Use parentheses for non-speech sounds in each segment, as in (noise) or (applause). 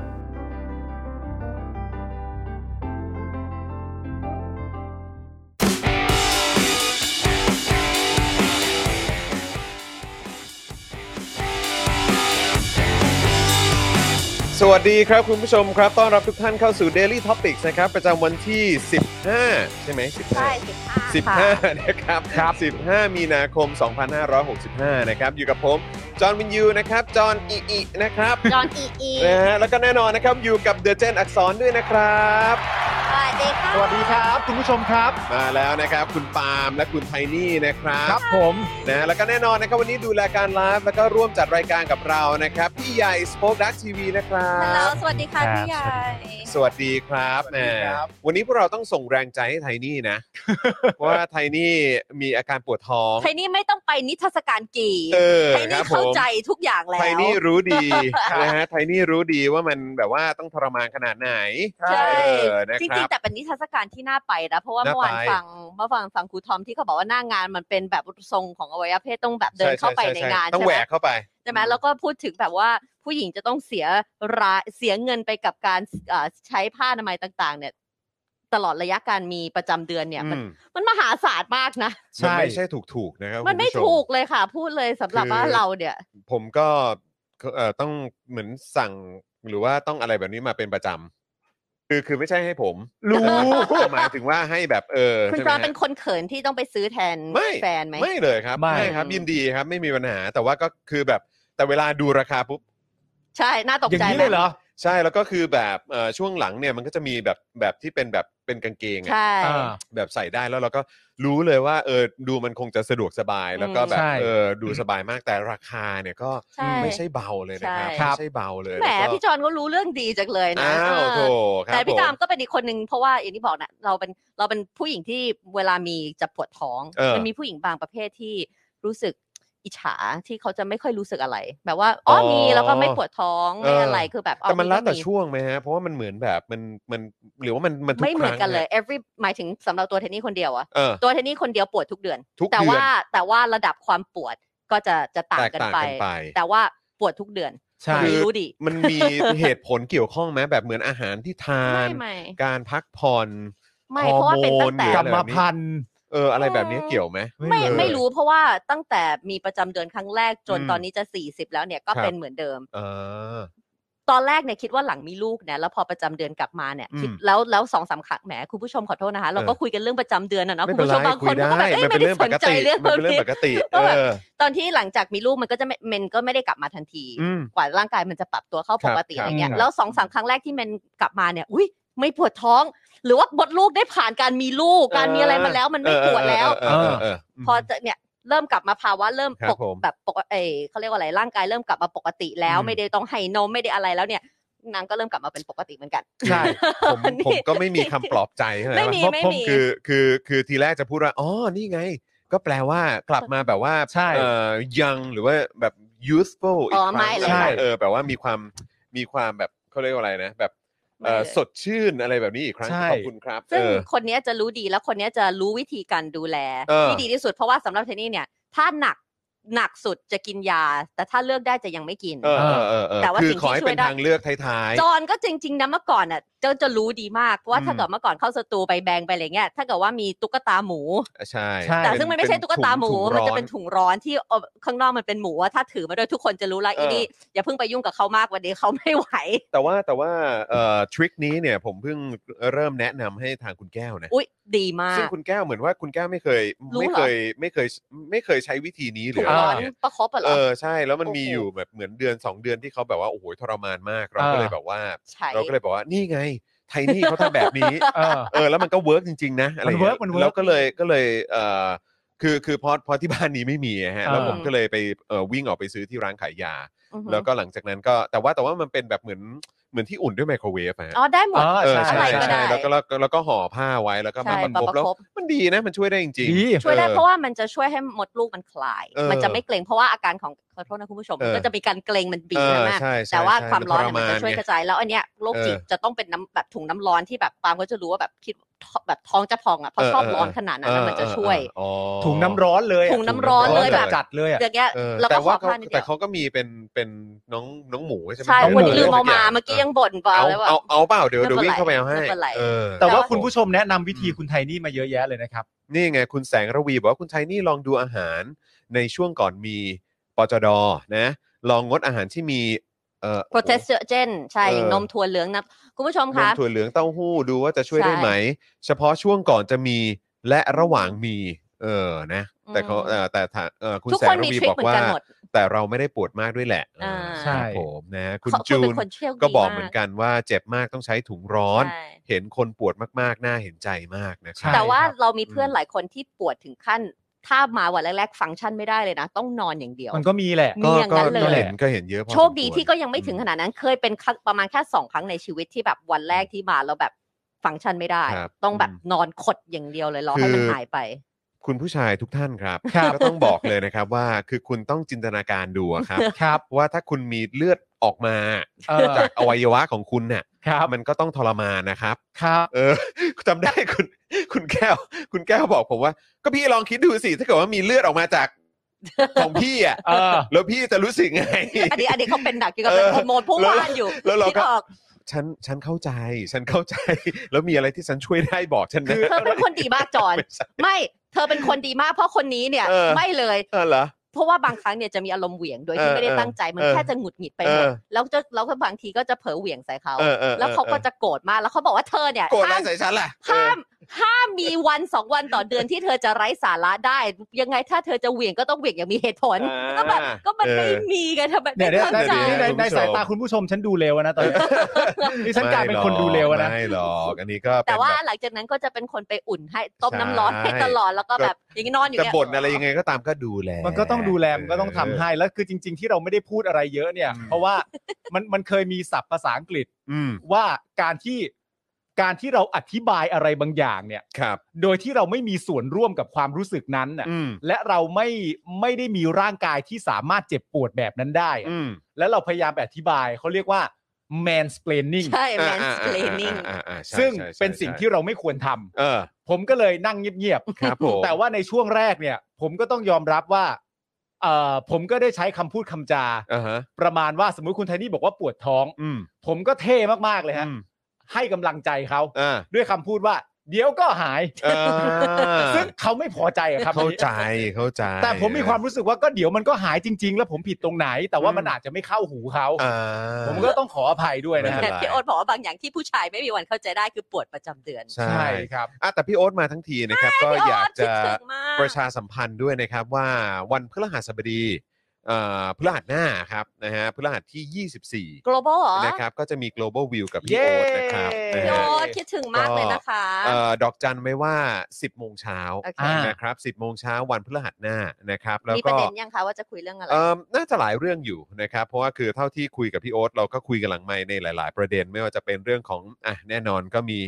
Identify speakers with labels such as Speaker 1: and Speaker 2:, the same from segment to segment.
Speaker 1: สวัสดีครับคุณผู้ชมครับต้อนรับทุกท่านเข้าสู่ Daily Topics นะครับ ประจำวันที่ 15 ใช่ไหม15
Speaker 2: ใช่สิบห้า
Speaker 1: 15 นะครับครับ15 มีนาคม 2565 นะครับ อยู่กับผม จอห์นวินยู นะครับ จอห์นอีอีนะครับ
Speaker 2: (laughs) จอนอีอี
Speaker 1: นะฮะ แล้วก็แน่นอนนะครับ อยู่กับเดอะเจนอักษรด้วยนะครับ
Speaker 2: สวัสดีค่ะ
Speaker 3: สวัสดีครับ คุณผู้ชมครับ
Speaker 1: มาแล้วนะครับ คุณปาล์มและคุณไทนี่นะครับ
Speaker 3: ครับผม
Speaker 1: นะฮะแล้วก็แน่นอนนะครับ วันนี้ดูแลการไลฟ์แล้วก็ร่วมจัดรายการกับเรานะครับ พี่ใหญ่สป็อคดักทีวีนะครั
Speaker 2: ฮัลโหล
Speaker 1: บ
Speaker 2: สวัสดีค่ะ
Speaker 3: ครับ
Speaker 2: พี่ใหญ่
Speaker 1: สวัสดีครับ
Speaker 3: สวัสดีครั
Speaker 1: แหม
Speaker 3: บ
Speaker 1: วันนี้พวกเราต้องส่งแรงใจให้ไทนี่นะ ว่าไทนี่มีอาการปวดท้อง
Speaker 2: ไทนี่ไม่ต้องไปนิทรรศการกี่
Speaker 1: เออ
Speaker 2: ไท
Speaker 1: ค
Speaker 2: นี่
Speaker 1: รับผ
Speaker 2: เข้าม ใจทุกอย่างแล้ว
Speaker 1: ไทนี่รู้
Speaker 2: (laughs)
Speaker 1: ดีนะฮะไทนี่รู้ดีว่ามันแบบว่าต้องทรมานขนาดไหน
Speaker 2: ใช่
Speaker 1: เออนะ
Speaker 2: จ
Speaker 1: ค
Speaker 2: ริ
Speaker 1: รั
Speaker 2: ง
Speaker 1: บ
Speaker 2: ๆแต่เป็นนิทรรศการที่น่าไปนะเพราะว่า
Speaker 1: น่า
Speaker 2: เมื่อวาน
Speaker 1: ไป
Speaker 2: ฟังเมื่อวานฟังครูทอมที่เขาบอกว่าหน้างานมันเป็นแบบทรงของอวัยวะเพศต้องแบบเดิน
Speaker 1: ใช่
Speaker 2: เข้าไป
Speaker 1: ช่
Speaker 2: ใน
Speaker 1: ช่
Speaker 2: งาน
Speaker 1: ต้อง
Speaker 2: ใช่
Speaker 1: แหว
Speaker 2: ไหม
Speaker 1: กเข้าไป
Speaker 2: ใช่ไหมแล้วก็พูดถึงแบบว่าผู้หญิงจะต้องเสียรายเสียเงินไปกับการเอ่อใช้ผ้าอนามัยต่าง ๆ เนี่ย ตลอดระยะการมีประจำเดือนเนี่ยมัน
Speaker 1: อืม
Speaker 2: มันมหาศาลมากนะ
Speaker 3: ใช่
Speaker 1: มันไม่ใช่ถูกๆนะครับ
Speaker 2: มันไม่
Speaker 1: คุณผู้ช
Speaker 2: ถูกเลยค่ะ พูดเลยสำหรับ
Speaker 1: คือ
Speaker 2: ว่าเราเนี่ย
Speaker 1: ผมก็เอ่อต้องเหมือนสั่งหรือว่าต้องอะไรแบบนี้มาเป็นประจำคือคือไม่ใช่ให้ผม
Speaker 3: รู้
Speaker 1: แต่หมายถึงว่าให้แบบเออ
Speaker 2: คุณ
Speaker 1: ใช่ไห
Speaker 2: จ
Speaker 1: ม
Speaker 2: อน
Speaker 1: ฮะ
Speaker 2: เป็นคนเขินที่ต้องไปซื้อแทน
Speaker 1: ไม่
Speaker 2: แฟนไหม
Speaker 1: ไม่เลยครับ
Speaker 3: ไม่
Speaker 1: ครับ
Speaker 2: อืม
Speaker 1: ยินดีครับไม่มีปัญหา แต่ว่าก็คือแบบแต่เวลาดูราคาปุ๊บ
Speaker 2: ใช่ น่าตก
Speaker 3: อย่าง
Speaker 2: ใจ
Speaker 3: นี้
Speaker 2: ไหม
Speaker 3: เลยเหรอ
Speaker 1: ใช่แล้วก็คือแบบเอ่อช่วงหลังเนี่ยมันก็จะมีแบบแบบที่เป็นแบบเป็นกางเกงอะ
Speaker 2: ใช่
Speaker 3: อ่า
Speaker 1: แบบใส่ได้แล้วเราก็รู้เลยว่าเออดูมันคงจะสะดวกสบายแล้วก็แบบ
Speaker 3: ใช่
Speaker 1: เออดูสบายมากแต่ราคาเนี่ยก็
Speaker 2: ใช่
Speaker 1: ไม่ใช่เบาเลยนะครับไม่
Speaker 2: ใช่
Speaker 1: ใช่เบาเลย
Speaker 2: แหม
Speaker 1: ล้วก็
Speaker 2: พี่จอนก็รู้เรื่องดีจังเลยนะ
Speaker 1: อ้าว
Speaker 2: เอ
Speaker 1: โถ
Speaker 2: อ
Speaker 1: ครับ
Speaker 2: แต่พี่ตาม
Speaker 1: ผ
Speaker 2: ก็เป็นอีกคนนึงเพราะว่าอย่างที่บอกนะเราเป็นเราเป็นผู้หญิงที่เวลามีจะปวดท้อง
Speaker 1: เออ
Speaker 2: มัมีผู้หญิงบางประเภทที่รู้สึกอิจฉาที่เขาจะไม่ค่อยรู้สึกอะไร แบบว่าอ๋ออ
Speaker 1: อ
Speaker 2: มีแล้วก็ไม่ปวดท้องไม่อะไรคือแบบอ๋อ
Speaker 1: แต่มันแล้วแต่
Speaker 2: ก็
Speaker 1: ช่วงไหมฮะ เพราะว่ามันเหมือนแบบมันมันหรือว่ามันมันทุก
Speaker 2: ไม่
Speaker 1: ค
Speaker 2: เหมือน
Speaker 1: รั้ง
Speaker 2: กันเลย
Speaker 1: ฮะ
Speaker 2: every หมายถึงสำหรับตัวเทนนี่คนเดียวอะ
Speaker 1: เออ
Speaker 2: ตัวเทนนี่คนเดียวปวดทุกเดือน
Speaker 1: ทุก
Speaker 2: แต่
Speaker 1: เดือน
Speaker 2: ว่าแต่ว่าระดับความปวดก็จะจะต่าง
Speaker 1: แตก
Speaker 2: กัน
Speaker 1: ต่าง
Speaker 2: ไป
Speaker 1: กันไป
Speaker 2: แต่ว่าปวดทุกเดือน
Speaker 3: ใช่
Speaker 2: คนนี้รู้ดี
Speaker 1: มันมีเหตุผลเกี่ยวข้องไหมแบบเหมือนอาหารที่ทาน
Speaker 2: ไม่ไม่
Speaker 1: การพักผ่อน
Speaker 2: ไม่เพราะว่าเป็นตั้งแต่
Speaker 1: ฮ
Speaker 3: กร
Speaker 1: อ
Speaker 3: ร
Speaker 1: โ
Speaker 3: มพันธุ์
Speaker 1: เอออะไรแบบนี้เกี่ยวไหม
Speaker 3: ไม่
Speaker 2: ไม่
Speaker 3: เลย
Speaker 2: ไม่รู้เพราะว่าตั้งแต่มีประจำเดือนครั้งแรกจน
Speaker 1: อืม
Speaker 2: ตอนนี้จะ 40 แล้วเนี่ยก็
Speaker 1: ครับ
Speaker 2: เป็นเหมือนเดิม
Speaker 1: เออ
Speaker 2: ตอนแรกเนี่ยคิดว่าหลังมีลูกเนี่ยแล้วพอประจำเดือนกลับมาเนี่ย
Speaker 1: อืม
Speaker 2: คิดแล้วแล้วสองสามครั้งแหมคุณผู้ชมขอโทษนะคะเราก็คุยกันเรื่องประจำเดือนนะเนาะ
Speaker 1: ไม่
Speaker 2: คุณ
Speaker 1: เป็น
Speaker 2: ผู้
Speaker 1: ไร
Speaker 2: ชมบาง
Speaker 1: คุ
Speaker 2: ค
Speaker 1: ย
Speaker 2: น
Speaker 1: ได้
Speaker 2: ก็แบบเอ้ย
Speaker 1: มันเป็น
Speaker 2: ไม่
Speaker 1: เรื่
Speaker 2: ได้
Speaker 1: อง
Speaker 2: ส
Speaker 1: ป
Speaker 2: น
Speaker 1: ก
Speaker 2: ใจ
Speaker 1: ติ
Speaker 2: เรื่อง
Speaker 1: มันเป็นเรื่อง
Speaker 2: นี้
Speaker 1: ปกติ
Speaker 2: เอ
Speaker 1: เอ
Speaker 2: อ
Speaker 1: อ
Speaker 2: ตอนที่หลังจากมีลูกมันก็จะไม่เมนก็ไม่ได้กลับมาทันที
Speaker 1: อืม
Speaker 2: กว่าร่างกายมันจะปรับตัวเข้าปกติ
Speaker 1: ครั
Speaker 2: อะ
Speaker 1: บ
Speaker 2: ไรเงี้ย
Speaker 3: ครับ
Speaker 2: แล้วสองสามครั้งแรกที่เมนกลับมาเนี่ย อุ้ยไม่ปวดท้อง หรือว่าบดลูกได้ผ่านการมีลูกการมีอะไรมาแล้วมันไม่ปวดแล้ว
Speaker 1: เออเออเออเออ
Speaker 2: พอจะเนี่ยเริ่มกลับมาภาวะเริ่ม
Speaker 1: ครับ
Speaker 2: ปก
Speaker 1: ผม
Speaker 2: แบบปกเอยเขาเรียกว่าอะไรร่างกายเริ่มกลับมาปกติแล้ว
Speaker 1: อืม
Speaker 2: ไม่ได้ต้องให้นมไม่ได้อะไรแล้วเนี่ยนางก็เริ่มกลับมาเป็นปกติเหมือนกัน
Speaker 1: ใช่ผมผมก็ไม่มีคำปลอบใจใช่ไหม
Speaker 2: ไม่มี
Speaker 1: เพราะ
Speaker 2: ไม่
Speaker 1: ผม
Speaker 2: มี
Speaker 1: คือคือคือทีแรกจะพูดว่าอ๋อนี่ไง ก็แปลว่ากลับมาแบบว่า
Speaker 3: ใช่
Speaker 1: เอ่อยังหรือว่าแบบ useful อี
Speaker 2: อ๋
Speaker 1: ก
Speaker 2: อ
Speaker 1: ค
Speaker 2: ไม่
Speaker 1: รั้ง
Speaker 2: เลย
Speaker 1: ใช่
Speaker 3: ค่ะ
Speaker 1: เออแบบว่ามีความมีความแบบเขาเรียกว่าอะไรนะ แบบเอ่อสดชื่นอะไรแบบนี้อีกครั้ง
Speaker 3: ใช่
Speaker 1: ขอบคุณครับ
Speaker 2: ซึ่ง
Speaker 1: เออ
Speaker 2: คนเนี้ยจะรู้ดีแล้วคนเนี้ยจะรู้วิธีการดูแล
Speaker 1: เออ
Speaker 2: ที่ดีที่สุดเพราะว่าสำหรับเทนนี่เนี่ย ถ้าหนัก หนักสุดจะกินยา แต่ถ้าเลือกได้จะยังไม่กิน
Speaker 1: เออเออเออเออ
Speaker 2: แต่ว่า
Speaker 1: คือ
Speaker 2: สิ่ง
Speaker 1: ข
Speaker 2: ที่
Speaker 1: อให้
Speaker 2: ช่วย
Speaker 1: เป็น
Speaker 2: ได้
Speaker 1: ทางเลือกท้าย
Speaker 2: จอนก็จริง ๆนะเมื่อก่อนอ่ะเจ้าจะรู้ดีมากเพราะว่า
Speaker 3: อืม
Speaker 2: ถ้าเกิดเมื่อก่อนเข้าสตูไปแบงไปอะไรเงี้ยถ้าเกิดว่ามีตุ๊กตาหมู
Speaker 1: ๆใช่
Speaker 3: ใช่
Speaker 2: แต่ซึ่งมันไม่ใช่
Speaker 1: เป็
Speaker 2: ตุ๊กตาหมู
Speaker 1: ถุงร้อ
Speaker 2: มันจะเป็นถุงร้อนที่เอาข้างนอกมันเป็นหมูอะถ้าถือมาด้วยทุกคนจะรู้ละ
Speaker 1: เอออี
Speaker 2: อีนี่อย่าเพิ่งไปยุ่งกับเขามากวันนี้เขาไม่ไหว
Speaker 1: แต่ว่าแต่ว่าเอ่อทริคนี้เนี่ยผมเพิ่งเริ่มแนะนำให้ทางคุณแก้วนะ
Speaker 2: อุ๊ย ดีมา
Speaker 1: ซึ่ง
Speaker 2: ก
Speaker 1: คุณแก้วเหมือนว่าคุณแก้วไม่เคย
Speaker 2: รู้
Speaker 1: ไม่
Speaker 2: เหรอ
Speaker 1: เคยไม่เคยไม่เคยใช้วิธีนี้หรื
Speaker 2: ถุ
Speaker 1: อง อะ
Speaker 2: ร้
Speaker 1: ไร
Speaker 2: อน
Speaker 1: เนี่ย
Speaker 2: ประคบอะเหร
Speaker 1: เอ
Speaker 2: อ
Speaker 1: อใช่แล้วมัน
Speaker 2: โอ้โห
Speaker 1: มีอยู่แบบเหมือนเดือน 2 เดือนที่เขาแบบว่าโอ้โหทรมานมากเราก็
Speaker 3: อ่า
Speaker 1: เลยแบบว่า
Speaker 2: ใช่
Speaker 1: เราก็เลยบอกว่านี่ไงไทนี่เขาทำแบบนี้ (laughs)
Speaker 3: เออ
Speaker 1: เออแล้วมันก็เวิร์กจริง ๆ นะอะไร
Speaker 3: มันเวิร์ก
Speaker 1: งี้ย
Speaker 3: มันเวิร์ก
Speaker 1: แล้วก็เลยก็เลยเอ่อคือคือพอพอที่บ้านนี้ไม่มีอะฮะ
Speaker 3: อ่า
Speaker 1: แล้วผมก็เลยไปเอ่อวิ่งออกไปซื้อที่ร้านขายยา
Speaker 2: อือหือ
Speaker 1: แล้วก็หลังจากนั้นก็แต่ว่าแต่ว่ามันเป็นแบบเหมือนเหมือนที่อุ่นด้วยไมโครเวฟอะฮะ
Speaker 2: อ๋อได้หมด
Speaker 3: เออ
Speaker 1: เออ
Speaker 3: ใช่
Speaker 1: ใช่
Speaker 2: อะ
Speaker 1: ใช่
Speaker 2: ไรก็ได้
Speaker 1: แล้วก็แล้วก็แล้วก็ห่อผ้าไว้แล้วก็มา
Speaker 2: ใช่
Speaker 1: ประก
Speaker 2: ประ
Speaker 1: บแล้ว
Speaker 2: คบ
Speaker 1: มันดีนะมันช่วยได้จริง
Speaker 3: ดี
Speaker 2: ช่วยได้
Speaker 1: เออ
Speaker 2: เพราะว่ามันจะช่วยให้มดลูกมันคลาย
Speaker 1: เออ
Speaker 2: มันจะไม่เกรงเพราะว่าอาการของขอโทษนะคุณผู้ชม
Speaker 1: เออ
Speaker 2: มันก็จะมีการเกรงมันบี
Speaker 1: เอบอ
Speaker 2: ใช่ไหม
Speaker 1: ใช่ใช่
Speaker 2: แต่ว่า
Speaker 1: ใช่
Speaker 2: ความร้อนเนี่ย
Speaker 1: ท
Speaker 2: มันจะช่วย
Speaker 1: ไง
Speaker 2: กระจายแล้วอันเนี้ยโรค
Speaker 1: เออ
Speaker 2: จิตจะต้องเป็นน้ำแบบถุงน้ำร้อนที่แบบปาล์มก็จะรู้ว่าแบบคิดแบบท้องจะพองอ่ะเพราะ
Speaker 1: เออ
Speaker 2: ชอบ
Speaker 1: เออ
Speaker 2: ร้อนขนาดนั้น
Speaker 1: เอ
Speaker 2: อะ
Speaker 1: อ
Speaker 2: มันจะช่วย
Speaker 1: เอออ๋อ
Speaker 3: ถุงน้ำร้อนเลยะ
Speaker 2: ถุงน้ำร้อนเลยแบบ
Speaker 3: จัดเลยอะ
Speaker 2: อย่างเงี้ย
Speaker 1: เออ
Speaker 2: แล้ว
Speaker 1: แต่
Speaker 2: ก็ข
Speaker 1: ว่า
Speaker 2: อ
Speaker 1: เขา
Speaker 2: ผ้านิดเดี
Speaker 1: แต่
Speaker 2: ยว
Speaker 1: เขาก็มีเป็นเป็นน้องน้องหมูใช่ไหม
Speaker 2: ใช่
Speaker 3: น้องหมู
Speaker 2: วันนี้ลืมเอา
Speaker 1: สัย่
Speaker 2: มาง เมื่อกี้ยังบ่นเปล่า
Speaker 1: เอา
Speaker 2: เลยว่า
Speaker 1: เอาเอาเปล่าเดี๋ยวเดี๋ยว
Speaker 2: ไม่เป็
Speaker 1: วิ่ง
Speaker 2: นไร
Speaker 1: เข้าไปเอาให้
Speaker 2: ไม่เป็นไร
Speaker 1: เออ
Speaker 3: แต่ว่า
Speaker 1: รับ
Speaker 3: คุณผู้
Speaker 1: ผม
Speaker 3: ชมแนะนำวิธีคุณไทนี่มาเยอะแยะเลยนะครับ
Speaker 1: นี่ไงคุณแสงระวีบอกว่าคุณไทยนี่ลองดูอาหารในช่วงก่อนมีปจดนะ ลองงดอาหารที่มีเอ่อ
Speaker 2: โปรเทสเจนใช่
Speaker 1: เออ
Speaker 2: อย่างนมถั่วเหลืองนะคุณผู้ชม
Speaker 1: น
Speaker 2: คะ
Speaker 1: มถั่วเหลืองเต้าหู้ดูว่าจะช่วยได้
Speaker 2: ใช่
Speaker 1: ไหม เฉพาะช่วงก่อนจะมีและระหว่างมีเออนะ แต่เขา
Speaker 2: อืม
Speaker 1: เอ่อแต่ถ้าเอ่อคุณ
Speaker 2: ทุก
Speaker 1: แส
Speaker 2: ค
Speaker 1: ง
Speaker 2: น
Speaker 1: ระ
Speaker 2: มี
Speaker 1: วี
Speaker 2: ทริค
Speaker 1: บอก
Speaker 2: เหมือน
Speaker 1: ว่า
Speaker 2: กันหมด
Speaker 1: แต่เราไม่ได้ปวดมากด้วยแหละเออค
Speaker 2: ใช่
Speaker 1: รับผมนะคุณ
Speaker 2: เขา
Speaker 1: จู
Speaker 2: เป็น
Speaker 1: น
Speaker 2: คนเชี่ยว
Speaker 1: ก็บอก
Speaker 2: ดีา
Speaker 1: เหมือนกันว่าเจ็บมากต้องใช้ถุงร้อน
Speaker 2: ใช่
Speaker 1: เห็นคนปวดมากๆ น่าเห็นใจมากนะครั
Speaker 3: ใช่
Speaker 2: แต่ว่า
Speaker 3: ครับ
Speaker 2: เรามีเพื่อนหลายคนที่ปวดถึงขั้น ถ้ามาวันแรกๆฟังก์ชันไม่ได้เลยนะ ต้องนอนอย่างเดียว
Speaker 3: มันก็มีแหละ
Speaker 2: มีอย่างนั้นเล
Speaker 1: ก็
Speaker 2: ย
Speaker 1: เห็นก็เห็นเยอะพอ
Speaker 2: โชคดี
Speaker 1: สมวร
Speaker 2: ที่ก็ยังไม่ถึงขนาดนั้น เคยเป็นครั้งประมาณแค่สองครั้งในชีวิตที่แบบวันแรกที่มาแล้วแบบฟังก์ชันไม่ได้
Speaker 1: ครับ
Speaker 2: ต้องแบบ
Speaker 1: ม
Speaker 2: นอนขดอย่างเดียวเลยรอให้มัน
Speaker 1: คือ
Speaker 2: หายไป
Speaker 1: คุณผู้ชายทุกท่านครับ (laughs)
Speaker 3: ครับ
Speaker 1: ก็ต้องบอกเลยนะครับว่าคือคุณต้องจินตนาการดูอะครับ
Speaker 3: ครับ
Speaker 1: ว่าถ้าคุณมีเลือดออกมา
Speaker 3: เออ
Speaker 1: จากอวัยวะของคุณเนี่ย
Speaker 3: ครับ
Speaker 1: มันก็ต้องทรมานนะครับ
Speaker 3: ครับ
Speaker 1: เออ (laughs) จำได้คุณคุณแก้ว คุณแก้วบอกผมว่า ก็พี่ลองคิดดูสิถ้าเกิดว่ามีเลือดออกมา
Speaker 2: (laughs)
Speaker 1: จากของพี่อ่ะ
Speaker 3: เออ
Speaker 1: แล้วพี่จะรู้สึกไง
Speaker 2: อันนี้อันนี้เขาเป็นหนักอยู่กับ
Speaker 1: เออ
Speaker 2: ฮอร์โมนพุ่ง
Speaker 1: แล้ว
Speaker 2: พล่านอยู่
Speaker 1: แล้วเรา
Speaker 2: คิด
Speaker 1: ก็
Speaker 2: ออก
Speaker 1: ฉันฉันเข้าใจ ฉันเข้าใจ แล้วมีอะไรที่ฉันช่วยได้บอกฉันนะ
Speaker 2: เธอเป็นคนดีมากจอน
Speaker 1: (laughs) ไม่ใช่
Speaker 2: ไม่เธอเป็นคนดีมากเพราะคนนี้เนี่ย
Speaker 1: เออ
Speaker 2: ไม่เลย
Speaker 1: เออเหรอ
Speaker 2: เพราะว่าบางครั้งเนี่ยจะมีอารมณ์เหวี่ยงโดยที่
Speaker 1: เออ
Speaker 2: ไม่ได้ตั้งใจมัน
Speaker 1: เออ
Speaker 2: แค่จะหงุดหงิดไปหมด
Speaker 1: เออ
Speaker 2: แล้วจะแล้วก็บางทีก็จะเผลอเหวี่ยงใส่เขา
Speaker 1: เออออออ
Speaker 2: แล้วเขาก็จะโกรธมากแล้วเขาบอกว่าเธอเนี่ย
Speaker 1: โกรธอะไร
Speaker 2: ห้าม
Speaker 1: ใส่ฉันล่ะ
Speaker 2: ห้ามห้ามมีวันสองวันต่อเดือนที่เธอจะไร้สาระได้ ยังไงถ้าเธอจะเหวี่ยงก็ต้องเหวี่ยงอย่างมีเหตุผล
Speaker 1: เออ
Speaker 2: ก็แบบ
Speaker 1: อ่า
Speaker 2: ก็มันไม่มีกันทำไม
Speaker 3: เนี่
Speaker 2: ไม่
Speaker 3: ยเนี่ย
Speaker 2: เข้า
Speaker 3: ใน
Speaker 2: ใจ
Speaker 3: ในในใน
Speaker 1: คุณผู้ชม
Speaker 3: สายตาคุณผู้ชมฉันดูเลวอะนะตอนนี้ดิฉันกลายเป็นคนดูเลวอะนะ
Speaker 1: ไม่หรอกอันนี้ก็เป็น
Speaker 2: แต่ว่า
Speaker 1: บบ
Speaker 2: หลังจากนั้นก็จะเป็นคนไปอุ่นให้ต้มน้ำร้อนให้
Speaker 1: ใช่
Speaker 2: ตลอดแล้วก็แบบอย่างนี้นอนอยู่
Speaker 1: จะ
Speaker 2: เย
Speaker 1: บ่นอะไรยังไงก็ตามก็ดูแล
Speaker 3: มันก็ต้องดูแลมันก็ต้อง
Speaker 1: เ
Speaker 3: ทำให้แล้วคือจริง ๆ ที่เราไม่ได้พูดอะไรเยอะเนี่ย
Speaker 1: อืม
Speaker 3: เพราะ (laughs) ว่ามันมันเคยมีศัพท์ภาษาอังกฤษ
Speaker 1: อืม
Speaker 3: ว่าการที่การที่เราอธิบายอะไรบางอย่างเนี่ย
Speaker 1: ครับ
Speaker 3: โดยที่เราไม่มีส่วนร่วมกับความรู้สึกนั้นน่ะ
Speaker 1: อืม
Speaker 3: และเราไม่ไม่ได้มีร่างกายที่สามารถเจ็บปวดแบบนั้นได้อะ
Speaker 1: อืม
Speaker 3: แล้วเราพยายามไปอธิบายเขาเรียกว่า mansplaining
Speaker 2: ใช่ mansplaining
Speaker 1: อ่าอ่าอ่าอ่าใช่
Speaker 3: ซึ่ง
Speaker 1: ใช่ใช่
Speaker 3: เป็นสิ่งที่เราไม่ควรทำ
Speaker 1: เออ
Speaker 3: ผมก็เลยนั่งเงียบ
Speaker 1: ครับผม
Speaker 3: แต่ว่าในช่วงแรกเนี่ย ผมก็ต้องยอมรับว่าเอ่อผมก็ได้ใช้คำพูดคำจา
Speaker 1: อ่าฮะ
Speaker 3: ประมาณว่าสมมุติคุณไทนี่บอกว่าปวดท้อง
Speaker 1: อืม
Speaker 3: ผมก็เท่มากๆเลยฮะ
Speaker 1: อืม
Speaker 3: ให้กำลังใจเขา
Speaker 1: อ่า
Speaker 3: ด้วยคำพูดว่า เดี๋ยวก็หาย
Speaker 1: อ่า
Speaker 3: ซึ่งเขาไม่พอใจอะครับ
Speaker 1: เข้า
Speaker 3: นี้
Speaker 1: ใจเข้าใจ
Speaker 3: แต่ผมมีความรู้สึกว่าก็เดี๋ยวมันก็หายจริง ๆ แล้วผมผิดตรงไหน แต่ว่ามันอาจจะไม่เข้าหูเขา
Speaker 1: อ่า
Speaker 3: ผมก็ต้องขออภัยด้วยนะ
Speaker 1: ไม่
Speaker 3: ฮะ
Speaker 1: เป็นไร
Speaker 2: พี่โอ๊ตบอกว่าบางอย่างที่ผู้ชายไม่มีวันเข้าใจได้คือปวดประจำเดือน
Speaker 1: ใช่
Speaker 3: ใช่ครับ
Speaker 1: อ่ะแต่พี่โอ๊ตมาทั้งทีนะครับ ก็
Speaker 2: พี่
Speaker 1: อยาก
Speaker 2: โคิ
Speaker 1: จะ
Speaker 2: ดถึงมาก
Speaker 1: ประชาสัมพันธ์ด้วยนะครับว่าวันพฤหัสบดีเอ่อพฤหัสหน้าครับนะฮะพฤหัสที่
Speaker 2: global เหรอ
Speaker 1: 24 นะครับก็จะมี global view กับพี่
Speaker 3: เย้
Speaker 1: โอ๊ตนะครับนะ
Speaker 2: พี่
Speaker 1: ฮะ
Speaker 2: โอ๊ตคิดถึงมากเลยนะคะ
Speaker 1: เอ่อดอกจันไว้ว่า 10 โมงเช้า
Speaker 2: โอเค
Speaker 3: อ่า
Speaker 1: นะครับ 10 โมงเช้าวันพฤหัสหน้านะครับ แล้ว
Speaker 2: มีป
Speaker 1: ก็
Speaker 2: ระเด็นยังคะว่าจะคุยเรื่องอะไร
Speaker 1: เอิ่มน่าจะหลายเรื่องอยู่นะครับ เพราะว่าคือเท่าที่คุยกับพี่โอ๊ตเราก็คุยกันหลังไมค์ในหลาย ๆ ประเด็น ไม่ว่าจะเป็นเรื่องของอ่ะแน่นอนก็มี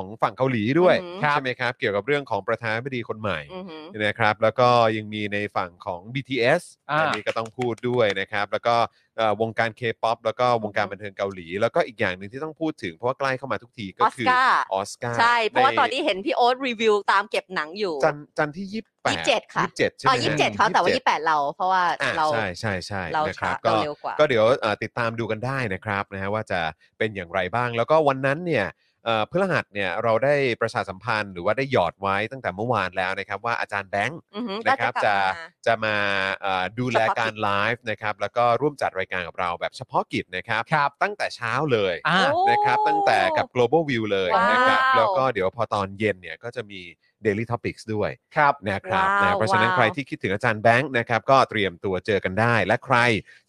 Speaker 1: ข ของฝั่งเกาหลีด้วย
Speaker 2: อืม
Speaker 1: ใช่ไหมครับ เกี่ยวกับเรื่องของประธานาธิบดีคนใหม่
Speaker 2: อือหือ
Speaker 1: นะครับแล้วก็ยังมีในฝั่งของ BTS
Speaker 3: อ่า
Speaker 1: อันนี้ก็ต้องพูดด้วยนะครับ แล้วก็เอ่อวงการ K-POP แล้วก็วงการบันเทิงเกาหลี แล้วก็อีกอย่างหนึ่งที่ต้องพูดถึงเพราะว่าใกล้เข้ามาทุกทีก็คือ
Speaker 2: ออสการ์
Speaker 1: ออสการ์
Speaker 2: ใช่ เพราะว่า
Speaker 1: ใ
Speaker 2: ตอนนี้เห็นพี่โอ๊ตรีวิวตามเก็บหนังอยู่
Speaker 1: จันทร์จันทร์ที่ยี่สิบแปด
Speaker 2: ยี่สิบเจ็ดค่ะ
Speaker 1: ยี่สิบเจ็ดใช่ไห
Speaker 2: อ๋
Speaker 1: ม
Speaker 2: อยี่สิบเจ็ดเขาแต่ว่ายี่สิบแปดเรา เพราะว่า
Speaker 1: อ่ะ
Speaker 2: เรา
Speaker 1: ใช่ใช่ใช่
Speaker 2: เรา
Speaker 1: นะค
Speaker 2: ช้า
Speaker 1: รับ
Speaker 2: เรา
Speaker 1: ก็
Speaker 2: เร็วกว่า
Speaker 1: ก็เดี๋ยวเอ่อติดตามดูกันได้นะครับนะฮะว่าจะเป็นอย่างไรบ้าง แล้วก็วันนั้นเนี่ยเอ่อพฤหัสเนี่ยเราได้ประชาสัมพันธ์หรือว่าได้หยอดไว้ตั้งแต่เมื่อวานแล้วนะครับ ว่าอาจารย์แบงค์
Speaker 2: อือหือก็
Speaker 1: นะครับ
Speaker 2: กลั
Speaker 1: จะ
Speaker 2: มา
Speaker 1: จะมาเอ่อดูแล
Speaker 2: เฉพาะกิจ
Speaker 1: การไลฟ์นะครับแล้วก็ร่วมจัดรายการกับเราแบบเฉพาะกิจนะครับ
Speaker 3: ครับ
Speaker 1: ตั้งแต่เช้าเลย
Speaker 3: อ่า
Speaker 2: โอ้
Speaker 1: นะครับตั้งแต่กับ global view เลยนะครับ
Speaker 2: ว้าว
Speaker 1: แล้วก็เดี๋ยวพอตอนเย็นเนี่ยก็จะมี daily topics ด้วย
Speaker 3: ครับ
Speaker 1: นะครับ
Speaker 2: ว้าว
Speaker 1: นะเพราะฉะนั้น
Speaker 2: ว้าว
Speaker 1: ใครที่คิดถึงอาจารย์แบงค์นะครับก็เตรียมตัวเจอกันได้ และใคร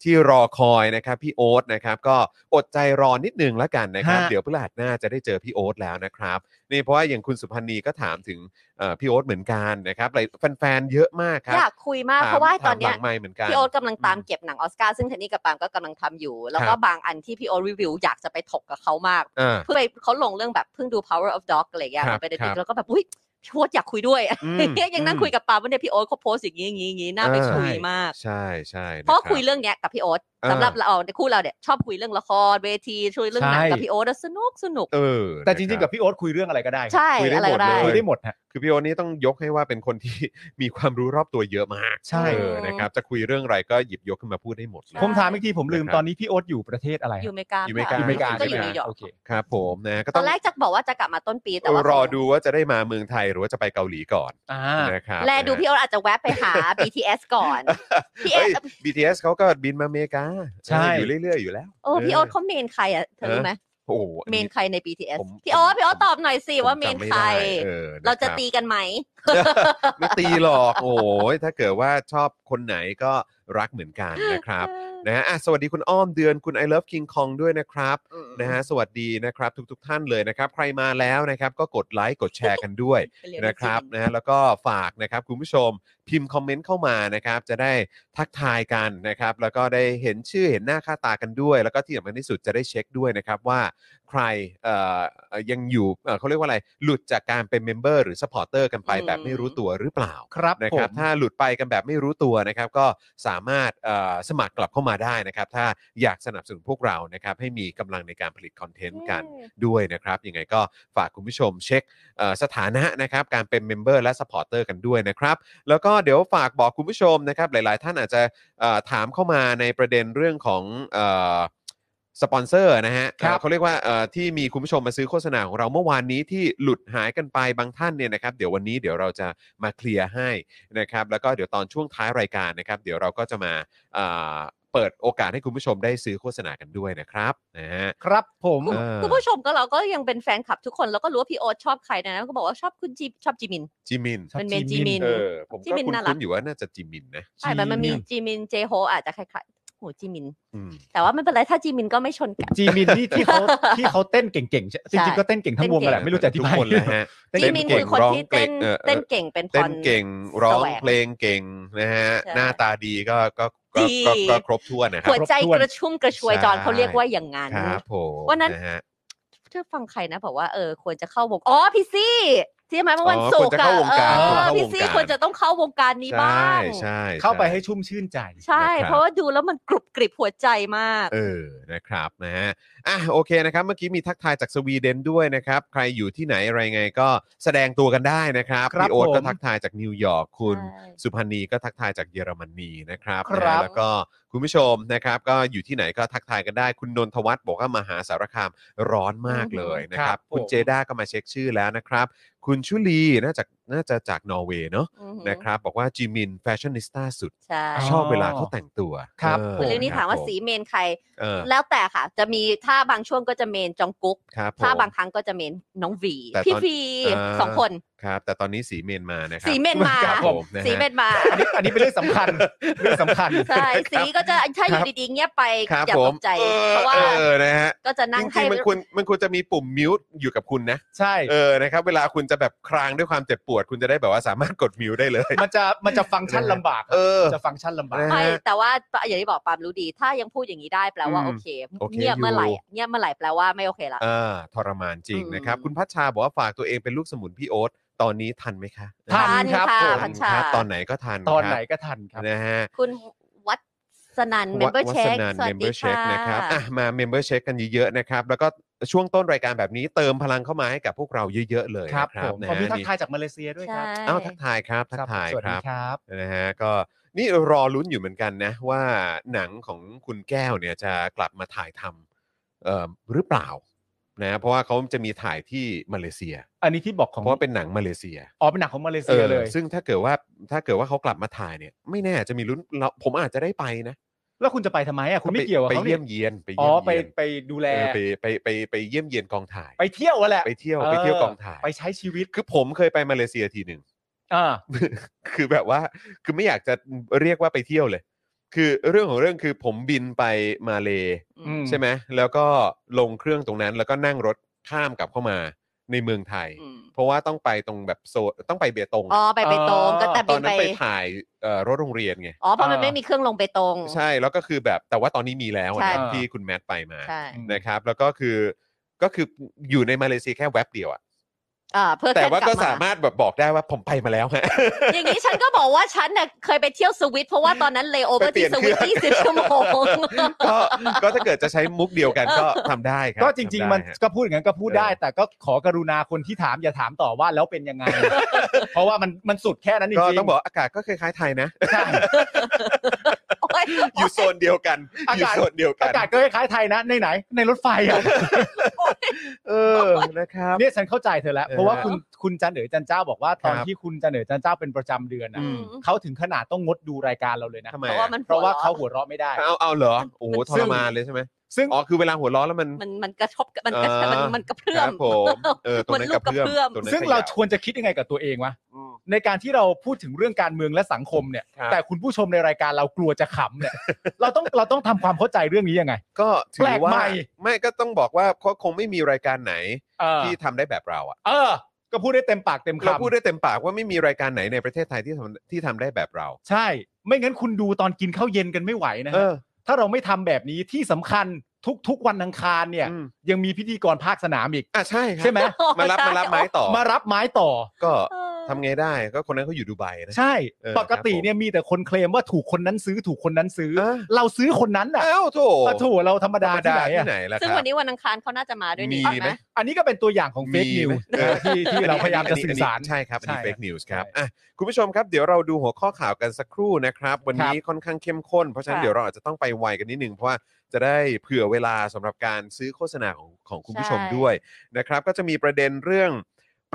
Speaker 1: ที่รอคอยนะครับพี่โอ๊ตนะครับก็อดใจรอนิดนึงแล้วกันนะครับ
Speaker 3: ฮะ
Speaker 1: เดี๋ยวพฤหัสหน้าจะได้เจอพี่โอ๊ตแล้วนะครับนี่เพราะว่าอย่างคุณสุพันธ์นีก็ถามถึงเอ่อพี่โอ๊ตเหมือนกันนะครับหลายแฟนๆเยอะมากครั
Speaker 2: อบ ยากคุยมากเพราะว่า
Speaker 1: ถม
Speaker 2: ตอนเนี้
Speaker 1: ห
Speaker 2: ย
Speaker 1: ลังไม่เหมือนกัน
Speaker 2: พี่โอ๊ตกำลังตามเก็บหนังออสการ์ซึ่งเทนนี่กับปาล์มก็กำลังทำอยู่ แล้ว
Speaker 1: ค
Speaker 2: ก็
Speaker 1: รับ
Speaker 2: บางอันที่พี่โอ๊ตรีวิวอยากจะไปถกกับเขามาก
Speaker 1: อ่า
Speaker 2: เพื่อไปเขาลงเรื่องแบบเพิ่งดู power of dog อะไรอย่างเงี้ย
Speaker 1: ครับ
Speaker 2: ไปเด็
Speaker 1: ครับ
Speaker 2: กๆแล้วก็แบบอุ้ยพี่โอ๊ตอยากคุยด้วย
Speaker 1: อืม
Speaker 2: (laughs) ยังนั่งคุยกับปาล์มว่าเนี่ยพี่โอ๊ตเขาโพสต์อย่างนี้อย่างนี้อย่างนี้น่าไป
Speaker 1: เออ
Speaker 2: คุยมาก
Speaker 1: ใช่ใช่น
Speaker 2: เพราะ
Speaker 1: บ
Speaker 2: คุยเรื่องเนี้ยกับพี่โอ๊ต
Speaker 1: อ่า
Speaker 2: สำหรับเราคู่เราเนี่ยชอบคุยเรื่องละครเวทีช่วยเรื่องหนัง
Speaker 3: ใช่
Speaker 2: กับพี่โอ๊ตอะสนุกสนุก
Speaker 1: เออ
Speaker 3: แต่จริ
Speaker 1: นะ
Speaker 3: งๆ
Speaker 1: ค
Speaker 3: กับพี่โอ๊ตคุยเรื่องอะไรก็ได้ครับ
Speaker 2: ใช่
Speaker 1: คุยได้
Speaker 2: อะไร
Speaker 1: หมด
Speaker 2: ก็ได้
Speaker 1: เล
Speaker 3: คุยได้หมดฮะ
Speaker 1: คือพี่โอตนี่ต้องยกให้ว่าเป็นคนที่ (laughs) มีความรู้รอบตัวเยอะมาก
Speaker 3: ใช่
Speaker 1: เออนะครับจะคุยเรื่องอะไรก็หยิบยกขึ้นมาพูดได้หมดเลย
Speaker 2: ใช่
Speaker 3: ผมถามอีกทีผมลืม
Speaker 1: นะครับ
Speaker 3: ตอนนี้พี่โอ๊ตอยู่ประเทศอะไรฮะ
Speaker 2: อยู่อเมริกา
Speaker 1: อยู่อเมริกา
Speaker 2: ค่ะ
Speaker 3: อยู่อเมริกา
Speaker 2: ก็อ
Speaker 3: ใช่ไห
Speaker 2: ยู่
Speaker 3: มฮะ
Speaker 2: นิวยอร์
Speaker 3: โอก เค
Speaker 1: ครับผมนะก็
Speaker 2: ต
Speaker 1: ต้
Speaker 2: อ
Speaker 1: อนง
Speaker 2: แรกจะบอกว่าจะกลับมาต้นปีแต่ว่าร
Speaker 1: อดูว่าจะได้มาเมืองไทยหรือว่าจะไปเกาหลีก่อน
Speaker 3: อ่า
Speaker 1: นะครับ
Speaker 2: แลดู
Speaker 1: นะฮะ
Speaker 2: พี่โอ๊ตอาจจะแวะไปหา BTS ก่อน
Speaker 1: (laughs)
Speaker 2: พี่เอ
Speaker 1: เฮ้ย
Speaker 2: ส
Speaker 1: BTS เขาก็บินมาอเมริกา
Speaker 3: ใช่
Speaker 1: อยู่เรื่อยๆอยู่แล้ว
Speaker 2: โอ้พี่โอ๊ตเขาเมนใครอ่ะเธอรู้ไหม
Speaker 1: โอ้โหอัน
Speaker 2: เม
Speaker 1: นี้
Speaker 2: นใครใน BTS
Speaker 1: ผม
Speaker 2: พี่โอ๊ต
Speaker 1: ผม
Speaker 2: พี่โอ๊ตตอบหน่อยสิว่าเมน
Speaker 1: ผจำ
Speaker 2: ใคร
Speaker 1: ไได้ออ
Speaker 2: เราจะ
Speaker 1: นคบ
Speaker 2: ตีกันไหม
Speaker 1: ไม่ตีหรอกโอ้ยถ้าเกิดว่าชอบคนไหนก็รักเหมือนกันนะครับนะฮะอ่ะสวัสดีคุณอ้อมเดือนคุณ I love King Kong ด้วยนะครับนะฮะสวัสดีนะครับทุกๆท่านเลยนะครับ ใครมาแล้วนะครับก็กดไลค์กดแชร์ (laughs) กันด้วย
Speaker 2: ไปเย
Speaker 1: นะครับ
Speaker 2: จง
Speaker 1: นะฮะแล้วก็ฝากนะครับคุณผู้ชมพิมพ์คอมเมนต์เข้ามานะครับ จะได้ทักทายกันนะครับ แล้วก็ได้เห็นชื่อเห็นหน้าค่าตากันด้วย แล้วก็ที่สำคัญที่สุดจะได้เช็คด้วยนะครับว่า ใครเอ่อเอ่อยังอยู่เอ่อเขาเรียกว่าอะไร หลุดจากการเป็นเมมเบอร์หรือสปอร์เตอร์กันไป
Speaker 2: อืม
Speaker 1: แบบไม่รู้ตัวหรือเปล่า
Speaker 3: ครับ
Speaker 1: นะ
Speaker 3: ผ
Speaker 1: ครับ
Speaker 3: ม
Speaker 1: ถ้าหลุดไปกันแบบไม่รู้ตัวนะครับ ก็สามารถเอ่อสมัครกลับเข้ามาได้นะครับ ถ้าอยากสนับสนุนพวกเรานะครับ ให้มีกำลังในการผลิตคอนเทนต์กันด้วยนะครับยังไงก็ฝากคุณผู้ชมเช็คเอ่อสถานะนะครับ การเป็นเมมเบอร์และสปอร์เตอร์กันด้วยนะครับ แล้วก็เดี๋ยวฝากบอกคุณผู้ชมนะครับ หลาย ๆ ท่านอาจจะ เอ่อถามเข้ามาในประเด็นเรื่องของเอ่อสปอนเซอร์นะฮะ
Speaker 3: ครับ
Speaker 1: เอ่อเขาเรียกว่าเอ่อที่มีคุณผู้ชมมาซื้อโฆษณาของเราเมื่อวานนี้ที่หลุดหายกันไปบางท่านเนี่ยนะครับ เดี๋ยววันนี้เดี๋ยวเราจะมาเคลียร์ให้นะครับ แล้วก็เดี๋ยวตอนช่วงท้ายรายการนะครับ เดี๋ยวเราก็จะมาเอ่อเปิดโอกาสให้คุณผู้ชมได้ซื้อโฆษณากันด้วยนะครับนะฮะ
Speaker 3: ครับผม
Speaker 2: คุณ
Speaker 1: เออ
Speaker 2: คุณผู้ชมก็เราก็ยังเป็นแฟนคลับทุกคนแล้วก็รู้ว่าพี่โอ๊ตชอบใครนะก็บอกว่าชอบคุณจีชอบจีมิน
Speaker 1: จิมิน
Speaker 3: ชอบ
Speaker 2: เป็นเมนจี
Speaker 3: จี
Speaker 2: มิน
Speaker 1: เออผม
Speaker 2: จิ
Speaker 1: ก็
Speaker 2: มิน
Speaker 1: คุ้
Speaker 2: น่ารัก
Speaker 1: นๆอยู่ว่าน่าจะจิมินนะ
Speaker 2: ใช่มันมันมี
Speaker 3: จี
Speaker 2: จีมินเจโฮอาจจะคล้ายๆโหจีมิน
Speaker 1: อืม
Speaker 2: แต่ว่าไม่เป็นไรถ้าจีมินก็ไม่ชนกัน
Speaker 3: จีมิน
Speaker 1: (laughs)
Speaker 3: ที่ที่เขาที่เขาเต้นเก่งๆใช่จ
Speaker 2: ใช่
Speaker 3: ริงๆก็เต้นเก่งทั้งวงแหละไม่รู้จะอธิ
Speaker 1: ทุก
Speaker 3: บาย
Speaker 1: คนเลยฮะ เต้น
Speaker 2: จีมิน
Speaker 1: เก่ง
Speaker 2: คือคนที่เต้น
Speaker 1: ร้องเก่งเออเออ
Speaker 2: เต้นเก่งเป็นพร
Speaker 1: เต้นเก่งร้อง
Speaker 2: แสว
Speaker 1: เพลงเก่งนะฮะ
Speaker 2: ใช่
Speaker 1: หน้าตาดีก็ก็ก็
Speaker 2: ดี
Speaker 1: ก็ก็ครบถ้วนนะครั
Speaker 2: หัว
Speaker 1: บ
Speaker 2: ใจ
Speaker 3: ครบถ้วน
Speaker 2: กระชุ่มกระชวยจอน
Speaker 1: ใช่
Speaker 2: เขาเรียกว่าอย่างนั้น
Speaker 1: ครับผม
Speaker 2: วันนั้น
Speaker 1: ะฮะ
Speaker 2: เธอฟังใครนะบอกว่าเออควรจะเข้าวงอ๋อพี่ซี่ที่ไหมเมื่อวัน
Speaker 1: อ๋อ
Speaker 2: ศุ
Speaker 1: ควร
Speaker 2: ก
Speaker 1: จะ
Speaker 2: ร์
Speaker 1: เข้าวงการ
Speaker 2: เออ
Speaker 1: เข้าว
Speaker 2: พี่
Speaker 1: ง
Speaker 2: ซี่
Speaker 1: การ
Speaker 2: ควรจะต้องเข้าวงการนี้บ้าง
Speaker 1: ใช่ช่
Speaker 3: เข้าไปให้ชุ่มชื่นใจ
Speaker 2: ใช่ เพราะว่าดูแล้วมันกรุบกริบหัวใจมาก
Speaker 1: เออนะครับนะฮะอ่ะโอเคนะครับ เมื่อกี้มีทักทายจากสวีเดนด้วยนะครับ ใครอยู่ที่ไหนอะไรไงก็แสดงตัวกันได้นะครับ
Speaker 3: ครับ
Speaker 1: พี่โอ๊ตก็
Speaker 3: ผม
Speaker 1: ทักทายจากนิวยอร์กคุณ
Speaker 2: ใช่
Speaker 1: สุพันธ์นีก็ทักทายจากเยอรมนีนะครับ
Speaker 3: ครั
Speaker 1: นะ
Speaker 3: บ
Speaker 1: แล้วก็คุณผู้ชมนะครับ ก็อยู่ที่ไหนก็ทักทายกันได้ คุณนนทวัฒน์บอกว่ามหาสารคามร้อนมากเลยนะครับ
Speaker 3: ครับผม
Speaker 1: คุณเจด้าก็มาเช็คชื่อแล้วนะครับ คุณชุลีน่าจะน่าจะจากนอร์เวย์เนาะ
Speaker 2: อือหือ
Speaker 1: นะครับ บอกว่าจิมินแฟชั่นนิสต้าสุด
Speaker 2: ใช่
Speaker 1: ชอบเวลาเขาแต่งตัว
Speaker 3: ครับ
Speaker 1: เออ
Speaker 2: คุณลิวนี่ถามว่าสีเมนใคร
Speaker 1: เออ
Speaker 2: แล้วแต่ค่ะ จะมีถ้าบางช่วงก็จะเมนจองกุ๊ก
Speaker 1: ครับผม
Speaker 2: ถ้าบางครั้งก็จะเมนน้องวี
Speaker 1: แต่ตอน
Speaker 2: พี่วี
Speaker 1: อ่า
Speaker 2: สองคน
Speaker 1: ครับ แต่ตอนนี้สีเมนมานะครับ
Speaker 2: สีเมนมา
Speaker 1: ครับผมะฮะ
Speaker 2: สีเมนมา
Speaker 3: อันนี้อันนี้เป็นเรื่องสำคัญเรื่องสำคัญ
Speaker 2: ใช่
Speaker 1: ครับ
Speaker 2: สีก็จะถ้า
Speaker 1: ค
Speaker 2: อยู่
Speaker 1: รับ
Speaker 2: ดีๆเงียบไป
Speaker 1: ครับ
Speaker 2: อย่า
Speaker 1: ผ
Speaker 2: ต
Speaker 1: ม
Speaker 2: กใจ
Speaker 1: ออ
Speaker 2: เพราะว่า
Speaker 1: เออนะฮะ
Speaker 2: ก็จะ
Speaker 1: จ
Speaker 2: นั่ง
Speaker 1: ริ
Speaker 2: ให้
Speaker 1: งๆมันควรมันควรจะมีปุ่มมิวต์อยู่กับคุณนะ
Speaker 3: ใช่
Speaker 1: เออ นะครับ เวลาคุณจะแบบครางด้วยความเจ็บปวด วดคุณจะได้แบบว่าสามารถกดมิวได้เลย
Speaker 3: มันจะมันจะฟังก์ชันลำบาก
Speaker 1: เออ
Speaker 3: จะฟังก์ชันลำบาก
Speaker 1: นะฮะ
Speaker 2: ไม่แต่ว่าอย่างที่บอกปาล์มรู้ดี ถ้ายังพูดอย่างนี้ได้แปลว่า
Speaker 3: อืม
Speaker 2: โอเค
Speaker 1: โอเค
Speaker 2: เงียบ
Speaker 1: อยู่
Speaker 2: เมื่อไหร่อะเงียบเมื่อไหร่แปลว่าไม่โอเคละ
Speaker 1: อ่าทรมานจริง
Speaker 2: อืม
Speaker 1: นะครับ คุณพัชชาบอกว่าฝากตัวเองเป็นลูกสมุนพี่โอ๊ตตอนนี้ทันไหมคะ
Speaker 3: ทัน ครับ
Speaker 2: ค่ะ
Speaker 3: ผม
Speaker 2: พัชชา
Speaker 1: ครับตอนไหนก็ทัน
Speaker 3: ตอนไหน
Speaker 1: ค
Speaker 3: ก็ทันครับ บ
Speaker 1: นะฮะ
Speaker 2: คุณวัดสนันเมมเบอร์
Speaker 1: วั
Speaker 2: เช็
Speaker 1: ฒ
Speaker 2: ค
Speaker 1: นัน
Speaker 2: สวัส
Speaker 1: เมมเบ
Speaker 2: ดี
Speaker 1: อร์เช็
Speaker 2: ค่ะ
Speaker 1: คนะครับอ่ะมาเมมเบอร์เช็คกันเยอะๆนะครับ แล้วก็ช่วงต้นรายการแบบนี้เติมพลังเข้ามาให้กับพวกเราเยอะๆเลย
Speaker 3: ค
Speaker 1: นะ
Speaker 3: รับ
Speaker 1: ค
Speaker 3: ผ
Speaker 1: รับ
Speaker 3: ม
Speaker 1: นะ
Speaker 3: ขอบคุณ
Speaker 1: ฮะ
Speaker 3: ทัก
Speaker 1: นี่
Speaker 3: ทายจากมาเลเซียด้วยค
Speaker 2: ใช่
Speaker 3: รับ
Speaker 1: เอ้าทักทายครับทักทาย
Speaker 3: สวัส
Speaker 1: ค
Speaker 3: ดี
Speaker 1: รับ
Speaker 3: ครับ
Speaker 1: นะฮะก็นี่รอลุ้นอยู่เหมือนกันนะ ว่าหนังของคุณแก้วเนี่ยจะกลับมาถ่ายทำเอ่อหรือเปล่านะเพราะว่าเขาจะมีถ่ายที่มาเลเซีย
Speaker 3: อันนี้ที่บอกของ
Speaker 1: เพราะว่าเป็นหนังมาเลเซีย
Speaker 3: อ๋อเป็นหนังของมาเลเซียเลย
Speaker 1: ออซึ่งถ้าเกิดว่าถ้าเกิดว่าเขากลับมาถ่ายเนี่ย ไม่แน่จะมีลุ้นเราผมอาจจะได้ไปนะ
Speaker 3: แล้วคุณจะไปทำไมอ่ะคุณไม่เกี่ยวกับ
Speaker 1: ไป
Speaker 3: เขา
Speaker 1: เยี่ยมเยียนไป
Speaker 3: อ๋
Speaker 1: เยี่
Speaker 3: อย
Speaker 1: ม
Speaker 3: ไป
Speaker 1: เยียน
Speaker 3: ไปดูแล
Speaker 1: เออไปไปไปไปเยี่ยมเยียนกองถ่าย
Speaker 3: ไปเที่ยวอะแหละ
Speaker 1: ไปเที่ยวไปเที่ยวกองถ่าย
Speaker 3: ไปใช้ชีวิต
Speaker 1: คือผมเคยไปมาเลเซียทีหนึ่ง
Speaker 3: อ่า
Speaker 1: คือแบบว่าคือไม่อยากจะเรียกว่าไปเที่ยวเลย คือเรื่องของเรื่องคือผมบินไปมาเล
Speaker 3: อืม
Speaker 1: ใช่ไหมแล้วก็ลงเครื่องตรงนั้น แล้วก็นั่งรถข้ามกลับเข้ามาในเมืองไทย
Speaker 2: อืม
Speaker 1: เพราะว่าต้องไปตรงแบบโซนต้องไปเบตง
Speaker 2: อ๋อไปไปตรงก็แต่
Speaker 1: ต
Speaker 2: บิ
Speaker 1: อน
Speaker 2: น
Speaker 1: นั้น
Speaker 2: ไป
Speaker 1: ไปถ่ายเอ่อรถโรงเรียนไง
Speaker 2: อ๋อเพราะมันไม่มีเครื่องลงไปตรง
Speaker 1: ใช่แล้วก็คือแบบแต่ว่าตอนนี้มีแล้ว
Speaker 2: ใช่
Speaker 1: นะที่คุณแมทไปมา
Speaker 2: ใช่
Speaker 1: นะครับ แล้วก็คือก็คืออยู่ในมาเลเซียแค่แวบเดียวอะ
Speaker 2: อ่าเพื่อ
Speaker 1: แต่
Speaker 2: ค่
Speaker 1: ว่าก็
Speaker 2: ลับ
Speaker 1: สามารถแบบบอกได้ว่าผมไปมาแล้วฮะ (laughs)
Speaker 2: อย่างนี้ฉันก็บอกว่าฉันน่ะเคยไปเที่ยวสวิตเพราะว่าตอนนั้นเลโอเวอ
Speaker 1: ไป
Speaker 2: ร์
Speaker 1: เปลี่ย
Speaker 2: ที่
Speaker 1: น
Speaker 2: สวิต
Speaker 1: เครื่อง
Speaker 2: ยี่สิบชั่วโมง
Speaker 1: ก็ก็ถ้าเกิดจะใช้มุกเดียวกันก็ทำได้ครับ
Speaker 3: ก็จริง ๆ มัน
Speaker 1: ทำได้ฮะ
Speaker 3: ก็พูดอย่างนั้นก็พูดได้
Speaker 1: เออ
Speaker 3: แต่ก็ขอกรุณาคนที่ถามอย่าถามต่อว่าแล้วเป็นยังไง (laughs) เพราะว่ามันมันสุดแค่นั้นจริง
Speaker 1: ก็
Speaker 3: ๆ
Speaker 1: ต้องบอกว่าอากาศก็คล้ายๆไทยนะ (laughs)
Speaker 3: ใช่
Speaker 1: อยู่โซนเดียวกัน
Speaker 3: อา
Speaker 1: อยู่
Speaker 3: กาศ
Speaker 1: โซนเดียวกั
Speaker 3: อาน กาศก็คล้ายๆไทยนะในไหนในรถไฟอ่ะ
Speaker 1: เออนะครับ
Speaker 3: เนี่ยฉันเข้าใจเธอแล้ว
Speaker 1: เออ
Speaker 3: เพราะว่าคุณคุณจันเอ๋อจันเจ้าบอกว่าตอน
Speaker 1: ครับ
Speaker 3: ที่คุณจันเอ๋อจันเจ้าเป็นประจำเดือน
Speaker 1: (laughs) อื
Speaker 3: อ่ะ
Speaker 1: ม
Speaker 3: เขาถึงขนาดต้องงดดูรายการเราเลยนะ
Speaker 1: ทำไม
Speaker 2: เพราะ
Speaker 1: อะ
Speaker 2: ว่ามัน
Speaker 3: เพราะว่าเขา
Speaker 2: หั
Speaker 3: หั
Speaker 2: ว
Speaker 3: วเราะไม่ได้
Speaker 1: เอาเอาเหรอโอ้โหทรมานเลยใช่ไหม
Speaker 3: ซึ่ง
Speaker 1: อ๋อคือเวลาหัวเร้อนแล้วมัน
Speaker 2: มันมันกระทบมันกระทบ
Speaker 1: เออ
Speaker 2: มันมันกระเพื่
Speaker 1: ค
Speaker 2: อ
Speaker 1: รั
Speaker 2: ม
Speaker 1: บผมเออตรงนั้น
Speaker 2: มันลู
Speaker 1: กับ
Speaker 2: กกระ
Speaker 1: เพื่อมต
Speaker 2: เพื่อม
Speaker 1: รงนั้น
Speaker 3: ซึ่งเรา
Speaker 1: ขยะ
Speaker 3: ชวนจะคิดยังไงกับตัวเองวะ
Speaker 1: อืม
Speaker 3: ในการที่เราพูดถึงเรื่องการเมืองและสังคมเนี่ย
Speaker 1: ครับ
Speaker 3: แต่คุณผู้ชมในรายการเรากลัวจะขำเนี่ย (laughs) เราต้องเราต้องทำความเข้าใจเรื่องนี้ยังไง
Speaker 1: ก็ถื
Speaker 3: แปล
Speaker 1: อก ว่า
Speaker 3: ใหม่
Speaker 1: ไม่ก็ต้องบอกว่าเขาคงไม่มีรายการไหน
Speaker 3: เออ
Speaker 1: ที่ทำได้แบบเราอะ
Speaker 3: เออ ก็พูดได้เต็มปากเต็ม
Speaker 1: เรา
Speaker 3: คำ
Speaker 1: พูดได้เต็มปากว่าไม่มีรายการไหนในประเทศไทยที่ทำที่ทำได้แบบเรา
Speaker 3: ใช่ ไม่งั้นคุณดูตอนกินข้าวเย็นกันไม่ไหวนะ
Speaker 1: เอ
Speaker 3: ฮะ
Speaker 1: อ
Speaker 3: ถ้าเราไม่ทำแบบนี้ที่สำคัญทุกๆวันอังคารเนี่ย
Speaker 1: อืม
Speaker 3: ยังมีพิธีกรภาคสนามอีก
Speaker 1: อ่ะใช่ครับ
Speaker 3: ใช่ไหม
Speaker 1: มารับ
Speaker 2: ใช่
Speaker 1: มารับไม้ต่อ
Speaker 3: มารับไม้ต่อ
Speaker 1: ก็
Speaker 2: เออ
Speaker 1: ทำไงได้ก็คนนั้นเขาอยู่ดูไบนะ
Speaker 3: ใช่
Speaker 1: เออ
Speaker 3: ปกติ
Speaker 1: ครับผม
Speaker 3: เนี่ยมีแต่คนเคลมว่าถูกคนนั้นซื้อถูกคนนั้นซื้อ
Speaker 1: เออ
Speaker 3: เราซื้อคนนั้นอ่ะ
Speaker 1: อ้าวโถ
Speaker 3: ก็ถูกเราธรรม
Speaker 1: ธร
Speaker 3: ดาร
Speaker 1: ม
Speaker 3: ที่
Speaker 1: ดา
Speaker 3: ไหน
Speaker 1: ที่
Speaker 3: อะ
Speaker 1: ไหนล่ะค
Speaker 2: ซึ่ง
Speaker 1: รับ
Speaker 2: วันนี้วันอังคารเขาน่าจะมาด้วยนี่
Speaker 1: มี
Speaker 2: ใช่
Speaker 1: ไห
Speaker 2: ไห
Speaker 1: ม
Speaker 2: ม
Speaker 3: อันนี้ก็เป็นตัวอย่างของเฟกนิว
Speaker 1: มี
Speaker 3: ส์
Speaker 1: ไหม
Speaker 3: ที่ที่เราพยายามจะ
Speaker 1: อันนี้
Speaker 3: สื่อสาร
Speaker 1: นนี้ใช่ครับอันนี้
Speaker 3: ใช่
Speaker 1: เฟกนิวส์ครับ
Speaker 3: ใช่
Speaker 1: อ่ะคุณผู้ชมครับเดี๋ยวเราดูหัวข้อข่าวกันสักครู่นะครับ วันนี้ค่อนข้างเข้มข้น เพราะฉะนั้น
Speaker 2: ค่ะ
Speaker 1: เดี๋ยวเราอาจจะต้องไปไวกันนิดนึงเพราะว่าจะได้เผื่อเวลาสำหรับการซื้อโฆษณาของของคุณผู้ชม
Speaker 2: ใช่
Speaker 1: ด้วยนะครับ ก็จะมีประเด็นเรื่อง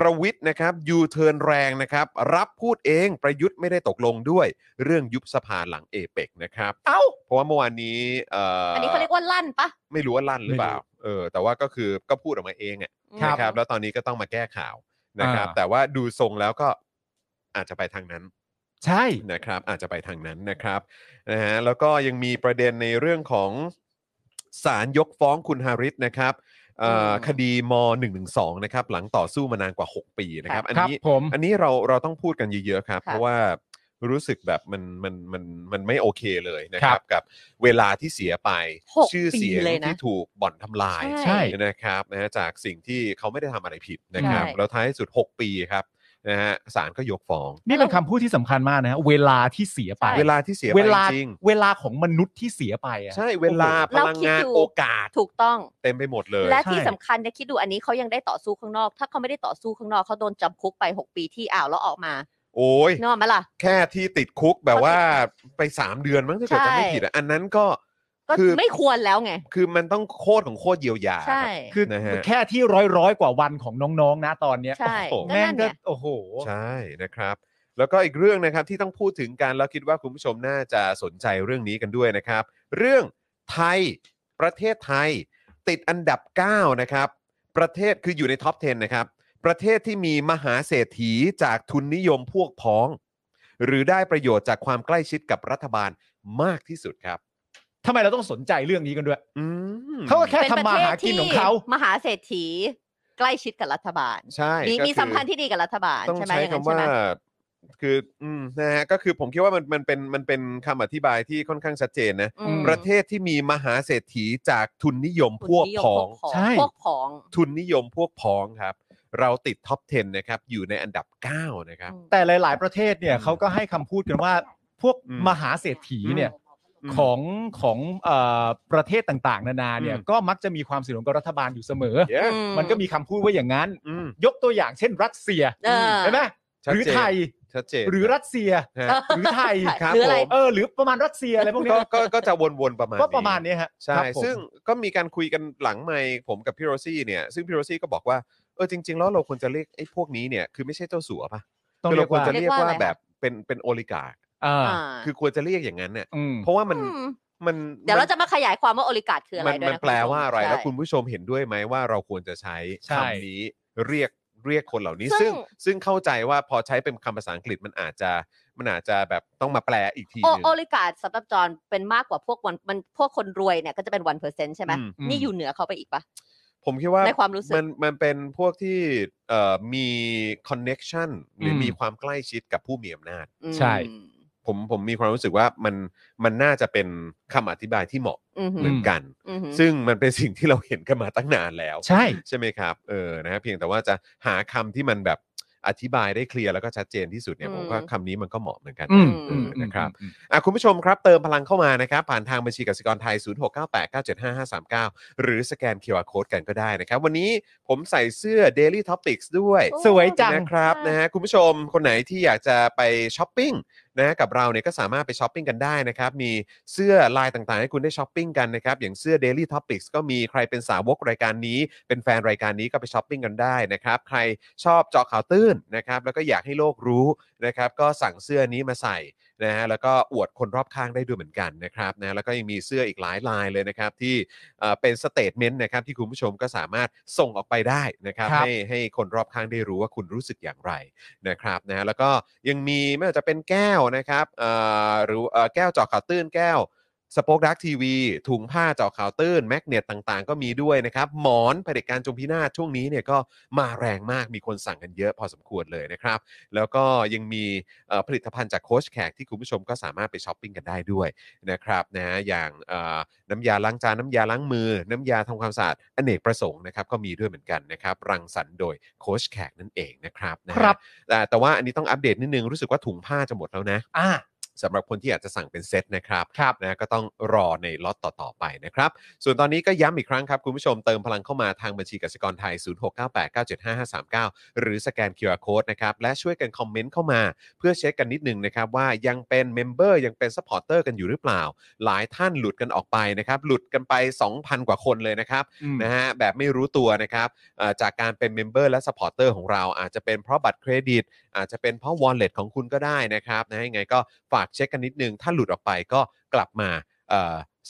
Speaker 1: ประวิทย์นะครับยูเทิร์นแรงนะครับ รับพูดเองประยุทธ์ไม่ได้ตกลงด้วย เรื่องยุบสภาหลังเอเปกนะครับ
Speaker 3: เอ้า
Speaker 1: เพราะว่าเมื่อวานนี้เอ่ออ
Speaker 2: อันนี้เขาเรียกว่าลั่นปะ
Speaker 1: ไม่รู้ว่าลั่นหรือเปล่า เออ แต่ว่าก็คือก็พูดออกมาเองอะ
Speaker 3: ครับ
Speaker 1: นะครับ แล้วตอนนี้ก็ต้องมาแก้ข่าวนะครับ
Speaker 3: อ่า
Speaker 1: แต่ว่าดูทรงแล้วก็อาจจะไปทางนั้น
Speaker 3: ใช่
Speaker 1: นะครับ อาจจะไปทางนั้นนะครับ นะฮะ แล้วก็ยังมีประเด็นในเรื่องของศาลยกฟ้องคุณฮาริสนะครับเอ่อคดีม .112 นะครับ หลังต่อสู้มานานกว่า 6 ปีนะครับ อัน
Speaker 3: ครับ
Speaker 1: นี้
Speaker 3: ผม
Speaker 1: อันนี้เราเราต้องพูดกันเยอะๆครับ
Speaker 2: ค่ะ
Speaker 1: เพราะว่ารู้สึกแบบมันมันมันมันไม่โอเคเลยนะครับ กับเวลาที่เสียไป
Speaker 2: หก
Speaker 1: ชื่อเสียง
Speaker 2: ปีเลยนะ
Speaker 1: ที่ถูกบ่อนทำลาย
Speaker 2: ใช่
Speaker 1: นะครับนะฮะจากสิ่งที่เขาไม่ได้ทำอะไรผิดนะครับ
Speaker 2: ใช่
Speaker 1: แล้วท้ายสุด 6 ปีครับนะฮะศาลก็ยกฟ้อง
Speaker 3: นี่เป็นคำพูดที่สำคัญมากนะฮะเวลาที่เสียไป
Speaker 2: ใช่
Speaker 1: เวลาที่เสีย
Speaker 3: เว
Speaker 1: ไป
Speaker 3: ลา
Speaker 1: จริง
Speaker 3: เวลาของมนุษย์ที่เสียไปอะ
Speaker 1: ใช่เวลาพ
Speaker 2: เรา
Speaker 1: ลัง
Speaker 2: คิด
Speaker 1: งาน
Speaker 2: ดู
Speaker 1: โอกาส
Speaker 2: ถูกต้อง
Speaker 1: เต็มไปหมดเลย
Speaker 2: และ
Speaker 3: ใช่
Speaker 2: ที่สำคัญเนี่ยคิดดูอันนี้เขายังได้ต่อสู้ข้างนอก ถ้าเขาไม่ได้ต่อสู้ข้างนอกเขาโดนจำคุกไป 6 ปีที่อ่าวแล้วออกมา
Speaker 1: โอ้ย
Speaker 2: เนกอะไหมล่ะ
Speaker 1: แค่ที่ติดคุกแบบว่าไป 3 เดือนมั้งถ้าเกิดจะไม่ผิดอะอันนั้นก็
Speaker 2: ก็
Speaker 1: คือ
Speaker 2: ไม่ควรแล้วไง
Speaker 1: คือมันต้องโคตรของโคตรเยียวยา
Speaker 2: ใช่
Speaker 1: ครับ
Speaker 3: คือ
Speaker 1: นะฮะ
Speaker 3: แค่ที่ร้อยร้อยๆกว่าวันของน้องๆนะตอนเนี้ย
Speaker 2: ใช่
Speaker 1: โอ้โห
Speaker 2: ก็
Speaker 3: แม่ง
Speaker 2: นั่น
Speaker 3: ก็
Speaker 2: ไง
Speaker 3: โอ้โห
Speaker 1: ใช่นะครับ แล้วก็อีกเรื่องนะครับที่ต้องพูดถึงกันแล้วคิดว่าคุณผู้ชมน่าจะสนใจเรื่องนี้กันด้วยนะครับ เรื่องไทยประเทศไทย ติดอันดับ 9 นะครับ ประเทศคืออยู่ในท็อป 10 นะครับ ประเทศที่มีมหาเศรษฐีจากทุนนิยมพวกพ้อง หรือได้ประโยชน์จากความใกล้ชิดกับรัฐบาลมากที่สุดครับ
Speaker 3: ทำไมเราต้องสนใจเรื่องนี้กันด้วย
Speaker 1: อืม
Speaker 3: เขาก็แค่
Speaker 2: เป็นประ
Speaker 3: ทำมา
Speaker 2: เทศ
Speaker 3: หากิน
Speaker 2: ที่
Speaker 3: ของเขา
Speaker 2: มหาเศรษฐี ใกล้ชิดกับรัฐบาล
Speaker 1: ใช่
Speaker 2: มี
Speaker 1: ก็
Speaker 2: มี
Speaker 1: คือ
Speaker 2: สัมพันธ์ที่ดีกับรัฐบาล
Speaker 1: ต้อง
Speaker 2: ใช่ไหม
Speaker 1: ใช้
Speaker 2: อย่าง
Speaker 1: คำ
Speaker 2: นั้นใช่
Speaker 1: ว่า
Speaker 2: ไหม
Speaker 1: คืออืมนะฮะก็คือผมคิดว่ามันมันเป็นมันเป็นคำอธิบายที่ค่อนข้างชัดเจนนะ
Speaker 2: อืม
Speaker 1: ประเทศที่มีมหาเศรษฐีจากทุนนิยมพวกพ้อง
Speaker 3: ใช่
Speaker 2: พวกพ้อง
Speaker 1: ทุนนิยมพวกพ้องครับ เราติดท็อป 10 นะครับ อยู่ในอันดับ 9 นะครับ
Speaker 2: อืม
Speaker 3: แต่หลาย ๆ ประเทศเนี่ย
Speaker 1: อืม
Speaker 3: เขาก็ให้คำพูดกันว่าพวก
Speaker 1: อืม
Speaker 3: มหาเศรษฐีเนี่ย
Speaker 1: อืม
Speaker 3: ของของเอ่อประเทศต่างๆ นานาเนี่ย
Speaker 1: อืม
Speaker 3: ก็มักจะมีความสนิทสนมกับรัฐบาลอยู่เสมอ
Speaker 1: เยอะ
Speaker 2: อืม
Speaker 3: มันก็มีคำพูดว่าอย่างนั้น
Speaker 1: อืม
Speaker 3: ยกตัวอย่างเช่นรัสเซีย
Speaker 2: เออ
Speaker 3: ใช่ไหม
Speaker 1: ชัด
Speaker 3: หรือ
Speaker 1: เจน
Speaker 3: ไทย
Speaker 1: ชัดเจน
Speaker 3: หรือรัสเซีย
Speaker 1: ฮะ
Speaker 3: หรือไทย
Speaker 2: ใช่
Speaker 1: ครับ
Speaker 2: หรืออะไร
Speaker 1: ผม
Speaker 3: เออหรือประมาณรัสเซียอะไรพวกเนี้
Speaker 1: ก็
Speaker 3: ย
Speaker 1: ก็ก็จะวนๆประมาณ
Speaker 3: ก็ประมาณเนี้ยฮะ
Speaker 1: ใช่
Speaker 3: ครับผม
Speaker 1: ซึ่งก็มีการคุยกันหลังไมค์ผมกับพี่โรซี่เนี่ย ซึ่งพี่โรซี่ก็บอกว่าเออจริง ๆ แล้วเราควรจะเรียกไอ้พวกนี้เนี่ยคือไม่ใช่เจ้าสัวป่ะ
Speaker 3: ต้อง
Speaker 1: คือ
Speaker 3: เรี
Speaker 1: เรา
Speaker 3: ยก
Speaker 1: ควร
Speaker 3: ว่า
Speaker 1: จะเรียกว่า
Speaker 2: เรียกว่าอะไร
Speaker 1: แบบเป็นเป็นโอลิการ์
Speaker 3: อ่า
Speaker 2: อ่า
Speaker 1: คือควรจะเรียกอย่างนั้นเนี่ย
Speaker 3: อืม
Speaker 1: เพราะว่ามัน
Speaker 2: อืม
Speaker 1: มัน
Speaker 2: เดี๋ยวเราจะมาขยายความว่าโอลิการ์คืออะไร
Speaker 1: มัน
Speaker 2: ด้วย
Speaker 1: มัน
Speaker 2: นะ
Speaker 1: แปลว่าอะไร
Speaker 2: ณ
Speaker 1: แล้
Speaker 2: ผู้ชม
Speaker 1: วคุณ
Speaker 2: ใช่
Speaker 1: ผู้ชมเห็นด้วยไหมว่าเราควรจะใช้
Speaker 3: ใช่
Speaker 1: คำนี้เรียกเรียกคนเหล่านี้ซึ่
Speaker 2: ซึ่
Speaker 1: ง
Speaker 2: ง
Speaker 1: ซึ่งเข้าใจว่าพอใช้เป็นคำภาษาอังกฤษมันอาจจะมันอาจจะแบบต้องมาแปลอีกทีห
Speaker 2: โอ
Speaker 1: นึง
Speaker 2: โอลิการ์สำหรับจอห์นเป็นมากกว่าพวกวันมันพวกคนรวยเนี่ยก็จะเป็นวันเปอร์เซ็นต์ใช่ไหม
Speaker 1: อืม
Speaker 2: นี่อยู่เหนือเขาไปอีกปะ
Speaker 1: ผมคิดว่า
Speaker 2: ในความรู้สึก
Speaker 1: นมันเป็นพวกที่เอ่อมีคอนเน็ชันหรืออ
Speaker 3: ม
Speaker 1: มีความใกล้ชิดกับผู้มีอำนาจ
Speaker 2: อืม
Speaker 3: ใช่
Speaker 1: ผมผมมีความรู้สึกว่ามันมันน่าจะเป็นคำอธิบายที่เหมาะ
Speaker 2: อือหื
Speaker 1: เห
Speaker 2: อ
Speaker 1: มือนกัน
Speaker 2: อือหือ
Speaker 1: ซึ่งมันเป็นสิ่งที่เราเห็นกันมาตั้งนานแล้ว
Speaker 3: ใช่
Speaker 1: ใช่ไหมครับ เออ นะฮะเพียงแต่ว่าจะหาคำที่มันแบบอธิบายได้เคลียร์แล้วก็ชัดเจนที่สุดเนี่ย
Speaker 2: อืม
Speaker 1: ผมว่าคำนี้มันก็เหมาะเหมือนกัน
Speaker 3: อืม
Speaker 1: เออ
Speaker 3: ม
Speaker 1: นะครับ อ่ะคุณผู้ชมครับ เติมพลังเข้ามานะครับ ผ่านทางบัญชีกสิกรไทย 0698975539 หรือสแกน QR Code กันก็ได้นะครับ วันนี้ผมใส่เสื้อ Daily Topics ด้วย
Speaker 2: โอ้
Speaker 3: สวยจัง
Speaker 1: นะครับ
Speaker 2: ใช่
Speaker 1: นะฮะคุณผู้ชมคนไหนที่อยากจะไปช้อปปิ้งนะกับเราเนี่ยก็สามารถไปช้อปปิ้งกันได้นะครับ มีเสื้อลายต่างๆ ให้คุณได้ช้อปปิ้งกันนะครับ อย่างเสื้อ Daily Topics ก็มีใครเป็นสาวกรายการนี้ เป็นแฟนรายการนี้ก็ไปช้อปปิ้งกันได้นะครับ ใครชอบเจาะข่าวตื้นนะครับแล้วก็อยากให้โลกรู้นะครับก็สั่งเสื้อนี้มาใส่นะฮะแล้วก็อวดคนรอบข้างได้ด้วยเหมือนกันนะครับนะแล้วก็ยังมีเสื้ออีกหลายลายเลยนะครับที่ เอ่อเป็นสเตทเมนต์นะครับที่คุณผู้ชมก็สามารถส่งออกไปได้นะครับ
Speaker 3: ครับ
Speaker 1: ให้ให้คนรอบข้างได้รู้ว่าคุณรู้สึกอย่างไรนะครับนะแล้วก็ยังมีไม่ว่าจะเป็นแก้วนะครับเอ่อหรือเอ่อแก้วเจาะข่าวตื้นแก้วสป็อคดักทีวีถุงผ้าเจาะข่าวตื้น แมกเนตต่างๆ ก็มีด้วยนะครับหมอนเผด็จการจงพินาศช่วงนี้เนี่ยก็มาแรงมากมีคนสั่งกันเยอะพอสมควรเลยนะครับ แล้วก็ยังมีเอ่อผลิตภัณฑ์จากโค้ชแขกที่คุณผู้ชมก็สามารถไปช้อปปิ้งกันได้ด้วย นะครับนะฮะอย่างเอ่อน้ำยาล้างจานน้ำยาล้างมือ น้ำยาทำความสะอาดอเนกประสงค์นะครับก็มีด้วยเหมือนกันนะครับรังสรรค์โดยโค้ชแขกนั่นเองนะครับนะฮะ
Speaker 3: ครับ
Speaker 1: แต่แต่ว่าอันนี้ต้องอัปเดตนิดนึง รู้สึกว่าถุงผ้าจะหมดแล้วนะ
Speaker 3: อ่า
Speaker 1: สำหรับคนที่อยากจะสั่งเป็นเซตนะครับ
Speaker 3: ครับ
Speaker 1: นะก็ต้องรอในล็อตต่อ ๆ ไปนะครับ ส่วนตอนนี้ก็ย้ำอีกครั้งครับ คุณผู้ชมเติมพลังเข้ามาทางบัญชีกสิกรไทย 0698975539 หรือสแกน QR Code นะครับและช่วยกันคอมเมนต์เข้ามา เพื่อเช็คกันนิดนึงนะครับว่ายังเป็นเมมเบอร์ยังเป็นซัพพอร์เตอร์กันอยู่หรือเปล่า หลายท่านหลุดกันออกไปนะครับหลุดกันไป 2,000 กว่าคนเลยนะครับนะฮะแบบไม่รู้ตัวนะครับเอ่อจากการเป็นเมมเบอร์และซัพพอร์เตอร์ของเราอาจจะเป็นเพราะบัตรเครดิต อาจจะเป็นเพราะวอลเล็ตของคุณก็ได้นะครับนะฮะยังไงก็ฝากเช็คกันนิดนึง ถ้าหลุดออกไปก็กลับมา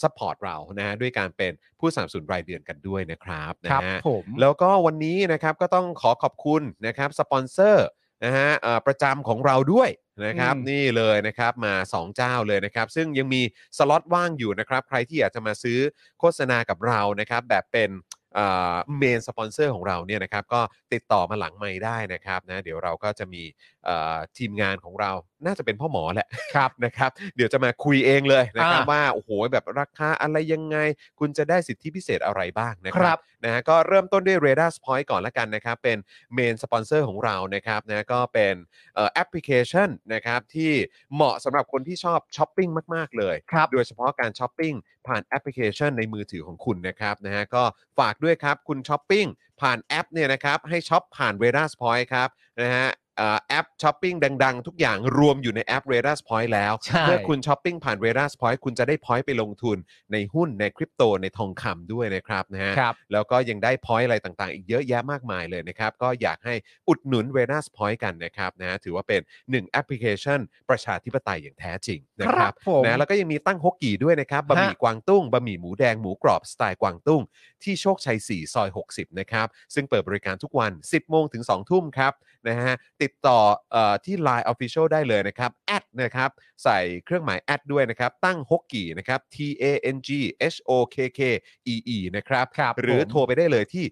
Speaker 1: ซัพพอร์ตเรานะฮะด้วยการเป็นผู้สนับสนุนรายเดือนกันด้วยนะครับนะครับ ฮะ
Speaker 3: ผม
Speaker 1: แล้วก็วันนี้นะครับก็ต้องขอขอบคุณนะครับสปอนเซอร์นะฮะเอ่อประจำของเราด้วยนะครับ
Speaker 3: อืม
Speaker 1: นี่เลยนะครับมา 2 เจ้าเลยนะครับซึ่งยังมีสล็อตว่างอยู่นะครับใครที่อยากจะมาซื้อโฆษณากับเรานะครับแบบเป็นเมนสปอนเซอร์ของเราเนี่ยนะครับก็ติดต่อมาหลังไม่ได้นะครับนะเดี๋ยวเราก็จะมีเอ่อทีมงานของเราน่าจะเป็นพ่อหมอแหละ
Speaker 3: ครับ
Speaker 1: (laughs) นะครับเดี๋ยวจะมาคุยเองเลยนะครับ
Speaker 3: อ่า
Speaker 1: ว่าโอ้โหแบบราคาอะไรยังไง คุณจะได้สิทธิพิเศษอะไรบ้างนะค
Speaker 3: ครั
Speaker 1: รับบ นะฮะก็เริ่มต้นด้วย r a d a r Point ก่อนละกันนะครับ เป็นเมนสปอนเซอร์ของเรานะครับนะก็เป็นเอ่อแอปพลิเคชันนะครับที่เหมาะสำหรับคนที่ชอบช้อปปิ้งมาก ๆ เลย
Speaker 3: ครับ
Speaker 1: โดยเฉพาะการช้อปปิ้งผ่านแอปพลิเคชันในมือถือของคุณนะครับนะฮะก็ฝากด้วยครับ คุณช้อปปิ้งผ่านแอปเนี่ยนะครับให้ช้อปผ่าน r a d a r Point ครับนะฮะเอ่อแอปช้อปปิ้งดัง ๆ ทุกอย่างรวมอยู่ในแอป r a d a r Point แล้ว
Speaker 3: ใช่
Speaker 1: เมื่อคุณช้อปปิ้งผ่าน r a d a r Point คุณจะได้ Point ไปลงทุนในหุ้นในคริปโตในทองคำด้วยนะครับนะฮะ
Speaker 3: ครับ
Speaker 1: แล้วก็ยังได้ point อะไรต่างๆ อีกเยอะแยะมากมายเลยนะครับ ก็อยากให้อุดหนุน r a d a r Point กันนะครับนะถือว่าเป็นหนึ่งแอปพลิเคชัน ประชาธิปไตยอย่างแท้จริงนะค
Speaker 3: ครั
Speaker 1: รับบ
Speaker 3: ผม
Speaker 1: นะแล้วก็ยังมีตั้งฮกกี่ด้วยนะครับบะหมี่กวางตุ้งบะหมี่หมูแดงหมูกรอบสไตล์กวางตุ้ง ที่โชคชัย 4 ซอย 60 นะครับ ซึ่งเปิดบริการทุกวัน 10 โมงถึง 2 ทุ่มครับนะฮะติด ติดต่อเออที่ Line Official ได้เลยนะครับแอดนะครับ ใส่เครื่องหมายแอดด้วยนะครับ ตั้งฮกกี่นะครับ T A N G H O K K E E นะครับ
Speaker 3: ครับ
Speaker 1: หรือ
Speaker 3: ผม
Speaker 1: โทรไปได้เลยที่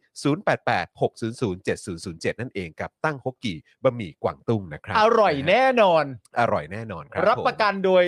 Speaker 1: 0886007007 นั่นเองกับตั้งฮกกี่บะหมี่กวางตุ้งนะครับ
Speaker 3: อร่อยแน่นอน
Speaker 1: อร่อยแน่นอนครับ
Speaker 3: รับ
Speaker 1: ผม
Speaker 3: ประกันโดย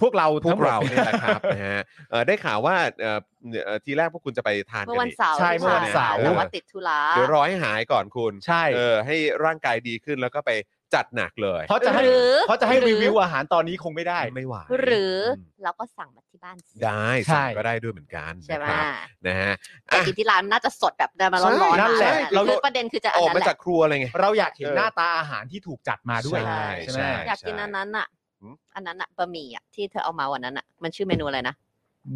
Speaker 3: พวกเรา
Speaker 1: พว
Speaker 3: ทั้
Speaker 1: ก
Speaker 3: งหมด
Speaker 1: เราเนี่ยแหละครับ นะฮะเอ่อได้ข่าวว่าเอ่อเอ่อทีแรกพวกคุณจะไปทาน
Speaker 2: เมื่อ
Speaker 1: กั
Speaker 2: วัน น
Speaker 1: นี่
Speaker 2: เสาร์
Speaker 3: ใช่เมื่อวันเสาร์
Speaker 2: แต่ว่าติดธุระ
Speaker 1: เดี๋ยวรอให้หายก่อนคุณ
Speaker 3: ใช่
Speaker 1: เออให้ร่างกายดีขึ้นแล้วก็ไปจัดหนักเลย
Speaker 3: เพราะจะให้
Speaker 2: หรือ
Speaker 3: เพราะจะให้รีวิว
Speaker 2: หอ
Speaker 3: อาหารตอนนี้คงไม่ได้
Speaker 1: ไม่ไหว
Speaker 2: หรืออ
Speaker 1: ม
Speaker 2: เราก็สั่งมาที่บ้านสิ
Speaker 1: ได้
Speaker 3: ใช่
Speaker 1: สั่งก็ได้ด้วยเหมือนกัน
Speaker 2: ใช่ไหม
Speaker 1: นะครับนะฮะ
Speaker 2: แต่กินที่ร้านน่าจะสดแบบได้มาร้อนๆ
Speaker 3: ใช่นั่นแหละ
Speaker 2: มา
Speaker 3: เรา
Speaker 2: คือประเด็นคือจะ
Speaker 1: อ
Speaker 2: อั
Speaker 1: นอก
Speaker 2: นั้น
Speaker 1: มา
Speaker 2: แห
Speaker 1: จาก
Speaker 2: ละ
Speaker 1: ครัวอะไรไง
Speaker 3: เราอยากเห็น
Speaker 1: เออ
Speaker 3: หน้าตาอาหารที่ถูกจัดมาด้วย
Speaker 1: ใช่
Speaker 3: ไหม
Speaker 1: ใช่
Speaker 2: อยากกินอันนั้นอ่ะ
Speaker 1: อืม
Speaker 2: อันนั้นอ่ะบะหมี่อ่ะที่เธอเอามาวันนั้นอ่ะมันชื่อเมนูอะไรนะ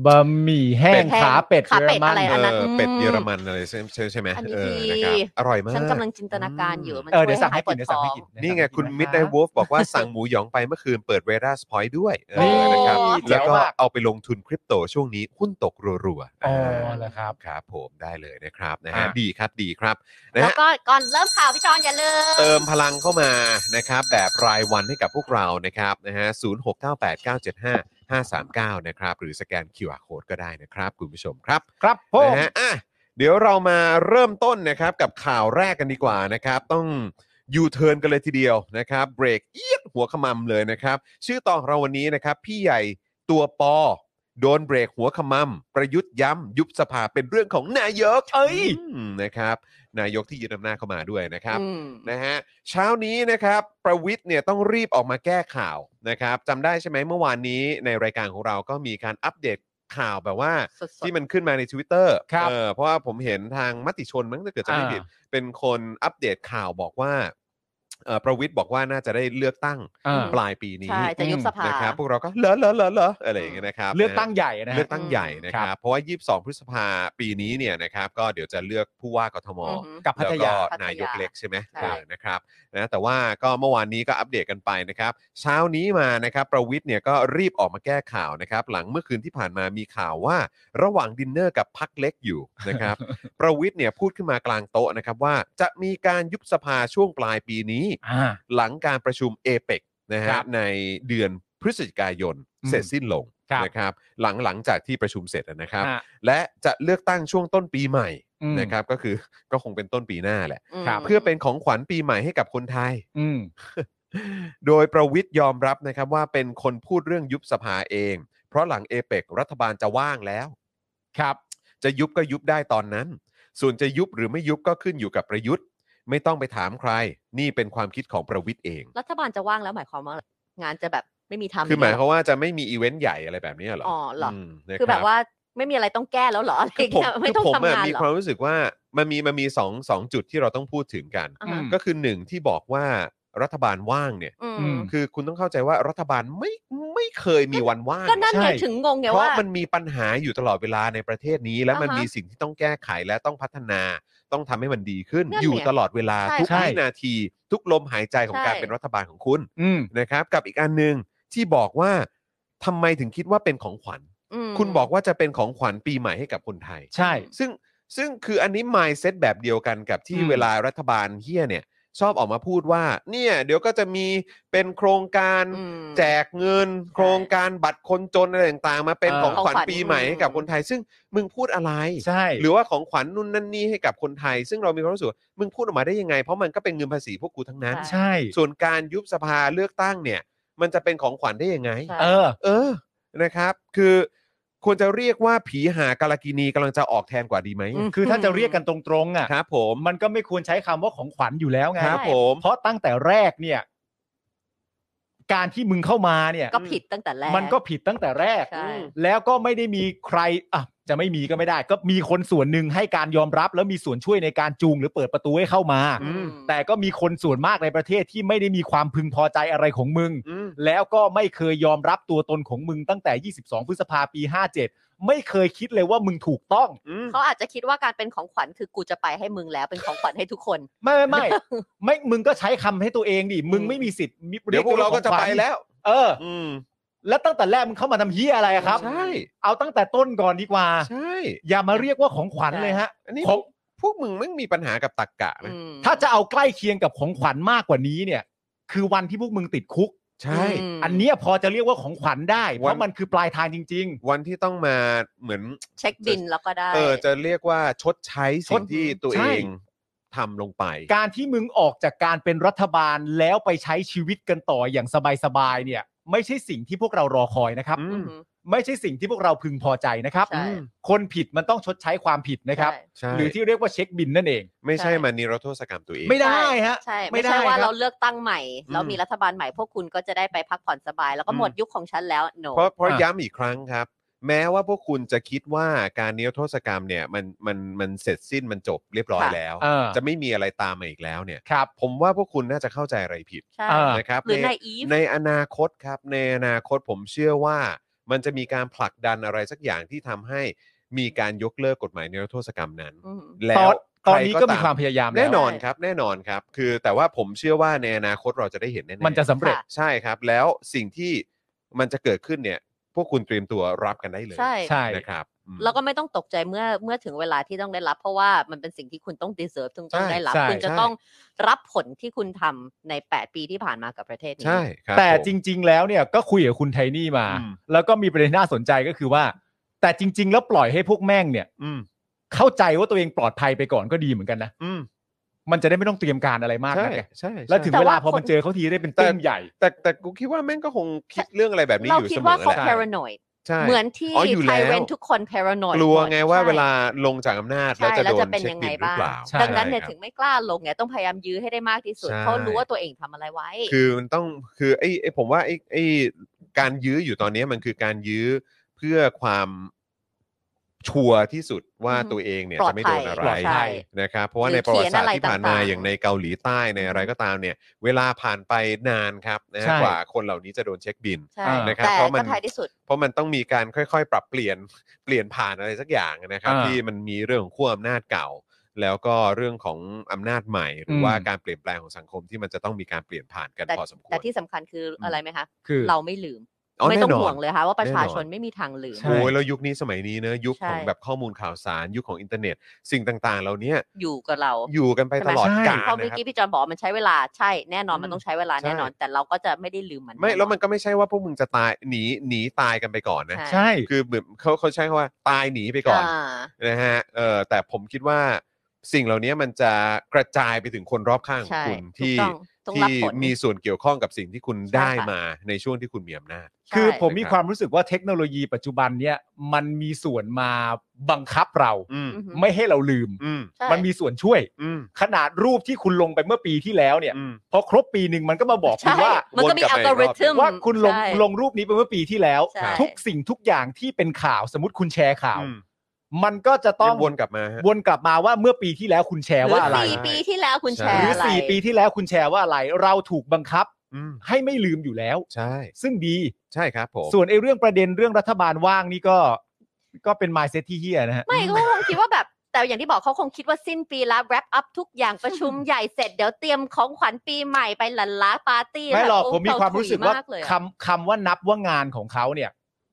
Speaker 3: บะหมี่แห้ง
Speaker 2: เป็ด
Speaker 3: ขาเป็ด
Speaker 2: ขา
Speaker 3: เยอ
Speaker 2: เป็
Speaker 3: ร
Speaker 2: ด
Speaker 3: มัน
Speaker 2: อะไร
Speaker 1: เอ
Speaker 2: อันนั้น
Speaker 1: อ
Speaker 2: ม
Speaker 1: เป็ดเยอรมันอะไรใช่ใช่ใช่ไหม
Speaker 2: อันนี้
Speaker 1: เออ
Speaker 2: ดี
Speaker 1: นะครับอร่อยมาก
Speaker 2: ฉันกำลังจินตนาการอยู่
Speaker 1: อืม
Speaker 2: มัน
Speaker 3: เออ
Speaker 2: ช่
Speaker 3: เดี๋
Speaker 2: วย ยว
Speaker 3: สั่งให้
Speaker 2: ให้ปวด
Speaker 3: กิน
Speaker 2: ท้
Speaker 3: เดี๋ยวสั่ง
Speaker 2: อ
Speaker 3: ให้
Speaker 2: ง
Speaker 3: กิน
Speaker 1: นี่ไงคุณมิดได w ว l ฟบอกว่าสั่งหมูหยองไปเมื่อคืนเปิดเรดาร์สพอยด้วยเอ
Speaker 3: นี่
Speaker 1: อนะครับ
Speaker 3: เจ๋
Speaker 1: แล้ว
Speaker 3: ว
Speaker 1: ก็
Speaker 3: มาก
Speaker 1: เอาไปลงทุนคริปโตช่วงนี้หุ้นตกรัวๆ
Speaker 3: อ๋อ
Speaker 1: อ่า
Speaker 3: เหรอครับ
Speaker 1: ครับผมได้เลยนะครับนะฮะ
Speaker 3: อ่ะ
Speaker 1: ดีครับดีครับนะ
Speaker 2: แล้ว
Speaker 1: ฮะ
Speaker 2: ก็ก่อนเริ่มข่าวพี่จอนอย่าลืม
Speaker 1: เติมพลังเข้ามานะครับแบบรายวันให้กับพวกเรานะครับนะฮะ0 6 9 8 9 7 5 5 3 9 นะครับ หรือสแกน QR Code ก็ได้นะครับคุณผู้ชมครับ
Speaker 3: ครับผม
Speaker 1: นะฮะอ่ะเดี๋ยวเรามาเริ่มต้นนะครับกับข่าวแรกกันดีกว่านะครับ ต้องยูเทิร์นกันเลยทีเดียวนะครับ เบรกเอียดหัวขมำเลยนะครับ ชื่อตอนของเราวันนี้นะครับ พี่ใหญ่ตัวปอ โดนเบรกหัวขมำประยุทธ์ย้ำ ยุบสภาเป็นเรื่องของนายก
Speaker 3: เอ้ย
Speaker 1: อืมนะครับ นายกที่ยึดอำนาจเข้ามาด้วยนะครับ
Speaker 2: อืม
Speaker 1: นะฮะเช้านี้นะครับประวิทย์เนี่ยต้องรีบออกมาแก้ข่าวนะครับจำได้ใช่ไหมเมื่อวานนี้ในรายการของเราก็มีการอัปเดตข่าวแบบว่า
Speaker 2: สดๆ
Speaker 1: ที่มันขึ้นมาใน Twitter
Speaker 3: ครับ
Speaker 1: เออเพราะว่าผมเห็นทางมติชนมั้งถ้าเกิดจะไม่
Speaker 3: อ่า
Speaker 1: ผิดเป็นคนอัปเดตข่าวบอกว่าเอ่อประวิทย์บอกว่าน่าจะได้เลือกตั้ง
Speaker 3: อ่า
Speaker 1: ปลายปีนี้
Speaker 2: ใช่จะยุบสภา
Speaker 1: นะครับพวกเราก็เลอะเลอะเลอะเลอะอะไรอย่างเงี้ยนะครับ
Speaker 3: เลือกตั้งใหญ่นะฮะ
Speaker 1: เลือกตั้งใหญ่นะค
Speaker 3: ค
Speaker 1: รั
Speaker 3: รับ บ
Speaker 1: เพราะว่า 22 พฤษภาปีนี้เนี่ยนะครับ ก็เดี๋ยวจะเลือกผู้ว่ากทม
Speaker 2: อือหือ
Speaker 3: กับพัทยา
Speaker 1: แล้ว
Speaker 2: พัทยาน
Speaker 1: ก็ายกเล็กใช่ไหม
Speaker 2: ใช่
Speaker 1: เออนะครับนะแต่ว่าก็เมื่อวานนี้ก็อัปเดตกันไปนะครับ เช้านี้มานะครับ ประวิทย์เนี่ยก็รีบออกมาแก้ข่าวนะครับ หลังเมื่อคืนที่ผ่านมามีข่าวว่า ระหว่างดินเนอร์กับพักเล็กอยู่
Speaker 3: (laughs)
Speaker 1: นะครับ ประวิทย์เนี่ยพูดขึ้นมากลางโต๊ะนะครับว่าจะมีการยุบสภาช่วงปลายปีนี้
Speaker 3: อ่า
Speaker 1: หลังการประชุมเอเปกนะ
Speaker 3: ค
Speaker 1: ฮะ
Speaker 3: รับ
Speaker 1: ในเดือนพฤศจิกายน
Speaker 3: อืม
Speaker 1: เสร็จสิ้นลง
Speaker 3: ครับ
Speaker 1: นะครับ หลังหลังจากที่ประชุมเสร็จนะครับ
Speaker 3: อ่า
Speaker 1: และจะเลือกตั้งช่วงต้นปีใหม่
Speaker 3: อืม
Speaker 1: นะครับ ก็คือ (laughs) ก็คงเป็นต้นปีหน้าแหละ
Speaker 2: ม
Speaker 3: ครับ
Speaker 1: เพื่อเป็นของขวัญปีใหม่ให้กับคนไทย
Speaker 3: อืม
Speaker 1: โดยประวิทย์ยอมรับนะครับว่าเป็นคนพูดเรื่องยุบสภาเอง เพราะหลังเอเปกรัฐบาลจะว่างแล้ว
Speaker 3: ครับ
Speaker 1: จะยุบก็ยุบได้ตอนนั้น ส่วนจะยุบหรือไม่ยุบก็ขึ้นอยู่กับประยุทธ์ ไม่ต้องไปถามใคร นี่เป็นความคิดของประวิทย์เอง
Speaker 2: รัฐบาลจะว่างแล้วหมายความว่าอะไรงานจะแบบไม่มีทำ
Speaker 1: คือหมายความ
Speaker 2: แล้
Speaker 1: ว่าจะไม่มีอีเวนต์ใหญ่อะไรแบบนี้เหรอ
Speaker 2: อ๋อเหรออื
Speaker 1: มนะ
Speaker 2: คือแบบ
Speaker 1: รับ
Speaker 2: ว่าไม่มีอะไรต้องแก้แล้วเหรออะไรอ
Speaker 1: คือย่าง ผม
Speaker 2: เงี้ย
Speaker 1: คือ
Speaker 2: ไม่ต้อง
Speaker 1: ผมอะ
Speaker 2: ทำงาน
Speaker 1: มี
Speaker 2: เหร
Speaker 1: ค
Speaker 2: อ
Speaker 1: วามรู้สึกว่ามันมีมันมีสองสองจุดที่เราต้องพูดถึงกัน
Speaker 2: อ่า
Speaker 3: อื
Speaker 2: ฮะ
Speaker 3: ม
Speaker 1: ก็คือหนึ่งที่บอกว่ารัฐบาลว่างเนี่ย
Speaker 2: อืม
Speaker 3: อืม
Speaker 1: คือคุณต้องเข้าใจว่ารัฐบาลไม่ไม่เคยมีวันว่าง
Speaker 2: ก็นั่นไง
Speaker 3: ใช่
Speaker 2: ถึงงงไง
Speaker 1: เพ
Speaker 2: ว่า
Speaker 1: ราะมันมีปัญหาอยู่ตลอดเวลาในประเทศนี้ และมัน
Speaker 2: อ่าฮะ
Speaker 1: มีสิ่งที่ต้องแก้ไขและต้องพัฒนา ต้องทำให้มันดีขึ้น
Speaker 2: นั่นไง
Speaker 1: อยู่ตลอดเวลา
Speaker 2: ใช่
Speaker 1: ทุก
Speaker 3: ใช่
Speaker 1: วินาที ทุกลมหายใจของ
Speaker 2: ใช่
Speaker 1: การเป็นรัฐบาลของคุณ
Speaker 3: อืม
Speaker 1: นะครับ กับอีกอันหนึ่งที่บอกว่าทำไมถึงคิดว่าเป็นของขวัญ
Speaker 2: ม
Speaker 1: คุณบอกว่าจะเป็นของขวัญปีใหม่ให้กับคนไทย
Speaker 3: ใช่
Speaker 1: ซึ่งซึ่งคืออันนี้ mindset แบบเดียวกันกับที่
Speaker 3: อืม
Speaker 1: เวลารัฐบาลเฮียเนี่ย ชอบออกมาพูดว่า เนี่ยเดี๋ยวก็จะมีเป็นโครงการ
Speaker 2: อืม
Speaker 1: แจกเงิน โครงการบัตรคนจนอะไรต่างๆ มาเป็น
Speaker 3: เออ
Speaker 1: ของขวัญ
Speaker 2: ของขวัญ
Speaker 1: ปีใหม่ให้กับคนไทย ซึ่งมึงพูดอะไร
Speaker 3: ใช่
Speaker 1: หรือว่าของขวัญนู่นนั่นนี่ให้กับคนไทย ซึ่งเรามีความรู้สึกว่ามึงพูดออกมาได้ยังไง เพราะมันก็เป็นเงินภาษีพวกกูทั้งนั้น
Speaker 2: ใช่
Speaker 3: ใช่
Speaker 1: ส่วนการยุบสภาเลือกตั้งเนี่ย มันจะเป็นของขวัญได้ยังไง
Speaker 2: ใช่
Speaker 3: เออ
Speaker 1: เออ นะครับ คือควรจะเรียกว่าผีหากาลกินีกำลังจะออกแทนกว่าดีไหม
Speaker 2: อืม
Speaker 3: คือถ้าจะเรียกกันตรงๆอ่ะ
Speaker 1: ครับผม
Speaker 3: มันก็ไม่ควรใช้คำว่าของขวัญอยู่แล้วไง
Speaker 1: ครับ
Speaker 2: ใช่
Speaker 1: ผม
Speaker 3: เพราะตั้งแต่แรกเนี่ย การที่มึงเข้ามาเนี่ย
Speaker 2: ก็ผิดตั้งแต่แรก
Speaker 3: มันก็ผิดตั้งแต่แรก
Speaker 2: ใช่
Speaker 3: แล้วก็ไม่ได้มีใครอ่ะจะไม่มีก็ไม่ได้ ก็มีคนส่วนหนึ่งให้การยอมรับ แล้วมีส่วนช่วยในการจูงหรือเปิดประตูให้เข้ามา
Speaker 2: อืม
Speaker 3: แต่ก็มีคนส่วนมากในประเทศที่ไม่ได้มีความพึงพอใจอะไรของมึง
Speaker 1: อืม
Speaker 3: แล้วก็ไม่เคยยอมรับตัวตนของมึงตั้งแต่ 22 พฤษภาปี 57 ไม่เคยคิดเลยว่ามึงถูกต้อง
Speaker 1: อืม
Speaker 2: เขาอาจจะคิดว่าการเป็นของขวัญคือกูจะไปให้มึงแล้วเป็นของขวัญให้ทุกคน
Speaker 3: ไม่ไม่ไม่ (laughs) ไม่มึงก็ใช้คำให้ตัวเองดิ มึง
Speaker 2: อืม
Speaker 3: ไม่มีสิทธิ์มี
Speaker 1: เดี๋ยวพวกเราก็จะไปแล้ว
Speaker 3: เออ
Speaker 1: อืม
Speaker 3: แล้วตั้งแต่แรกมึงเข้ามาทำเฮียอะไรอะครับ
Speaker 1: ใช่
Speaker 3: เอาตั้งแต่ต้นก่อนดีกว่า
Speaker 1: ใช่
Speaker 3: อย่ามาเรียกว่าของขวัญเลยฮะ
Speaker 1: อันนี้
Speaker 3: ของ
Speaker 1: พวกมึงไม่มีปัญหากับตักกะนะ
Speaker 2: อืม
Speaker 3: ถ้าจะเอาใกล้เคียงกับของขวัญมากกว่านี้เนี่ย คือวันที่พวกมึงติดคุก
Speaker 1: ใช่
Speaker 2: ม
Speaker 3: อันเนี้ยพอจะเรียกว่าของขวัญได้ เพ
Speaker 1: วัน
Speaker 3: ราะมันคือปลายทางจริง
Speaker 1: วันที่ต้องมาเหมือน
Speaker 2: เช็คบินแล้วก็ได้
Speaker 1: เออจะเรียกว่าชดใช้สิ่ง
Speaker 3: ชด
Speaker 1: ที่ตัว
Speaker 3: ใช่
Speaker 1: เองทำลงไป
Speaker 3: ๆ การที่มึงออกจากการเป็นรัฐบาลแล้วไปใช้ชีวิตกันต่ออย่างสบายๆเนี่ย ไม่ใช่สิ่งที่พวกเรารอคอยนะครับ
Speaker 1: อื
Speaker 2: อือฮึ
Speaker 3: ไม่ใช่สิ่งที่พวกเราพึงพอใจนะครับ
Speaker 2: ใช่
Speaker 3: คนผิดมันต้องชดใช้ความผิดนะครับ
Speaker 2: ใช่
Speaker 1: ใช่
Speaker 3: หรือที่เรียกว่าเช็คบินนั่นเอง
Speaker 1: ไม่ใช่
Speaker 2: ใช่
Speaker 1: มานิรโทษกรรมตัวเอง
Speaker 3: ไม่ได้ฮะ
Speaker 2: ใช่
Speaker 3: ไม่
Speaker 2: ไม่
Speaker 3: ได้
Speaker 2: ใช่ว่า
Speaker 3: ครับ
Speaker 2: เราเลือกตั้งใหม่
Speaker 1: อืม
Speaker 2: แล้วมีรัฐบาลใหม่พวกคุณก็จะได้ไปพักผ่อนสบาย แล้วก็
Speaker 1: อืม
Speaker 2: หมดยุคของฉันแล้วโน
Speaker 1: เพราะเพราะ
Speaker 3: อ่ะ
Speaker 1: ย้ำอีกครั้งครับ แม้ว่าพวกคุณจะคิดว่าการนิรโทษกรรมเนี่ยมันมันมันเสร็จสิ้นมันจบเรียบร้อย
Speaker 2: ค่ะ
Speaker 1: แล้ว
Speaker 3: เออ
Speaker 1: จะไม่มีอะไรตามมาอีกแล้วเนี่ย
Speaker 3: ครับ
Speaker 1: ผมว่าพวกคุณน่าจะเข้าใจอะไรผิด
Speaker 2: ใช่
Speaker 3: เออ
Speaker 1: นะครับ
Speaker 2: หรือ
Speaker 1: ใน
Speaker 2: นายอีฟ
Speaker 1: ในอนาคตครับ ในอนาคตผมเชื่อว่า มันจะมีการผลักดันอะไรสักอย่างที่ทำให้มีการยกเลิกกฎหมายนิรโทษกรรมนั้น
Speaker 2: อืม
Speaker 1: แล้
Speaker 3: ต
Speaker 1: ว
Speaker 3: อนตอนนี้
Speaker 1: ใร
Speaker 3: ก็มี
Speaker 1: ต
Speaker 3: ความพยายาม
Speaker 1: แน่
Speaker 3: แล้ว
Speaker 1: นอน
Speaker 2: ใช่
Speaker 1: ครับแน่นอนครับ คือแต่ว่าผมเชื่อว่าในอนาคตเราจะได้เห็นแน่ๆ
Speaker 3: มันจะสำเร็จ
Speaker 2: ค่ะ
Speaker 1: ใช่ครับ แล้วสิ่งที่มันจะเกิดขึ้นเนี่ย พวกคุณเตรียมตัวรับกันได้เลย
Speaker 2: ใช่
Speaker 3: ใช่
Speaker 1: นะครับอืม
Speaker 2: แล้วก็ไม่ต้องตกใจเมื่อเมื่อถึงเวลาที่ต้องได้รับ เพราะว่ามันเป็นสิ่งที่คุณต้อง deserve ต้องต้องได้รับ
Speaker 3: ใช่
Speaker 2: คุณจะ
Speaker 1: ใช่
Speaker 2: ต้องรับผลที่คุณทำใน 8 ปีที่ผ่านมากับประเทศนี้
Speaker 1: ใช่ครับ
Speaker 3: แต่จ
Speaker 1: ผม
Speaker 3: ริง ๆ แล้วเนี่ยก็คุยกับคุณไทนี่มา
Speaker 1: อืม
Speaker 3: แล้วก็มีประเด็นน่าสนใจก็คือว่า แต่จริง ๆ แล้วปล่อยให้พวกแม่งเนี่ย
Speaker 1: อืม
Speaker 3: เข้าใจว่าตัวเองปลอดภัยไปก่อนก็ดีเหมือนกันนะ
Speaker 1: อืม
Speaker 3: มันจะได้ไม่ต้องเตรียมการอะไรมาก
Speaker 1: ใช่
Speaker 3: นะ
Speaker 1: ใช่
Speaker 3: แล้วถึง
Speaker 1: ใช่
Speaker 3: เวลา
Speaker 2: แต่ว่า
Speaker 3: พอมันเจอเขาทีได้เป็น
Speaker 1: แต่
Speaker 3: ตุ้มใหญ่
Speaker 1: แต่แต่แต่กูคิดว่าแม่งก็คงคิดเรื่องอะไรแบบนี้
Speaker 2: เรา
Speaker 1: อยู่
Speaker 2: คิด
Speaker 1: เสม
Speaker 2: ว่า
Speaker 1: อ
Speaker 2: เขา
Speaker 1: แหละ
Speaker 2: paranoid
Speaker 1: ใช่
Speaker 2: เหมือนที่
Speaker 1: อ๋ออยู่
Speaker 2: ไท
Speaker 1: แล้ว
Speaker 2: เรนทุกคน paranoid
Speaker 1: กลัวไงว่า
Speaker 2: ใช่
Speaker 1: เวลาลงจากอำนาจ
Speaker 2: ใช่
Speaker 1: แล้วจะ
Speaker 2: แล้ว
Speaker 1: โด
Speaker 2: จะ
Speaker 1: น
Speaker 2: เป็น
Speaker 1: เช็ค
Speaker 2: ยังไง
Speaker 1: บินหรือเปล่า
Speaker 2: บ้าง
Speaker 3: ใช่
Speaker 2: ดังนั้นเนี่ย
Speaker 1: ครับ
Speaker 2: ถึงไม่กล้าลงเนี่ยต้องพยายามยื้อให้ได้มากที่สุด
Speaker 1: ใช่
Speaker 2: เพราะรู้ว่าตัวเองทำอะไรไว้
Speaker 1: คือมันต้องคือไอ้ไอ้ผมว่าไอ้ไอ้การยื้ออยู่ตอนนี้มันคือการยื้อเพื่อความชัวร์ที่สุดว่า
Speaker 2: อือฮึ
Speaker 1: ตัวเองเนี่ย
Speaker 2: ปลอ
Speaker 1: จะ
Speaker 2: ด
Speaker 1: ไม่โดนอะไร
Speaker 2: ภัยใช่
Speaker 1: นะครับเพราะว่า
Speaker 2: หรื
Speaker 1: ใน
Speaker 2: อ
Speaker 1: ประวัติศาสตร์
Speaker 2: เขียนอะไร
Speaker 1: ที่ผ่านมา
Speaker 2: ต่างๆ
Speaker 1: อย่างในเกาหลีใต้ในอะไรก็ตามเนี่ย เวลาผ่านไปนานครับนะฮะ
Speaker 3: ใช่
Speaker 1: กว่าคนเหล่านี้จะโดนเช็คบิน
Speaker 2: ใช่
Speaker 1: นะครับ
Speaker 2: แต่
Speaker 1: เพราะมัน
Speaker 2: ก็ท้ายที่สุด
Speaker 1: เพราะมันต้องมีการค่อยๆ ปรับเปลี่ยน (laughs) เปลี่ยนผ่านอะไรสักอย่างนะครับ
Speaker 3: อ่า
Speaker 1: ที่มันมีเรื่องของขั้วอำนาจเก่า แล้วก็เรื่องของอำนาจใหม่ หรืออ
Speaker 3: ม
Speaker 1: ว่าการเปลี่ยนแปลงของสังคมที่มันจะต้องมีการเปลี่ยนผ่านกันพอสมควร
Speaker 2: แต่ที่สำคัญคืออะไรไหมคะ
Speaker 3: คือ
Speaker 2: เราไม่ลืม
Speaker 1: อ๋อ
Speaker 2: ไม่ต้อง
Speaker 1: แน่นน
Speaker 2: ห่วงเลยค่ะว่าประชาชน
Speaker 1: แน่นอน
Speaker 2: ไม่มีทางลืม
Speaker 3: ใช่
Speaker 1: โอ้ยแล้วยุคนี้สมัยนี้เนอะยุคของ
Speaker 2: ใช่
Speaker 1: แบบข้อมูลข่าวสาร ยุคของอินเทอร์เน็ต สิ่งต่างๆ เหล่าเนี้ย
Speaker 2: อยู่กับเรา
Speaker 1: อยู่กันไปตลอด
Speaker 3: ใช่
Speaker 1: กาล
Speaker 2: เพราะเมื่
Speaker 1: นะค
Speaker 2: อ
Speaker 1: รับ
Speaker 2: กี้พี่จอนบอกมันใช้เวลาใช่แน่นอนมันต้องใช้เวลา
Speaker 1: ใช่
Speaker 2: แน่นอน แต่เราก็จะไม่ได้ลืมมัน
Speaker 1: ไม่
Speaker 2: น่อ
Speaker 1: แล้วมันก็ไม่ใช่ว่าพวกมึงจะตายหนีหนีตายกันไปก่อนนะ
Speaker 2: ใช่
Speaker 3: ใช่
Speaker 1: คือเหมือนเขาเขาใช้คำว่าตายหนีไปก่อน
Speaker 2: อ่า
Speaker 1: นะฮะเออแต่ผมคิดว่าสิ่งเหล่านี้มันจะกระจายไปถึงคนรอบข้างของ
Speaker 2: ใช่
Speaker 1: คุณ
Speaker 2: ถูก
Speaker 1: ที่
Speaker 2: ต้องต้องรับ
Speaker 1: ที่
Speaker 2: ผล
Speaker 1: มีส่วนเกี่ยวข้องกับสิ่งที่คุณ
Speaker 2: ใช่
Speaker 1: ได้
Speaker 2: ค่ะ
Speaker 1: มาในช่วงที่คุณมีอำนาจ
Speaker 2: ใช่
Speaker 3: คือผมมี
Speaker 1: นะครับ
Speaker 3: ความรู้สึกว่าเทคโนโลยีปัจจุบันเนี่ยมันมีส่วนมาบังคับเรา
Speaker 1: อืม
Speaker 2: อือฮึ
Speaker 3: ไม่ให้เราลืม
Speaker 1: อืม
Speaker 2: ใช่
Speaker 3: มันมีส่วนช่วย
Speaker 1: อืม
Speaker 3: ขนาดรูปที่คุณลงไปเมื่อปีที่แล้วเนี่ย
Speaker 1: อืม
Speaker 3: พอครบปีหนึ่งมันก็มาบอกคุ
Speaker 2: ใช่
Speaker 3: ณว่า
Speaker 2: มันก็มี
Speaker 1: วนกลั
Speaker 2: อั
Speaker 1: บ
Speaker 2: ล
Speaker 1: ไป
Speaker 2: กอริทึม
Speaker 3: ว่าคุณลง
Speaker 2: ใช่
Speaker 3: ลงรูปนี้ไปเมื่อปีที่แล้ว
Speaker 2: ใช่
Speaker 3: ทุกสิ่งทุกอย่างที่เป็นข่าวสมมติคุณแชร์ข่าว
Speaker 1: อืม
Speaker 3: มันก็จะต้อง
Speaker 1: วนกลับมาฮะ
Speaker 3: วนกลับมาว่าเมื่อปีที่แล้วคุณแชร์
Speaker 2: หรื
Speaker 3: ว่า
Speaker 2: อ
Speaker 3: อะไร
Speaker 2: สี่ปีที่แล้วคุณแช
Speaker 1: ใช่
Speaker 2: ร์
Speaker 3: หรือ
Speaker 2: อะไร
Speaker 3: สี่ปีที่แล้วคุณแชร์ว่าอะไร เราถูกบังคับ
Speaker 1: อืม
Speaker 3: ให้ไม่ลืมอยู่แล้ว
Speaker 1: ใช่
Speaker 3: ซึ่งดี
Speaker 1: ใช่ครับผม
Speaker 3: ส่วนไอ้เรื่องประเด็นเรื่องรัฐบาลว่างนี่ก็ ก็เป็นมายเซตที่เฮียนะฮะ
Speaker 2: ไม่ก็คงคิดว่าแบบ แต่อย่างที่บอกเขาคงคิดว่าสิ้นปีแล้ว wrap up ทุกอย่างประชุมใหญ่เสร็จเดี๋ยวเตรียมของขวัญปีใหม่ไปหลันล้าปาร์ตี้
Speaker 3: ไม่หรอก
Speaker 2: แบบ
Speaker 3: ผมมีความรู้สึกว่า
Speaker 2: เขถุยมเลยอะ
Speaker 3: คำคำว่านับว่างานของเขาเนี่ย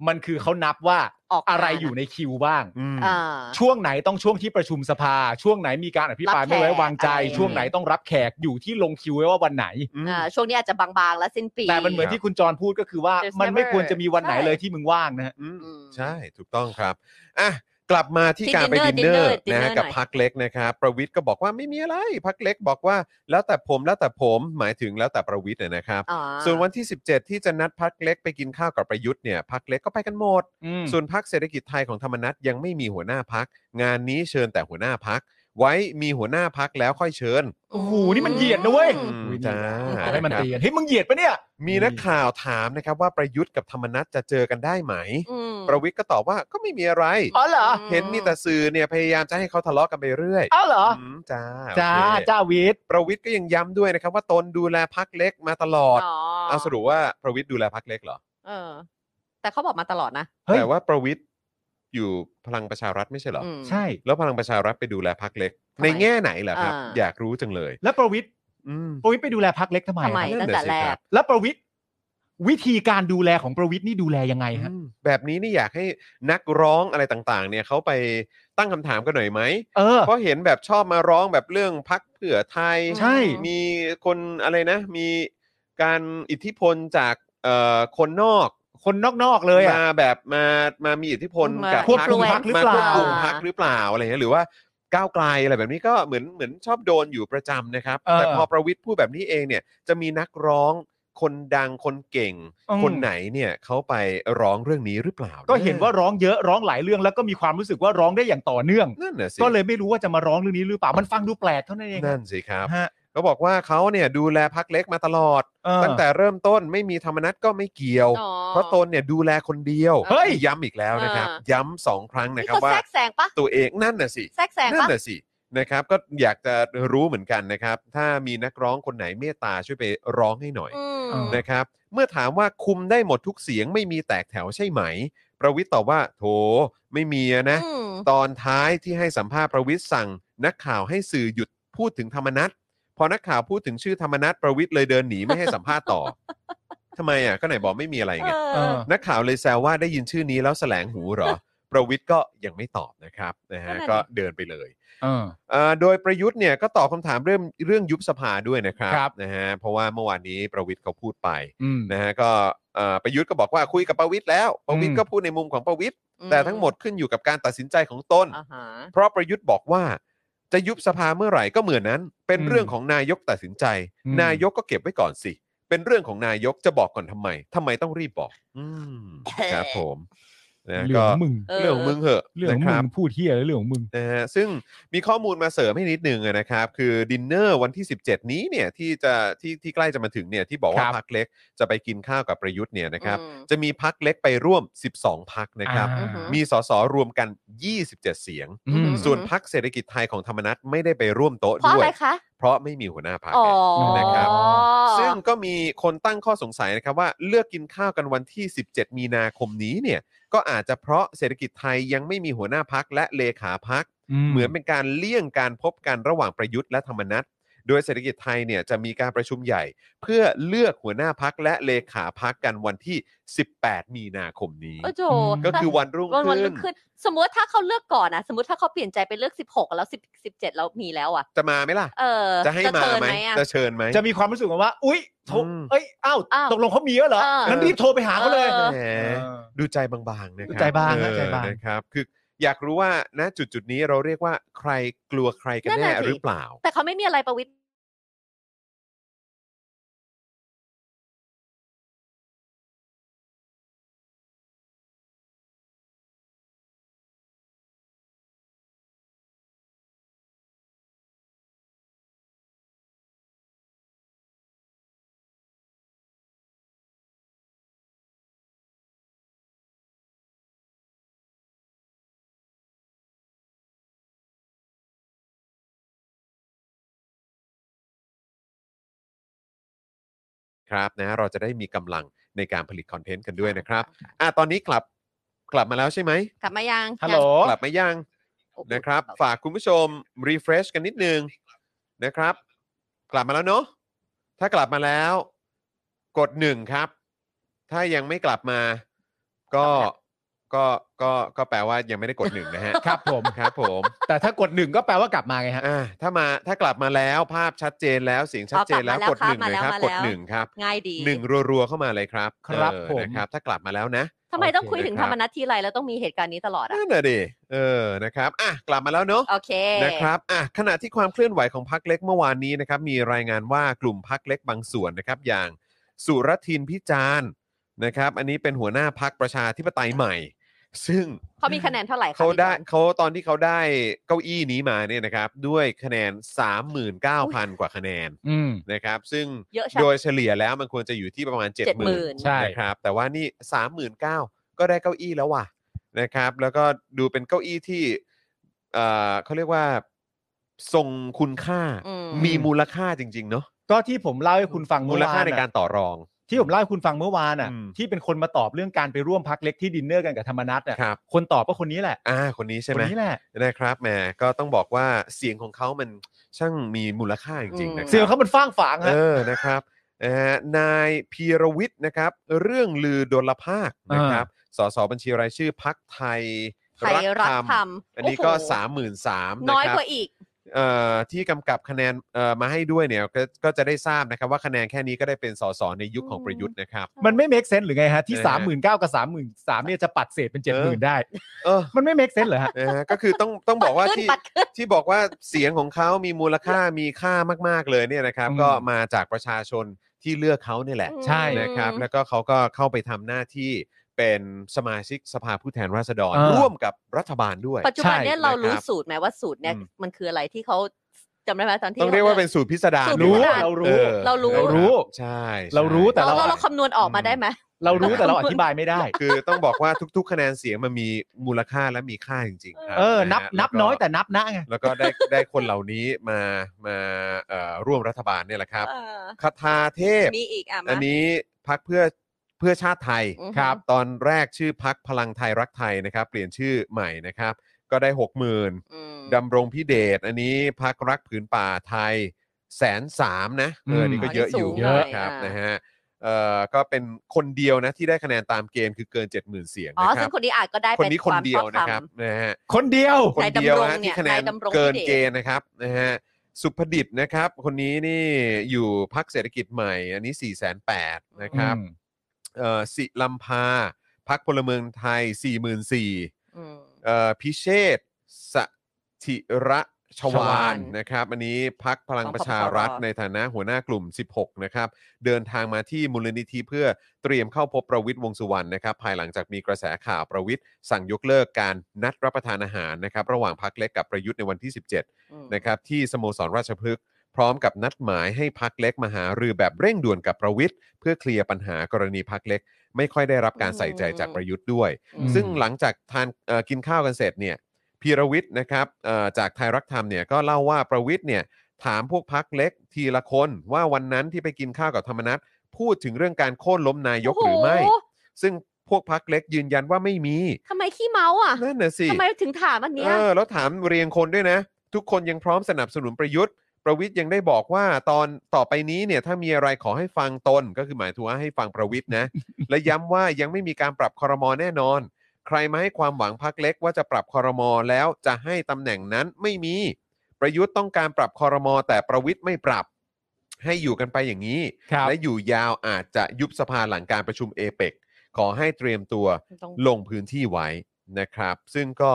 Speaker 3: มันคือเขานับว่า
Speaker 2: ออก
Speaker 3: อะไร
Speaker 2: งาน
Speaker 3: อยู่ในคิวบ้าง
Speaker 1: อืม
Speaker 2: อ่า
Speaker 3: ช่วงไหนต้องช่วงที่ประชุมสภา ช่วงไหนมีการอภิปราย
Speaker 2: รับแขก
Speaker 3: ไม่ไว้วางใจ
Speaker 2: อะไรอย่าง
Speaker 3: ช่วงไหนต้องรับแขกอยู่ที่ลงคิวไว้ว่าวันไหน
Speaker 2: อ่าช่วงนี้อาจจะบางๆแล้วสิ้นปี
Speaker 3: แต่มันเหมือนที่คุณจรพูดก็คือว่า
Speaker 2: There's
Speaker 3: มันไม่
Speaker 2: never
Speaker 3: ควรจะมีวันไหน
Speaker 2: ใช่
Speaker 3: เลยที่มึงว่างนะฮะ
Speaker 1: อืม
Speaker 2: อืม
Speaker 1: ใช่ถูกต้องครับอ่ะกลับมาที่
Speaker 2: ที่
Speaker 1: การไป
Speaker 2: dinner
Speaker 1: ดินเนอ
Speaker 2: dinner
Speaker 1: ร์นะฮะ
Speaker 2: dinner
Speaker 1: กับ
Speaker 2: หน่อย
Speaker 1: พักเล็กนะครับ ประวิทย์ก็บอกว่าไม่มีอะไรพักเล็กบอกว่าแล้วแต่ผมแล้วแต่ผมหมายถึงแล้วแต่ประวิทย์เนี่ยนะครับ
Speaker 2: อ่า
Speaker 1: ส่วนวันที่ 17 ที่จะนัดพักเล็กไปกินข้าวกับประยุทธ์เนี่ยพักเล็กก็ไปกันหมด ส่วนพักเศรษฐกิจไทยของธรรมนัฐยังไม่มีหัวหน้าพัก งานนี้เชิญแต่หัวหน้าพัก ไว้มีหัวหน้าพักแล้วค่อยเชิญ
Speaker 3: โอ้โหนี่มันเหยียดนะเว้ย
Speaker 1: อืม
Speaker 3: อุ๊ย
Speaker 1: จ้า
Speaker 3: ขอให้มันตีกันเฮ้ยมึงเหยียดปะเนี่ย
Speaker 1: มีนักข่าวถามนะครับว่าประยุทธ์กับธรรมนัฐจะเจอกันได้ไหม
Speaker 2: อืม
Speaker 1: ประวิทย์ก็ตอบว่าก็ไม่มีอะไร
Speaker 3: อ๋อเหรอ
Speaker 1: เห็นมีแต่สื่อเนี่ยพยายามจะให้เขาทะเลาะกันไปเรื่อย
Speaker 3: อ้าวเหรอ
Speaker 1: มจ้า
Speaker 3: จ้า
Speaker 1: โอเค
Speaker 3: จ้าวิทย์
Speaker 1: ประวิทย์ก็ยังย้ำด้วยนะครับ ว่าตนดูแลพักเล็กมาตลอด เอาสรุปว่าประวิทย์ดูแลพักเล็กเหรอ
Speaker 2: เออ แต่เขาบอกมาตลอดนะ
Speaker 3: เฮ้ย
Speaker 1: แต่ว่าประวิทย์อยู่พลังประชารัฐไม่ใช่เหรออ
Speaker 2: อืม
Speaker 3: ใช่
Speaker 1: แล้วพลังประชารัฐไปดูแลพักเล็ก
Speaker 2: ทำไม
Speaker 1: ในแง่ไหนเหรอครับ
Speaker 2: อ่า
Speaker 1: อยากรู้จังเลย
Speaker 3: แล้วประวิทย์
Speaker 1: อืม
Speaker 3: ประวิทย์ไปดูแลพักเล็กทำไม
Speaker 2: ทำไม
Speaker 3: ครับ
Speaker 2: ตั้งแต่แรก
Speaker 3: แล้วประวิทย์ วิธีการดูแลของประวิทย์นี่ดูแลยังไงฮะ
Speaker 1: อืมแบบนี้นี่อยากให้นักร้องอะไรต่างๆ เนี่ยเขาไปตั้งคำถามกันหน่อยไหม
Speaker 3: เออ
Speaker 1: (laughs) เพราะเห็นแบบชอบมาร้องแบบเรื่องพักเผื่อไทย
Speaker 3: ใช่
Speaker 1: มีคนอะไรนะ มีการอิทธิพลจากเอ่อคนนอก
Speaker 3: คนนอกๆเลยอ่ะ
Speaker 1: มาแบบมามามีอิทธิพล
Speaker 2: มา
Speaker 1: กั
Speaker 3: ควบคุม
Speaker 1: รร
Speaker 3: พรรคหรือเป
Speaker 1: ม
Speaker 3: ล่า
Speaker 1: ควบคุมพักหรือเปล่าอะไรเงี้ยหรือว่าก้าวไกลอะไรแบบนี้ก็เหมือนเหมือนชอบโดนอยู่ประจำนะครับ
Speaker 3: เออ
Speaker 1: แต่พอประวิทย์พูดแบบนี้เองเนี่ยจะมีนักร้องคนดังคนเก่ง
Speaker 3: อืม
Speaker 1: คนไหนเนี่ยเขาไปร้องเรื่องนี้หรือเปล่า
Speaker 3: ก็เห็นว่าร้องเยอะร้องหลายเรื่องแล้วก็มีความรู้สึกว่าร้องได้อย่างต่อเนื่อง
Speaker 1: นั่นน่ะสิ
Speaker 3: ก็เลยไม่รู้ว่าจะมาร้องเรื่องนี้หรือเปล่ามันฟังดูแปลกเท่านั้นเอง
Speaker 1: นั่นสิครับ
Speaker 3: ฮะ
Speaker 1: ก็บอกว่าเขาเนี่ยดูแลพักเล็กมาตลอด
Speaker 3: เออ
Speaker 1: ตั้งแต่เริ่มต้นไม่มีธรรมนัตก็ไม่เกี่ยว
Speaker 2: อ๋อ
Speaker 1: เพราะตนเนี่ยดูแลคนเดียว
Speaker 3: เฮ้ย
Speaker 1: ย้ำอีกแล้วนะครับ
Speaker 2: เออ
Speaker 1: ย้ำสองครั้งนะ
Speaker 2: นี่
Speaker 1: ครับ
Speaker 2: เขา
Speaker 1: ว่า
Speaker 2: แทรกแซงปะ
Speaker 1: ตัวเองนั่นน่ะสิ
Speaker 2: แทรกแซง
Speaker 1: นั่น
Speaker 2: ปะ
Speaker 1: น่ะสินะครับ ก็อยากจะรู้เหมือนกันนะครับ ถ้ามีนักร้องคนไหนเมตตาช่วยไปร้องให้หน่อย
Speaker 2: อืม
Speaker 3: เออ
Speaker 1: นะครับ เมื่อถามว่าคุมได้หมดทุกเสียงไม่มีแตกแถวใช่ไหม ประวิตรตอบว่า โถไม่มีอะนะ
Speaker 2: อืม
Speaker 1: ตอนท้ายที่ให้สัมภาษณ์ประวิทย์สั่ง นักข่าวให้สื่อหยุดพูดถึงธรรมนัตพอนักข่าวพูดถึงชื่อธรรมนัตประวิทย์เลยเดินหนีไม่ให้สัมภาษณ์ต่อ ทำไมอ่ะก็ไหนบอกไม่มีอะไรไง
Speaker 3: เออ
Speaker 1: นักข่าวเลยแซวว่าได้ยินชื่อนี้แล้วแสลงหูเหรอ ประวิทย์ก็ยังไม่ตอบนะครับนะฮะ
Speaker 2: นั่นน่ะดิ
Speaker 1: ก็เดินไปเลย
Speaker 3: เออ
Speaker 1: เอ่อโดยประยุทธ์เนี่ยก็ตอบคำถามเรื่องเรื่องยุบสภาด้วยนะครับ
Speaker 3: ครับ
Speaker 1: นะฮะเพราะว่าเมื่อวานนี้ประวิทย์เขาพูดไป
Speaker 3: อืม
Speaker 1: นะฮะก็เอ่อประยุทธ์ก็บอกว่าคุยกับประวิทย์แล้วประวิท
Speaker 3: อื
Speaker 1: ย์
Speaker 3: ม
Speaker 1: ก็พูดในมุมของประวิทย์แต่ทั้งหมดขึ้นอยู่กับการตัดสินใจของตน
Speaker 2: อ่าฮะ
Speaker 1: เพราะประยุทธ์บอกว่า จะยุบสภาเมื่อไหร่ก็เหมือนนั้น เป็น
Speaker 3: อืม
Speaker 1: เรื่องของนายกตัดสินใจ
Speaker 3: อืม
Speaker 1: นายกก็เก็บไว้ก่อนสิ เป็นเรื่องของนายกจะบอกก่อนทำไมทำไมต้องรีบบอก อืมครับผมนะ
Speaker 3: เหลื
Speaker 1: ก็
Speaker 3: องมึง
Speaker 2: เ
Speaker 1: เรื่องของมึงเหอะ
Speaker 3: เรื่อง
Speaker 1: นะค
Speaker 3: มึ
Speaker 1: รับ
Speaker 3: งพูดเฮียเรื่องของมึง
Speaker 1: นะฮะซึ่งมีข้อมูลมาเสริมให้นิดนึงอะนะครับ คือดินเนอร์วันที่ 17 นี้เนี่ยที่จะที่ที่ใกล้จะมาถึงเนี่ยที่บอกว่า
Speaker 3: ครับ
Speaker 1: พักเล็กจะไปกินข้าวกับประยุทธ์เนี่ยนะครับ
Speaker 2: อืม
Speaker 1: จะมีพักเล็กไปร่วม 12 พักนะครับ
Speaker 3: อ่า
Speaker 1: มีสสรวมกัน 27 เสียง
Speaker 3: อืม
Speaker 2: ม
Speaker 1: ส่วนพักเศรษฐกิจไทยของธรรมนัตไม่ได้ไปร่วมโต๊ะ
Speaker 2: เพราะ
Speaker 1: ด้
Speaker 2: อะ
Speaker 1: วย
Speaker 2: ไรคะ
Speaker 1: เพราะไม่มีหัวหน้าพัก
Speaker 2: อ๋อ
Speaker 1: นะครับ ซึ่งก็มีคนตั้งข้อสงสัยนะครับว่าเลือกกินข้าวกันวันที่ 17 มีนาคมนี้เนี่ยก็อาจจะเพราะเศรษฐกิจไทยยังไม่มีหัวหน้าพักและเลขาพัก เหมือนเป็นการเลี่ยงการพบกันระหว่างประยุทธ์และธรรมนัตโดยเศรษฐกิจไทยเนี่ยจะมีการประชุมใหญ่ เพื่อเลือกหัวหน้าพักและเลขาพักกันวันที่ 18 มีนาคมนี้
Speaker 2: โอ้โจ
Speaker 3: ม
Speaker 1: ก็คือวันรุ่ง
Speaker 2: วันวัน
Speaker 1: ขึ้
Speaker 2: รุ่
Speaker 1: น
Speaker 2: งขึ้น สมมติถ้าเขาเลือกก่อนนะสมมติถ้าเขาเปลี่ยนใจไปเลือกสิบหกแล้วสิบสิบเจ็ดเรามีแล้วอ่ะ
Speaker 1: จะมาไหมล่ะ
Speaker 2: เออ
Speaker 1: จะให้มา
Speaker 2: เชิญ
Speaker 1: ไหม
Speaker 2: ไหมอ่ะ
Speaker 1: จะเชิญไหม
Speaker 3: จะมีความรู้สึกว่า อุ๊ยโทร
Speaker 1: อืม
Speaker 3: เอ้ยอ้าว
Speaker 2: อ้าว
Speaker 3: ตกลงเขามีแล้วเหรอ
Speaker 2: เออ
Speaker 3: งั้นรีบโทรไปหาเขาเลย
Speaker 2: ออ
Speaker 1: แหม ดูใจบางๆนะค
Speaker 3: ดู
Speaker 1: รับ
Speaker 3: ใจบางนะ
Speaker 1: เออ
Speaker 3: ใจบาง
Speaker 1: นะครับ คืออยากรู้ว่าณจุดจุดๆนี้เราเรียกว่าใครกลัวใครกัน
Speaker 2: นั่น
Speaker 1: แน่
Speaker 2: น่ะสิ
Speaker 1: หรือเปล่า
Speaker 2: แต่เขาไม่มีอะไรประวิตร
Speaker 1: ครับนะเราจะได้มีกำลังในการผลิตคอนเทนต์กันด้วยนะครับอ่ะตอนนี้กลับกลับมาแล้วใช่ไหม
Speaker 2: กลับมายัง
Speaker 3: ฮัลโหล
Speaker 1: กลับมายัง
Speaker 2: ยัง
Speaker 1: นะครับ ฝากคุณผู้ชมรีเฟรชกันนิดนึงนะครับ กลับมาแล้วเนาะถ้ากลับมาแล้ว กดหนึ่งครับ ถ้ายังไม่กลับมา ก็ก็ก็ก็แปลว่ายังไม่ได้กดหนึ่งนะฮะ
Speaker 3: ครับผม
Speaker 1: ครับผม
Speaker 3: แต่ถ้ากดหนึ่งก็แปลว่ากลับมาไงฮะ
Speaker 1: อ่าถ้ามาถ้ากลับมาแล้วภาพชัดเจนแล้วเสียงชัดเจนแล้ว
Speaker 2: อ๋อก ก
Speaker 1: ด
Speaker 2: ลับ
Speaker 1: ห
Speaker 2: มา
Speaker 1: นึ่งเลย
Speaker 2: แล้ว
Speaker 1: ครับ
Speaker 2: ครับ
Speaker 1: ก
Speaker 2: มา
Speaker 1: ด
Speaker 2: แล้ว
Speaker 1: หนึ่งครับ
Speaker 2: ง่ายดี
Speaker 1: หนึ่งรัวๆเข้ามาเลยครับ
Speaker 3: ครับ
Speaker 1: เออ
Speaker 3: ผม
Speaker 1: นะครับ ถ้ากลับมาแล้วนะ
Speaker 2: ทำไมต้องคุยถึง
Speaker 1: โอเค
Speaker 2: ธ
Speaker 1: ครั
Speaker 2: ร
Speaker 1: บ
Speaker 2: รมนัตทีไรแล้วต้องมีเหตุการณ์นี้ตลอดอ่ะ
Speaker 1: นั่นน่ะดิเออนะครับอ่ะกลับมาแล้วเนาะ
Speaker 2: โอเค
Speaker 1: นะครับอ่ะขณะที่ความเคลื่อนไหวของพักเล็กเมื่อวานนี้นะครับ มีรายงานว่ากลุ่มพักเล็กบางส่วนนะครับ อย่างสุรทินพิจารณ์นะครับ อันนี้เป็นหัวหน้าพักประชาธิปไตยใหม่ ซึ่ง
Speaker 2: เขามีคะแนนเท่าไหร่คะ
Speaker 1: เขาได้
Speaker 2: พี่บอล
Speaker 1: เขาตอนที่เขาได้เก้าอี้นี้มาเนี่ยนะครับ ด้วยคะแนน 39,000 กว่าคะแนน
Speaker 3: อืม
Speaker 1: นะครับ ซึ่ง
Speaker 2: เยอะใช่
Speaker 1: โดยเฉลี่ยแล้วมันควรจะอยู่ที่ประมาณ 70,000
Speaker 2: 70,000
Speaker 3: ใช่
Speaker 1: นะครับ แต่ว่านี่ 39,000 ก็ได้เก้าอี้แล้วว่ะนะครับ แล้วก็ดูเป็นเก้าอี้ที่เอ่อเขาเรียกว่าทรงคุณค่า
Speaker 2: อืม
Speaker 1: มีมูลค่าจริง ๆ เนาะ
Speaker 3: ก็ที่ผมเล่าให้คุณฟัง
Speaker 1: มู
Speaker 3: เมื่อ
Speaker 1: ล
Speaker 3: วา
Speaker 1: ค่าน ในการ
Speaker 3: อะ
Speaker 1: ต่อรอง
Speaker 3: ที่ผมเล่าให้คุณฟังเมื่อวานอ่ะ
Speaker 1: อืม
Speaker 3: ที่เป็นคนมาตอบเรื่องการไปร่วมพักเล็กที่ดินเนอร์กันกับธรรมนัตอ่ะ
Speaker 1: ครับ
Speaker 3: คนตอบก็คนนี้แหละ
Speaker 1: อ่าคนนี้ใช่
Speaker 3: ค
Speaker 1: ไห
Speaker 3: น
Speaker 1: ม
Speaker 3: นี้แหละ
Speaker 1: นะครับแหมก็ต้องบอกว่าเสียงของเขามันช่างมีมูลค่าจริงๆนะค
Speaker 2: อืม
Speaker 1: รับ
Speaker 3: เสียงเขามันฟ้างฝาง
Speaker 1: เอ
Speaker 3: ฮะ
Speaker 1: อนะครับ นะฮะนายพีรวิทย์นะครับ เรื่องลือดลภาคนะครับสสบัญชีรายชื่อพักไทย
Speaker 2: ไทยรักธรรม
Speaker 1: อันนี้ก็
Speaker 2: โโห
Speaker 1: 3 3 0 0 0
Speaker 2: น้อย
Speaker 1: ครับ
Speaker 2: กว่าอีก
Speaker 1: เอ่อที่กำกับคะแนนเอ่อมาให้ด้วยเนี่ยก็ก็จะได้ทราบนะครับว่าคะแนนแค่นี้ก็ได้เป็นสสในยุคของประยุทธ์นะครับ
Speaker 3: มันไม่ make sense หรือไงฮะ ที่
Speaker 1: เออ
Speaker 3: สามหมื่นเก้ากับสามหมื่นสามเนี่ยจะปัดเศษเป็นเจ็ดหมื่นได้
Speaker 1: เออ
Speaker 3: มันไม่ make sense เหรอฮะ
Speaker 1: นะฮะก็คือต้องต้องบอกว่า
Speaker 2: ปัดขึ้น
Speaker 1: ที่
Speaker 2: ปัด (laughs) ขึ้น
Speaker 1: ที่บอกว่าเสียงของเขามีมูลค่ามีค่ามาก ๆ เลยเนี่ยนะครับ
Speaker 3: อืม
Speaker 1: ก็มาจากประชาชนที่เลือกเขาเนี่ยแหละ
Speaker 3: ใช่
Speaker 1: นะครับแล้วก็เขาก็เข้าไปทำหน้าที่เป็นสมาชิกสภาผู้แทนราษฎร
Speaker 3: อ่า
Speaker 1: ร่วมกับรัฐบาลด้วย
Speaker 2: ปัจจุบันเนี่ย
Speaker 1: ใช่
Speaker 2: เรารู้
Speaker 1: นะครับ
Speaker 2: สูตรไหมว่าสูตรเนี่ย
Speaker 1: อืม
Speaker 2: มันคืออะไรที่เขาจำได้ไหมตอนที่
Speaker 1: ต้องเรียกว่าเป็นสูตรพิสดาร
Speaker 2: สูตร
Speaker 1: ดีกว่
Speaker 2: พิสดาร
Speaker 1: อ
Speaker 3: เรา
Speaker 1: อ
Speaker 3: รู้
Speaker 2: เรารู้
Speaker 1: นะคบ
Speaker 3: เรารู้
Speaker 1: ใช่ใช่
Speaker 3: เรารู้แต่
Speaker 2: เราเรา
Speaker 3: เรา
Speaker 2: เราคำนวณออกมา
Speaker 1: อืม
Speaker 2: ได้ไหม
Speaker 3: เรารู้แต่เราอธิบายไม่ได้
Speaker 1: คือต้องบอกว่าทุก ๆ คะแนนเสียงมันมีมูลค่าและมีค่าจริงๆครับ
Speaker 3: เออ นับ
Speaker 1: ะฮะ
Speaker 3: นับ
Speaker 1: แล้วก็
Speaker 3: น้อยแต่นับนะไง
Speaker 1: แล้วก็ได้ได้คนเหล่านี้มามาเอ่อร่วมรัฐบาลเนี่ยแหละครับ
Speaker 2: เออ
Speaker 1: คาทาเทพ
Speaker 2: มีอีกอ่ะมา
Speaker 1: อันนี้พักเพื่อเพื่อชาติไทย
Speaker 2: อือฮึ
Speaker 1: ครับ ตอนแรกชื่อพักพลังไทยรักไทยนะครับ เปลี่ยนชื่อใหม่นะครับ ก็ได้ 6 0,000
Speaker 2: อืม
Speaker 1: ดำรงพิเดชอันนี้พักรักผืนป่าไทยแสนสามนะเออ
Speaker 3: ม
Speaker 1: อนนี่ก็เยอะอยู่
Speaker 2: อันนี้
Speaker 1: นะ
Speaker 2: สูงหน่อย
Speaker 1: ครับ
Speaker 2: อ่ะ
Speaker 1: นะฮะเอ่อก็เป็นคนเดียวนะที่ได้คะแนนตามเกณฑ์คือเกิน 70,000 เสียง
Speaker 2: อ๋อ
Speaker 1: นะครั
Speaker 2: ซึ่ง
Speaker 1: บ
Speaker 2: คนนี้อาจก็ได้
Speaker 1: คน
Speaker 2: เป็น
Speaker 1: นี้
Speaker 2: ค
Speaker 1: คน
Speaker 2: วาม
Speaker 1: เดี
Speaker 2: ช
Speaker 1: ย
Speaker 2: อ
Speaker 1: ว
Speaker 2: บธร
Speaker 1: นะ
Speaker 2: รม
Speaker 1: ครับนะฮะ
Speaker 3: คนเดียว
Speaker 1: คนเดียวฮะ
Speaker 2: นายดำ
Speaker 1: ที่
Speaker 2: รงเนี่ย
Speaker 1: คะแนน
Speaker 2: นายดำรง
Speaker 1: เกิน
Speaker 2: พิเดช
Speaker 1: เกณฑ์นะครับนะฮะสุพดิตนะครับ คนนี้นี่อยู่พักเศรษฐกิจใหม่ อันนี้ 4 8 0 0 0นะครับ
Speaker 3: อืม
Speaker 1: เอ่อสิลำพาพักพลเมืองไทย 4 4 0 0 0
Speaker 2: อืม
Speaker 1: เอ่อพิเชษสถิระช
Speaker 3: ช
Speaker 1: วาว
Speaker 3: าน ล
Speaker 1: นะครับ อันนี้พักพลัง
Speaker 2: ของ
Speaker 1: ประชารัฐ
Speaker 2: พปสร
Speaker 1: ในฐานะหัวหน้ากลุ่ม 16 นะครับ เดินทางมาที่มูลนิธิเพื่อเตรียมเข้าพบประวิทย์วงษ์สุวรรณนะครับ ภายหลังจากมีกระแสข่าวประวิทย์สั่งยกเลิกการนัดรับประทานอาหารนะครับ ระหว่างพักเล็กกับประยุทธ์ในวันที่ 17
Speaker 2: อืม
Speaker 1: นะครับที่สโมสรราชพฤกษ์พร้อมกับนัดหมายให้พักเล็กมาหารือแบบเร่งด่วนกับประวิทย์เพื่อเคลียร์ปัญหากรณีพักเล็ก ไม่ค่อยได้รับการใส่ใจจากประยุทธ์ด้วย
Speaker 2: อืม
Speaker 1: ซึ่งหลังจากทานเอ่อกินข้าวกันเสร็จเนี่ยพีรวิทย์นะครับเอ่อจากไทยรักธรรมเนี่ยก็เล่าว่าประวิทย์เนี่ยถามพวกพักเล็กทีละคนว่าวันนั้นที่ไปกินข้าวกับธรรมนัฐพูดถึงเรื่องการโค่นล้มนายกหรือไม่
Speaker 2: โโ
Speaker 1: ซึ่งพวกพักเล็กยืนยันว่าไม่มี
Speaker 2: ทำไมขี้เมาอ่ะ
Speaker 1: นั่นน่ะสิ
Speaker 2: ทำไมถึงถามอันเนี้
Speaker 1: เอย อแล้วถามเรียงคนด้วยนะ ทุกคนยังพร้อมสนับสนุนประยุทธ์ ประวิทย์ยังได้บอกว่าตอนต่อไปนี้เนี่ยถ้ามีอะไรขอให้ฟังตนก็คือหมายถึงว่าให้ฟังประวิทย์นะ และย้ำว่ายังไม่มีการปรับคอรมอแน่นอน ใครมาให้ความหวังพักเล็กว่าจะปรับคอรมอแล้วจะให้ตำแหน่งนั้นไม่มี ประยุทธ์ต้องการปรับคอรมอแต่ประวิทย์ไม่ปรับ ให้อยู่กันไปอย่างนี้
Speaker 3: ครับ
Speaker 1: และอยู่ยาวอาจจะยุบสภาหลังการประชุมเอเปกขอให้เตรียมตัว
Speaker 2: ต้อง
Speaker 1: ลงพื้นที่ไว้นะครับ ซึ่งก็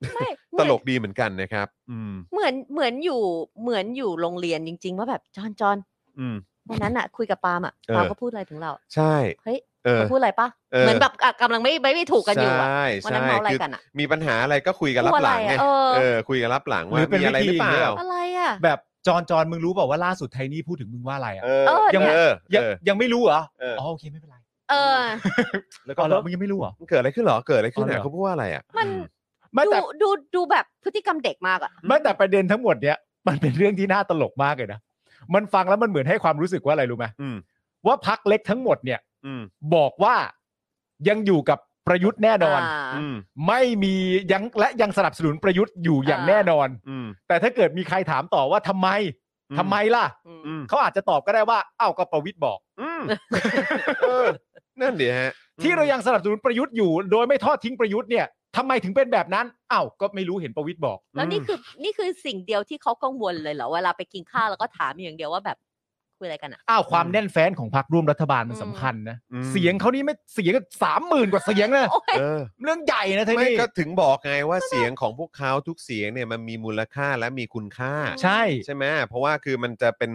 Speaker 2: ไม่เห
Speaker 1: (laughs) ต
Speaker 2: มือน
Speaker 1: ลกดีเหมือนกันนะครับ อืม
Speaker 2: เหมือนเหมือนอยู่เหมือนอยู่โรงเรียนจริง ๆ ว่าแบบจอนจอน
Speaker 1: อืม
Speaker 2: วันนั้นอ่ะ คุยกับปาล์มอ่ะ
Speaker 1: เออ
Speaker 2: ปาล์มก็พูดอะไรถึงเรา
Speaker 1: ใช่
Speaker 2: เฮ้ย
Speaker 1: เออ
Speaker 2: เขาพูดอะไรปะ
Speaker 1: เออ
Speaker 2: เหมือนแบบอ่ะกำลังไม่ไม่ไม่ถูกกันอยู่อ่ะ
Speaker 1: ใช่
Speaker 2: วัน
Speaker 1: ใช่
Speaker 2: นั้นเมาอะไร
Speaker 1: คือ
Speaker 2: กันอ่ะ
Speaker 1: มีปัญหาอะไรก็คุยกันรับหลังไง
Speaker 2: กลัวอะไรอะเออ
Speaker 1: เออ คุยกันรับหลัง
Speaker 3: หรื
Speaker 1: ว่า
Speaker 3: อเป็น
Speaker 1: มีอะไรหรือเป
Speaker 3: วิธีอย่างเงี้
Speaker 1: ล่าย
Speaker 3: เหรอ
Speaker 2: อะไรอ่ะ
Speaker 3: แบบจอนจอนมึงรู้เปล่าว่าล่าสุดไทนี่พูดถึงมึงว่าอะไรอ่ะ
Speaker 1: เออ
Speaker 2: เออ
Speaker 1: ยัง
Speaker 3: เนี่ย
Speaker 1: เออ
Speaker 3: ยัง
Speaker 1: เออ
Speaker 3: ยังไม่รู้เหรอ
Speaker 1: เอออ๋
Speaker 3: อ๋อโอเคไม่เป็นไร
Speaker 2: เออ
Speaker 1: แล้วก็
Speaker 3: อ๋อเหรอมึงยังไม่รู้เหรอ
Speaker 1: เกิดอะไรขึ้นเหรอเกิดอะไรขึ้น
Speaker 3: อ๋อเห
Speaker 1: อ่ะ
Speaker 3: รอ
Speaker 1: เขาพูดว่าอะไรอ่ะ
Speaker 2: มัน
Speaker 1: อื
Speaker 3: ไม่
Speaker 2: ดู
Speaker 3: แต่
Speaker 2: ดูดูแบบพฤติกรรมเด็กมากอ่ะ
Speaker 3: ไม่แต่ประเด็นทั้งหมดเนี้ยมันเป็นเรื่องที่น่าตลกมากเลยนะมันฟังแล้วมันเหมือนให้ความรู้สึกว่าอะไรรู้ไหม
Speaker 1: อืม
Speaker 3: ว่าพักเล็กทั้งหมดเนี่ย
Speaker 1: อืม
Speaker 3: บอกว่ายังอยู่กับประยุทธ์แน่นอน
Speaker 1: อืม
Speaker 3: ไม่มียังและยังสนับสนุนประยุทธ์อยู่อย่าง
Speaker 2: อ่า
Speaker 3: แน่นอน
Speaker 1: อืม
Speaker 3: แต่ถ้าเกิดมีใครถามต่อว่าทำไมทำไมล่ะ
Speaker 2: อืม
Speaker 1: อืม
Speaker 3: เขาอาจจะตอบก็ได้ว่าเอ้าก็ประวิทย์บอก
Speaker 1: อืม (laughs) เออนั่นดิฮะ
Speaker 3: ที่เรายังสนับสนุนประยุทธ์อยู่ โดยไม่ทอดทิ้งประยุทธ์เนี่ยทำไมถึงเป็นแบบนั้นเอ้าก็ไม่รู้เห็นประวิทย์บอก
Speaker 2: แล้วนี่คือนี่คือสิ่งเดียวที่เขากังวลเลยเหรอเวลาไปกินข้าวแล้วก็ถามอย่างเดียวว่าแบบคุยอะไรกันอ่ะ
Speaker 3: อ้าวความแน่นแฟ้นของพรรคร่วมรัฐบาลมันสำคัญนะ
Speaker 1: อืม
Speaker 3: เสียงเขานี่ไม่เสียงสามหมื่นกว่าเสียงนะ
Speaker 2: โอ้ย
Speaker 1: เออ
Speaker 3: เรื่องใหญ่นะไท
Speaker 1: ไม่
Speaker 3: นี่
Speaker 1: ก็ถึงบอกไงว่าเสียงของพวกเขาทุกเสียงเนี่ยมันมีมูลค่าและมีคุณค่า
Speaker 3: ใช่
Speaker 1: ใช่ไหมเพราะว่าคือมันจะเป็น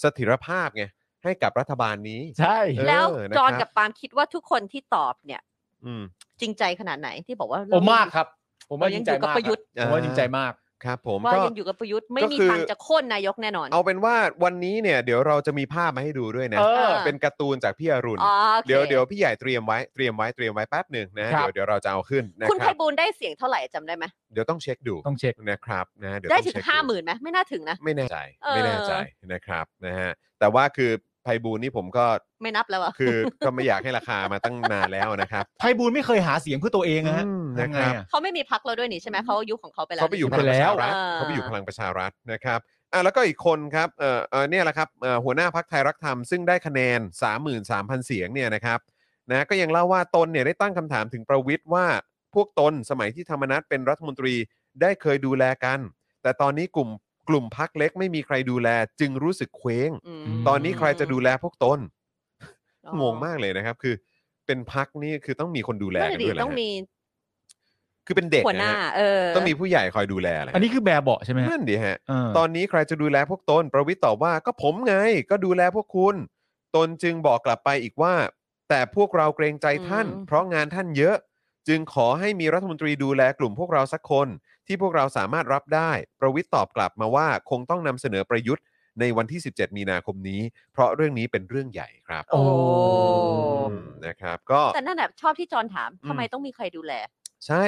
Speaker 1: เสถิรภาพไงให้กับรัฐบาลนี้
Speaker 3: ใช่
Speaker 1: เออ
Speaker 2: แล้ว
Speaker 1: นะครับ
Speaker 2: จอนกับปาล์มคิดว่าทุกคนที่ตอบเนี่ย
Speaker 1: อืม
Speaker 2: จริงใจขนาดไหนที่บอกว่าเร
Speaker 3: ผมมากครับ ผมว่า
Speaker 2: เรายั
Speaker 3: ยิ
Speaker 2: ง
Speaker 3: งใจ
Speaker 2: อยู่กับ
Speaker 3: มาก
Speaker 2: ประยุทธ์
Speaker 3: คบผมว่ายิงใจมาก
Speaker 1: ครับผม
Speaker 2: ว่า
Speaker 1: ก็
Speaker 2: ยังอยู่กับประยุทธ์ไม่
Speaker 1: ก็
Speaker 2: มี
Speaker 1: คือ
Speaker 2: ทางจะโค่นนายกแน่นอน
Speaker 1: เอาเป็นว่าวันนี้เนี่ยเดี๋ยวเราจะมีภาพมาให้ดูด้วยนะ
Speaker 3: เออ
Speaker 1: เป็นการ์ตูนจากพี่อรุณ
Speaker 2: อ๋อโอค
Speaker 1: เดี๋ยวเดี๋ยวพี่ใหญ่เตรียมไว้เตรียมไว้เตรียมไว้แป๊บหนึ่งนะ
Speaker 3: ครั
Speaker 1: เดี๋ย
Speaker 3: บ
Speaker 1: วเดี๋ยวเราจะเอาขึ้นนะ
Speaker 2: คุณ
Speaker 1: ค
Speaker 2: ไพ
Speaker 1: รับ
Speaker 2: บูลย์ได้เสียงเท่าไหร่จำได้ไหม
Speaker 1: เดี๋ยวต้องเช็คดู
Speaker 3: ต้องเช็ค
Speaker 1: นะครับนะเดี๋ยว
Speaker 2: ได้
Speaker 1: ต้อง
Speaker 2: ถึง
Speaker 1: เช็ค
Speaker 2: ห้าหมื่นไหมไม่น่าถึงนะ
Speaker 1: ไม่แน่ใจ
Speaker 2: เออ
Speaker 1: ไม่แน่ใจนะครับนะฮะแต่ว่าคือไพบูลย์นี่ผมก็
Speaker 2: ไม่นับแล้วอ่ะ
Speaker 1: คือ ก็ไม่อยากให้ราคามาตั้งนานแล้วนะครับ
Speaker 3: ไพบูลย์ไม่เคยหาเสียงเพื่อตัวเองนะฮะ
Speaker 1: อืม
Speaker 3: ทำไง
Speaker 1: นะครับ
Speaker 3: อะ
Speaker 2: เขาไม่มีพักเราด้วยนี่ใช่ไหมเขายุคของเขาไปแล้ว
Speaker 1: เขาไปอยู่พลัง
Speaker 3: ไป
Speaker 1: ประ
Speaker 3: แล้
Speaker 1: ชาว รัฐ
Speaker 2: เออ
Speaker 1: เขาไปอยู่พลังประชารัฐนะครับ อ่ะแล้วก็อีกคนครับเอ่อเอ่อเนี่ยแหละครับเอ่อหัวหน้าพักไทยรักธรรมซึ่งได้คะแนน 33,000 เสียงเนี่ยนะครับนะก็ยังเล่าว่าตนเนี่ยได้ตั้งคำถามถึงประวิทย์ว่าพวกตนสมัยที่ธรรมนัตเป็นรัฐมนตรีได้เคยดูแลกัน แต่ตอนนี้กลุ่มกลุ่มพักเล็กไม่มีใครดูแลจึงรู้สึกเคว้ง
Speaker 2: ม
Speaker 1: ตอนนี้ใครจะดูแลพวกตน งงมากเลยนะครับ คือเป็นพักนี่คือต้องมีคนดูแล
Speaker 2: นั่น
Speaker 1: กั
Speaker 2: นะ
Speaker 1: น
Speaker 2: ดิ
Speaker 1: ด้วยเหรอ
Speaker 2: ต้อง
Speaker 1: ฮะ
Speaker 2: มี
Speaker 1: คือเป็นเด็ก
Speaker 2: หัวห
Speaker 1: นะ
Speaker 2: น้า
Speaker 1: ฮะ
Speaker 2: เออ
Speaker 1: ต้องมีผู้ใหญ่คอยดูแลอะไร
Speaker 3: อันนี้คือแบบเบาะใช่ไหมฮะ
Speaker 1: นั่นดิฮะ
Speaker 3: เออ
Speaker 1: ตอนนี้ใครจะดูแลพวกตน ประวิทย์ตอบว่าก็ผมไง ก็ดูแลพวกคุณ ตนจึงบอกกลับไปอีกว่า แต่พวกเราเกรงใจท่าน เพราะงานท่านเยอะ จึงขอให้มีรัฐมนตรีดูแลกลุ่มพวกเราสักคน ที่พวกเราสามารถรับได้ ประวิทย์ตอบกลับมาว่าคงต้องนำเสนอประยุทธ์ในวันที่ 17 มีนาคมนี้ เพราะเรื่องนี้เป็นเรื่องใหญ่ครับ
Speaker 2: โอ้
Speaker 1: อืมนะครับ ก็
Speaker 2: แต่นั่นแหละชอบที่จอนถาม
Speaker 1: อืม
Speaker 2: ทำไมต้องมีใครดูแล
Speaker 1: ใช่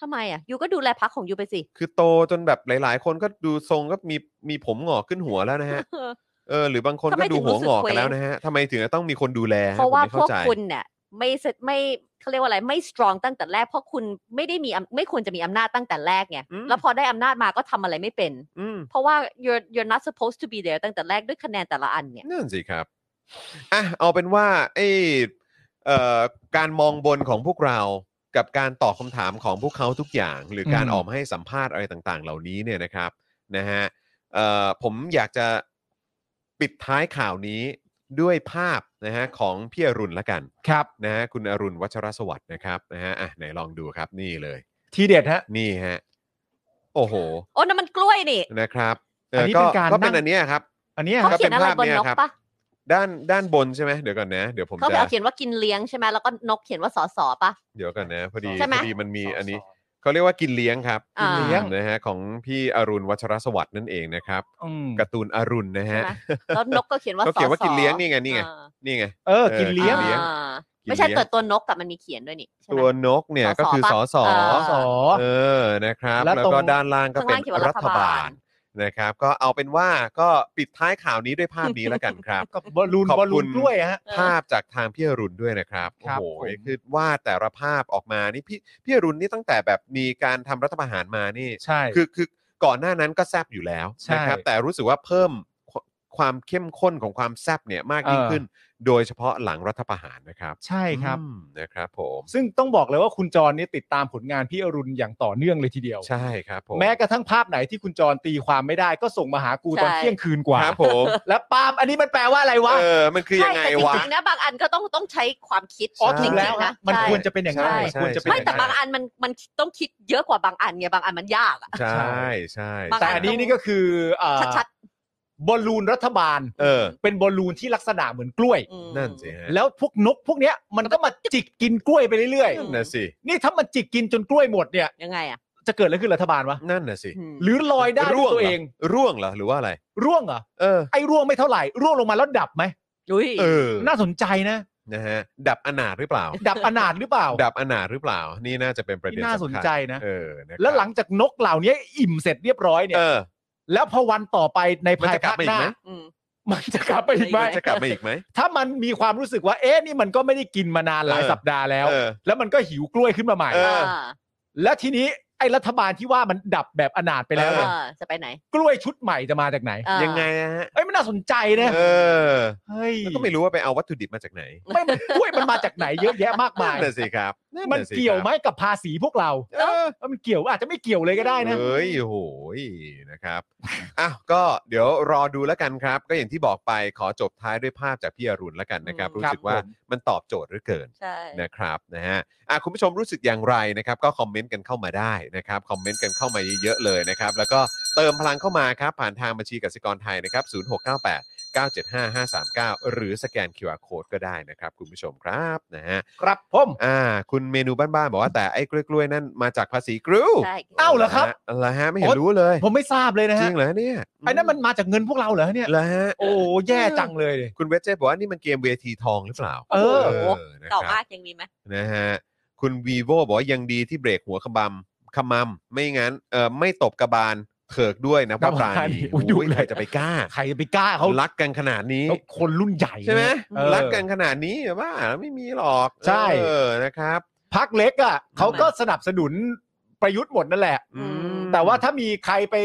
Speaker 2: ทำไมอ่ะยูก็ดูแลพักของยูไปสิ
Speaker 1: คือโตจนแบบหลาย ๆ คนก็ดูทรงก็มีมีผมหงอกขึ้นหัวแล้วนะฮะ
Speaker 2: เออ
Speaker 1: เออหรือบางคน
Speaker 2: ทำไม
Speaker 1: ก็ดู
Speaker 2: ถึงรู้
Speaker 1: หัว
Speaker 2: สึ
Speaker 1: ง
Speaker 2: ก
Speaker 1: อกกันแล้ว
Speaker 2: เคว้ง
Speaker 1: นะฮะทำไมถึงจะต้องมีคนดูแลฮ
Speaker 2: เพราะว่า
Speaker 1: ผมไม่
Speaker 2: พวก
Speaker 1: ใจ
Speaker 2: คุณเนี่ยไม่เสร็จไม่เขาเรียกว่าอะไรไม่สตรองตั้งแต่แรกเพราะคุณไม่ได้มีอำไม่ควรจะมีอำนาจตั้งแต่แรกไงแล้วพอได้อำนาจมาก็ทำอะไรไม่เป็น
Speaker 1: อืม
Speaker 2: เพราะว่า you're you're not supposed to be there ตั้งแต่แรกด้วยคะแนนแต่ละอันเนี่ย
Speaker 1: นั่นสิครับอ่ะเอาเป็นว่าไอเอ่อการมองบนของพวกเรากับการตอบคำถามของพวกเขาทุกอย่าง หรือการออกมาให้สัมภาษณ์อะไรต่าง ๆ เหล่านี้เนี่ยนะครับนะฮะเอ่อผมอยากจะปิดท้ายข่าวนี้ด้วยภาพนะฮะของพี่อรุณละกัน
Speaker 3: ครับ
Speaker 1: นะฮะคุณอรุณวัชรสวัสดิ์นะครับนะฮะอ่ะไหนลองดูครับนี่เลย
Speaker 3: ทีเด็ดฮะ
Speaker 1: นี่ฮะโอ้โห
Speaker 2: โอ้นั่นมันกล้วยนี่
Speaker 1: นะครับเ
Speaker 3: นนี้เป็นการ
Speaker 1: ก็เป็น
Speaker 3: นั่ง
Speaker 1: อันเนี้ยครับ
Speaker 3: อันเนี้ย
Speaker 2: เขา
Speaker 3: ครับ
Speaker 2: เขียนอะไร
Speaker 1: ก็
Speaker 2: บ
Speaker 1: เป็น
Speaker 2: น
Speaker 1: ภาพเนี่
Speaker 2: น
Speaker 1: ย
Speaker 2: ก
Speaker 1: ครับ
Speaker 2: ปะ
Speaker 1: ด้านด้านบนใช่ไหมเดี๋ยวก่อนนะ เดี๋ยวผม
Speaker 2: เขา
Speaker 1: จะ
Speaker 2: เขียนว่ากินเลี้ยงใช่ไหมแล้วก็นกเขียนว่าสอสอปะ
Speaker 1: เดี๋ยวก่อนนะ พอดี
Speaker 2: ใช่ไหม
Speaker 1: พอดีมันมีอันนี้เขาเรียกว่ากินเลี้ยงครับ
Speaker 2: กินเลี้ยง
Speaker 1: นะฮะของพี่อรุณวัชรสวัสดิ์นั่นเองนะครับ
Speaker 3: อืม
Speaker 1: การ์ตูนอรุณนะ
Speaker 2: ใช่
Speaker 1: ฮะ
Speaker 2: ไหมแล้วนกก็เขียนว่าส
Speaker 1: ก็
Speaker 2: อสอ
Speaker 1: เขียนว่ากินเลี้ยงนี่ไงนี่ไง
Speaker 2: อ่า
Speaker 1: นี่ไง
Speaker 3: เออ กินเลี้ยง
Speaker 1: เออกินเลี้ยง
Speaker 2: อ่าไม่ใช่เปิดตัวนกกับมันมีเขียนด้วยนี่ใช่ไหม
Speaker 1: ตัวนกเนี่ยก็คือส
Speaker 2: ส
Speaker 1: อ
Speaker 2: อ
Speaker 1: ส
Speaker 2: ส
Speaker 1: อ
Speaker 2: อปะเอ
Speaker 3: สอ
Speaker 1: เออนะครับ
Speaker 3: แล้ว
Speaker 1: แล้ว
Speaker 3: ตรง
Speaker 1: ก็ด้านล่างก็เป็น
Speaker 2: ข้างล่างเขียนว่ารั
Speaker 1: รั
Speaker 2: ฐ
Speaker 1: ฐ
Speaker 2: บาล
Speaker 1: บาลนะครับ ก็เอาเป็นว่าก็ปิดท้ายข่าวนี้ด้วยภาพนี้แล้วกันครับ
Speaker 3: กับบอลลูน
Speaker 1: ขอบคุณ
Speaker 3: บอลลูนกล้วยฮะ
Speaker 2: เออ
Speaker 1: ภาพจากทางพี่อรุณด้วยนะครับโอ้
Speaker 3: ครับ
Speaker 1: โห
Speaker 3: ผม
Speaker 1: คือวาดแต่ละภาพออกมานี่พี่พี่อรุณนี่ตั้งแต่แบบมีการทำรัฐประหารมานี่
Speaker 3: ใช่
Speaker 1: คือคือก่อนหน้านั้นก็แซบอยู่แล้ว
Speaker 3: ใช่
Speaker 1: นะครับแต่รู้สึกว่าเพิ่มควความเข้มข้นของความแซบเนี่ยมากยิ่ง
Speaker 3: เออ
Speaker 1: ขึ้น โดยเฉพาะหลังรัฐประหารนะครับ
Speaker 3: ใช่ครับ
Speaker 1: อืมนะครับผม
Speaker 3: ซึ่งต้องบอกเลยว่าคุณจรเนี่ยติดตามผลงานพี่อรุณอย่างต่อเนื่องเลยทีเดียว
Speaker 1: ใช่ครับผม
Speaker 3: แม้กระทั่งภาพไหนที่คุณจรตีความไม่ได้ก็ส่งมาหากูตอน
Speaker 2: ใช่
Speaker 3: เที่ยงคืนกว่า
Speaker 1: ครับผม
Speaker 3: แล้วปาล์มอันนี้มันแปลว่าอะไรวะ
Speaker 1: เออมันคือยังไง
Speaker 2: แต่จ
Speaker 1: วะ
Speaker 2: ริงๆนะบางอันก็ต้องต้องใช้ความคิด
Speaker 3: อ๋อ
Speaker 1: ใช่
Speaker 3: ถูกแล้ว
Speaker 2: จริงๆนะ
Speaker 3: ฮะมัน
Speaker 2: ใช่
Speaker 3: ควรจะเป็นอย่างนั้น
Speaker 1: ใช่
Speaker 3: มันควรจะเป็น
Speaker 2: ไม่
Speaker 3: อย่า
Speaker 2: แต่
Speaker 3: ง
Speaker 2: บา
Speaker 3: นั้
Speaker 2: ง
Speaker 3: น
Speaker 2: อันมันมันต้องคิดเยอะกว่าบางอันไงบางอันมันยากอะ
Speaker 1: ใช่ใช่
Speaker 2: บาง
Speaker 3: แต่อันนี้นี่ก็คือเอ่อ
Speaker 2: ชัด
Speaker 3: บอลลูนรัฐบาล
Speaker 1: เออ
Speaker 3: เป็นบอลลูนที่ลักษณะเหมือนกล้วย
Speaker 2: ๆอืม
Speaker 1: นั่นสิฮะ
Speaker 3: แล้วพวกนกพวกเนี้ยมันก็มาจิกกินกล้วยไปเรื่อย
Speaker 2: อื
Speaker 1: นั่น
Speaker 2: ม
Speaker 1: น่ะสิ
Speaker 3: ๆ นี่ถ้ามันจิกกินจนกล้วยหมดเนี่ย
Speaker 2: ยังไงอ่ะ
Speaker 3: จะเกิดอะไรขึ้นรัฐบาลวะ
Speaker 1: นั่นน่ะสิ
Speaker 2: อืม
Speaker 3: หรือลอยได้ด้
Speaker 1: ร่
Speaker 3: ว
Speaker 1: วย ง
Speaker 3: ตัว
Speaker 1: เหร
Speaker 3: เอง
Speaker 1: ร่วงเหรอหรือว่าอะไร
Speaker 3: ร่วงเหรอ
Speaker 1: เออ
Speaker 3: ไอ้ร่วงไม่เท่าไหร่ ร่วงลงมาแล้วดับไหม
Speaker 2: อุ้ย
Speaker 1: เออ
Speaker 3: น่าสนใจนะ
Speaker 1: นะฮะดับอนาถหรือเปล่า
Speaker 3: ดับอนาถหรือเปล่า
Speaker 1: (laughs) ดับอนาถหรือเปล่า นี่น่าจะเป็นประเด็น
Speaker 3: ที่น่าสนใจนะ
Speaker 1: เออนะครับ
Speaker 3: แล้วหลังจากนกเหล่านี้อิ่มเสร็จเรียบร้อยเนี่ย
Speaker 1: เออ
Speaker 3: แล้วพอวันต่อไปใน
Speaker 1: มัน
Speaker 3: ภาย
Speaker 1: จะกลับมาอีก
Speaker 3: ภาคหน้า
Speaker 1: ไหม
Speaker 2: อืม
Speaker 3: มันจะกลับไปอีกไหม
Speaker 1: จะกลับมาอีกไหม
Speaker 3: ถ้ามันมีความรู้สึกว่า เอ๊ะนี่มันก็ไม่ได้กินมานานหลาย
Speaker 1: เออ
Speaker 3: สัปดาห์แล้ว
Speaker 1: เออ
Speaker 3: แล้วมันก็หิวกล้วยขึ้นมาใหม่
Speaker 1: เออ
Speaker 3: แล้วทีนี้ไอ้รัฐบาลที่ว่ามันดับแบบอนาถไปแล้ว
Speaker 1: เออ
Speaker 3: เนี่ย
Speaker 2: เออจะไปไหน
Speaker 3: กล้วยชุดใหม่จะมาจากไหน
Speaker 2: เออ
Speaker 1: ยังไงอะฮะ
Speaker 3: เอ้ยมันน่าสนใจนะ
Speaker 1: เออ
Speaker 3: เฮ้ย
Speaker 1: แล้วก็ไม่รู้ว่าไปเอาวัตถุดิบมาจากไหน
Speaker 3: ไม่มันกล้วยมันมาจากไหนเยอะแยะมาก
Speaker 1: นั่
Speaker 3: มาน ย
Speaker 1: น่ะสิครับ
Speaker 3: มันเกี่ยวไหมกับภาษีพวกเรา
Speaker 1: เออ
Speaker 3: เอ้ยมันเกี่ยวอาจจะไม่เกี่ยวเลยก็ได้นะ
Speaker 1: เฮ้ยโอ้โหยนะครับอ้าวก็เดี๋ยวรอดูแล้วกันครับ ก็อย่างที่บอกไปขอจบท้ายด้วยภาพจากพี่อรุณแล้วกันนะครับ รู้สึก
Speaker 3: ครับ
Speaker 1: ว่า
Speaker 3: ผม
Speaker 1: มันตอบโจทย์เหรือเกิน
Speaker 2: ใช่
Speaker 1: (laughs) นะครับนะฮะอ่ะคุณผู้ชมรู้สึกอย่างไรนะครับก็คอมเมนต์กันเข้ามาได้นะครับคอมเมนต์กันเข้ามาเยอะๆเลยนะครับแล้วก็เติมพลังเข้ามาครับผ่านทางบัญชีกสิกรไทยนะครับ0698 975 539 หรือสแกน QR Code ก็ได้นะครับคุณผู้ชมครับนะฮะ
Speaker 3: ครับผม
Speaker 1: อ่าคุณเมนูบ้านๆบอกว่าแต่ไอ้กล้วยๆนั่นมาจากภาษีกรู
Speaker 2: ใช่
Speaker 3: เอ้าเหรอครับ
Speaker 1: เหรอฮะไม่เห็นรู้เลย
Speaker 3: ผมไม่ทราบเลยนะ
Speaker 1: จ
Speaker 3: ฮะ
Speaker 1: ริงเหรอเนี่ย
Speaker 3: ไอ้นั่นมันมาจากเงินพวกเราเหรอเนี่ย
Speaker 1: เหรอฮะ
Speaker 3: โอ้แย่จังเลยดิ
Speaker 1: คุณเวจเจบอกว่านี่มันเกมเวทีทองหรือเปล่า
Speaker 3: เออ
Speaker 2: โโห
Speaker 1: นะครับ
Speaker 2: เก่ามากยังมีไหม
Speaker 1: นะฮะคุณ vivo บอกว่ายังดีที่เบรกหัวขบำขมำไม่งั้นเออไม่ตบกระบาลเถิกด้วยนะพ่อปราณี
Speaker 3: อุ๊ยดุ
Speaker 1: โอ้ย
Speaker 3: เลย
Speaker 1: ใครจะไปกล้า
Speaker 3: ใครจะไปกล้าเขา
Speaker 1: เขารักกันขนาดนี้
Speaker 3: เขาคนรุ่นใหญ่
Speaker 1: ใช่ไหม
Speaker 3: เออ
Speaker 1: รักกันขนาดนี้ว่าไม่มีหรอก
Speaker 3: ใช่
Speaker 1: เออนะครับ
Speaker 3: พักเล็กอ่ะเขาก็สนับสนุนประยุทธ์หมดนั่นแหละ
Speaker 1: อืม
Speaker 3: แต่ว่าถ้ามีใครไป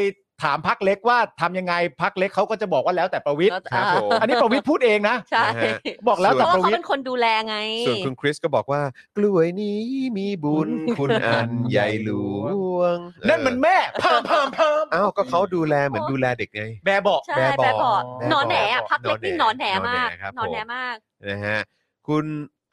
Speaker 3: ถามพักเล็กว่าทำยังไงพักเล็กเขาก็จะบอกว่าแล้วแต่ประวิทย์
Speaker 1: ครับผม
Speaker 3: อันนี้ประวิทย์พูดเองนะ
Speaker 2: ใช่
Speaker 1: นะฮะ
Speaker 3: บอกแล้ว
Speaker 2: เพ
Speaker 3: แต่
Speaker 2: ราะว่า
Speaker 3: ประ
Speaker 2: เขา
Speaker 3: วิท
Speaker 2: เป็
Speaker 3: ย์
Speaker 2: นคนดูแลไง
Speaker 1: ส่วนคุณคริสก็บอกว่า กล้วยนี้มีบุ
Speaker 3: (laughs)
Speaker 1: ญคุณอันใหญ่หลวง
Speaker 3: นั่นมันแม่พามพามพาม
Speaker 1: เอ้าวก็เขาดูแลเหมือนดูแลเด็กไง
Speaker 3: แบเบอก
Speaker 2: ใช่
Speaker 1: แบบ
Speaker 2: แบบ บ
Speaker 1: บบอ
Speaker 2: อก ก
Speaker 1: แบบบอก
Speaker 2: หนอนแหน่อะพักเล็กนี่
Speaker 1: ห
Speaker 2: ห
Speaker 1: น
Speaker 2: น
Speaker 1: อ
Speaker 2: อน น
Speaker 1: แห
Speaker 2: แห
Speaker 1: น่
Speaker 2: น่มาก
Speaker 1: ครับผม
Speaker 2: หนอนแหน่มาก
Speaker 1: นะฮะคุณ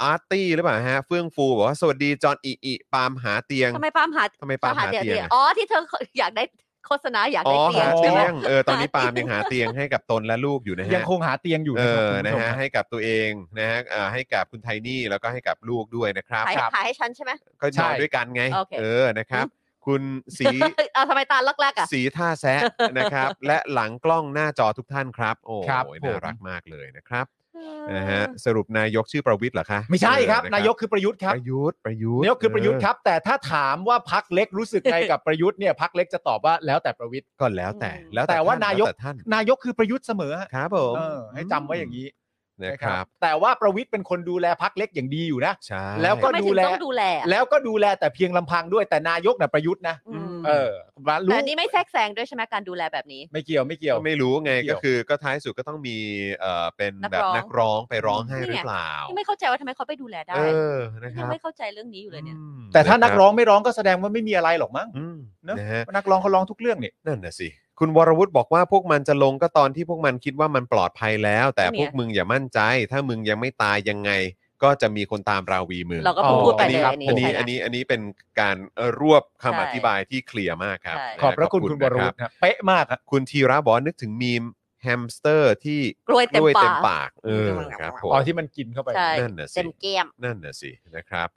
Speaker 1: อาร์ตี้หรือเปล่าฮะ เฟื่องฟูบอกว่าสวัสดีจอนอีอีปาล์มหาเตียง
Speaker 2: ทำไมปาล์มหา
Speaker 1: ทำไมปาล์มหาเตียงอะ
Speaker 2: อ๋อที่เธอ (laughs) อยากได้โฆษณาอยาก
Speaker 1: อ๋อ
Speaker 2: ได้เตีย
Speaker 1: หาง เตี
Speaker 2: ใช่ไหม
Speaker 1: ยงเออตอนนี้
Speaker 2: หาเตียง
Speaker 1: ปาล์ม (laughs) ยังหาเตียงให้กับตนและลูกอยู่นะฮะ
Speaker 3: ยังคงหาเตียงอยู่
Speaker 1: เอ
Speaker 3: นะครั
Speaker 1: อบ
Speaker 3: คุณ
Speaker 1: นะ
Speaker 3: ผู้ชม
Speaker 1: ฮะ
Speaker 3: ครับ
Speaker 1: ให้กับตัวเองนะฮะเอ่อให้กับคุณไทนี่แล้วก็ให้กับลูกด้วยนะครับ
Speaker 2: ขาย
Speaker 3: ครับ
Speaker 2: ขายให้ฉันใช่ไหม
Speaker 1: ก็น
Speaker 3: ใช่
Speaker 1: อนด้วยกันไง
Speaker 2: โอเค
Speaker 1: เออนะครับ คุณสี
Speaker 2: เอาทำไมตาลักแรกๆอ่ะ
Speaker 1: สีท่าแซะนะครับ (laughs) และหลังกล้องหน้าจอทุกท่านครับ โอ้โห
Speaker 3: ครับผม
Speaker 1: น่ารักมากเลยนะครับนะฮะสรุปนายกชื่อประวิทย์เหรอคะ
Speaker 3: ไม่ใช่ครับ
Speaker 1: เออะ
Speaker 3: นายกคือประยุทธ์ค
Speaker 1: ป
Speaker 3: รับ
Speaker 1: ระยุทธ์ประยุทธ์
Speaker 3: นายกคือประยุทธ์ครับ แต่ถ้าถามว่าพักเล็กรู้สึก
Speaker 1: (laughs)
Speaker 3: ไงกับประยุทธ์เนี่ยพักเล็กจะตอบว่าแล้วแต่ประวิทย์
Speaker 1: ก็แล้วแต่แล้ว
Speaker 3: แต่ว่า
Speaker 1: ท่
Speaker 3: นายก
Speaker 1: แล้วแต่ท่าน
Speaker 3: นายกคือประยุทธ์เสมอฮะ
Speaker 1: ครับผม
Speaker 3: เออให้จำไว้อย่างนี้
Speaker 1: นะครับ
Speaker 3: แต่ว่าประวิทย์เป็นคนดูแลพักเล็กอย่างดีอยู่นะ
Speaker 1: ใช่
Speaker 3: แล้วก็
Speaker 2: ทำไมถึง
Speaker 3: ดูแล
Speaker 2: ต้องดูแลอะ
Speaker 3: แล้วก็ดูแลแต่เพียงลำพังด้วยแต่นายกน่ะประยุทธ์นะ
Speaker 2: อืม
Speaker 3: เออมารู้
Speaker 2: แต่อันนี้ไม่แทรกแซงด้วยใช่ไหมการดูแลแบบนี้
Speaker 3: ไม่เกี่ยวไม่เกี่ยว
Speaker 1: ก็ไม่รู้ไง
Speaker 3: เกี่
Speaker 1: ก็
Speaker 3: ยว
Speaker 1: คือก็ท้ายสุดก็ต้องมีเอ่อเป็น
Speaker 2: นัก
Speaker 1: แบบ
Speaker 2: ร้อง
Speaker 1: นักร้องไปร้องให้หรือ
Speaker 2: นี่ไง
Speaker 1: เปล่า
Speaker 2: ที่ไม่เข้าใจว่าทำไมเขาไปดูแลได้
Speaker 1: เออนะค
Speaker 2: ยัง
Speaker 1: รับ
Speaker 2: ไม่เข้าใจเรื่องนี้อยู่เลยเนี่ย
Speaker 1: อืม
Speaker 3: แต่ถ้านัก
Speaker 1: ะคบ
Speaker 3: ร้องไม่ร้องก็แสดงว่าไม่มีอะไรหรอกมั้ง
Speaker 1: อืม
Speaker 3: เนอะ
Speaker 1: นะฮะ
Speaker 3: นักร้องเขาร้องทุกเรื่องนี่
Speaker 1: นั่นน่ะสิ คุณวรวุฒิบอกว่าพวกมันจะลงก็ตอนที่พวกมันคิดว่ามันปลอดภัยแล้ว แต่พ
Speaker 2: เนี่ย
Speaker 1: วกมึงอย่ามั่นใจ ถ้ามึงยังไม่ตายยังไง ก็จะมีคนตามราวีมึง
Speaker 2: เราก็
Speaker 3: อ๋อ
Speaker 2: พูดไป
Speaker 1: อัน
Speaker 2: เล
Speaker 1: นี้
Speaker 2: ย
Speaker 1: ครับ
Speaker 2: อันนี้
Speaker 1: อันนี้
Speaker 2: ใช่
Speaker 1: อันนี้อั
Speaker 2: ไหม
Speaker 1: นนี้เป็นการเอ่อรวบคำ
Speaker 2: ใช่
Speaker 1: อธิบายที่เคลียร์มากครับ
Speaker 2: ใช่
Speaker 1: น
Speaker 3: ขอบพระคุณคุณวร
Speaker 1: นะ
Speaker 3: วุฒิครับเป๊ะมากครับ
Speaker 1: คุณธีระบอกว่านึกถึงมีมแฮมสเตอร์ที่
Speaker 2: กล้วยเต็มปาก
Speaker 1: ปากเออครับผม
Speaker 3: อ๋อที่มันกินเข้าไป
Speaker 2: ใช่
Speaker 1: นั่นน่ะสิ
Speaker 2: เต็มเกม
Speaker 1: นั่นน่ะสินะครับ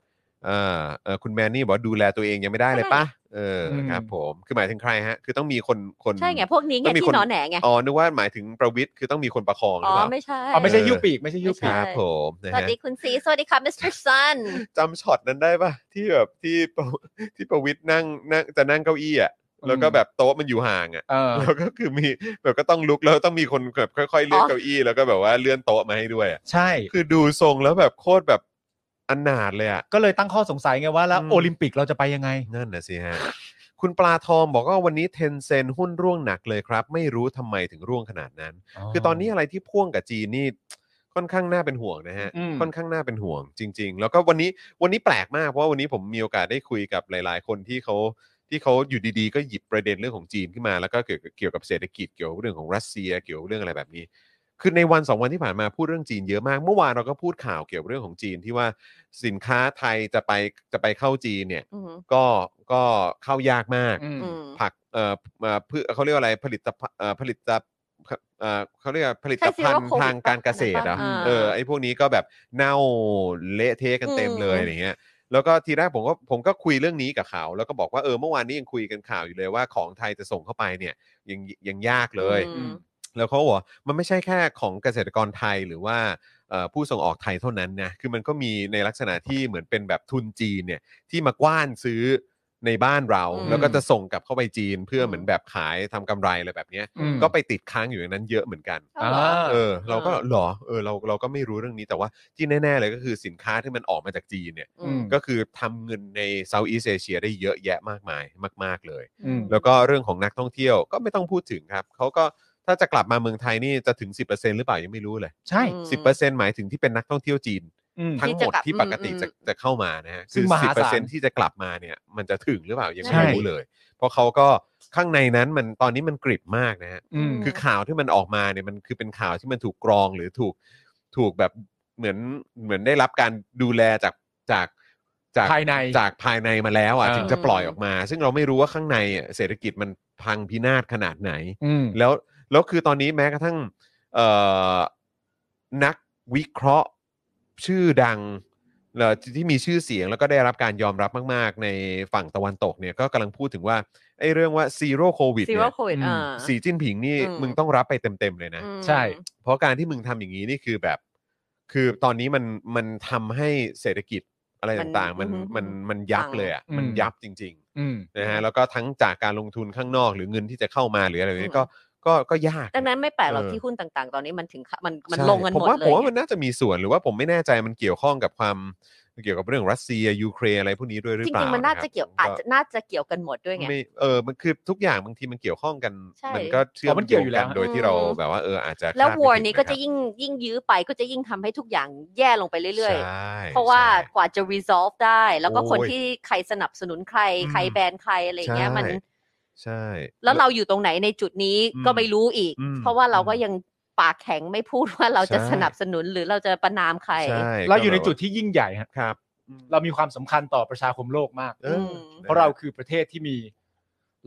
Speaker 1: เอ่อเอ่อคุณแมนนี่บอกว่าดูแลตัวเองยังไม่ได้เลยปะเอออ
Speaker 3: ม
Speaker 1: ครับ ผม คือหมายถึงใครฮะ คือต้องมีคนคน
Speaker 2: ใช่ไงพวกนี้ไง
Speaker 1: ต้องมีคน
Speaker 2: ที่หนอนแหนไง
Speaker 1: อ๋อ นึกว่าหมายถึงประวิทย์คือต้องมีคนประคองหรื
Speaker 2: อ๋
Speaker 1: อ
Speaker 2: อ
Speaker 1: เปล่า
Speaker 2: ไม่ใช่
Speaker 3: อ๋อไม่ใช่
Speaker 1: เออ
Speaker 3: ยูปีกไม่ใช่ยู
Speaker 2: ไม่
Speaker 1: ค
Speaker 2: ใช่
Speaker 3: ปีก
Speaker 1: รับผมนะ
Speaker 2: สวัส
Speaker 1: ฮะ
Speaker 2: ดีคุณซีสวัสดีค่ะ Mr.
Speaker 1: (laughs)
Speaker 2: Sun
Speaker 1: จำช็อตนั้นได้ปะที่แบบที่ประ (laughs) ที่ประวิทย์นั่งนั่งจะนั่งเก้าอี้อ่ะ
Speaker 3: อืม
Speaker 1: แล้วก็แบบโต๊ะมันอยู่ห่างอ่ะ
Speaker 3: เออ
Speaker 1: แล้วก็คือมีแบบก็ต้องลุกแล้วต้องมีคนแบบค่อยๆเลื่อน
Speaker 2: อ๋อ
Speaker 1: เก้าอี้แล้วก็แบบว่าเลื่อนโต๊ะมาให้ด้วยอะ
Speaker 3: ใช่
Speaker 1: คือดูทรงแล้วแบบโคตรแบบอนาถเลยอ่ะ
Speaker 3: ก็เลยตั้งข้อสงสัยไงว่าแล้ว
Speaker 1: อืม
Speaker 3: โอลิมปิกเราจะไปยังไง
Speaker 1: นั่นนะสิฮะ คุณปลาทองบอกว่าวันนี้เทนเซนหุ้นร่วงหนักเลยครับ ไม่รู้ทำไมถึงร่วงขนาดนั้น คือตอนนี้อะไรที่พ่วงกับจีนนี่ค่อนข้างน่าเป็นห่วงนะฮะ
Speaker 3: อืม
Speaker 1: ค่อนข้างน่าเป็นห่วงจริง ๆ แล้วก็วันนี้วันนี้แปลกมากเพราะว่าวันนี้ผมมีโอกาสได้คุยกับหลาย ๆ คนที่เขาที่เขาอยู่ดีๆ ก็หยิบประเด็นเรื่องของจีนขึ้นมาแล้วก็เกี่ยวกับเกี่ยวกับเศรษฐกิจเกี่ยวกับเรื่องของรัสเซียเกี่ยวกับเรื่องอะไรแบบนี้ คือในวันสองวันที่ผ่านมาพูดเรื่องจีนเยอะมาก เมื่อวานเราก็พูดข่าวเกี่ยวกับเรื่องของจีนที่ว่าสินค้าไทยจะไปจะไปเข้าจีนเนี่ย
Speaker 2: อืม
Speaker 1: ก็ก็เข้ายากมาก
Speaker 3: อืม
Speaker 2: อืม
Speaker 1: ผักเอ่อเอ่อพืชเขาเรียกว่าอะไรผลิตภัณฑ์เอ่อผลิตเอ่อเขาเรียกว่าผลิต
Speaker 2: ใช่
Speaker 1: ภัณ
Speaker 2: zero
Speaker 1: ฑ์
Speaker 2: covid
Speaker 1: ทางการเกษตรเหรอ่ะ
Speaker 2: ป่ะ
Speaker 1: เออไอ้พวกนี้ก็แบบเน่าเละเทะกันเต็มเลย
Speaker 2: อืม
Speaker 1: อะไรเงี้ยแล้วก็ทีแรกผมก็ผมก็คุยเรื่องนี้กับเขา แล้วก็บอกว่าเออเมื่อวานนี้ยังคุยกันข่าวอยู่เลยว่าของไทยจะส่งเข้าไปเนี่ยยังยังยากเลย
Speaker 2: อืม
Speaker 1: แล้วเขาก็บอกว่ามันไม่ใช่แค่ของเกษตรกรไทยหรือว่าเอ่อผู้ส่งออกไทยเท่านั้นนะคือมันก็มีในลักษณะที่เหมือนเป็นแบบทุนจีนเนี่ยที่มากว้านซื้อในบ้านเรา
Speaker 2: อืม
Speaker 1: แล้วก็จะส่งกลับเข้าไปจีนเพื่ออ
Speaker 2: ม
Speaker 1: เหมือนแบบขายทำกำไรอะไรแบบเนี้ย
Speaker 3: อืม
Speaker 1: ก็ไปติดค้างอยู่ในนั้นเยอะเหมือนกัน
Speaker 2: เอาเหรอ
Speaker 3: อ่า
Speaker 1: เออ เราก็หรอเออเราเราก็ไม่รู้เรื่องนี้แต่ว่าที่แน่ ๆ เลยก็คือสินค้าที่มันออกมาจากจีนเนี่ย
Speaker 2: อืม
Speaker 1: ก็คือทำเงินในเซาท์อีสเอเชียได้เยอะแยะมากมายมาก ๆเลย
Speaker 3: อืม
Speaker 1: แล้วก็เรื่องของนักท่องเที่ยวก็ไม่ต้องพูดถึงครับ เขาก็ถ้าจะกลับมาเมืองไทยนี่จะถึง 10%หรือเปล่ายังไม่รู้เลย
Speaker 3: ใช่
Speaker 2: อืม
Speaker 1: 10%หมายถึงที่เป็นนักท่องเที่ยวจีน
Speaker 3: อืม
Speaker 1: ทั้งหมด
Speaker 2: ที่จะก
Speaker 1: ที่ป
Speaker 2: ลับ
Speaker 1: กติ
Speaker 2: อืม
Speaker 1: จะจะเข้ามานะฮะ
Speaker 3: ซึ่
Speaker 1: คื
Speaker 3: ง
Speaker 1: อ
Speaker 3: มหาศาล
Speaker 1: 10%ที่จะกลับมาเนี่ยมันจะถึงหรือเปล่ายัง
Speaker 2: ใช่
Speaker 1: ไม่รู้เลย เพราะเขาก็ข้างในนั้นมันตอนนี้มันกริบมากนะฮะ
Speaker 3: อืม
Speaker 1: คือข่าวที่มันออกมาเนี่ยมันคือเป็นข่าวที่มันถูกกรองหรือถูกถูกแบบเหมือนเหมือนได้รับการดูแลจากจากจาก
Speaker 3: ภายใน
Speaker 1: จากภายในมาแล้วอ่ะ
Speaker 3: อ่า
Speaker 1: ถึงจะปล่อยออกมา ซึ่งเราไม่รู้ว่าข้างในอ่ะเศรษฐกิจมันพังพินาศขนาดไหน
Speaker 3: อืม
Speaker 1: แล้วแล้วคือตอนนี้แม้กระทั่งเอ่อนักวิเคราะห์ชื่อดังเอ่อที่มีชื่อเสียงแล้วก็ได้รับการยอมรับมาก ๆ ในฝั่งตะวันตกเนี่ยก็กำลังพูดถึงว่าไอ้เรื่องว่าซีโร่โควิด
Speaker 2: ซี
Speaker 1: เนี่
Speaker 2: โร่
Speaker 1: ย
Speaker 2: โควิด
Speaker 3: อืม
Speaker 2: อ่า
Speaker 1: สีจิ้นผิงนี่
Speaker 2: อืม
Speaker 1: มึงต้องรับไปเต็ม ๆ เลยนะ
Speaker 2: อืม
Speaker 3: ใช่
Speaker 1: เพราะการที่มึงทำอย่างนี้นี่คือแบบ คือตอนนี้มันมันทำให้เศรษฐกิจอะไร
Speaker 2: มัน
Speaker 1: ต่างๆ มัน
Speaker 2: อืม
Speaker 1: มันมันยับเลยอ่ะ
Speaker 3: อืม
Speaker 1: มันยับจริง
Speaker 3: อืม
Speaker 1: ๆนะฮะแล้วก็ทั้งจากการลงทุนข้างนอกหรือเงินที่จะเข้ามาหรืออะไรแบบนี้
Speaker 2: อืม
Speaker 1: ก็ก็ก็ยาก
Speaker 2: ดังนั้นไม่แปลกหรอก
Speaker 1: เออ
Speaker 2: ที่หุ้นต่างๆ ตอนนี้มันถึงขะมันมัน
Speaker 1: ใช่
Speaker 2: ลงกัน
Speaker 1: ผ
Speaker 2: ห
Speaker 1: ม
Speaker 2: มด
Speaker 1: ว่า
Speaker 2: เล
Speaker 1: ผม
Speaker 2: ย
Speaker 1: ว่ามันน่าจะมีส่วนหรือว่าผมไม่แน่ใจมันเกี่ยวข้องกับความ เกี่ยวกับเรื่องรัสเซียยูเครนอะไรพวกนี้ด้วยหรือ
Speaker 2: จ
Speaker 1: เปล่า
Speaker 2: ริงๆมันน่าจะเกี่ยวอาจจะน่าจะเกี่ยวกันหมดด้วยไง
Speaker 1: ไม่เออมันคือทุกอย่างบางทีมันเกี่ยวข้องกัน
Speaker 2: ใช่
Speaker 1: มันก็เชื่อ
Speaker 3: อ๋อมันเกี่ยวอยู่แล้ว
Speaker 1: โดยที่เรา
Speaker 2: อืม
Speaker 1: แบบว่าเอออาจจะ
Speaker 2: แล้ว
Speaker 1: คาด
Speaker 2: ว
Speaker 1: ไม่ถึ
Speaker 2: อร์
Speaker 1: ง
Speaker 2: นี้ก็จะยิ่งยิ่งยื้อไปก็จะยิ่งทำให้ทุกอย่างแย่ลงไปเรื่อย
Speaker 1: ใช่
Speaker 2: ๆ เพราะว่า
Speaker 1: ใช่
Speaker 2: กว่าจะ resolve ได้ แล้วก็คน
Speaker 1: โอ้ย
Speaker 2: ที่ใครสนับสนุนใคร
Speaker 1: อืม
Speaker 2: ใครแบนใครอะไรเงี้ยมัน
Speaker 1: ใช่ใช่
Speaker 2: แล้วเราอยู่ตรงไหนในจุดนี้
Speaker 1: อืม
Speaker 2: ก็ไม่รู้อีก
Speaker 1: อืม
Speaker 2: เพราะว่าเราก็
Speaker 1: อืม
Speaker 2: ยังปากแข็งไม่พูดว่าเราจะ
Speaker 1: ใช่
Speaker 2: สนับสนุนหรือเราจะประนามใคร
Speaker 1: ใช่
Speaker 3: เราอยู่ในจุด
Speaker 1: ก็แบบว่
Speaker 3: ที่ยิ่งใหญ่ฮะ
Speaker 1: าครับ
Speaker 3: เรามีความสำคัญต่อประชาคมโลกมาก
Speaker 1: เอออ
Speaker 2: ม
Speaker 1: น
Speaker 3: เพราะเราคือประเทศที่มี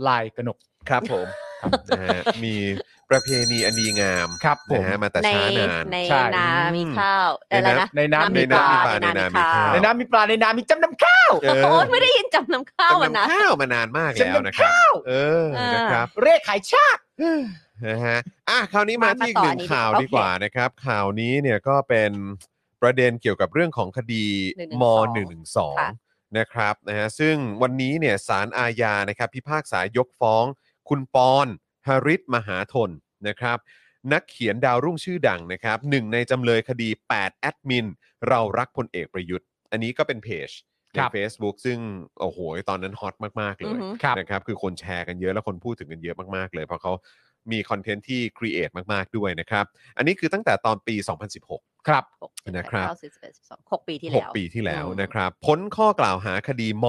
Speaker 3: ลายกระหนก
Speaker 1: ครับผมนะฮะมีประเพณีอันดีงาม
Speaker 3: ครับผม
Speaker 1: นะฮะมาแต่
Speaker 2: ใน
Speaker 1: ช้านาน
Speaker 2: ใน
Speaker 3: ใช่
Speaker 2: นามีข้าว
Speaker 1: ใน
Speaker 2: อะไร
Speaker 1: น้ำ
Speaker 2: นะ
Speaker 3: ในน้ำ
Speaker 1: ใน
Speaker 3: มีป
Speaker 1: น้ำ
Speaker 3: ลา
Speaker 1: มีปลา
Speaker 2: ในน้ำมีข้าว
Speaker 3: ใน
Speaker 1: ใำมีข้าว
Speaker 3: น้ำมีปลาในน้ำมีจำนำข้าว
Speaker 1: เออ
Speaker 2: โอ๊ยไม่ได้ยินจำนำข้าว
Speaker 1: จำ
Speaker 2: อ่ะนะ
Speaker 1: นำข้าวมานานมากแล้วนะครับ
Speaker 3: จำนำข้าว
Speaker 1: เออ
Speaker 2: เออ
Speaker 1: นะครับ
Speaker 3: เร่ขายชาติ
Speaker 1: นะฮะอ่ะคราวนี้มา
Speaker 2: มา
Speaker 1: ที่อีก
Speaker 2: ต่
Speaker 1: ห
Speaker 2: อ
Speaker 1: นึ่ง
Speaker 2: อันนี้
Speaker 1: ข่าว
Speaker 2: โอเค
Speaker 1: ดีกว่านะครับ ข่าวนี้เนี่ยก็เป็นประเด็นเกี่ยวกับเรื่องของคดีม
Speaker 2: หนึ่งหนึ่งสองค่ะ
Speaker 1: 112นะครับนะฮะซึ่งวันนี้เนี่ยสารอาญานะครับ พิพากษายกฟ้อง คุณปอนฮาริตมหาทนนะครับ นักเขียนดาวรุ่งชื่อดังนะครับหนึ่งในจำเลยคดี 8 แอดมิน เรารักพลเอกประยุทธ์ อันนี้ก็เป็นเพจใน
Speaker 3: ครับ
Speaker 1: Facebook ซึ่งโอ้โหตอนนั้นฮอตมากๆเล
Speaker 2: อือย หือ
Speaker 3: ครับ
Speaker 1: นะครับคือคนแชร์กันเยอะและคนพูดถึงกันเยอะมาก ๆ เลย เพราะเขามีคอนเทนต์ที่ครีเอทมาก ๆ ด้วยนะครับ อันนี้คือตั้งแต่ตอนปี 2016
Speaker 3: ครับ
Speaker 1: นะครับ
Speaker 2: เก้าสิบสิบเอ็ดสิบสองหกปีที่
Speaker 1: ห
Speaker 2: แล้
Speaker 1: ก
Speaker 2: ว
Speaker 1: ปีที่แล้ว
Speaker 2: อืม
Speaker 1: นะครับ พ้นข้อกล่าวหาคดีม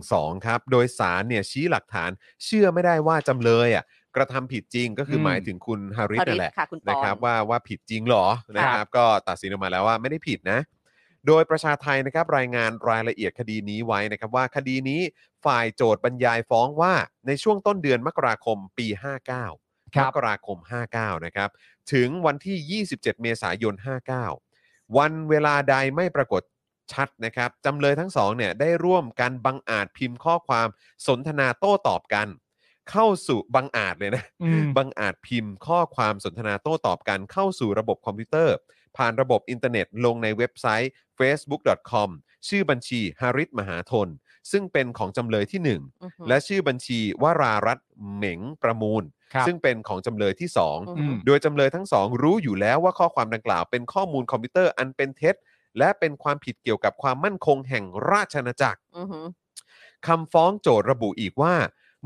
Speaker 1: .112 ครับ โดยสารเนี่ยชี้หลักฐานเชื่อไม่ได้ว่าจำเลยอ่ะกระทำผิดจริงก็คืออ
Speaker 3: ม
Speaker 1: หมายถึงคุณฮาริส
Speaker 2: พอดี
Speaker 1: นั่นแหละ
Speaker 2: ค่ะคุณปอ
Speaker 1: นะ
Speaker 2: น
Speaker 1: ครับว่าว่าผิดจริงเหรอนะครับ ก็ตัดสินออกมาแล้วว่าไม่ได้ผิดนะ โดยประชาไทยนะครับรายงานรายละเอียดคดีนี้ไว้นะครับ ว่าคดีนี้ฝ่ายโจทย์บรรยายฟ้องว่าในช่วงต้นเดือนมกราคมปี 59
Speaker 3: ครั
Speaker 1: ม
Speaker 3: บ
Speaker 1: กราคม 59 นะครับ ถึงวันที่ 27 เมษายน 59 วันเวลาใดไม่ปรากฏชัดนะครับจำเลยทั้งสองเนี่ยได้ร่วมกันบังอาจพิมพ์ข้อความสนทนาโต้ตอบกัน เข้าสู่บังอาจเลยนะ
Speaker 3: อืม
Speaker 1: บังอาจพิมพ์ข้อความสนทนาโต้ตอบกันเข้าสู่ระบบคอมพิวเตอร์ ผ่านระบบอินเทอร์เน็ตลงในเว็บไซต์ facebook.com ชื่อบัญชีฮาริสมหาทน ซึ่งเป็นของจำเลยที่
Speaker 2: อือหื
Speaker 1: 1
Speaker 2: อ
Speaker 1: และชื่อบัญชีวรารัตน์เหม็งประมูล
Speaker 3: ครับ
Speaker 1: ซึ่งเป็นของจำเลยที่ 2
Speaker 2: อือ
Speaker 3: อื
Speaker 2: หือ
Speaker 3: ม
Speaker 1: โดยจำเลยทั้งสองรู้อยู่แล้วว่าข้อความดังกล่าวเป็นข้อมูลคอมพิวเตอร์อันเป็นเท็จ และเป็นความผิดเกี่ยวกับความมั่นคงแห่งราชอาณาจักร
Speaker 2: อือหือ
Speaker 1: คำฟ้องโจทย์ระบุอีกว่า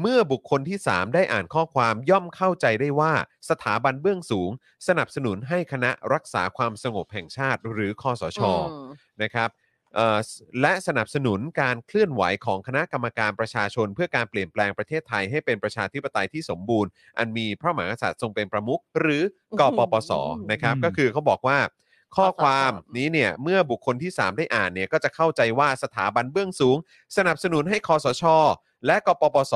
Speaker 1: เมื่อบุคคลที่ 3 ได้อ่านข้อความย่อมเข้าใจได้ว่า สถาบันเบื้องสูง สนับสนุนให้คณะรักษาความสงบแห่งชาติ หรือคอสช นะครับเอ่อสและสนับสนุนการเคลื่อนไหวของคณะกรรมการประชาชน เพื่อการเปลี่ยนแปลงประเทศไทยให้เป็นประชาธิปไตยที่สมบูรณ์ อันมีพระมหากษัตริย์ทรงเป็นประมุขหรือกปปส
Speaker 2: อืม
Speaker 1: นะครับ
Speaker 3: อืม
Speaker 1: ก็คือเขาบอกว่า ข้อความ
Speaker 2: ปปส
Speaker 1: นี้เนี่ยเมื่อบุคคลที่ 3 ได้อ่านเนี่ยก็จะเข้าใจว่าสถาบันเบื้องสูง สนับสนุนให้คอสช และกปปส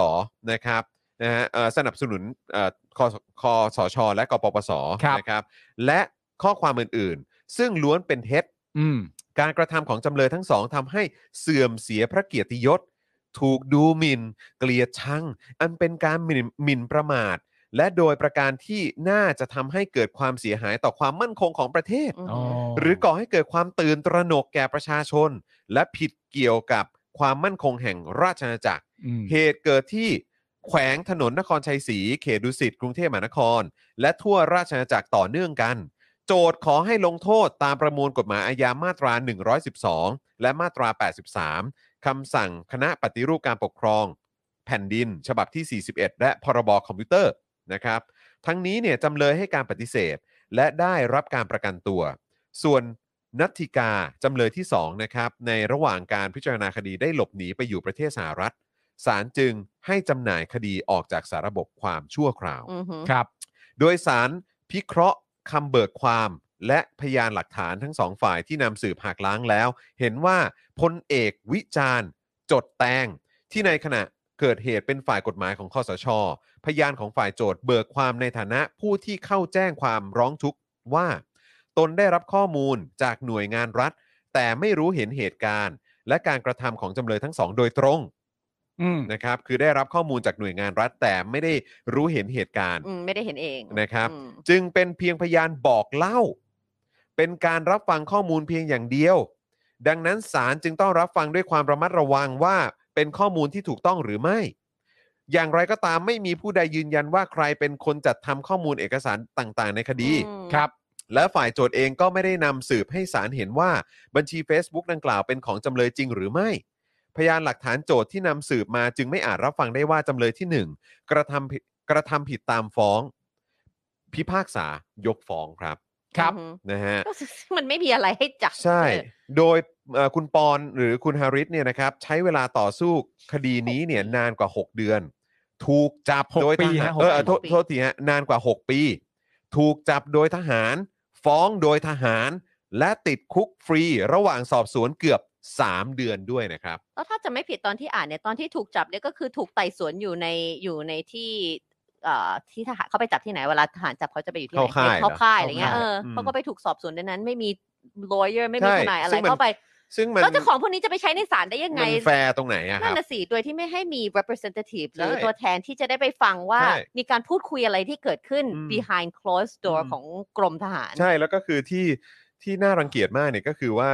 Speaker 1: นะครับนะฮะเอ่อสนับสนุนเอ่อคสคสช และกปปส
Speaker 3: ครับ
Speaker 1: นะครับและข้อความอื่นๆ ซึ่งล้วนเป็นเท็จ
Speaker 3: อืม
Speaker 1: การกระทำของจำเลยทั้งสองทำให้เสื่อมเสียพระเกียรติยศ ถูกดูหมิ่น เกลียดชัง อันเป็นการหมิ่นหมิ่นประมาท และโดยประการที่น่าจะทำให้เกิดความเสียหายต่อความมั่นคงของประเทศ
Speaker 2: อืม
Speaker 1: หรือก่อให้เกิดความตื่นตระหนกแก่ประชาชน และผิดเกี่ยวกับความมั่นคงแห่งราชอาณาจักร
Speaker 3: ม
Speaker 1: เหตุเกิดที่แขวงถนนนครชัยศรีเขตดุสิตกรุงเทพมหานคร และทั่วราชอาณาจักรต่อเนื่องกัน โจทย์ขอให้ลงโทษตามประมวลกฎหมายอาญามาตรา 112 และมาตรา 83 คำสั่งคณะปฏิรูปการปกครอง แผ่นดิน ฉบับที่ 41 และพรบคอมพิวเตอร์นะครับ ทั้งนี้เนี่ยจำเลยให้การปฏิเสธ และได้รับการประกันตัว ส่วนนัทธิกาจำเลยที่สองนะครับในระหว่างการพิจารณาคดีได้หลบหนีไปอยู่ประเทศสหรัฐ ศาลจึงให้จำหน่ายคดีออกจากสาระบบความชั่วคราว
Speaker 2: อือหือ
Speaker 3: ครับ
Speaker 1: โดยสารพิเคราะห์คำเบิกความและพยานหลักฐานทั้งสองฝ่ายที่นำสืบหักล้างแล้ว เห็นว่าพลเอกวิจารณ์ จดแตง ที่ในขณะเกิดเหตุเป็นฝ่ายกฎหมายของคอสช พยานของฝ่ายโจทย์เบิกความในฐานะผู้ที่เข้าแจ้งความร้องทุกข์ว่า ตนได้รับข้อมูลจากหน่วยงานรัฐ แต่ไม่รู้เห็นเหตุการณ์ และการกระทำของจำเลยทั้งสองโดยตรง
Speaker 3: อืม
Speaker 1: นะครับคือได้รับข้อมูลจากหน่วยงานรัฐแต่ไม่ได้รู้เห็นเหตุการณ์
Speaker 2: อืมไม่ได้เห็นเอง
Speaker 1: นะครับ
Speaker 2: อืม
Speaker 1: จึงเป็นเพียงพยานบอกเล่า เป็นการรับฟังข้อมูลเพียงอย่างเดียว ดังนั้นศาลจึงต้องรับฟังด้วยความระมัดระวังว่าเป็นข้อมูลที่ถูกต้องหรือไม่ อย่างไรก็ตามไม่มีผู้ใดยืนยันว่าใครเป็นคนจัดทำข้อมูลเอกสารต่างๆ ในคดี
Speaker 2: อืม
Speaker 3: ครับ
Speaker 1: และฝ่ายโจทย์เองก็ไม่ได้นำสืบให้ศาลเห็นว่าบัญชี Facebook ดังกล่าวเป็นของจำเลยจริงหรือไม่ พยานหลักฐานโจทย์ที่นำสืบมาจึงไม่อาจรับฟังได้ว่าจำเลยที่หนึ่งกระทำผิดกระทำผิดตามฟ้อง พิพากษายกฟ้องครับ
Speaker 3: ครับ
Speaker 2: อือ
Speaker 1: นะ
Speaker 2: ฮึ
Speaker 1: ฮะ
Speaker 2: ก็ (laughs) มันไม่มีอะไรให้จับ
Speaker 1: ใช่ โดยเอ่อคุณปอนหรือคุณฮาริสเนี่ยนะครับใช้เวลาต่อสู้คดีนี้เนี่ยนานกว่า 6 เดือน ถูกจับ
Speaker 3: หก
Speaker 1: โดยท
Speaker 3: ปี
Speaker 1: หาร
Speaker 3: ฮะหก
Speaker 1: เออ
Speaker 3: ปี
Speaker 1: โทษโทษทีฮะนานกว่า 6 ปี ถูกจับโดยทหาร ฟ้องโดยทหาร และติดคุกฟรีระหว่างสอบสวนเกือบ 3 เดือนด้วยนะครับ
Speaker 2: แล้วถ้าจะไม่ผิดตอนที่อ่านเนี่ยตอนที่ถูกจับเนี่ยก็คือถูกไต่สวนอยู่ในอยู่ในที่เอ่อที่ทหารเขาไปจับที่ไหนเวลาทหารจับเขาจะไปอยู่ที่ไหน
Speaker 1: เข้าค่าย
Speaker 2: ไปเข้า
Speaker 1: เหรอ
Speaker 2: ค่ายอะไรเงี้ย
Speaker 1: เข้า
Speaker 2: เอ
Speaker 1: ค่าย
Speaker 2: อ
Speaker 1: ม
Speaker 2: อเขาก็ไปถูกสอบสวนในนั้น ไม่มีลอเยอร์ไม่มี
Speaker 1: ใช่
Speaker 2: ทนายอะไร
Speaker 1: ซึ่งมัน
Speaker 2: เข้าไป
Speaker 1: ซึ่งมัน
Speaker 2: แล้วเจ้าของพวกนี้จะไปใช้ในศาลได้ยังไง
Speaker 1: มันแฟร์ตรงไหนอะค
Speaker 2: นั่
Speaker 1: รับ
Speaker 2: นน่ะสิ โดยที่ไม่ให้มี representative หรือ
Speaker 1: ใช่
Speaker 2: ตัวแทนที่จะได้ไปฟังว่า
Speaker 1: ใช่
Speaker 2: มีการพูดคุยอะไรที่เกิดขึ้น
Speaker 1: อืม
Speaker 2: behind closed door
Speaker 1: อืม
Speaker 2: ของกรมทหาร
Speaker 1: ใช่แล้วก็คือที่ที่น่ารังเกียจมากเนี่ยก็คือว่า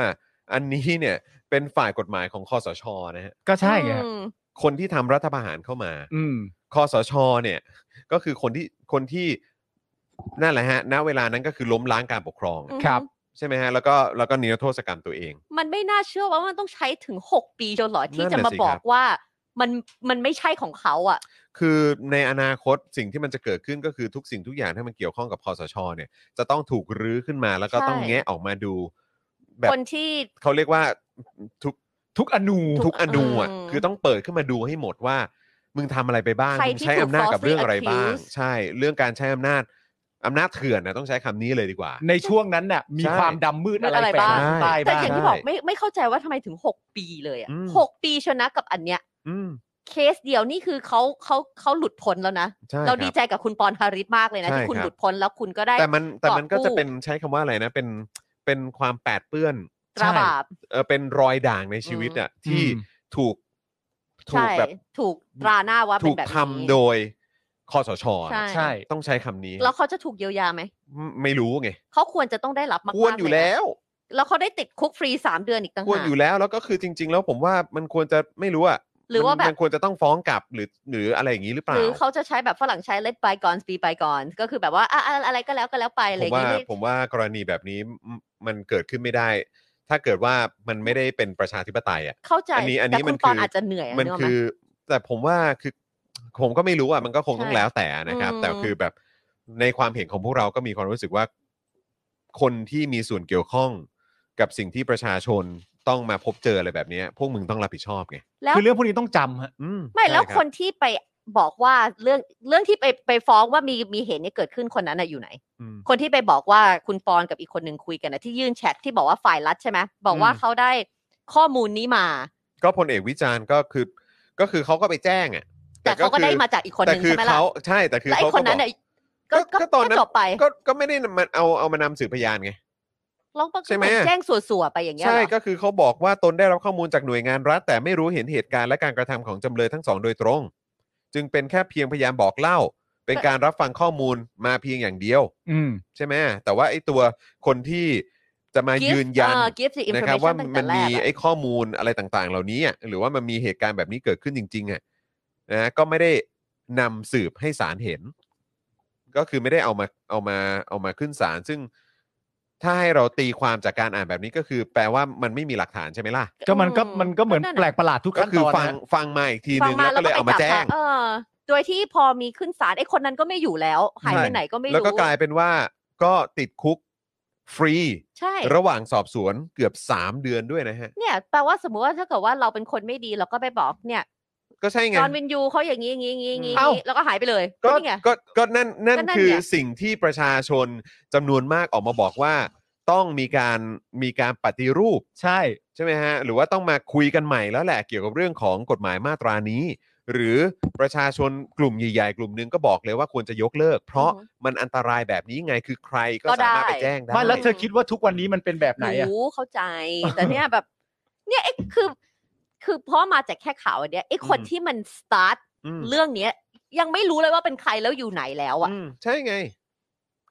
Speaker 1: อันนี้เนี่ยเป็นฝ่ายกฎหมายของคอสชนะฮะ
Speaker 3: ก็ใช่ไงฮะ
Speaker 2: อืม
Speaker 1: คนที่ทำรัฐประหารเข้ามา
Speaker 3: อืม
Speaker 1: คอสชเนี่ยก็คือคนที่คนที่นั่นแหละฮะ ณเวลานั้นก็คือล้มล้างการปกครอง
Speaker 2: อืม
Speaker 3: ครับ
Speaker 1: ใช่ไหมฮะ แล้วก็แล้วก็นิรโทษกรรมตัวเอง
Speaker 2: มันไม่น่าเชื่อว่ามันต้องใช้ถึง 6 ปีจนเหรอ ที่
Speaker 1: นั่น
Speaker 2: จะ
Speaker 1: น่ะ
Speaker 2: มา
Speaker 1: สิ
Speaker 2: บอ
Speaker 1: ค
Speaker 2: ก
Speaker 1: รับ
Speaker 2: ว่ามันมันไม่ใช่ของเขาอ่ะ
Speaker 1: คือในอนาคตสิ่งที่มันจะเกิดขึ้นก็คือทุกสิ่งทุกอย่างที่มันเกี่ยวข้องกับคอสชเนี่ย จะต้องถูกรื้อขึ้นมา แล้วก็ต้อง
Speaker 2: ใช่
Speaker 1: แงะออกมาดู แบบ
Speaker 2: คนที่
Speaker 1: เขาเรียกว่าทุก
Speaker 3: ทุกอนู
Speaker 1: ทุกอนูอ่ะ
Speaker 2: อืม
Speaker 1: คือต้องเปิดขึ้นมาดูให้หมดว่า มึงทำอะไรไปบ้าง
Speaker 2: ใคร
Speaker 1: มึง
Speaker 2: ที่
Speaker 1: ใช้อำนาจ
Speaker 2: ถูก
Speaker 1: กับเรื่องอะไรบ้าง
Speaker 2: falsely accused
Speaker 1: ใช่ เรื่องการใช้อำนาจอำนาจเถื่อนนะต้องใช้คำนี้เลยดีกว่า
Speaker 3: ในช่วงนั้นน่ะมี
Speaker 1: ใช่
Speaker 3: ความดำมืด
Speaker 2: มืด
Speaker 3: อะ
Speaker 2: อะ
Speaker 3: ไร
Speaker 2: ไร
Speaker 3: แฝง
Speaker 2: บ้าง
Speaker 3: อยู่ใต้
Speaker 1: ไป
Speaker 2: แต่
Speaker 3: บ้า
Speaker 2: อย่าง งที่
Speaker 1: ได้
Speaker 2: บอกไม่ไม่เข้าใจว่าทำไมถึง 6 ปีเลยอ่ะ
Speaker 1: อืม
Speaker 2: หกปีชนะกับอันเนี้ย
Speaker 1: อืม
Speaker 2: เคสเดียวนี่คือเขาเขาเขาหลุดพ้นแล้วนะ
Speaker 1: ใช่
Speaker 2: เรา
Speaker 1: ค
Speaker 2: ดี
Speaker 1: รับ
Speaker 2: ใจกับคุณปอนฮาริสมากเลยนะ
Speaker 1: ใช่
Speaker 2: ที่คุณ
Speaker 1: ครับ
Speaker 2: หลุดพ้นแล้วคุณก็ได้
Speaker 1: แต่มันแต่มัน
Speaker 2: กอบกู้
Speaker 1: ก็จะเป็นใช้คำว่าอะไรนะ เป็นเป็นความแปดเปื้อน
Speaker 2: ตราบาป
Speaker 1: เออเป็นรอยด่างในชีวิตอ่ะที่
Speaker 3: อืม
Speaker 1: ถูกถูก
Speaker 2: ใช่
Speaker 1: แบบ
Speaker 2: ถูกตราหน้าว่าเป็
Speaker 1: ถู
Speaker 2: น
Speaker 1: ก
Speaker 2: แบบ
Speaker 1: ทำ
Speaker 2: นี้
Speaker 1: โดยคอสช
Speaker 2: ใช่
Speaker 3: ใช่
Speaker 1: ต้องใช้คำนี้
Speaker 2: แล้วเขาจะถูกเยียวยาไหม
Speaker 1: ไม่ไม่รู้ไง
Speaker 2: เขาควรจะต้องได้รับมากๆ
Speaker 1: ควรอยู่
Speaker 2: เนะ
Speaker 1: แล้ว
Speaker 2: แล้วเขาได้ติดคุกฟรีสามเดือนอีกต่าง
Speaker 1: ควร
Speaker 2: หาก
Speaker 1: อยู่แล้วแล้วก็คือจริง ๆ แล้วผมว่ามันควรจะไม่รู้อ่ะ
Speaker 2: หรือว่าแบบ
Speaker 1: มันควรจะต้องฟ้องกลับหรือหรืออะไรอย่างนี้หรือเป
Speaker 2: ห
Speaker 1: ล่า
Speaker 2: รือเขาจะใช้แบบฝรั่งใช้ let by gone be by gone ก็คือแบบว่าอะอะอะไรก็แล้วก็แล้วไปอะไร
Speaker 1: ผ
Speaker 2: อ
Speaker 1: ม
Speaker 2: ย่าง
Speaker 1: ว่า
Speaker 2: เงี้ย
Speaker 1: ผมว่ากรณีแบบนี้มมันเกิดขึ้นไม่ได้ ถ้าเกิดว่ามันไม่ได้เป็นประชาธิปไตยอ่ะ
Speaker 2: เข้าใจ
Speaker 1: อันนี้อันนี้
Speaker 2: แต่
Speaker 1: มั
Speaker 2: คุ
Speaker 1: น
Speaker 2: ณปอ
Speaker 1: คื
Speaker 2: น
Speaker 1: ออ
Speaker 2: อาจจะเหนื่อยะ
Speaker 1: มัน
Speaker 2: กกไห
Speaker 1: คือแต่ผมว่าคือผมก็ไม่รู้อ่ะมันก็คงต้อง
Speaker 2: ใช่
Speaker 1: แล้วแต่นะครับ
Speaker 2: อืม
Speaker 1: แต่คือแบบในความเห็นของพวกเราก็มีความรู้สึกว่า คนที่มีส่วนเกี่ยวข้องกับสิ่งที่ประชาชนต้องมาพบเจออะไรแบบเนี้ย พวกมึงต้องรับผิดชอบไง
Speaker 2: แล้ว
Speaker 3: คือเรื่องพวกนี้ต้องจำฮะ
Speaker 1: อื
Speaker 2: ไม่แล้ว
Speaker 1: ใช่
Speaker 2: ค
Speaker 1: รั
Speaker 2: น
Speaker 1: บ
Speaker 2: ที่ไปบอกว่าเรื่องเรื่องที่ไปไปฟ้องว่ามีมีเหตุเนี่ยเกิดขึ้นคนนั้นน่ะอยู่ไหน
Speaker 1: อืม
Speaker 2: คนที่ไปบอกว่าคุณปอนกับอีกคนหนึ่งคุยกันนะที่ยื่นแชทที่บอกว่าฝ่ายรัฐใช่ไหมบอกว่า
Speaker 1: อืม
Speaker 2: เขาได้ข้อมูลนี้มา
Speaker 1: ก็พลเอกวิจารณ์ก็คือ ก็คือเขาก็ไปแจ้งอ่ะ
Speaker 2: แต่เขาก็
Speaker 1: คือ
Speaker 2: ได้มาจากอีกคนห
Speaker 1: แต่
Speaker 2: นึ่ง
Speaker 1: คือ
Speaker 2: ใช่ไหมล่ะ
Speaker 1: เขาใช่แต่คือ
Speaker 2: แล้วไอ้
Speaker 1: เขา
Speaker 2: ค
Speaker 1: ก็
Speaker 2: นนั้น
Speaker 1: บ
Speaker 2: เนี่ย
Speaker 1: อก
Speaker 2: ก็
Speaker 1: ก็ก็ตอนนั้น
Speaker 2: จบไป
Speaker 1: ก็ก็ไม่ได้มันเอาเอามานำสืบพยานไง
Speaker 2: แล้วมัน
Speaker 1: ใช่ไหม
Speaker 2: ก็แจ้งส่วนๆไปอย่างเงี้ย
Speaker 1: ใช่
Speaker 2: เหรอ
Speaker 1: ก็คือเขาบอกว่าตนได้รับข้อมูลจากหน่วยงานรัฐ แต่ไม่รู้เห็นเหตุการณ์และการกระทำของจำเลยทั้งสองโดยตรง จึงเป็นแค่เพียงพยายามบอกเล่า เป็นการรับฟังข้อมูลมาเพียงอย่างเดียว
Speaker 3: อืม
Speaker 1: ใช่ไหมแต่ว่าไอ้ตัวคนที่จะมายืนยัน
Speaker 2: เออ give the
Speaker 1: นะครับ
Speaker 2: information
Speaker 1: ว่า
Speaker 2: ตั้ง
Speaker 1: มั
Speaker 2: แต่
Speaker 1: น
Speaker 2: แร
Speaker 1: มี
Speaker 2: กอะ
Speaker 1: ไอ้ข้อมูลอะไรต่างๆ เหล่านี้อะหรือว่ามันมีเหตุการณ์แบบนี้เกิดขึ้นจริงๆอ่ะนะก็ไม่ได้นำสืบให้ศาลเห็น ก็คือไม่ได้เอามาเอามาเอามาขึ้นศาลซึ่ง ถ้าให้เราตีความจากการอ่านแบบนี้ก็คือ แปลว่ามันไม่มีหลักฐานใช่ไหมล่ะ
Speaker 3: ก็มันก็มันก็เหมือน
Speaker 2: ะ
Speaker 3: แปลกประหลาดทุก
Speaker 1: ก็
Speaker 3: ขั้น
Speaker 1: คื
Speaker 3: ต
Speaker 1: อ
Speaker 3: อน
Speaker 1: ฟัง
Speaker 3: นะ
Speaker 1: ฟังมาอีกที
Speaker 2: ฟั
Speaker 1: นึ
Speaker 2: ง
Speaker 1: ง
Speaker 2: มา
Speaker 1: แล้วก็เลยเอามา
Speaker 2: จับ
Speaker 1: แจ้ง
Speaker 2: ค่ะเออ โดยที่พอมีขึ้นศาลไอ้คนนั้นก็ไม่อยู่แล้ว หาย
Speaker 1: ใช่
Speaker 2: ไปไหนก็ไม่รู้
Speaker 1: แล้วก็กลายเป็นว่าก็ติดคุกฟรี
Speaker 2: ใช่
Speaker 1: ระหว่างสอบสวนเกือบ 3 เดือนด้วยนะฮะ
Speaker 2: เนี่ยแปลว่าสมมุติว่าถ้าเกิดว่าเราเป็นคนไม่ดีเราก็ไปบอกเนี่ย
Speaker 1: ก็ใช่ไง
Speaker 2: จอห์นวินยูเขาอย่างนี้อย่างนี้อย่างนี้อย่างนี้
Speaker 3: เอ้า
Speaker 2: แล้วก็หายไปเลย
Speaker 1: ก็
Speaker 2: นี่ไง
Speaker 1: ก็ก็นั่นนั่น
Speaker 2: ก็นั่น
Speaker 1: คือ
Speaker 2: ไง
Speaker 1: สิ่งที่ประชาชนจำนวนมากออกมาบอกว่า ต้องมีการมีการปฏิรูป
Speaker 3: ใช่
Speaker 1: ใช่ไหมฮะ หรือว่าต้องมาคุยกันใหม่แล้วแหละเกี่ยวกับเรื่องของกฎหมายมาตรานี้ หรือประชาชนกลุ่มใหญ่ๆ กลุ่มหนึงก็บอกเลยว่าควรจะยกเลิก เพราะมันอันตรายแบบนี้ไงคือใครก็
Speaker 2: ก็ได้
Speaker 1: สามารถไปแจ้งได้
Speaker 3: ไม่แล้วเธอคิดว่าทุกวันนี้มันเป็นแบบไหนอ่ะ
Speaker 2: รู้เข้าใจ แต่เนี่ยแบบ เนี่ยไอ้คือ คือเพราะมาจากแค่ข่าวอันเนี้ยไอ้คน
Speaker 1: อืม
Speaker 2: ที่มันสตาร์ท
Speaker 1: อืม
Speaker 2: เรื่องเนี้ย ยังไม่รู้เลยว่าเป็นใครแล้วอยู่ไหนแล้วอ่ะ
Speaker 1: อืมใช่ไง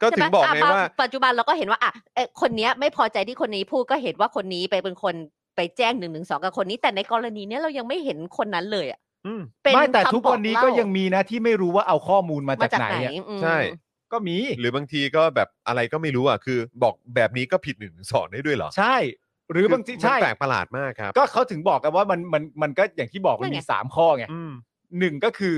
Speaker 1: ก็
Speaker 2: ใช่
Speaker 1: ถึ
Speaker 2: ห
Speaker 1: งบ
Speaker 2: ม
Speaker 1: อกไง
Speaker 2: ะ
Speaker 1: ว่า
Speaker 2: ปัจจุบันเราก็เห็นว่าอ่ะเอ่อคนเนี้ยไม่พอใจที่คนนี้พูดก็เห็นว่าคนนี้ไปเป็นคนไปแจ้งหนึ่งหนึ่งสองกับคนนี้ แต่ในกรณีเนี้ยเรายังไม่เห็นคนนั้นเลยอ่ะ
Speaker 1: อืม
Speaker 2: เป็น
Speaker 3: ไม่แต่
Speaker 2: คำ
Speaker 3: ทุกวันนี้
Speaker 2: บอ
Speaker 3: ก็
Speaker 2: เล่า
Speaker 3: ยังมีนะที่ไม่รู้ว่าเอาข้อมูลมา
Speaker 2: มา
Speaker 3: จา
Speaker 2: จาก ก
Speaker 3: ไห
Speaker 2: ไหน
Speaker 3: นอะ
Speaker 2: อืม
Speaker 1: ใช่
Speaker 3: ก็มี
Speaker 1: หรือบางทีก็แบบอะไรก็ไม่รู้อ่ะคือ บอกแบบนี้ก็ผิดหนึ่งถึงสองได้ด้วยเหรอ
Speaker 3: ใช่ หรือบางที
Speaker 1: คืมัน
Speaker 3: ใช่
Speaker 1: แปลกประหลาดมากครับ
Speaker 3: ก็เขาถึงบอกกันว่ามันมันมันก็อย่างที่บอกมัน
Speaker 2: นั่นไง
Speaker 3: มีสามข้อไง
Speaker 1: อืม
Speaker 3: หนึ่งก็คือ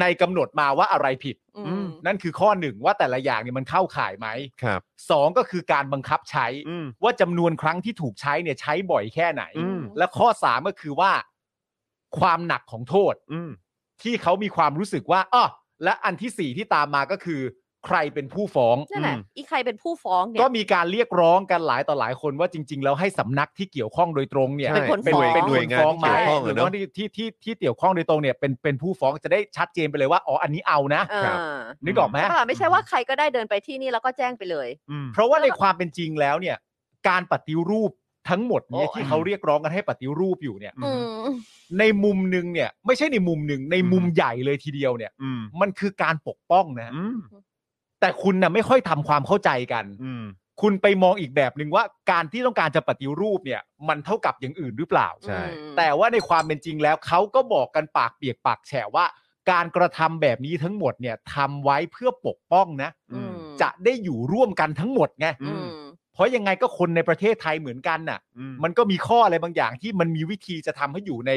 Speaker 3: ในกำหนดมาว่าอะไรผิด
Speaker 2: อื
Speaker 1: อื
Speaker 2: ม
Speaker 1: ม
Speaker 3: นั่นคือข้อหนึ่งว่าแต่ละอย่างเนี่ยมันเข้าข่ายไหม
Speaker 1: ครับ
Speaker 3: สองก็คือการบังคับใช้
Speaker 1: อืม
Speaker 3: ว่าจำนวนครั้งที่ถูกใช้เนี่ยใช้บ่อยแค่ไหน
Speaker 1: อืม
Speaker 3: และข้อสามก็คือว่า ความหนักของโทษ
Speaker 1: อืม
Speaker 3: ที่เขามีความรู้สึกว่าอ้อและอันที่สี่ที่ตามมาก็คือ ใครเป็นผู้ฟ้อง
Speaker 2: นั่นแหละอีใครเป็นผู้ฟ้องเนี่ย
Speaker 3: ก็มีการเรียกร้องกันหลายต่อหลายคนว่าจริง ๆ แล้วให้สำนักที่เกี่ยวข้องโดยตรงเนี่ย
Speaker 1: ใช่
Speaker 2: เป็นคน
Speaker 3: เป็น
Speaker 2: ฟ้อง
Speaker 3: เป็น
Speaker 1: ห
Speaker 3: ห
Speaker 1: น่
Speaker 3: น่
Speaker 1: ว
Speaker 3: วย
Speaker 1: งาง
Speaker 3: ยาน น
Speaker 1: ที่เกี่ยวข้อง
Speaker 3: ห
Speaker 1: เลย
Speaker 3: รือ
Speaker 1: เนาะ
Speaker 3: ว่าที่ที่ที่ที่เกี่ยวข้องโดยตรงเนี่ยเป็นเป็นผู้ฟ้องจะได้ชัดเจนไปเลยว่าอ๋ออันนี้เอานะ
Speaker 2: เอ
Speaker 1: ครับ
Speaker 2: อ
Speaker 3: นึกออกไหม
Speaker 2: ใช่ป่ะไม่ใช่ว่าใครก็ได้เดินไปที่นี่แล้วก็แจ้งไปเลย
Speaker 1: อืม
Speaker 3: เพราะว่าในความเป็นจริงแล้วเนี่ย การปฏิรูปทั้งหมดเนี่ย
Speaker 2: โอ้ย
Speaker 3: ที่เขาเรียกร้องกันให้ปฏิรูปอยู่เนี่ย
Speaker 1: อืม
Speaker 2: ม
Speaker 3: ในมุมหนึ่งเนี่ย ไม่ใช่ในมุมหนึ่งในมุม
Speaker 1: อืม
Speaker 3: ใหญ่เลยทีเดียวเนี่ย
Speaker 1: อืม
Speaker 3: มันคือการปกป้องนะฮะ
Speaker 1: อืม
Speaker 3: แต่คุณน่ะไม่ค่อยทำความเข้าใจกัน
Speaker 1: อืม
Speaker 3: คุณไปมองอีกแบบหนึ่งว่าการที่ต้องการจะปฏิรูปเนี่ย มันเท่ากับอย่างอื่นหรือเปล่า
Speaker 1: ใช่
Speaker 2: อืม
Speaker 3: แต่ว่าในความเป็นจริงแล้วเขาก็บอกกันปากเปียกปากแฉะว่า การกระทำแบบนี้ทั้งหมดเนี่ยทำไว้เพื่อปกป้องนะ
Speaker 1: อืม
Speaker 3: จะได้อยู่ร่วมกันทั้งหมดไง
Speaker 1: อื
Speaker 2: อืม
Speaker 3: เพราะยังไงก็คนในประเทศไทยเหมือนกันน่ะ
Speaker 1: อืม
Speaker 3: มันก็มีข้ออะไรบางอย่างที่มันมีวิธีจะทำให้อยู่ใน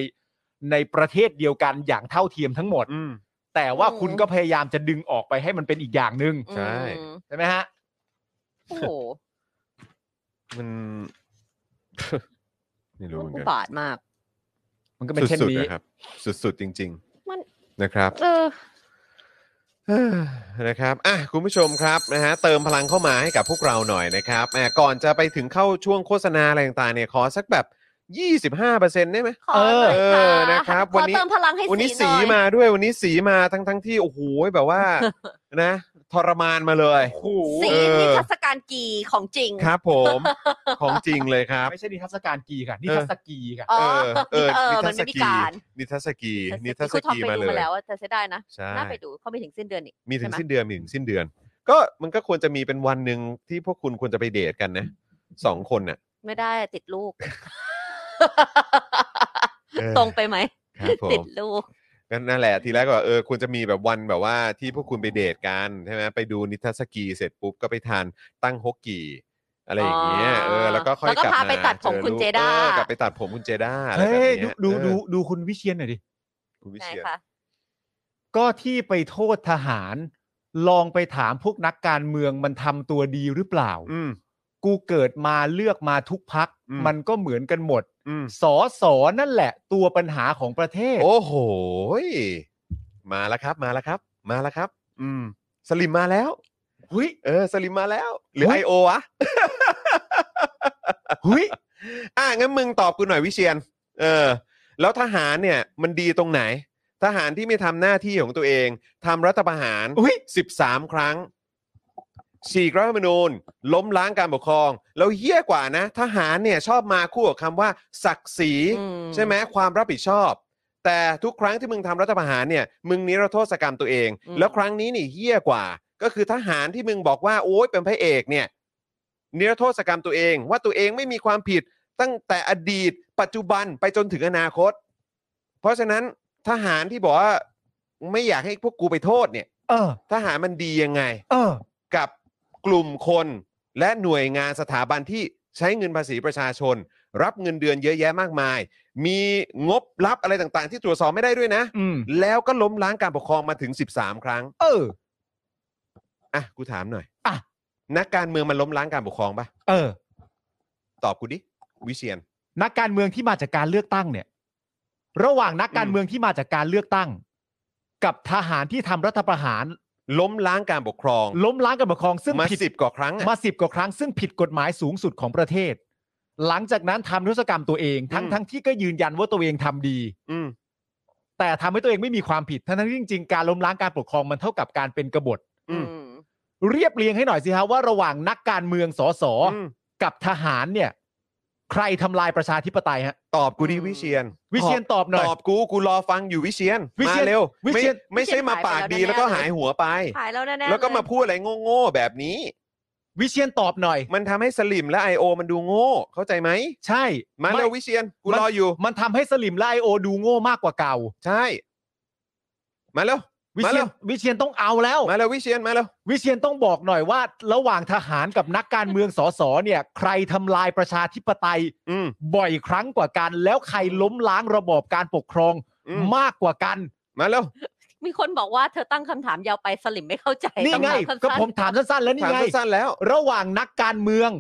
Speaker 3: ในประเทศเดียวกันอย่างเท่าเทียมทั้งหมด
Speaker 1: อืม
Speaker 3: แต่ว่า
Speaker 2: อืม
Speaker 3: คุณก็พยายามจะดึงออกไปให้มันเป็นอีกอย่างหนึ่ง
Speaker 1: ใช่
Speaker 2: อืม
Speaker 3: ใช่ไหมฮะ
Speaker 2: โอ้โห
Speaker 1: มัน ไม่รู้เหมือน
Speaker 2: อุ
Speaker 1: กัน
Speaker 2: บาทมาก
Speaker 3: มันก็เป็นเช่น
Speaker 1: สุดๆ
Speaker 3: นี้
Speaker 1: นะครับ สุดๆจริง
Speaker 2: มัน
Speaker 1: ๆ นะครับ (sighs)
Speaker 2: เออ
Speaker 1: เอ้อนะครับอ่ะคุณผู้ชมครับนะฮะเติมพลังเข้ามาให้กับพวกเราหน่อยนะครับแหมก่อนจะไปถึงเข้าช่วงโฆษณาอะไรต่างๆเนี่ยขอสักแบบ 25%ได้ไหม
Speaker 2: ขอหน่อย
Speaker 1: เออ
Speaker 2: ค่ะ
Speaker 1: นะครับ
Speaker 2: ข
Speaker 1: วั
Speaker 2: อน
Speaker 1: นี้
Speaker 2: เติมพลังให้
Speaker 1: วันนี้สี
Speaker 2: หอย
Speaker 1: มาด้วยวันนี้สีมาทั้งทั้งๆที่ โอ้โหแบบ
Speaker 3: (laughs)
Speaker 1: ว่า นะ ทรมานมาเลย
Speaker 3: โอ้โห
Speaker 2: สี
Speaker 1: เออ
Speaker 2: นิทรรศการกีของจริง
Speaker 1: ครับผม ของจริงเลยครับ
Speaker 3: ไม่ใช่นิทรรศการกีค่ะนิทรรศกีค่ะ
Speaker 2: อ๋อ
Speaker 1: เออเออ
Speaker 2: เออ
Speaker 1: นิ
Speaker 2: มั
Speaker 1: ทั
Speaker 2: น
Speaker 1: ศ
Speaker 2: ไม่มี
Speaker 1: กี
Speaker 2: การ
Speaker 1: นิทัศกีนิทัศ
Speaker 2: คุณทอม
Speaker 1: กี
Speaker 2: ไป
Speaker 1: มา
Speaker 2: ดู
Speaker 1: เลย
Speaker 2: มาแล้วอะแต่เสียดายนะ
Speaker 1: ใช่
Speaker 2: น่าไปดูเขาไม่ถึงสิ้นเดือนอีก
Speaker 1: มีถึง
Speaker 2: ใช่ไหม
Speaker 1: สิ้นเดือนมีถึงสิ้นเดือน ก็มันก็ควรจะมีเป็นวันหนึ่งที่พวกคุณควรจะไปเดทกันนะสองคนน่ะ
Speaker 2: ไม่ได้ติดลูก
Speaker 1: เออ
Speaker 2: ตรงไปไหม
Speaker 1: ครับผ
Speaker 2: ติ
Speaker 1: ม
Speaker 2: ดลูก
Speaker 1: ก็นั่นแหละทีแรกก็แบบเออควรจะมีแบบวันแบบว่าที่พวกคุณไปเดทกันใช่ไหมไปดูนิทรรศกีเสร็จปุ๊บก็ไปทานตั้งฮกกีอะไรอย่างเงี้ยเออแล้วก็ค่อย
Speaker 2: แล้วก็
Speaker 1: กลับ
Speaker 2: พา
Speaker 1: มา
Speaker 2: ไปตัดผม
Speaker 1: อลูก
Speaker 2: คุณเจด้า
Speaker 1: ออกลับไปตัดผมคุณเจด้าอะไรแบบ
Speaker 3: เฮ้ย
Speaker 1: เนี้ย
Speaker 3: ดู
Speaker 1: เออ
Speaker 3: ดูดูคุณวิเชียนหน่อยดิ
Speaker 1: คุณวิ
Speaker 2: ไหน
Speaker 1: เชียร
Speaker 2: คะ
Speaker 3: ก็ที่ไปโทษทหาร ลองไปถามพวกนักการเมืองมันทำตัวดีหรือเปล่า
Speaker 1: อืม
Speaker 3: กูเกิดมาเลือกมาทุกพัก
Speaker 1: อืม
Speaker 3: มันก็เหมือนกันหมด
Speaker 1: อืม
Speaker 3: สอสอนั่นแหละ ตัวปัญหาของประเท (laughs) ศ
Speaker 1: โอ้โหยมาแล้วครับมาแล้วครับ มาแล้วครับ อืม สลิมมาแล้ว
Speaker 3: หุย
Speaker 1: เออสลิมมาแล้ว หรือ
Speaker 3: เฮ้
Speaker 1: ไอย โอวะ
Speaker 3: หุย
Speaker 1: อ่ะงั้นมึงตอบกูหน่อยวิเชียน เออ แล้วทหารเนี่ยมันดีตรงไหน ทหารที่ไม่ทำหน้าที่ของตัวเองทำรัฐประหาร
Speaker 3: อุ๊ย
Speaker 1: 13 ครั้ง ฉีกรัฐธรรมนูญ ล้มล้างการปกครอง แล้วเหี้ยกว่านะ ทหารเนี่ยชอบมาคู่กับคำว่า ศักดิ์ศรี
Speaker 2: อื
Speaker 1: ใช่ไหมความรับผิดชอบ แต่ทุกครั้งที่มึงทำรัฐประหารเนี่ย มึงนิรโทษกรรมตัวเอง แล้วครั้งนี้นี่เหี้ยกว่า ก็คือทหารที่มึงบอกว่าโอ๊ยเป็นพระเอกเนี่ยนิรโทษกรรมตัวเอง ว่าตัวเองไม่มีความผิดตั้งแต่อดีต ปัจจุบันไปจนถึงอนาคต เพราะฉะนั้นทหารที่บอกว่าไม่อยากให้พวกกูไปโทษเนี่ย
Speaker 3: เออ
Speaker 1: ทหารมันดียังไง
Speaker 3: เออ
Speaker 1: กับกลุ่มคนและหน่วยงานสถาบันที่ใช้เงินภาษีประชาชน รับเงินเดือนเยอะแยะมากมาย มีงบรับอะไรต่างๆ ที่ตรวจสอบไม่ได้ด้วยนะ
Speaker 3: อืม
Speaker 1: แล้วก็ล้มล้างการปกครองมาถึง 13 ครั้ง
Speaker 3: เออ
Speaker 1: อ่ะกูถามหน่อย
Speaker 3: อ่ะ
Speaker 1: นักการเมืองมันล้มล้างการปกครองปะ
Speaker 3: เออ
Speaker 1: ตอบกูดิวิเชียน
Speaker 3: นักการเมืองที่มาจากการเลือกตั้งเนี่ย ระหว่างนักการ
Speaker 1: อืม
Speaker 3: เมืองที่มาจากการเลือกตั้ง กับทหารที่ทำรัฐประหาร
Speaker 1: ล้มล้างการปกครอง
Speaker 3: ล้มล้างการปกครองซึ่ง
Speaker 1: มา
Speaker 3: ผิด
Speaker 1: สิบกว่าครั้งอะ
Speaker 3: มาสิบกว่าครั้งซึ่งผิดกฎหมายสูงสุดของประเทศ หลังจากนั้นทำนิรุศกรรมตัวเองทั้ง
Speaker 1: อืม
Speaker 3: ทั้งที่ก็ยืนยันว่าตัวเองทำดี
Speaker 1: อืม
Speaker 3: แต่ทำให้ตัวเองไม่มีความผิดทั้งทั้งที่จริงๆการล้มล้างการปกครองมันเท่ากับการเป็นกบฏ
Speaker 1: อืม
Speaker 2: อืม
Speaker 3: เรียบเรียงให้หน่อยสิฮะว่าระหว่างนักการเมืองสส
Speaker 1: อืม
Speaker 3: กับทหารเนี่ย ใครทำลายประชาธิปไตยฮะ
Speaker 1: ตอบกูดิวิเชียน
Speaker 3: วิเชียนตอบหน่อย
Speaker 1: ตอบกูกูรอฟังอยู่วิเชียน
Speaker 3: วิ
Speaker 1: มา
Speaker 3: เชียน
Speaker 1: เร็ว
Speaker 3: วิ
Speaker 1: ไม่
Speaker 3: เชียน
Speaker 1: ไม่ใช่มาปากดีแล้วก็หายหัวไป
Speaker 2: หายแล้วแน่ๆ
Speaker 1: แล้วก็มา
Speaker 2: เย
Speaker 1: พูดอะไรโง่ๆแบบนี้
Speaker 3: วิเชียนตอบหน่อย
Speaker 1: มันทำให้สลิมและ I.O. มันดูโง่ เข้าใจไหม
Speaker 3: ใช่
Speaker 1: มาเร็ว
Speaker 3: ไ
Speaker 1: วิเชียน กู
Speaker 3: มัน
Speaker 1: รออยู่
Speaker 3: มันทำให้สลิมไลโอดูโง่มากกว่าเก่า
Speaker 1: ใช่ มาเร็ว
Speaker 3: วิ
Speaker 1: มา
Speaker 3: เชี
Speaker 1: แล้
Speaker 3: ยน
Speaker 1: ว
Speaker 3: วิเชียนต้องเอาแล้ว
Speaker 1: มาแล้ววิเชียนมาแล้ว
Speaker 3: วิเชียนต้องบอกหน่อยว่า ระหว่างทหารกับนักการเมืองส (laughs) สเนี่ย ใครทำลายประชาธิปไตย
Speaker 1: อืม
Speaker 3: บ่อยครั้งกว่ากัน แล้วใครล้มล้างระบอบการปกครอง
Speaker 1: อืม
Speaker 3: มากกว่ากัน
Speaker 1: มาแล้ว
Speaker 2: มีคนบอกว่าเธอตั้งคำถามยาวไปสลิมไม่เข้าใจ
Speaker 3: นี่
Speaker 2: ต้อง
Speaker 3: ไง
Speaker 2: ถามสั้นๆ
Speaker 3: ก็ผมถามสั้นๆแล้วนี่
Speaker 1: ถาม
Speaker 3: ไง
Speaker 1: สั้นๆแล้ว
Speaker 3: ระหว่างนักการเมือง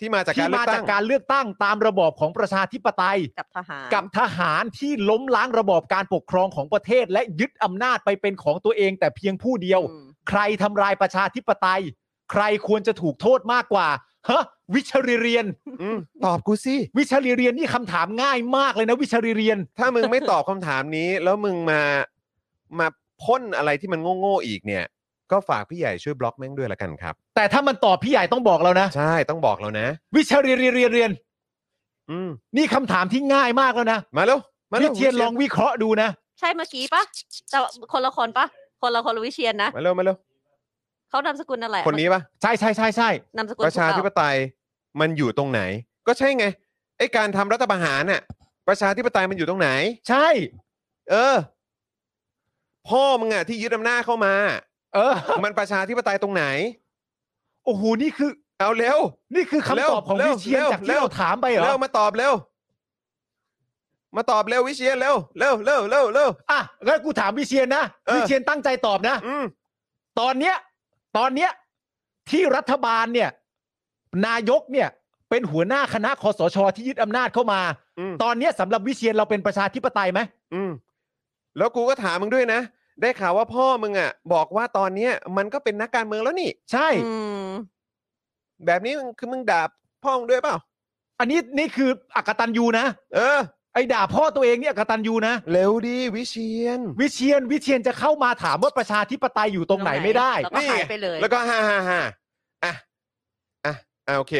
Speaker 1: ที่มาจาก
Speaker 3: ที่
Speaker 1: การเลือ
Speaker 3: มา
Speaker 1: กตั้
Speaker 3: จาก
Speaker 1: ง
Speaker 3: การเลือกตั้งตามระบอบของประชาธิปไตย
Speaker 2: กับทหาร
Speaker 3: กับทหารที่ล้มล้างระบอบการปกครองของประเทศ และยึดอำนาจไปเป็นของตัวเองแต่เพียงผู้เดียว
Speaker 2: อืม
Speaker 3: ใครทำลายประชาธิปไตย ใครควรจะถูกโทษมากกว่าฮะวิชริเรียน
Speaker 1: อืมตอบกูสิ
Speaker 3: วิชริเรียนนี่คำถามง่ายมากเลยนะวิชริเรียน
Speaker 1: ถ้ามึงไม่ตอบคำถามนี้ แล้วมึงมามาพ่นอะไรที่มันโง่ๆอีกเนี่ย ก็ฝากพี่ใหญ่ช่วยบล็อกแม่งด้วยละกันครับ
Speaker 3: แต่ถ้ามันตอบพี่ใหญ่ต้องบอกเรานะ
Speaker 1: ใช่ต้องบอกแล้วนะ
Speaker 3: วิชริเรียนเรียนเรียน
Speaker 1: อืม
Speaker 3: นี่คำถามที่ง่ายมากแล้วนะ
Speaker 1: มาแล้วมา
Speaker 3: วิ
Speaker 1: แล้ว
Speaker 3: เชียนลองวิเคราะห์ดูนะ
Speaker 2: ใช่เมื่อกี้ปะแต่ว่าคนละคนปะคนละคนละวิเชียนนะ
Speaker 1: มาแล้วมาแล้ว
Speaker 2: เขานามสกุลอะไร
Speaker 1: คนนี้ปะ
Speaker 3: ใช่ใช่ใช่ใช่
Speaker 2: นามสกุล
Speaker 1: ประชาธิป
Speaker 2: ถูกเปล่
Speaker 1: ไตยมันอยู่ตรงไหน ก็ใช่ไงไอการทำรัฐประหารน่ะประชาธิปไตยมันอยู่ตรงไหน
Speaker 3: ใช่
Speaker 1: เออ พ่อมึงอะที่ยึดอำนาจเข้ามา
Speaker 3: เออ
Speaker 1: มันประชาธิปไตยตรงไหน
Speaker 3: โอ้โหนี่คือ
Speaker 1: เอาเร็ว
Speaker 3: นี่คือคำ
Speaker 1: เร็ว
Speaker 3: ตอบของ
Speaker 1: เร็ว
Speaker 3: วิเชียน
Speaker 1: เร็ว
Speaker 3: จาก
Speaker 1: เร็ว
Speaker 3: ที่เราถามไปเหรอ
Speaker 1: เร็วมาตอบเร็ว มาตอบเร็ววิเชียนเร็วเร็วเร็วเร็วเร็ว
Speaker 3: อ่ะงั้นกูถามวิเชียนนะ
Speaker 1: เออ
Speaker 3: วิเชียนตั้งใจตอบนะ
Speaker 1: อืม
Speaker 3: ตอนเนี้ย ตอนเนี้ยที่รัฐบาลเนี่ย นายกเนี่ย เป็นหัวหน้าคณะคอสชที่ยึดอำนาจเข้ามา
Speaker 1: อืม
Speaker 3: ตอนเนี้ยสำหรับวิเชียนเราเป็นประชาธิปไตยไหม
Speaker 1: อืมแล้วกูก็ถามมึงด้วยนะ ได้ข่าวว่าพ่อมึงอ่ะ บอกว่าตอนเนี้ยมันก็เป็นนักการเมืองแล้วนี่
Speaker 3: ใช่
Speaker 2: าอืม
Speaker 1: แบบนี้มึงคือมึงด่าพ่อมึงด้วยเปล่า
Speaker 3: อันนี้นี่คืออักตันยูนะ
Speaker 1: เออ
Speaker 3: ไอ้ด่าพ่อตัวเองเนี่ยอักตันยูนะ
Speaker 1: เร็วดีวิเชียน
Speaker 3: วิเชียนวิเชียนจะเข้ามาถามว่าประชาธิปไตยอยู่ตรงไหนไม่ได้
Speaker 2: แล้วก็
Speaker 1: นี่
Speaker 2: หายไปเลย
Speaker 1: แล้วก็ฮ่าฮ่าฮ่าอ่ะอ่ะอ่ะโอเค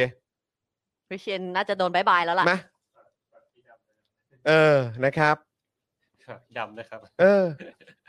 Speaker 2: วิเชียนน่าจะโดนบายบายแล้วล่ะ
Speaker 1: มาเออนะครับ
Speaker 4: ครับดำนะครับ
Speaker 1: เออ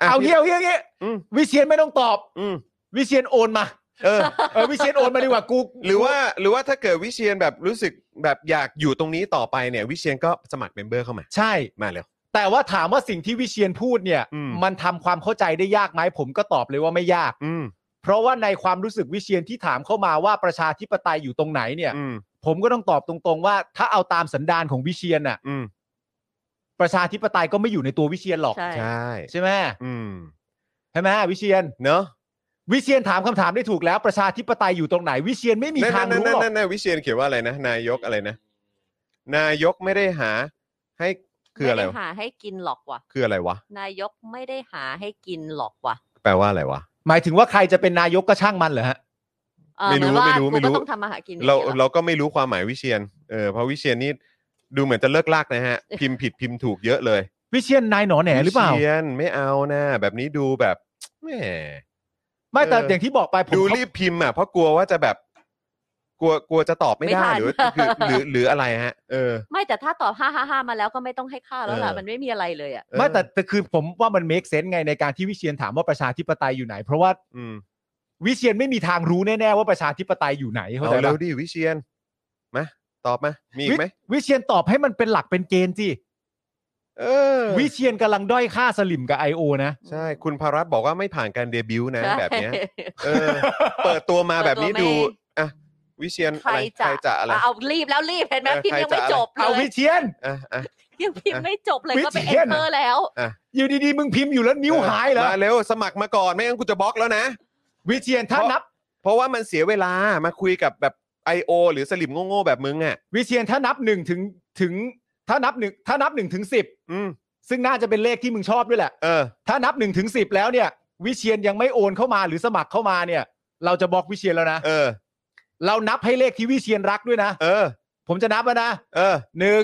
Speaker 1: อ่ะ
Speaker 3: เอา
Speaker 1: พี่
Speaker 3: เงี้ยเอาเงี้ยเอาเงี้ย
Speaker 1: อืม
Speaker 3: วิเชียนไม่ต้องตอบ
Speaker 1: อืม
Speaker 3: วิเชียนโอนมา
Speaker 1: เออ
Speaker 3: เออวิเชียนโอนมาดีกว่ากู
Speaker 1: หรือว่าหรือว่าถ้าเกิดวิเชียนแบบรู้สึกแบบอยากอยู่ตรงนี้ต่อไปเนี่ย วิเชียนก็สมัครเมมเบอร์เข้ามา
Speaker 3: ใช่
Speaker 1: มาเร็ว
Speaker 3: แต่ว่าถามว่าสิ่งที่วิเชียนพูดเนี่ย
Speaker 1: อืม
Speaker 3: มันทำความเข้าใจได้ยากไหมผมก็ตอบเลยว่าไม่ยาก
Speaker 1: อืม
Speaker 3: เพราะว่าในความรู้สึกวิเชียนที่ถามเข้ามาว่าประชาธิปไตยอยู่ตรงไหนเนี่ย
Speaker 1: อืม
Speaker 3: ผมก็ต้องตอบตรงๆว่า ถ้าเอาตามสันดานของวิเชียนน่ะ
Speaker 1: อืม
Speaker 3: ประชาธิปไตยก็ไม่อยู่ในตัววิเชียนหรอก
Speaker 2: ใช่
Speaker 1: ใช่
Speaker 3: ใช่ไหม
Speaker 1: อืม
Speaker 3: ใช่ไหมวิเชียน
Speaker 1: เนาะ
Speaker 3: วิเชียนถามคำถามได้ถูกแล้วประชาธิปไตยอยู่ตรงไหน วิเชียนไม่มี
Speaker 1: นั่น
Speaker 3: ทาง
Speaker 1: นั่น
Speaker 3: รู้
Speaker 1: นั่
Speaker 3: หร
Speaker 1: น
Speaker 3: อก
Speaker 1: นั่นนั่นวิเชียนเขียนว่าอะไรนะ นายกอะไรนะ นายกไม่ได้หาให้คืออะไร
Speaker 2: ม่ด้
Speaker 1: วะ
Speaker 2: หาให้กินหรอกว่ะ
Speaker 1: คืออะไรวะ
Speaker 2: นายกไม่ได้หาให้กินหรอกว่ะ
Speaker 1: แปลว่าอะไรวะ
Speaker 3: หมายถึงว่าใครจะเป็นนายกก็ช่างมันเหรอฮะ
Speaker 2: เออ
Speaker 1: ไม่รู้
Speaker 2: เหอนว่า
Speaker 1: ไม่รู้ไม่รู้
Speaker 2: กูก็ต้องทำมาหากิน
Speaker 1: เรา
Speaker 2: อย่งงี้ยหอ
Speaker 1: เราก็ไม่รู้ความหมายวิเชียนเออเพราะวิเชียนนี่ดูเหมือนจะเลิกลาก
Speaker 3: (laughs)
Speaker 1: นะฮะ พิมพ์ผิดพิมพ์ถูกเยอะเลย
Speaker 3: วิเชียนนายหนอแหนหรือเปล่า
Speaker 1: วิเชียนไม่เอานะแบบนี้ดูแบบแหม
Speaker 3: ไม่แต่
Speaker 1: เอออ
Speaker 3: อย่างที่บอกไปผม
Speaker 1: ดูรีบพิมพ์อ่ะเพราะกลัวว่าจะแบบ กลัวกลัวจะตอบไม่ได้หรือคือห
Speaker 3: (laughs)
Speaker 1: รือหรืออะไรฮะ เออ
Speaker 2: ไม่แต่ถ้าตอบห้าห้าห้ามาแล้วก็ไม่ต้องให้ค่าแล้วล่ะ
Speaker 1: เออ
Speaker 2: มันไม่มีอะไรเลยอ่ะ
Speaker 3: ไม่แต่แต่คือผมว่ามัน make sense ไงในการที่วิเชียนถามว่าประชาธิปไตยอยู่ไหน เพราะว่า
Speaker 1: อืม
Speaker 3: วิเชียนไม่มีทางรู้แน่ๆว่าประชาธิปไตยอยู่ไหนเข้า
Speaker 1: เอา
Speaker 3: ใจ
Speaker 1: เร็
Speaker 3: ปะ
Speaker 1: วดิวิเชียนมาตอบมามีอีกไหม
Speaker 3: วิวิเชียนตอบให้มันเป็นหลักเป็นเกณฑ์สิ
Speaker 1: เออ
Speaker 3: วิเชียนกำลังด้อยค่าสลิมกับ I.O. นะ
Speaker 1: ใช่คุณภารัตน์บอกว่าไม่ผ่านการเดบิวต์นะ
Speaker 2: ใช่
Speaker 1: แบบเนี้ยเออ
Speaker 3: (laughs)
Speaker 1: เปิดตัวมาแบบนี้
Speaker 2: เปิดตัวไม่
Speaker 1: ดูอ่ะวิเชียน
Speaker 2: ใค
Speaker 1: อะ
Speaker 2: ร
Speaker 1: ไร
Speaker 2: จะ
Speaker 1: ใครจะอะไร
Speaker 2: เอารีบแล้วรีบเห็นไหม
Speaker 1: เออ
Speaker 2: พิมพ์ยังไม่
Speaker 1: ใครจะ
Speaker 2: จบเล
Speaker 3: เอาวิ
Speaker 2: ย
Speaker 3: เชียน
Speaker 1: อ่ะอ่ะ
Speaker 2: ยังพิมพ์ไม่จบเลย
Speaker 3: วิ
Speaker 2: ก็ไป
Speaker 3: เชี
Speaker 2: เอย น
Speaker 3: น
Speaker 2: เตอร์แล้ว
Speaker 3: อยู่ดีๆ มึงพิมพ์อยู่แล้วนิ้วหายเหรอ
Speaker 1: มาเร็วสมัครมาก่อนไม่งั้นกูจะบล็อกแล้วนะ
Speaker 3: วิเชียนถ้านับ
Speaker 1: เพราะว่ามันเสียเวลามาคุยกับแบบ I.O. หรือสลิมโง่ๆแบบมึงอ่ะ
Speaker 3: วิเชียนถ้านับหนึ่งถึงถึง ถ้านับหนึ่งถ้านับหนึ่งถึงสิบ
Speaker 1: อืม
Speaker 3: ซึ่งน่าจะเป็นเลขที่มึงชอบด้วยแหละ
Speaker 1: เออ
Speaker 3: ถ้านับหนึ่งถึงสิบแล้วเนี่ย วิเชียนยังไม่โอนเข้ามาหรือสมัครเข้ามาเนี่ย เราจะบล็อกวิเชียนแล้วนะ
Speaker 1: เออ
Speaker 3: เรานับให้เลขที่วิเชียนรักด้วยนะ
Speaker 1: เออ
Speaker 3: ผมจะนับแล้วนะ
Speaker 1: เออ
Speaker 3: หนึ่ง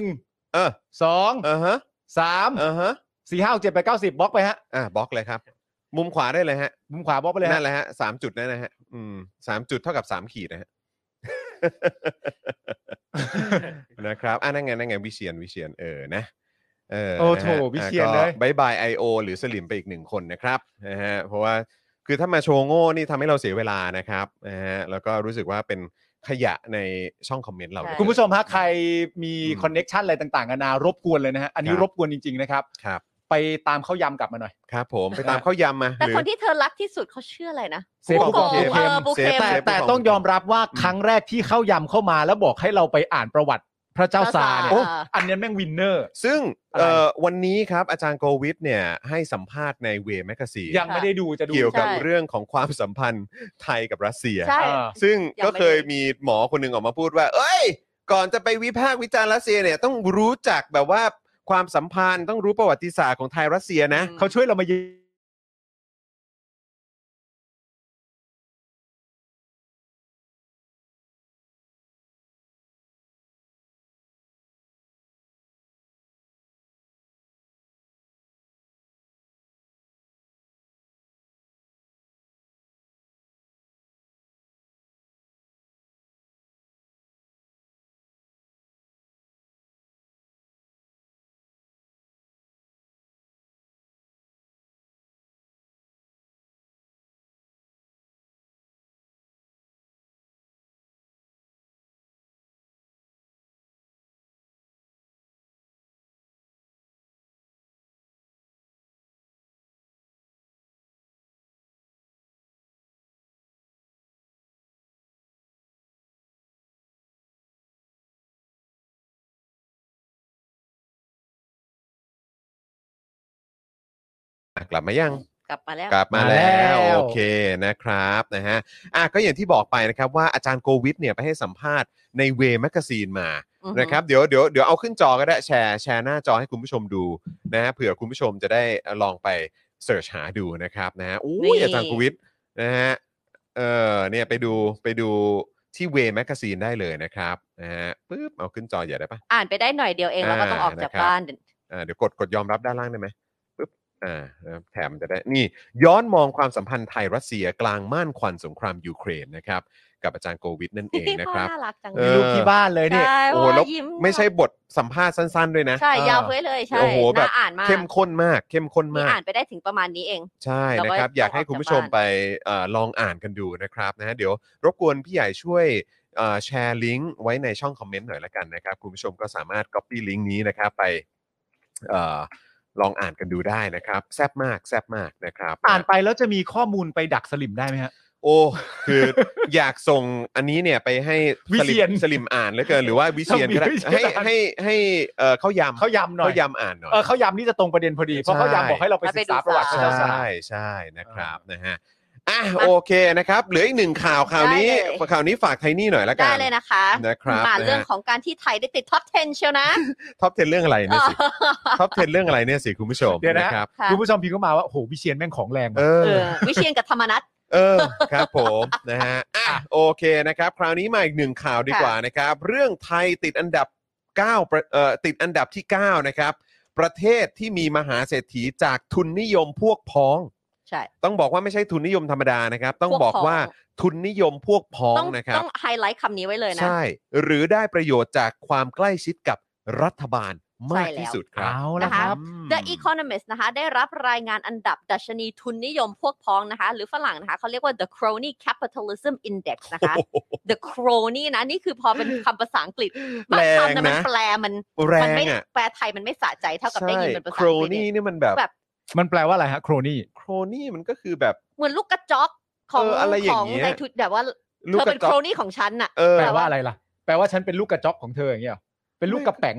Speaker 1: เออ
Speaker 3: สอง
Speaker 1: เออฮะ
Speaker 3: สาม
Speaker 1: เออฮะ
Speaker 3: สี่ห้าหกเจ็ดแปดเก้าสิบบล็อกไปฮะ
Speaker 1: อ่ะบล็อกเลยครับ มุมขวาได้เลยฮะ
Speaker 3: มุมขวาบล็อกไปเลย
Speaker 1: นั่
Speaker 3: ฮะ
Speaker 1: นแหละฮะสามจุดนั่นนะฮะ อืมสามจุดเท่ากับสามขีด
Speaker 3: (laughs)
Speaker 1: นะฮะ นะครับอ่ะนั่นไงนั่นไงวิเชียนวิเชียนเออนะเออ
Speaker 3: โอ้โถ
Speaker 1: นะฮะ
Speaker 3: วิเชียนเลย
Speaker 1: อ่ะก็บายบายไอโอหรือสลิมไปอีกหนึ่งคนนะครับนะฮะเพราะว่าคือถ้ามาโชว์โง่นี่ทำให้เราเสียเวลานะครับนะฮะแล้วก็รู้สึกว่าเป็นขยะในช่องคอมเมนต์เรา
Speaker 2: ใช่
Speaker 1: ด้วย
Speaker 3: คุณผู้ชมฮะใครมี
Speaker 1: อืม
Speaker 3: คอนเน็ชันอะไรต่างๆนานารบกวนเลยนะฮะ อันนี้
Speaker 1: ครับ
Speaker 3: รบกวนจริง ๆ นะครับ
Speaker 1: ครับ
Speaker 3: ไปตามข้าวยำกลับมาหน่อย
Speaker 1: ครับผมไปตามข้าวยำมา
Speaker 2: แต่
Speaker 1: หรือ
Speaker 2: คนที่เธอรักที่สุดเขาชื่ออะไรนะ
Speaker 3: เซฟ
Speaker 2: บุโกะ
Speaker 3: บุโกะ
Speaker 2: เออบุเกะ
Speaker 1: เซฟ
Speaker 3: แต่
Speaker 1: ป็น
Speaker 3: แต่
Speaker 1: ของ
Speaker 3: ต้องยอมรับว่าครั้งแรกที่ข้าวยำเข้ามาแล้วบอกให้เราไปอ่านประวัติพระเจ้าซาเนี่ย
Speaker 2: โอ้
Speaker 3: อันเนี้ยแม่งวินเนอร์
Speaker 1: ซึ่ง
Speaker 3: อะไร
Speaker 1: เอ่อวันนี้ครับอาจารย์โกวิทเนี่ยให้สัมภาษณ์ในเวแมกซี
Speaker 3: ยังไม่ได้ดูจะดู
Speaker 1: เกี่ยวกับ
Speaker 3: ใช่
Speaker 1: เรื่องของความสัมพันธ์ไทยกับรัสเซีย
Speaker 2: ใช่
Speaker 3: เออ
Speaker 1: ซึ่ง
Speaker 2: ยังไม่
Speaker 1: ก็เคยมีหมอคนหนึ่งออกมาพูดว่า เอ้ย ก่อนจะไปวิพากษ์วิจารณ์รัสเซียเนี่ยต้องรู้จักแบบว่าความสัมพันธ์ต้องรู้ประวัติศาสตร์ของไทยรัสเซียนะ
Speaker 3: เขาช่วยเรามาเยอะ
Speaker 1: กลับมายัง
Speaker 2: กลับมาแล้ว
Speaker 1: กลับมาแล้วโอเคนะครับนะฮะอ่ะก็อย่างที่บอกไปนะครับว่าอาจารย์โกวิทเนี่ยไปให้สัมภาษณ์ในเวแมกซีนมา
Speaker 2: อือฮึ
Speaker 1: นะครับเดี๋ยวเดี๋ยวเดี๋ยวเอาขึ้นจอก็ได้แชร์แชร์หน้าจอให้คุณผู้ชมดูนะฮะเผื่อคุณผู้ชมจะได้ลองไปเสิร์ชหาดูนะครับนะฮะอุ้ยอาจารย์โกวิทนะฮะเออเนี่ยไปดูไปดูที่เวแมกซีนได้เลยนะครับนะฮะปึ๊บเอาขึ้นจอใหญ่ได้ปะ
Speaker 2: อ่านไปได้หน่อยเดียวเองแล้วก็ต้องออกจาก
Speaker 1: อ่านะครับ
Speaker 2: บ้าน
Speaker 1: อ่าเดี๋ยวกดกดยอมรับด้านล่างได้ไหมปึ๊บอ่านะครับแถมจะได้นี่ ย้อนมองความสัมพันธ์ไทยรัสเซียกลางม่านควันสงครามยูเครนนะครับกับอาจารย์โกวิทนั่นเองนะครับ
Speaker 2: น่ารักจัง
Speaker 1: เอ
Speaker 3: มี
Speaker 1: อ
Speaker 3: รูปที่บ้านเลยเนี่ย
Speaker 2: ใช่
Speaker 1: โอ้โห
Speaker 2: ว่า
Speaker 1: แล้ว
Speaker 2: ยิ้ม
Speaker 1: ไม่ใช่บทสัมภาษณ์สั้น ๆ ด้วยนะ
Speaker 2: ใช่
Speaker 3: เออ
Speaker 2: ยาวเฟ้ยเลยใช่
Speaker 1: โอ้โหแบบ
Speaker 2: น่าอ่านมาก
Speaker 1: เข้มข้นมากเข้มข้น
Speaker 2: นี่
Speaker 1: มาก
Speaker 2: อ่านไปได้ถึงประมาณนี้เอง
Speaker 1: ใช่
Speaker 2: เรา
Speaker 1: นะ
Speaker 2: ก็
Speaker 1: ครับ อยากให้
Speaker 2: ต้องออก
Speaker 1: คุณผู้ช
Speaker 2: จา
Speaker 1: ม
Speaker 2: กบ้าน
Speaker 1: ไปเอ่อลองอ่านกันดูนะครับนะฮะเดี๋ยวรบกวนพี่ใหญ่ช่วยเอ่อแชร์ลิงก์ไว้ในช่องคอมเมนต์หน่อยละกันนะครับ คุณผู้ชมก็สามารถ Copy ลิงก์นี้นะครับไปเอ่อลองอ่านกันดูได้นะครับแซบมากแซบมากนะครับ
Speaker 3: อ่านไปแล้วจะมีข้อมูลไปดักสลิมได้ไหมฮะ
Speaker 1: โอ้คือ อยากส่งอันนี้เนี่ยไปให้
Speaker 3: วิ
Speaker 1: ส
Speaker 3: เชี
Speaker 1: ลิ
Speaker 3: ย
Speaker 1: ม
Speaker 3: น
Speaker 1: สลิมอ่านเหลือเกินหรือว่าวิเชียนก็ได้
Speaker 3: วิเชียน
Speaker 1: ให้
Speaker 3: อ่าน
Speaker 1: ให้ให้เอ่อเขายำ
Speaker 3: เขาวยำหน่อย
Speaker 1: เขายำอ่านหน่อย
Speaker 3: เออเขาวยำนี่จะตรงประเด็นพอดี เพราะ
Speaker 1: ใช่
Speaker 3: เขาวยำบอกให้เราไปศึกษาประวัติพ
Speaker 2: ใช่
Speaker 3: ระเจ้าสา
Speaker 1: ใช่
Speaker 3: ย
Speaker 1: ใช่นะครับ
Speaker 3: อ่าน
Speaker 1: นะฮะอ่ะโอเคนะครับเหลืออีกหนึ่งข่าวข่าวนี้
Speaker 2: ได้เลย
Speaker 1: ข่าวนี้ฝากไทนี่หน่อยละกั
Speaker 2: ได้
Speaker 1: น
Speaker 2: เลยนะคะ
Speaker 1: นะครับนะ
Speaker 2: มา
Speaker 1: ฮะ
Speaker 2: เรื่องของการที่ไทยได้ติดท็อป 10 เชียวนะ
Speaker 1: ท็อป 10 เรื่องอะไรเนี่ยสิท็อป 10 เรื่องอะไรเนี่ยสิคุณผู้ชม
Speaker 3: เดี๋ยวนะ
Speaker 1: ครับ
Speaker 2: ค่ะ
Speaker 3: คุณผู้ชมพิมพ์เข้ามาว่าโอ้โหวิเชียนแม่งของแรง
Speaker 1: เออ
Speaker 3: ว่ะ
Speaker 2: เออวิเชียนกับธรรมนัท
Speaker 1: เออครับผมนะฮะอ่ะโอเคนะครับ คราวนี้มาอีกหนึ่งข่าวดีกว่านะครับ เรื่องไทยติดอันดับ9ประเอ่อติดอันดับที่ 9 นะครับ ประเทศที่มีมหาเศรษฐีจากทุนนิยมพวกพ้อง
Speaker 2: ใช่
Speaker 1: ต้องบอกว่าไม่ใช่ทุนนิยมธรรมดานะครับ ต้องบอกว่า
Speaker 2: พวกพ้อง
Speaker 1: ทุนนิยมพวกพ้อง
Speaker 2: ต้อง
Speaker 1: นะครับ
Speaker 2: ต้องไฮไลท์คำนี้ไว้เลยนะ
Speaker 1: ใช่ หรือได้ประโยชน์จากความใกล้ชิดกับรัฐบาลมาก
Speaker 2: ใช่แล้ว
Speaker 1: ที่สุดครับ
Speaker 3: เอาละ
Speaker 2: นะคะ
Speaker 3: ครับ
Speaker 2: The Economist นะคะ ได้รับรายงานอันดับดัชนีทุนนิยมพวกพ้องนะคะ หรือฝรั่งนะคะเขาเรียกว่า The Crony Capitalism Index นะคะ The Crony นะ นี่คือพอเป็นคำภาษาอังกฤษบางคำ
Speaker 1: แรง
Speaker 2: นะมัน
Speaker 1: นะ
Speaker 2: แปลมัน
Speaker 1: แร
Speaker 2: มั
Speaker 1: ง
Speaker 2: ไม่
Speaker 1: อ่ะ
Speaker 2: แปลไทยมันไม่สะใจเท่ากับได้ยินเป็นภาษา
Speaker 1: โคร
Speaker 2: อังกฤษ
Speaker 1: นี่
Speaker 2: เนี่ย
Speaker 1: นี่มันแบบ
Speaker 2: แบบ
Speaker 3: มันแปลว่าอะไรฮะโครนี่
Speaker 1: โครนี่มันก็คือแบบ
Speaker 2: เหมือนลูกกระจอกของ
Speaker 1: เอออะไรอย่าง
Speaker 2: ของ
Speaker 1: เงี้ย
Speaker 2: ในทุนแบบว่า
Speaker 1: ลู
Speaker 2: เธ
Speaker 1: ก
Speaker 2: อกเป็
Speaker 1: ระ
Speaker 2: น
Speaker 1: จ
Speaker 2: โคร
Speaker 1: อก
Speaker 2: นี่ของฉันน่ะ
Speaker 1: เออ
Speaker 3: แปลว่าอะไรล่ะ แปลว่าฉันเป็นลูกกระจอกของเธออย่างเงี้ยเหรอเป็นลูกกระแป๋ง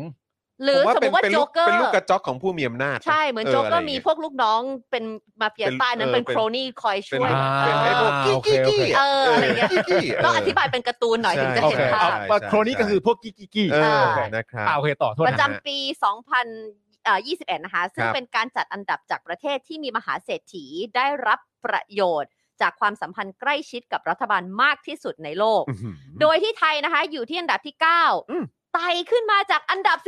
Speaker 2: หรือ
Speaker 1: ผมว่า
Speaker 2: สมม
Speaker 1: เป็น
Speaker 2: ติว่า
Speaker 1: เป็น
Speaker 2: โจ๊
Speaker 1: ลู
Speaker 2: ก
Speaker 1: ก
Speaker 2: เกอร์
Speaker 1: เป็นลูกกระจอกของผู้มีอำนาจ
Speaker 2: ใช่ เหมือ
Speaker 1: ะ
Speaker 2: นโจ๊กเกอ
Speaker 1: ไย่าง
Speaker 2: ร์มี
Speaker 1: เงี้ย
Speaker 2: พวกลูกน้องเป็นมาเฟีย
Speaker 1: เป็น
Speaker 2: ใต้นั้นเป็น
Speaker 1: เออ
Speaker 2: โครนี่คอย
Speaker 1: เป็น
Speaker 2: ช่วย
Speaker 1: เป็นไอ้พวก
Speaker 3: อ่า
Speaker 1: กี้
Speaker 3: โอเค
Speaker 1: กี้
Speaker 3: โอเค
Speaker 1: กี้
Speaker 2: เอออะไรเงี้ย
Speaker 1: กี้ๆ
Speaker 2: ต้องอธิบายเป็นการ์ตูนหน่อยถึงจะ
Speaker 1: ใช่
Speaker 3: โอ
Speaker 2: เห็น
Speaker 3: เค
Speaker 2: ภาพ
Speaker 3: เอา
Speaker 1: ใช่
Speaker 3: เอาโครนี่ก็คือพวกกิ๊กกิ๊ก
Speaker 1: เออ
Speaker 2: ใช่
Speaker 1: นะครับ
Speaker 3: เอาโอเคต่อโทษ
Speaker 2: ประ
Speaker 3: นะ
Speaker 2: จำ
Speaker 3: ฮะ
Speaker 2: ปี 2021 นะคะ ซึ่งเป็นการจัดอันดับจากประเทศที่มีมหาเศรษฐีได้รับประโยชน์ จากความสัมพันธ์ใกล้ชิดกับรัฐบาลมากที่สุดในโลก โดยที่ไทยนะคะ อยู่ที่อันดับที่
Speaker 1: อืม
Speaker 2: 9 ไต่ขึ้นมาจากอันดับ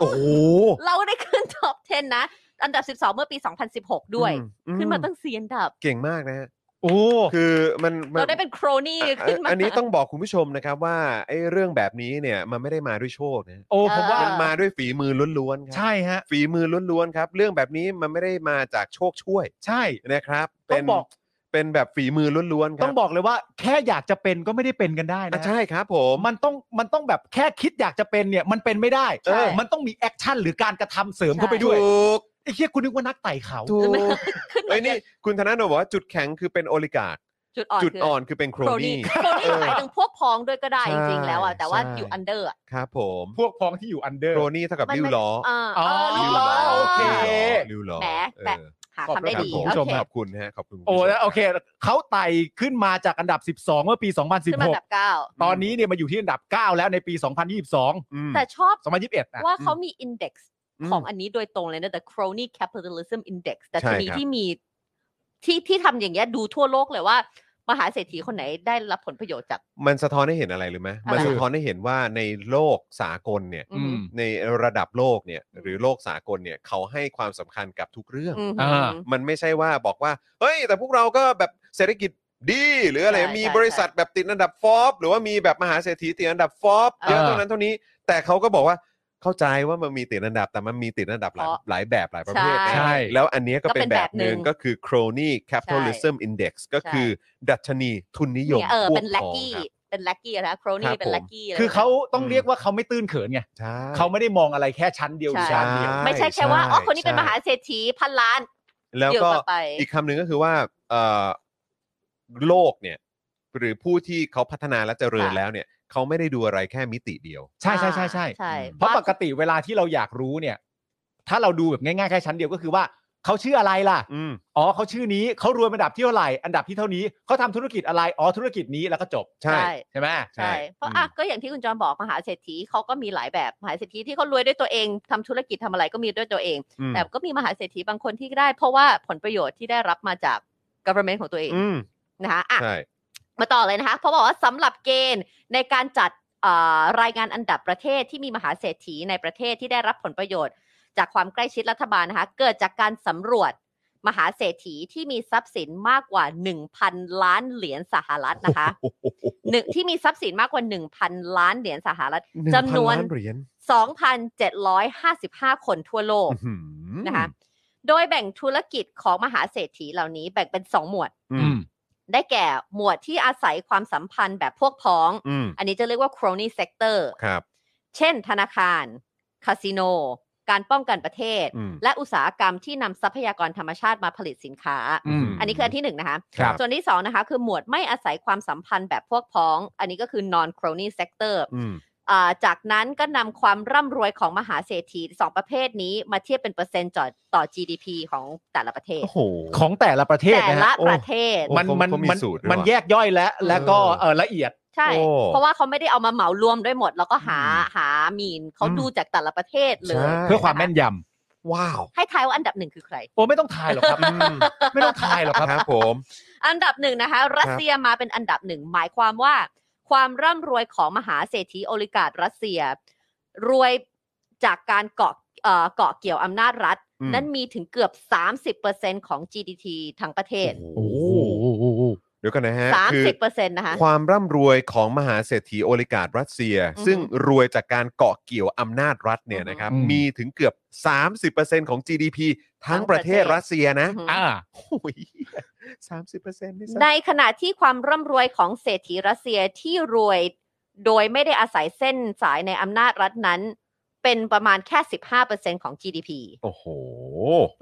Speaker 1: โอ้โห
Speaker 2: 12 เราได้ขึ้นท็อป 10 นะ อันดับ 12 เมื่อปี 2016 ด้วย
Speaker 1: อื
Speaker 2: ขึ้นมาตั้ง4อันดับ
Speaker 1: เก่งมากนะฮะ
Speaker 3: โอ้
Speaker 1: คือมันมัน
Speaker 2: เราได้เป็นโครนี่
Speaker 1: อ่ะ
Speaker 2: ขึ้นมา
Speaker 1: อันนี้ต้องบอกคุณผู้ชมนะครับว่าไอ้เรื่องแบบนี้เนี่ยมันไม่ได้มาด้วยโชคนะ
Speaker 3: โอ้
Speaker 2: เออ
Speaker 3: ผมว่า
Speaker 1: มันมาด้วยฝีมือล้วนๆครั
Speaker 3: ใช่ฮะ
Speaker 1: ฝีมือล้วนๆครับ เรื่องแบบนี้มันไม่ได้มาจากโชคช่วย
Speaker 3: ใช่
Speaker 1: นะครับ
Speaker 3: ต้
Speaker 1: เป็
Speaker 3: อน งบอก
Speaker 1: เป็นแบบฝีมือล้วนๆค
Speaker 3: ต้
Speaker 1: รั
Speaker 3: อบ งบอกเลยว่า แค่อยากจะเป็นก็ไม่ได้เป็นกันได้
Speaker 1: อ่ะ
Speaker 3: นะ
Speaker 1: ใช่ครับ ผม
Speaker 3: มันต้องมันต้องแบบแค่คิดอยากจะเป็นเนี่ย มันเป็นไม่ได้
Speaker 2: ใช่
Speaker 3: มันต้องมีแอคชั่นหรือการกระทำเสริมเข้าไป
Speaker 2: ใช่
Speaker 3: ด้วย
Speaker 1: ถูก
Speaker 3: ไอ้เหี้ยกูนึกว่านักไต่เขา
Speaker 1: ถูกเอ้ยนี่คุณธนาโนบอกว่าจุดแข็งคือเป็นโอลิการ์ค
Speaker 2: จุดอ่อน
Speaker 1: จุด
Speaker 2: คื
Speaker 1: อ่อนคือเป็นโคร
Speaker 2: โคร
Speaker 1: นี่ (laughs)
Speaker 2: นี่โครนี่
Speaker 1: เออ
Speaker 2: หมายถึงพวกพ้องด้วยก็ได้จริงๆแล้วอ่ะแต่ว่า
Speaker 1: ใช่
Speaker 2: อยู่อันเดอร์อ่ะ
Speaker 1: ครับผม
Speaker 3: พวกพ้องที่อยู่อันเดอร์
Speaker 1: โครนี่เท่ากับ
Speaker 2: มัน
Speaker 1: ริ้ว
Speaker 2: มัน
Speaker 1: ล้อ
Speaker 2: เออเออ
Speaker 3: อ๋อ
Speaker 2: รู้เหรอ
Speaker 3: โอเค
Speaker 1: ริ้วล้อ
Speaker 2: แหม
Speaker 1: เออ
Speaker 2: แบบ หา
Speaker 3: ขอบ
Speaker 2: คำได้
Speaker 1: ครับ
Speaker 2: ดี
Speaker 1: ผม
Speaker 3: ณผู้
Speaker 2: โอเค
Speaker 1: ขอบคุณฮะขอบคุณ
Speaker 3: โอ้
Speaker 1: คุณผู้ชม
Speaker 3: แล้วโอเคเขาไต่ขึ้นมาจากอันดับ 12 เมื่อปี
Speaker 2: ขึ้นมาอันดับ
Speaker 3: 2016
Speaker 2: เก้า
Speaker 3: ตอนนี้เนี่ยมาอยู่ที่อันดับ 9 แล้วในปี 2022
Speaker 1: อืม
Speaker 2: แต่ชอบ
Speaker 3: 2021นะ
Speaker 2: ว่าเขามีอินเด็กซ์
Speaker 1: อืม
Speaker 2: ของอันนี้โดยตรงเลยนะ The Crony Capitalism Index แต่
Speaker 1: ใช่
Speaker 2: ทีนี้
Speaker 1: ครับ
Speaker 2: ที่มีที่ที่ทำอย่างเงี้ยดูทั่วโลกเลยว่า มหาเศรษฐีคนไหนได้รับผลประโยชน์จาก
Speaker 1: มันสะท้อนให้เห็นอะไรหรือไหม
Speaker 2: อะไร
Speaker 1: มันสะท้อนให้เห็นว่าในโลกสากลเนี่ย
Speaker 2: อืม
Speaker 1: ในระดับโลกเนี่ยหรือโลกสากลเนี่ยเขาให้ความสำคัญกับทุกเรื่อง
Speaker 2: อืม
Speaker 3: อ่า
Speaker 1: มันไม่ใช่ว่าบอกว่า เฮ้ย แต่พวกเราก็แบบเศรษฐกิจดีหรืออะไร
Speaker 2: ใช่
Speaker 1: มี
Speaker 2: ใช่
Speaker 1: บริษัทแบบติดอันดับฟอร์บหรือว่ามีแบบมหาเศรษฐีติดอันดับฟอร์บเยอะ
Speaker 3: เออ
Speaker 1: เท่านั้นเท่านี้ แต่เขาก็บอกว่าเข้าใจว่ามันมีติดอันดับแต่มันมีติดอันดับหลาย
Speaker 2: เพราะ
Speaker 1: หลายแบบหลายประเภทนะ
Speaker 2: ใช่
Speaker 1: แล้วอันเนี้ยก็
Speaker 2: ก็เป็
Speaker 1: เป็น
Speaker 2: น
Speaker 1: แบ
Speaker 2: แบบ บ
Speaker 1: ห
Speaker 2: หนึ่
Speaker 1: นึ่ง
Speaker 2: ง
Speaker 1: ก็คือ crony capitalism index ก็คือ ดัชนีทุนนิยม
Speaker 2: เนี่ยเออเป็น
Speaker 1: พว
Speaker 2: ลัก
Speaker 1: พ้อง
Speaker 2: กี้
Speaker 1: ครับ
Speaker 2: เป็นลักกี้นะโค
Speaker 1: ค
Speaker 2: ร
Speaker 1: รั
Speaker 2: นี่
Speaker 1: บ
Speaker 2: เป็น
Speaker 1: ผม
Speaker 2: ลักกี้ะไร
Speaker 3: คือเขา
Speaker 2: แบบ
Speaker 3: ต้องเรียกว่าเขาไม่ตื้นเขินไง
Speaker 1: ใช่
Speaker 3: เขาไม่ได้มองอะไรแค่ชั้นเดียวหรือชั้นเดียว
Speaker 2: นั้นไม่ใช่แค่ว่าอ๋อ
Speaker 1: ใช่
Speaker 2: คนนี้เป็น
Speaker 1: ใช่
Speaker 2: มหาเศรษฐีพันล้าน
Speaker 1: แล้ว
Speaker 2: เดี๋ย
Speaker 1: ก็
Speaker 2: ต่อไป
Speaker 1: อีกคำหนึ่งก็คือว่าเอ่อโลกเนี่ยหรือผู้ที่เขาพัฒนาและเจริญแล้วเนี่ยเขาไม่ได้ดูอะไรแค่มิติเดียว
Speaker 3: ใช่ใช่ใช่ใช่
Speaker 2: ใช่
Speaker 3: เพราะ
Speaker 2: ว่
Speaker 3: ปกติเวลาที่เราอยากรู้เนี่ย ถ้าเราดูแบบง่ายๆแค่ชั้นเดียวก็คือว่าเขาชื่ออะไรล่ะ
Speaker 1: อืม
Speaker 3: อ๋อเขาชื่อนี้เขารวยอันดับที่เท่าไหร่อันดับที่เท่านี้เขาทำธุรกิจอะไรอ๋อธุรกิจนี้แล้วก็จบ
Speaker 1: ใช่
Speaker 3: ใช่ไหม
Speaker 1: ใช่
Speaker 2: ใช่เพราะอ่ะก็อย่างที่คุณจอมบอกมหาเศรษฐีเขาก็มีหลายแบบมหาเศรษฐีที่เขารวยด้วยตัวเองทำธุรกิจทำอะไรก็มีด้วยตัวเอง
Speaker 1: อืม
Speaker 2: แต่ก็มีมหาเศรษฐีบางคนที่ได้ เพราะว่าผลประโยชน์ที่ได้รับมาจาก government ของตัวเอง
Speaker 1: อืม
Speaker 2: นะคะอ่ะ
Speaker 1: ใช่
Speaker 2: มาต่อเลยนะคะเพราะบอกว่าสำหรับเกณฑ์ในการจัดเอ่อรายงานอันดับประเทศที่มีมหาเศรษฐีในประเทศที่ได้รับผลประโยชน์ จากความใกล้ชิดรัฐบาลนะคะ เกิดจากการสำรวจมหาเศรษฐีที่มีทรัพย์สินมากกว่า 1,000 ล้านเหรียญสหรัฐนะคะหนึ่งที่มีทรัพย์สินมากกว่า 1,000 ล้านเหรียญสหรัฐ จำนวน
Speaker 1: หงพัล้าเหรียญ
Speaker 2: 2,755 คนทั่วโลก
Speaker 1: อื้อหือ
Speaker 2: นะคะ โดยแบ่งธุรกิจของมหาเศรษฐีเหล่านี้แบ่งเป็น 2 หมวด
Speaker 1: อืม
Speaker 2: ได้แก่หมวดที่อาศัยความสัมพันธ์แบบพวกพ้อง
Speaker 1: อืม
Speaker 2: อันนี้จะเรียกว่า crony sector
Speaker 1: ครับ
Speaker 2: เช่น ธนาคาร คาสิโน การป้องกันประเทศ
Speaker 1: อืม
Speaker 2: และอุตสาหกรรมที่นำทรัพยากรธรรมชาติมาผลิตสินค้า
Speaker 3: อืม
Speaker 2: อันนี้คืออันที่หนึ่งนะคะ
Speaker 3: ครับ
Speaker 2: ส่วนที่สองนะคะ คือหมวดไม่อาศัยความสัมพันธ์แบบพวกพ้อง อันนี้ก็คือ non crony sector
Speaker 1: อืม
Speaker 2: อ่าจากนั้นก็นำความร่ำรวยของมหาเศรษฐีสองประเภทนี้มาเทียบเป็นเปอร์เซ็นต์ต่อต่อ GDP ของแต่ละประเทศ
Speaker 1: โอ้โห
Speaker 3: ของแต่ละประเทศ
Speaker 2: แต่
Speaker 3: นะ
Speaker 2: ละ
Speaker 3: ฮะโอ้
Speaker 2: ประเทศ
Speaker 1: โอ้
Speaker 3: มัน
Speaker 1: เขา
Speaker 3: มัน
Speaker 1: เขามี
Speaker 3: มัน
Speaker 1: สูตรด้วย
Speaker 3: มัน
Speaker 1: ว่ะ
Speaker 3: แยกย่อยและแล้วก็
Speaker 1: เออ
Speaker 3: เออละเอียด
Speaker 2: ใช่
Speaker 1: โอ้
Speaker 2: เพราะว่าเขาไม่ได้เอามาเหมารวมด้วยหมด แล้วก็หา
Speaker 1: อืม
Speaker 2: หามีนเขา
Speaker 1: อืม
Speaker 2: ดูจากแต่ละประเทศเลย
Speaker 1: ใช่
Speaker 3: เพื่อความแม่นยำ
Speaker 1: ว้าว
Speaker 2: ให้ทายว่าอันดับหนึ่งคือใคร
Speaker 3: โอ้ไม่ต้องทายหรอกครับ (laughs)
Speaker 1: อืม
Speaker 3: ไม่ต้องทายหรอกครับ
Speaker 1: ครับผม
Speaker 2: อันดับหนึ่งนะคะ รัสเซียมาเป็นอันดับหนึ่งหมายความว่า ความร่ำรวยของมหาเศรษฐีโอลิการ์ดรัสเซีย รวยจากการเกาะเอ่อเกาะเกี่ยวอำนาจรัฐ
Speaker 1: อืม
Speaker 2: นั้นมีถึงเกือบ 30%ของ GDP ทั้งประเทศ
Speaker 1: โอ้โหเดี๋ยวกันนะฮะคือ
Speaker 2: 30%นะคะ
Speaker 1: ความร่ำรวยของมหาเศรษฐีโอลิการ์ดรัสเซีย
Speaker 2: อือฮึ
Speaker 1: ซึ่งรวยจากการเกาะเกี่ยวอำนาจรัฐเนี่ยนะครับ
Speaker 3: อือฮึ
Speaker 1: มีถึงเกือบ 30%ของ GDP ทั้งประเทศ
Speaker 2: ทั้งประเทศ
Speaker 1: รัสเซียนะ
Speaker 2: อืม
Speaker 3: อ่า
Speaker 1: โอ้ยสามสิบเปอร์เซ็นต์นี่สัก
Speaker 2: ในขณะที่ความร่ำรวยของเศรษฐีรัสเซียที่รวยโดยไม่ได้อาศัยเส้นสายในอำนาจรัฐนั้น เป็นประมาณแค่ 15%ของ GDP
Speaker 1: โอ้โห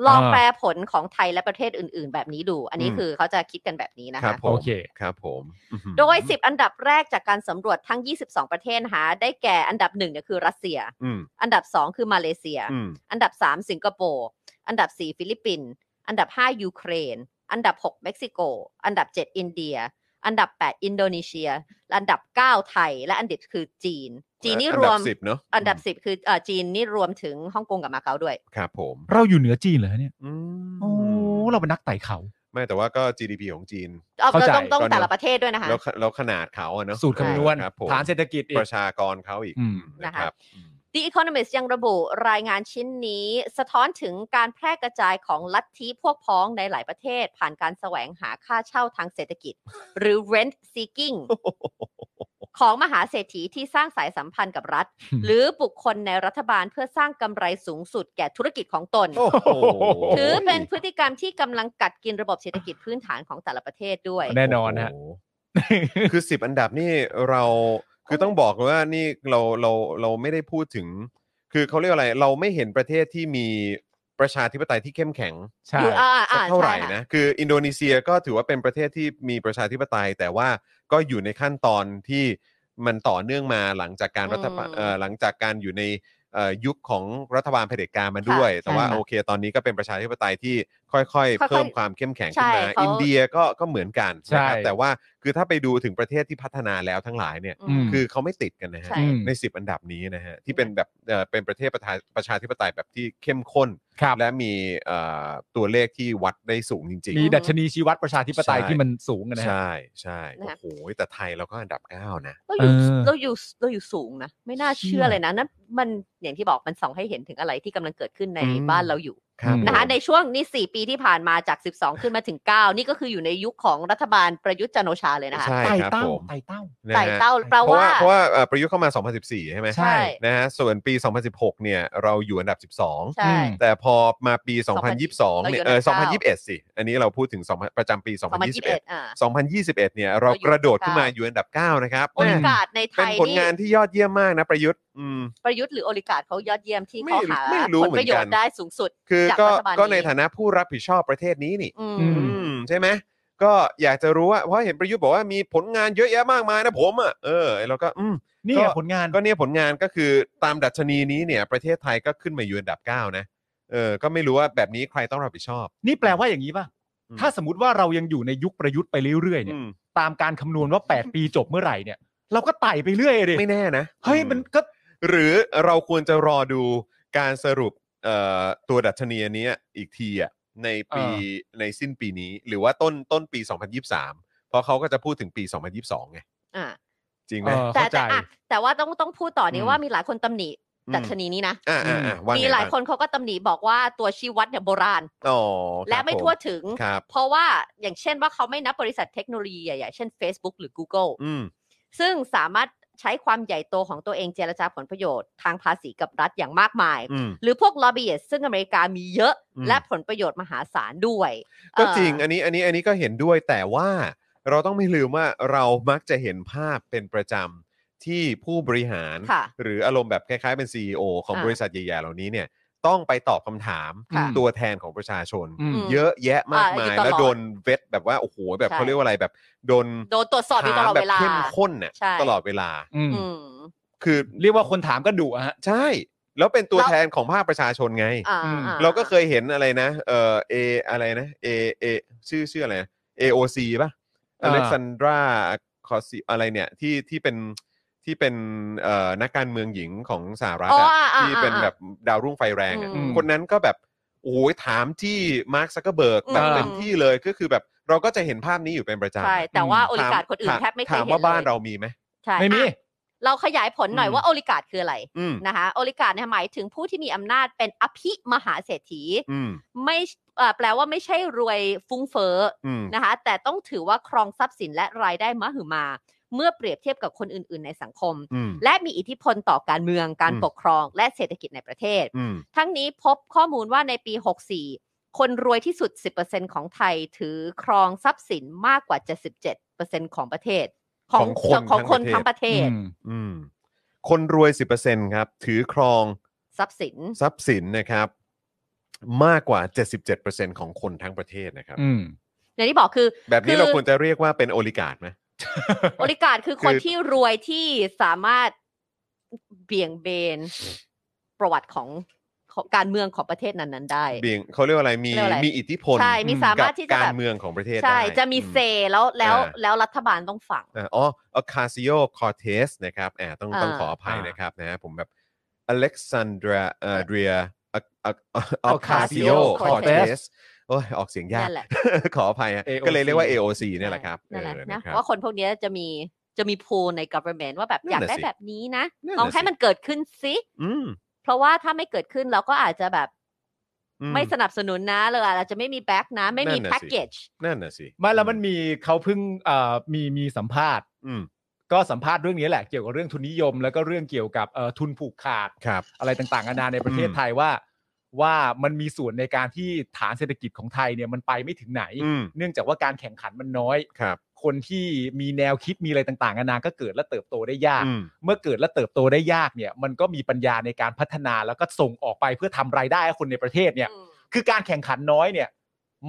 Speaker 2: ลอง
Speaker 3: อ่า
Speaker 2: แปลผลของไทยและประเทศอื่น ๆ แบบนี้ดู อันนี้
Speaker 1: อืม
Speaker 2: คือเขาจะคิดกันแบบนี้นะ
Speaker 1: ครั
Speaker 2: คะ
Speaker 1: บผม
Speaker 3: โอเค
Speaker 1: ครับผมอื้อหือ
Speaker 2: โดย 10 อันดับแรกจากการสำรวจทั้ง 22 ประเทศนะคะได้แก่อันดับหนึ่งเนี่ยคือรัสเซีย
Speaker 1: อืม
Speaker 2: อันดับ 2 คือมาเลเซีย
Speaker 1: อืม
Speaker 2: อันดับ 3 สิงคโปร์ อันดับ 4 ฟิลิปปินส์ อันดับ 5 ยูเครน อันดับ 6 เม็กซิโก อันดับ 7 อินเดีย อันดับ 8 อินโดนีเซียและอันดับ 9 ไทย และอันดับคือจีน จีนนี่รวม
Speaker 1: อัดับสิบเนาะ
Speaker 2: อันดับ 10 คือเอ่อจีนนี่รวมถึงฮ่องกงกับมาเก๊าด้วย
Speaker 1: ครับผม
Speaker 3: เราอยู่เหนือจีนเหรอเนี่ย
Speaker 1: อืม
Speaker 3: โอ้เราเป็นนักไต่เขา
Speaker 1: ไม่แต่ว่าก็ GDP ของจีน
Speaker 2: เอา
Speaker 3: เข้าใจ
Speaker 2: ต้องต้อง
Speaker 1: ก่อนเนอะ
Speaker 2: แต่ละประเทศด้วยนะคะ
Speaker 1: แล้วแล้วขนาดเขาอะเนาะ
Speaker 3: สูตรคำนวณ
Speaker 1: ครับผม
Speaker 3: ฐานเศรษฐกิจอีก
Speaker 1: ประชากรเขาอีก
Speaker 3: อืม
Speaker 1: นะ
Speaker 2: นะคะ
Speaker 1: ครับ
Speaker 2: The Economist ยังระบุรายงานชิ้นนี้สะท้อนถึงการแพร่กระจายของลัทธิพวกพ้องในหลายประเทศ ผ่านการแสวงหาค่าเช่าทางเศรษฐกิจ หรือ rent
Speaker 1: (laughs)
Speaker 2: seeking ของมหาเศรษฐีที่สร้างสายสัมพันธ์กับ
Speaker 1: (laughs)
Speaker 2: รัฐ หรือบุคคลในรัฐบาลเพื่อสร้างกำไรสูงสุดแก่ธุรกิจของต
Speaker 1: (laughs)
Speaker 2: น
Speaker 1: โอ้โห
Speaker 2: ถือเป็นพฤติกรรมที่กำลังกัดกินระบบเศรษฐกิจพื้นฐานของแต่ละประเทศด้วย
Speaker 3: แน่นอนฮะ
Speaker 1: โโหคือสิบอันดับนี่เราคือต้องบอกเลยว่านี่เราเราเราไม่ได้พูดถึง คือเขาเรียกว่าอะไร เราไม่เห็นประเทศที่มีป ประชาธิปไตยที่เข้มแข็ง
Speaker 3: ใช่
Speaker 2: อยู่อ่า
Speaker 1: สั
Speaker 2: อ่าก
Speaker 1: เท่าไหร่
Speaker 2: ใช่ค่
Speaker 1: นะ คืออินโดนีเซียก็ถือว่าเป็นประเทศที่มีประชาธิปไตย แต่ว่าก็อยู่ในขั้นตอนที่มันต่อเนื่องมาหลังจากการรัฐประ
Speaker 2: อืม
Speaker 1: เอ่อหลังจากการอยู่ในเอ่อยุคของรัฐบาลเผด็จการมาด้วย
Speaker 2: ค่ะ
Speaker 1: แต่ว่า
Speaker 2: ใช่ค่ะ
Speaker 1: โอเค ตอนนี้ก็เป็นประชาธิปไตยที่ค่อยๆ
Speaker 2: ๆ
Speaker 1: เพิ่มความเข้มแข็งขึ้นมา
Speaker 2: ใช่เขา
Speaker 1: อินเดียก็ก็เหมือนกัน
Speaker 3: ใช่
Speaker 1: นะครับแต่ว่าคือถ้าไปดูถึงประเทศที่พัฒนาแล้วทั้งหลายเนี่ย
Speaker 2: อืม
Speaker 1: คือเขาไม่ติดกันนะฮะ
Speaker 2: ใช่
Speaker 3: อืม
Speaker 1: ใน 10 อันดับนี้นะฮะ ที่เป็นแบบเอ่อเป็นประเทศประชาประชาธิปไตยแบบที่เข้มข้น
Speaker 3: ครับ
Speaker 1: และมีเอ่อตัวเลขที่วัดได้สูงจริง
Speaker 3: มีดัชนีชี้วัดประชาธิปไตย
Speaker 1: ใช่
Speaker 3: ที่มันสูงอะ
Speaker 1: ๆ
Speaker 3: นะฮะ
Speaker 1: ใช่ใช่
Speaker 2: นะ
Speaker 1: โอ้
Speaker 2: ฮะ
Speaker 1: โหแต่ไทยเราก็อันดับ 9 นะ
Speaker 2: เราอยู่
Speaker 3: เออ
Speaker 2: เราอยู่เราอยู่สูงนะ ไม่น่าเชื่อ
Speaker 3: เชี่ย
Speaker 2: เลยนะนั่นมันอย่างที่บอกมันส่องให้เห็นถึงอะไรที่กำลังเกิดขึ้นใน
Speaker 1: อืม
Speaker 2: บ้านเราอยู่
Speaker 1: ครับ
Speaker 3: อืม
Speaker 2: นะคะ
Speaker 1: ผม
Speaker 2: ในช่วงนี่4ปีที่ผ่านมาจาก 12 ขึ้นมาถึง 9 นี่ก็คืออยู่ในยุคของรัฐบาลประยุทธ์จันทร์โอชาเลยนะคะ
Speaker 1: ใช่
Speaker 3: ไต่
Speaker 1: ครับ
Speaker 3: เต้า
Speaker 1: ผม
Speaker 3: ไต่เต้า
Speaker 1: นะ
Speaker 2: ไต่
Speaker 1: ฮะ
Speaker 2: เต้าแปล
Speaker 1: เพราะ
Speaker 2: ว่า
Speaker 1: ว่าเพราะว่าเอ่อประยุทธ์เข้ามา 2014 ใช่ไหม
Speaker 3: ใช่
Speaker 2: ใช่
Speaker 1: นะฮะส่วนปี 2016 เนี่ยเราอยู่อันดับ
Speaker 2: ใช่
Speaker 1: 12 แต่พอมาปี 2022 เนี่ยเออ
Speaker 2: เราอยู่อันดับ
Speaker 1: 2021 สิ อันนี้เราพูดถึง2000ประจำปี 2021
Speaker 2: 2021อ่า
Speaker 1: 2021 เนี่ยเรากระโดดขึ้นมาอยู่อันดับ 9 นะครับ
Speaker 2: โอลิ
Speaker 1: แม่
Speaker 2: กาดในไท
Speaker 1: เป็น
Speaker 2: ย
Speaker 1: ผล
Speaker 2: นี่
Speaker 1: งานที่ยอดเยี่ยมมากนะประยุทธ์อืม
Speaker 2: ประยุทธ์หรือโอลิกาดเขายอดเยี่ยมที่
Speaker 1: ไม่
Speaker 2: เขาหา
Speaker 1: ไม่รู้
Speaker 2: ผล
Speaker 1: เหมือนกัน
Speaker 2: ประโยชน์ได้สูงสุด
Speaker 1: คือ
Speaker 2: จาก
Speaker 1: ก็
Speaker 2: รัฐบาล
Speaker 1: ก็ใน
Speaker 2: นี้
Speaker 1: ฐานะผู้รับผิดชอบประเทศนี้นี่
Speaker 2: อืม
Speaker 3: อื
Speaker 1: อืม ใช่ไหมก็อยากจะรู้ว่าเพราะเห็นประยุทธ์บอกว่ามีผลงานเยอะแยะมากมายนะผมอ่ะเออแล้วก็อืม
Speaker 3: นี่
Speaker 1: ก็
Speaker 3: ผลงาน
Speaker 1: ก็เนี่ยผลงานก็คือตามดัชนีนี้เนี่ย ประเทศไทยก็ขึ้นมาอยู่อันดับ 9 นะเออก็ไม่รู้ว่าแบบนี้ใครต้องรับผิดชอบ
Speaker 3: นี่แปลว่าอย่างนี้ป่ะ
Speaker 1: อืม
Speaker 3: ถ้าสมมติว่าเรายังอยู่ในยุคประยุทธ์ไปเรื่อยๆเนี่ย
Speaker 1: อืม
Speaker 3: ตามการคำนวณว่า 8 ปีจบเมื่อไหร่เนี่ย เราก็ไต่ไปเรื่อยเลย
Speaker 1: ไม่แน่นะ
Speaker 3: เฮ้ย
Speaker 1: อื
Speaker 3: มันก็
Speaker 1: หรือเราควรจะรอดูการสรุปเอ่อตัวดัชนีอันเนี้ยอีกทีอ่ะในปีในสิ้นปีนี้ หรือว่าต้นต้นปี 2023 เพราะเขาก็จะพูดถึงปี 2022 ไง
Speaker 2: อ่า
Speaker 1: จริงไหม
Speaker 3: เออ
Speaker 2: แต่
Speaker 3: เข้าใจ
Speaker 2: แต่อ่ะแต่ว่าต้องต้องพูดต่อนี้
Speaker 1: อืม
Speaker 2: ว่ามีหลายคนตำหนิ
Speaker 1: อืม
Speaker 2: ดัชนีนี้นะ
Speaker 1: อ่าอ่าอ่าว่า
Speaker 2: มี
Speaker 1: มี
Speaker 2: หลายคนเขาก็ตำหนิบอกว่าตัวชี้วัดเนี่ยโบราณ
Speaker 1: อ๋อ
Speaker 2: และไม่
Speaker 1: ครับผ
Speaker 2: ทั่วถึง
Speaker 1: ครับ
Speaker 2: เพราะว่าอย่างเช่นว่าเขาไม่นับบริษัทเทคโนโลยีใหญ่ๆเช่น Facebook หรือ Google
Speaker 1: อืม
Speaker 2: ซึ่งสามารถใช้ความใหญ่โตของตัวเองเจรจาผลประโยชน์ทางภาษีกับรัฐอย่างมากมาย
Speaker 1: อืม
Speaker 2: หรือพวกลอบบี้ซึ่งอเมริกามีเยอะ
Speaker 1: อืม
Speaker 2: และผลประโยชน์มหาศาลด้วย
Speaker 1: ก็จริง
Speaker 2: เอ่ออ
Speaker 1: อันนี้อันนี้อันนี้ก็เห็นด้วยแต่ว่าเราต้องไม่ลืมว่าเรามักจะเห็นภาพเป็นประจำที่ผู้บริหาร
Speaker 2: ค่ะ
Speaker 1: หรืออารมณ์แบบคล้ายๆเป็น CEO ของ
Speaker 2: อ่า
Speaker 1: บริษัทใหญ่ๆเหล่านี้เนี่ย ต้องไปตอบคำถาม
Speaker 3: ค่ะ
Speaker 1: ตัวแทนของประชาชน
Speaker 3: อืม
Speaker 2: ม
Speaker 1: เยอะแยะมากมา
Speaker 2: อ่าอยู่
Speaker 1: ย
Speaker 2: ตลอด
Speaker 1: แล้วโดนเวทแบบว่า โอ้โห แบบ
Speaker 2: ใช่
Speaker 1: เขาเรียกว่าอะไรแบบโดน
Speaker 2: โดนตรวจสอบอยู่ตลอด
Speaker 1: แบบ
Speaker 2: เวลา
Speaker 1: เข้มข้นน่ะ
Speaker 2: ใช่
Speaker 1: ตลอดเวลา
Speaker 3: อืม
Speaker 2: อืม
Speaker 1: คือ
Speaker 3: เรียกว่าคนถามก็ดุอะฮะ
Speaker 1: ใช่ แล้วเป็นตัวแทนของภาคประชาชนไง
Speaker 2: อ่า
Speaker 3: อืม
Speaker 2: อ่
Speaker 1: เราก็เคยเห็นอะไรนะ เออเออะไรนะเอเอชื่อชื่ออะไรนะ AOC ป่ะอ
Speaker 3: อ่า
Speaker 1: เล็กซานดราคอสิอะไรเนี่ยที่ที่เป็นที่เป็นเอ่อนักการเมืองหญิงของสหรัฐ
Speaker 2: อ๋อ
Speaker 1: อะ
Speaker 2: อ่าอ่า
Speaker 1: ที่เป็น
Speaker 2: อ่า
Speaker 1: แบบดาวรุ่งไฟแรงอะ
Speaker 2: อืม
Speaker 1: คนนั้นก็แบบโอ้ยถามที่มาร์คซักเกอร์เบิร์กแบบ
Speaker 2: อืม
Speaker 1: เต็มที่เลยก็คือแบบเราก็จะเห็นภาพนี้อยู่เป็นประจำ
Speaker 2: ใช่ แต่ว่า
Speaker 3: อืม
Speaker 2: โอลิกาดคนอื่นแทบไม่เคย
Speaker 1: ถาม
Speaker 2: เห็นเลย
Speaker 1: ว่าบ้านเรามีไหม
Speaker 2: ใช่
Speaker 3: ไม่มี
Speaker 2: อ่ะเราขยายผลหน่อย
Speaker 1: อืม
Speaker 2: ว่าโอลิกาดคืออะไร
Speaker 1: อืม
Speaker 2: นะคะโอลิกาดเนี่ยหมายถึงผู้ที่มีอำนาจเป็นอภิมหาเศรษฐี
Speaker 1: อืม
Speaker 2: ไม่เอ่อแปลว่าไม่ใช่รวยฟุ้งเฟ้อ
Speaker 1: อืม
Speaker 2: นะคะ แต่ต้องถือว่าครองทรัพย์สินและรายได้มหึมา เมื่อเปรียบเทียบกับคนอื่น ๆ ในสังคม
Speaker 1: อืม
Speaker 2: และมีอิทธิพลต่อการเมืองการ
Speaker 1: อืม
Speaker 2: ปกครองและเศรษฐกิจในประเทศ
Speaker 1: อืม
Speaker 2: ทั้งนี้พบข้อมูลว่าในปี 64 คนรวยที่สุด 10%ของไทยถือครองทรัพย์สินมากกว่า 77%ของประเทศของคนทั้งประเทศ
Speaker 3: อืม
Speaker 1: อืมคนรวย 10%ครับ ถือครอง
Speaker 2: ทรัพย์สิน
Speaker 1: ทรัพย์สินนะครับ มากกว่า 77%ของคนทั้งประเทศนะครับ
Speaker 3: อืม
Speaker 2: อย่างที่บอกคือ
Speaker 1: แบบนี้
Speaker 2: คือ
Speaker 1: เราควรจะเรียกว่าเป็นโอลิการ์ดไหม
Speaker 2: โอลิการ์คือ
Speaker 1: คือ
Speaker 2: คนที่รวยที่สามารถเบี่ยงเบนประวัติของของการเมืองของประเทศนั้นๆได้
Speaker 1: เบี่ยงเขาเรียกว่าอะไรมี
Speaker 2: เรียกว่าอะไร
Speaker 1: มีอิทธิพล
Speaker 2: ใช่มีสามารถที่จะ
Speaker 1: กับ
Speaker 2: แบ
Speaker 1: กา
Speaker 2: บ
Speaker 1: รเมืองของประเทศ
Speaker 2: ใช่
Speaker 1: ได้
Speaker 2: จะมี
Speaker 1: อื
Speaker 2: เซแล้วแล้ว
Speaker 1: อ่า
Speaker 2: แล้วรัฐบาลต้องฟัง
Speaker 1: อ่าอ๋อคาซิโอคอเทสนะครับแอบต้อง
Speaker 2: อ่า
Speaker 1: ต้องขออภัยนะครับนะ ผมแบบอเล็กซานดราเอ่อเรียอคาซิโอ
Speaker 3: Ocasio
Speaker 1: คอเท
Speaker 3: Cortez
Speaker 1: สโอ้ยออกเสียงยาก
Speaker 2: นั่นแหละ
Speaker 1: (laughs) ขออภัยฮะ
Speaker 3: AOC
Speaker 1: ก็เลยเรียกว่า AOC เนี่ยแหละครับ
Speaker 2: นั่นแหละ
Speaker 1: เออ
Speaker 2: นะ
Speaker 1: ครับ
Speaker 2: ว่าคนพวกเนี้ยจะมีจะมีพูใน government ว่าแบบ
Speaker 1: นั่น
Speaker 2: อยาก
Speaker 1: น่ะ
Speaker 2: ได้
Speaker 1: สิ
Speaker 2: แบบนี้นะ
Speaker 1: นั่นน่ะ
Speaker 2: ลองให้
Speaker 1: สิ
Speaker 2: มันเกิดขึ้นสิ
Speaker 1: อืม
Speaker 2: เพราะว่าถ้าไม่เกิดขึ้นเราก็อาจจะแบบ
Speaker 1: อื
Speaker 2: ไม่สนับสนุนนะเราอาจจะไม่มีแบ็กนะ ไม่มี
Speaker 1: นั่นน่ะสิ
Speaker 2: แพ็กเกจ
Speaker 1: นั่นน่ะสิ
Speaker 3: ไม่แล้วมันมีเขาเพิ่งเอ่อมีมีสัมภาษณ์
Speaker 1: อืม
Speaker 3: ก็สัมภาษณ์เรื่องนี้แหละเกี่ยวกับเรื่องทุนนิยม แล้วก็เรื่องเกี่ยวกับเอ่อทุนผูกขาด
Speaker 1: ครับ
Speaker 3: อะไรต่างๆนานาในประเทศ
Speaker 1: อืม
Speaker 3: ไทยว่า ว่ามันมีส่วนในการที่ฐานเศรษฐกิจของไทยเนี่ยมันไปไม่ถึงไหน
Speaker 1: อืม
Speaker 3: เนื่องจากว่าการแข่งขันมันน้อย
Speaker 1: ครับ
Speaker 3: คนที่มีแนวคิดมีอะไรต่างๆนานาก็เกิดและเติบโตได้ยาก
Speaker 1: อืม
Speaker 3: เมื่อเกิดและเติบโตได้ยากเนี่ย มันก็มีปัญญาในการพัฒนาแล้วก็ส่งออกไปเพื่อทำรายได้ให้คนในประเทศเนี่ย คือการแข่งขันน้อยเนี่ย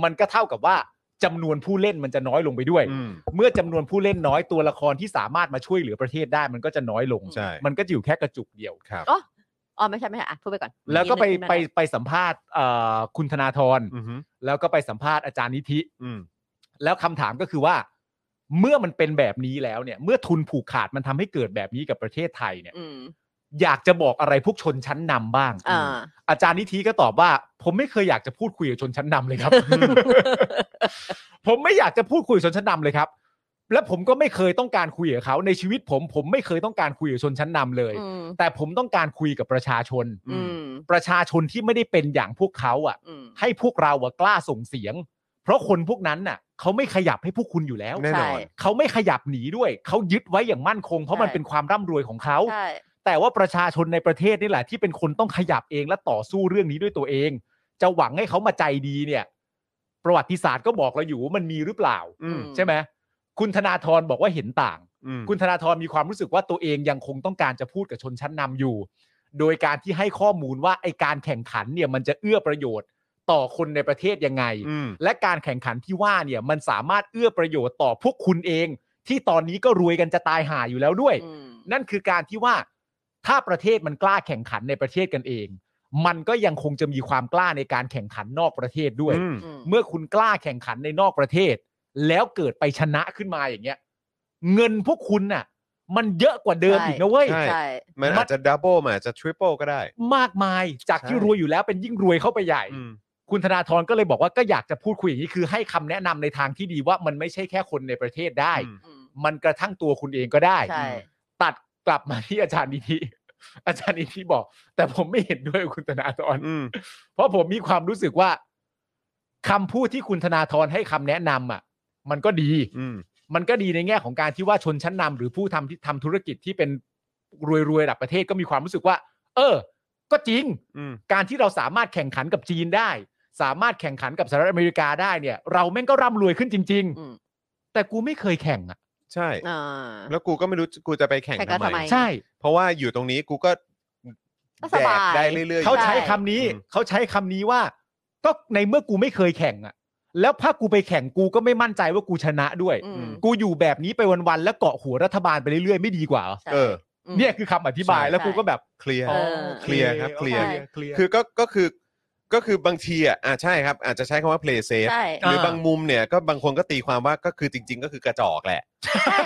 Speaker 3: มันก็เท่ากับว่าจำนวนผู้เล่นมันจะน้อยลงไปด้วย
Speaker 1: อืม
Speaker 3: เมื่อจำนวนผู้เล่นน้อยตัวละครที่สามารถมาช่วยเหลือประเทศได้มันก็จะน้อยลง
Speaker 1: ใช่
Speaker 3: มันก็จะอยู่แค่กระจุกเดียว
Speaker 1: ครับ
Speaker 2: อ๋ออ๋อไม่ใช่ไม่ใช่อ่ะพูดไปก่อน
Speaker 3: แล้วก็ไป
Speaker 2: มีเรื่อง
Speaker 3: ไป
Speaker 2: นั้น
Speaker 3: ไปสัมภาษณ์เอ่อคุณธนาธร
Speaker 1: อืมฮึ
Speaker 3: แล้วก็ไปสัมภาษณ์อาจารย์นิธิ
Speaker 1: อืม
Speaker 3: แล้วคำถามก็คือว่า เมื่อมันเป็นแบบนี้แล้วเนี่ย เมื่อทุนผูกขาดมันทำให้เกิดแบบนี้กับประเทศไทยเนี่ย
Speaker 2: อืม
Speaker 3: อยากจะบอกอะไรพวกชนชั้นนำบ้าง
Speaker 2: อ่า
Speaker 3: อาจารย์นิธิก็ตอบว่า ผมไม่เคยอยากจะพูดคุยกับชนชั้นนำเลยครับ (laughs) ผมไม่อยากจะพูดคุยกับชนชั้นนำเลยครับ และผมก็ไม่เคยต้องการคุยกับเขาในชีวิตผม ผมไม่เคยต้องการคุยกับชนชั้นนำ
Speaker 2: (laughs)
Speaker 3: เลย
Speaker 2: อืม
Speaker 3: แต่ผมต้องการคุยกับประชาชน
Speaker 2: อืม
Speaker 3: ประชาชนที่ไม่ได้เป็นอย่างพวกเขาอ่ะ
Speaker 2: อืม
Speaker 3: ให้พวกเราอะกล้าส่งเสียง เพราะคนพวกนั้นน่ะเขาไม่ขยับให้พวกคุณอยู่แล้ว
Speaker 1: แน่นอน
Speaker 2: ใช่
Speaker 3: เขาไม่ขยับหนีด้วย เขายึดไว้อย่างมั่นคง เพราะมัน
Speaker 2: ใช่
Speaker 3: เป็นความร่ำรวยของเขา
Speaker 2: ใช่
Speaker 3: แต่ว่าประชาชนในประเทศนี่แหละ ที่เป็นคนต้องขยับเองและต่อสู้เรื่องนี้ด้วยตัวเอง จะหวังให้เขามาใจดีเนี่ย ประวัติศาสตร์ก็บอกเราอยู่ว่ามันมีหรือเปล่า
Speaker 1: อืม
Speaker 3: ใช่ไหมคุณธนาธรบอกว่าเห็นต่าง
Speaker 1: อืม
Speaker 3: คุณธนาธรมีความรู้สึกว่าตัวเองยังคงต้องการจะพูดกับชนชั้นนำอยู่ โดยการที่ให้ข้อมูลว่าไอการแข่งขันเนี่ยมันจะเอื้อประโยชน์ต่อคนในประเทศยังไง
Speaker 1: อืม
Speaker 3: และการแข่งขันที่ว่าเนี่ยมันสามารถเอื้อประโยชน์ต่อพวกคุณเอง ที่ตอนนี้ก็รวยกันจะตายห่าอยู่แล้วด้วย
Speaker 2: อืม
Speaker 3: นั่นคือการที่ว่าถ้าประเทศมันกล้าแข่งขันในประเทศกันเอง มันก็ยังคงจะมีความกล้าในการแข่งขันนอกประเทศด้วย
Speaker 1: อืม
Speaker 2: ม
Speaker 3: เมื่อคุณกล้าแข่งขันในนอกประเทศ แล้วเกิดไปชนะขึ้นมาอย่างเงี้ย เงินพวกคุณน่ะ มันเยอะกว่าเดิมอีกนะเว้ย
Speaker 1: ใช่
Speaker 2: ใช่
Speaker 1: มันอาจจะดับเบิลมันอาจจะทริปเปิลก็ได้
Speaker 3: มากมายจากที่
Speaker 1: ใช่
Speaker 3: รวยอยู่แล้วเป็นยิ่งรวยเข้าไปใหญ่
Speaker 1: อืม
Speaker 3: คุณธนาธรก็เลยบอกว่าก็อยากจะพูดคุยอย่างนี้คือให้คำแนะนำในทางที่ดีว่ามันไม่ใช่แค่คนในประเทศได้
Speaker 1: อืม
Speaker 2: อืม
Speaker 3: มันกระทั่งตัวคุณเองก็ได้
Speaker 2: ใช่
Speaker 3: ตัดกลับมาที่อาจารย์นิธิ (laughs) อาจารย์นิธิบอก แต่ผมไม่เห็นด้วยกับคุณธนาธร
Speaker 1: อืม
Speaker 3: เพราะผมมีความรู้สึกว่าคำพูดที่คุณธนาธรให้คำแนะนำอ่ะ มันก็ดี
Speaker 1: อืม
Speaker 3: มันก็ดีในแง่ของการที่ว่าชนชั้นนำหรือผู้ทำที่ทำธุรกิจที่เป็นรวยๆระดับประเทศก็มีความรู้สึกว่า เออ ก็จริง
Speaker 1: อืม
Speaker 3: การที่เราสามารถแข่งขันกับจีนได้ สามารถแข่งขันกับสหรัฐอเมริกาได้เนี่ย เราแม่งก็ร่ำรวยขึ้นจริง
Speaker 2: อืม
Speaker 3: ๆ แต่กูไม่เคยแข่งอ่ะ
Speaker 1: ใช่
Speaker 2: อ่า
Speaker 1: แล้วกูก็ไม่รู้กูจะไปแข่ง
Speaker 2: แข่งกัน
Speaker 1: ทำ
Speaker 2: ทำ
Speaker 1: ไม
Speaker 2: ไม
Speaker 3: ใช่
Speaker 1: เพราะว่าอยู่ตรงนี้กูก็
Speaker 2: ก็สบาย
Speaker 1: แดกได้เรื่อยๆ
Speaker 3: เขาใช้คำนี้
Speaker 1: อืม
Speaker 3: เขาใช้คำนี้ว่า ก็ในเมื่อกูไม่เคยแข่งอ่ะ แล้วถ้ากูไปแข่งกูก็ไม่มั่นใจว่ากูชนะด้วย
Speaker 2: อืม
Speaker 3: กูอยู่แบบนี้ไปวันๆแล้วเกาะหัวรัฐบาลไปเรื่อยๆไม่ดีกว่าเหรอ
Speaker 2: ใช่
Speaker 1: เออ
Speaker 2: ม
Speaker 3: เนี่ยคือคำอธิบาย
Speaker 1: ใช่
Speaker 3: แล้วกูก็แบบ
Speaker 1: เคลียร์
Speaker 2: เออ
Speaker 1: เคลียร์ครับเคลียร์
Speaker 3: เคลียร์
Speaker 1: คือก็ก็คือก็คือบางทีอ่ะอ่ะใช่ครับ อาจจะใช้คำว่า play safe
Speaker 2: ใช่
Speaker 1: ห
Speaker 3: อ่
Speaker 1: รือบางมุมเนี่ยก็บางคนก็ตีความว่าก็คือจริง ๆ ก็คือกระจอกแหละ
Speaker 2: (laughs) ใช่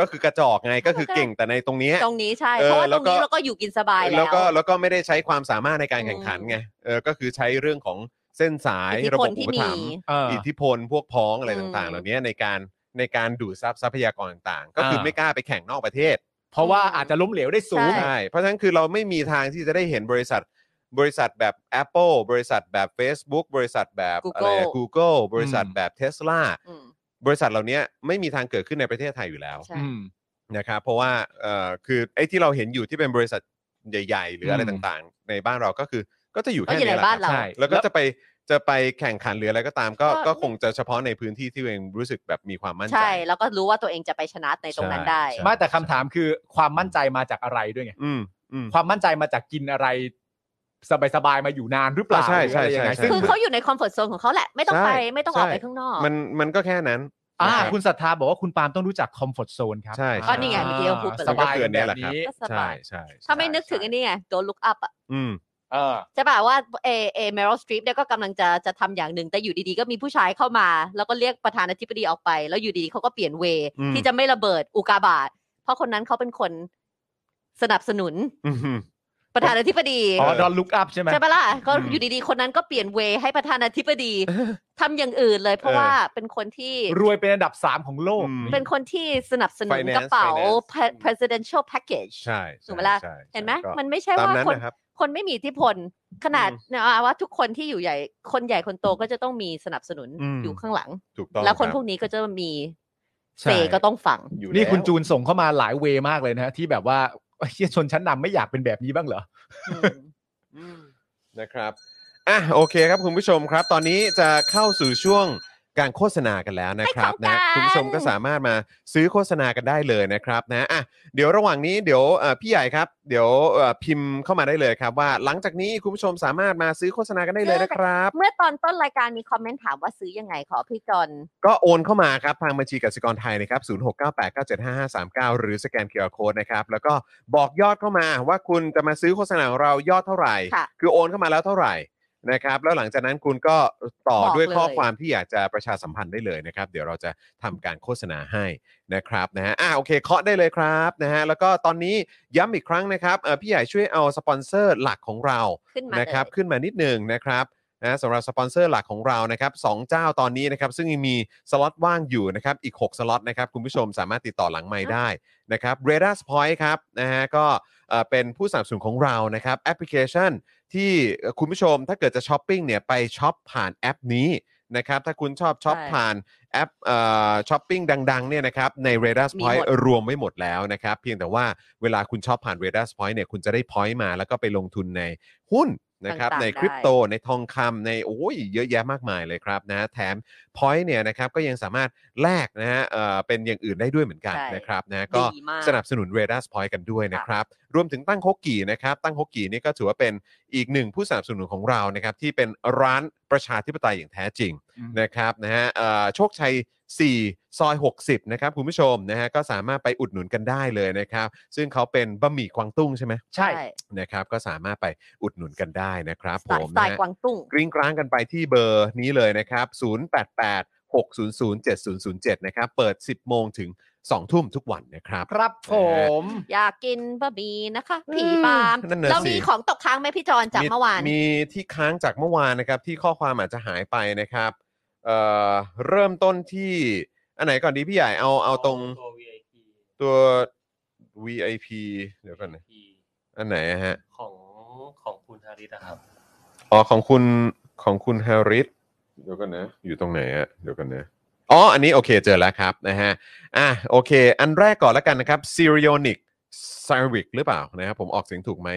Speaker 1: ก็คือกระจอกไงก็คือเก่งแต่ในตรงเนี้ย
Speaker 2: ตรงนี้ใช่
Speaker 1: เออ
Speaker 2: เพราะว่า
Speaker 1: แล้
Speaker 2: ตร
Speaker 1: วก็
Speaker 2: งนี้เราก็อยู่กินสบายแล้ว
Speaker 1: แล้วก็แล้วก็ไม่ได้ใช้ความสามารถในการแข่งขัน
Speaker 2: อืม
Speaker 1: ไงเออก็คือใช้เรื่องของเส้นสาย
Speaker 2: อิทธิ
Speaker 1: ระ
Speaker 2: พ
Speaker 1: บบ
Speaker 2: ล
Speaker 1: อุ
Speaker 2: ที่
Speaker 1: ป
Speaker 2: มี
Speaker 1: ถัมภ์
Speaker 3: เอออ
Speaker 1: อิทธิพลพวกพ้องอะไร
Speaker 2: อืม
Speaker 1: ต่างๆ เหล่านี้ในการในการดูดซับทรัพยากรต่างๆ ก็คือ
Speaker 3: เออ
Speaker 1: ไม่กล้าไปแข่งนอกประเทศ
Speaker 3: เพราะว่าอาจจะล้มเหลวได้สูง
Speaker 2: ใช่
Speaker 1: ใช่ เพราะฉะนั้นคือเราไม่มีทางที่จะได้เห็นบริษัท บริษัทแบบ Apple บริษัทแบบ Facebook บริษัทแบบอะไร
Speaker 2: Google
Speaker 1: Google บริษัท
Speaker 3: อืม
Speaker 1: แบบ Tesla
Speaker 2: อืม
Speaker 1: บริษัทเหล่านี้ไม่มีทางเกิดขึ้นในประเทศไทยอยู่แล้ว
Speaker 2: ใช่
Speaker 3: อืม
Speaker 1: นะครับเพราะว่าเอ่อคือไอ้ที่เราเห็นอยู่ที่เป็นบริษัทใหญ่ ๆ หรืออะไร
Speaker 3: อืม
Speaker 1: ต่างๆ ในบ้านเราก็คือก็จะอยู่
Speaker 2: ก็
Speaker 1: แค่
Speaker 2: อยู่
Speaker 1: นี้
Speaker 2: ใน
Speaker 1: แหละ
Speaker 2: บ้าน
Speaker 1: ครับ
Speaker 2: เรา
Speaker 3: ใช่
Speaker 1: แล้วก็จะไปจะไปแข่งขันหรืออะไรก็ตามก็
Speaker 2: ก็
Speaker 1: ก็คงจะเฉพาะในพื้นที่ที่ตัวเองรู้สึกแบบมีความมั่นใจ
Speaker 2: ใช่ แล้วก็รู้ว่าตัวเองจะไปชนะในตรงนั้นได้
Speaker 1: ใช่
Speaker 3: ไม่แต่คำถามคือความมั่นใจมาจากอะไรด้วยไง
Speaker 1: อืมอืม
Speaker 3: ความมั่นใจมาจากกินอะไร สบายๆมาอยู่นานหรือเปล่า
Speaker 1: อ่าใช่
Speaker 3: หรืออะไร
Speaker 1: ใช่
Speaker 3: ยังไง
Speaker 1: ใช่
Speaker 3: ซึ่ง
Speaker 2: คือเขาอยู่ในคอมฟอร์ทโซนของเขาแหละ ไม่ต้องไป
Speaker 1: ใช่
Speaker 2: ไม่ต้องออก
Speaker 1: ใช่
Speaker 2: ไปข้างนอก
Speaker 1: มันมันก็แค่นั้น
Speaker 3: อ่า
Speaker 1: นะครับ
Speaker 3: คุณศรัทธาบอกว่าคุณปาล์มต้องรู้จักคอมฟอร์ z โซนครับ
Speaker 1: ใช่
Speaker 2: ก็นี่ไงเมื่อกี้เราพูดไปแล้ว
Speaker 3: สบาย
Speaker 1: ก็คือ
Speaker 3: กันแบบ
Speaker 1: อันเนี้ยแหละครับ
Speaker 3: นี้
Speaker 2: ก็ส
Speaker 1: ใช่
Speaker 2: บาย
Speaker 1: ใช่
Speaker 2: ถ้าไม่นึกถึงไอันนี้ไงโดนลุกอัพอ่ะ
Speaker 1: อืม
Speaker 3: เออ
Speaker 2: ใช่ป่ะว่าเอเอเมรัลสตรีปเนี่ยก็กำลังจะจะทำอย่างหนึ่ง แต่อยู่ดีๆ ก็มีผู้ชายเข้ามา แล้วก็เรียกประธานาธิบดีออกไป แล้วอยู่ดีๆเขาก็เปลี่ยนเวย์
Speaker 1: อืม
Speaker 2: ที่จะไม่ระเบิดอุกาบาตเพราะคนนั้นเขาเป็นคนสนับสนุน
Speaker 1: อืม
Speaker 2: ประธานาธิบดี
Speaker 3: อ๋อดอนลุกอัพใช่ไหม
Speaker 2: ใช่ปะล่ะก็
Speaker 1: อืม
Speaker 2: อยู่ดีๆ คนนั้นก็เปลี่ยนเวย์ให้ประธานาธิบ
Speaker 1: (laughs)
Speaker 2: ดี ทำอย่างอื่นเลย เพราะ
Speaker 1: เออ
Speaker 2: ว่าเป็นคนที่
Speaker 3: รวยเป็นอันดับสามของโลก
Speaker 1: อืม
Speaker 2: เป็นคนที่สนับสนุน
Speaker 1: Finance
Speaker 2: กระเป๋า
Speaker 1: Finance
Speaker 2: pre- presidential package
Speaker 1: ใช่
Speaker 2: ถูกไหมล่ะ
Speaker 1: ใช่ใช่
Speaker 2: เห็นไหม
Speaker 1: ก็
Speaker 2: มันไม่ใช่
Speaker 1: ตาม
Speaker 2: ว่า
Speaker 1: นั้น
Speaker 2: คน
Speaker 1: นะครับ
Speaker 2: คนไม่มีอิทธิพล ขนาด
Speaker 1: อืม
Speaker 2: นะว่าทุกคนที่อยู่ใหญ่คนใหญ่คนโตก็จะต้องมีสนับสนุน
Speaker 1: อืม
Speaker 2: อยู่ข้างหลัง
Speaker 1: ถูกต้อง
Speaker 2: แล้วคน
Speaker 1: รับ
Speaker 2: พวกนี้ก็จะมี
Speaker 1: ใช่
Speaker 2: เซก็ต้องฟัง
Speaker 1: อยู่
Speaker 3: นี่คุณ
Speaker 1: แล้ว
Speaker 3: จูนส่งเข้ามาหลายเวย์มากเลยนะฮะที่แบบว่า (laughs) เฮ้ยชนชั้นนำไม่อยากเป็นแบบนี้บ้างเหรอ
Speaker 1: อืมนะครับอ่ะโอเคครับคุณผู้ชมครับ ตอนนี้จะเข้าสู่ช่วง การโฆษณากันแล้วนะครับ
Speaker 2: ให้เข้ากั
Speaker 1: นะ
Speaker 2: น
Speaker 1: คุณผู้ชมก็สามารถมาซื้อโฆษณากันได้เลยนะครับนะอ่ะเดี๋ยวระหว่างนี้เดี๋ยวเอ่อพี่ใหญ่ครับ เดี๋ยวเอ่อพิมพ์เข้ามาได้เลยครับ ว่าหลังจากนี้คุณผู้ชมสามารถมาซื้อโฆษณากันได้เลยนะครับ
Speaker 2: เมื่อตอนต้นรายการมีคอมเมนต์ถามว่าซื้อยังไงขอพี่จอน
Speaker 1: ก็โอนเข้ามาครับ ทางบัญชีกสิกรไทยนะครับ 0698975539 หรือสแกนเคอร์โคดนะครับ แล้วก็บอกยอดเข้ามาว่าคุณจะมาซื้อโฆษณาของเรายอดเท่าไหร่
Speaker 2: ค่ะ
Speaker 1: คือโอนเข้ามาแล้วเท่าไหร่นะครับ แล้วหลังจากนั้นคุณก็ต่อ
Speaker 2: บอก
Speaker 1: ด้วย
Speaker 2: เลย
Speaker 1: ข้อความที่อยากจะประชาสัมพันธ์ได้เลยนะครับ เดี๋ยวเราจะทำการโฆษณาให้นะครับนะฮะอ่าโอเคเคาะได้เลยครับนะฮะแล้วก็ตอนนี้ย้ำอีกครั้งนะครับเอ่อพี่ใหญ่ช่วยเอาสปอนเซอร์หลักของเรา
Speaker 2: ขึ้นมา
Speaker 1: นะครับ
Speaker 2: เลย
Speaker 1: ขึ้นมานิดหนึ่งนะครับนะสำหรับสปอนเซอร์หลักของเรานะครับสองเจ้าตอนนี้นะครับซึ่งยังมีสล็อตว่างอยู่นะครับอีก 6 สล็อตนะครับคุณผู้ชมสามารถติดต่อหลังไม้ได้นะครับ r a d a r Point ครับนะฮะก็เอ่อเป็นผู้สนับสนุนของเรานะครับแอปพลิเคชัน ที่เอ่อคุณผู้ชมถ้าเกิดจะช้อปปิ้งเนี่ยไปช้อปผ่านแอปนี้นะครับถ้าคุณชอบช้อปผ่านแอปเอ่อช้อปปิ้งดังๆเนี่ยนะครับใน r a d a r Point รวมไม่หมดแล้วนะครับเพียงแต่ว่าเวลาคุณช้อปผ่าน r a d a r Point เนี่ยคุณจะได้ point มาแล้วก็ไปลงทุนใน หุ้นนะครับ
Speaker 2: ต่างๆ
Speaker 1: ในคริปโตในทองคำในโอ้ยเยอะแยะมากมายเลยครับนะแถม point เนี่ยนะครับก็ยังสามารถแลกนะฮะเอ่อเป็นอย่างอื่นได้ด้วยเหมือนกัน
Speaker 2: ใช่
Speaker 1: นะครับนะก็
Speaker 2: ดีมาก
Speaker 1: สนับสนุนเรด a r s Point กันด้วยนะครับ รวมถึงตั้งฮกกี่นะครับ ตั้งฮกกี่นี่ก็ถือว่าเป็นอีกหนึ่งผู้สนับสนุนของเรานะครับ ที่เป็นร้านประชาธิปไตยอย่างแท้จริง
Speaker 3: อืม
Speaker 1: นะครับนะฮะเอ่อโชคชัย 4 ซอย 60 นะครับ คุณผู้ชมนะฮะก็สามารถไปอุดหนุนกันได้เลยนะครับ ซึ่งเขาเป็นบะหมี่กวางตุ้งใช่ไหม
Speaker 3: ใช่
Speaker 1: นะครับ ก็สามารถไปอุดหนุนกันได้นะครับผ
Speaker 2: สาย
Speaker 1: ม
Speaker 2: สาย
Speaker 1: นะฮะ
Speaker 2: กวางตุ้ง
Speaker 1: กริ้งกร้างกันไปที่เบอร์นี้เลยนะครับ 088 600 7007 นะครับ เปิด 10 โมงถึง 2 ทุ่มทุกวันนะครับ
Speaker 3: ครับผม
Speaker 2: อยากกินบะหมี่นะคะ
Speaker 1: อืม
Speaker 2: ผีปาม
Speaker 1: นั่นน่ะ
Speaker 2: เรา
Speaker 1: สิ
Speaker 2: มีของตกค้างไหมพี่จอนจากเมื่อวาน
Speaker 1: มีที่ค้างจากเมื่อวานนะครับ ที่ข้อความอาจจะหายไปนะครับเอ่อเริ่มต้นที่ อันไหนก่อนดีพี่ใหญ่เอาเอาตรง
Speaker 4: ตัว VIP
Speaker 1: ตัว VIP เดี๋ยวก่อนนะ
Speaker 4: VIP
Speaker 1: อันไหนอะฮะ
Speaker 4: ของของคุณฮาริสนะครับ
Speaker 1: อ๋อของคุณของคุณแฮร์ริสเดี๋ยวกันนะ อยู่ตรงไหนอะเดี๋ยวกันนะอ๋ออันนี้โอเคเจอแล้วครับนะฮะอ่ะโอเค อันแรกก่อนแล้วกันนะครับ s e r i o n i c c e r v i c หรือเปล่านะครับผมออกเสียงถูกไหม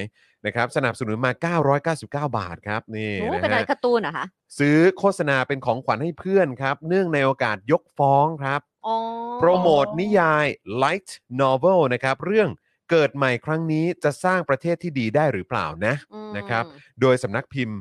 Speaker 1: นะครับ สนับสนุนมา 999 บาทครับ นี่
Speaker 2: โอ้
Speaker 1: นะ
Speaker 2: เป็นอะไร
Speaker 1: ฮะ
Speaker 2: การ์ตูนเหรอคะ
Speaker 1: ซื้อโฆษณาเป็นของขวัญให้เพื่อนครับ เนื่องในโอกาสยกฟ้องครับ
Speaker 2: อ๋อ
Speaker 1: โปรโมทนิยาย light novel นะครับ เรื่องเกิดใหม่ครั้งนี้จะสร้างประเทศที่ดีได้หรือเปล่านะ
Speaker 2: อืม
Speaker 1: นะครับ โดยสำนักพิมพ์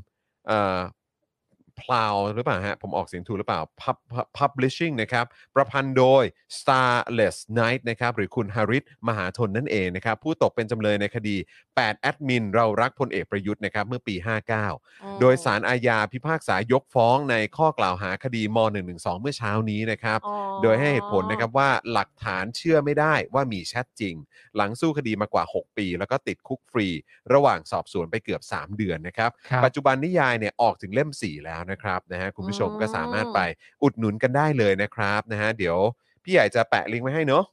Speaker 1: พลาวหรือเปล่าฮะ ผมออกเสียงถูกหรือเปล่า Pub- Pub- Publishing นะครับ ประพันธ์โดย Starless Night นะครับ หรือคุณฮาริตมหาชนนั่นเองนะครับ ผู้ตกเป็นจำเลยในคดี 8 แอดมิน เรารักพลเอกประยุทธ์นะครับ เมื่อปี 59
Speaker 2: อืม
Speaker 1: โดยสารอาญาพิพากษายกฟ้องในข้อกล่าวหาคดีม .112 เมื่อเช้านี้นะครับ
Speaker 2: อ๋อ
Speaker 1: โดยให้เหตุผลนะครับว่าหลักฐานเชื่อไม่ได้ว่ามีแชทจริง หลังสู้คดีมากว่า 6 ปี แล้วก็ติดคุกฟรี ระหว่างสอบสวนไปเกือบ 3 เดือนนะครับ
Speaker 3: ครับ
Speaker 1: ปัจจุบันนิยายเนี่ยออกถึงเล่ม 4 แล้วนะครับนะฮะคุณผู้ชม
Speaker 2: อืม
Speaker 1: ก็สามารถไปอุดหนุนกันได้เลยนะครับนะฮะเดี๋ยวพี่ใหญ่จะแปะลิงก์ไว้ให้เนาะ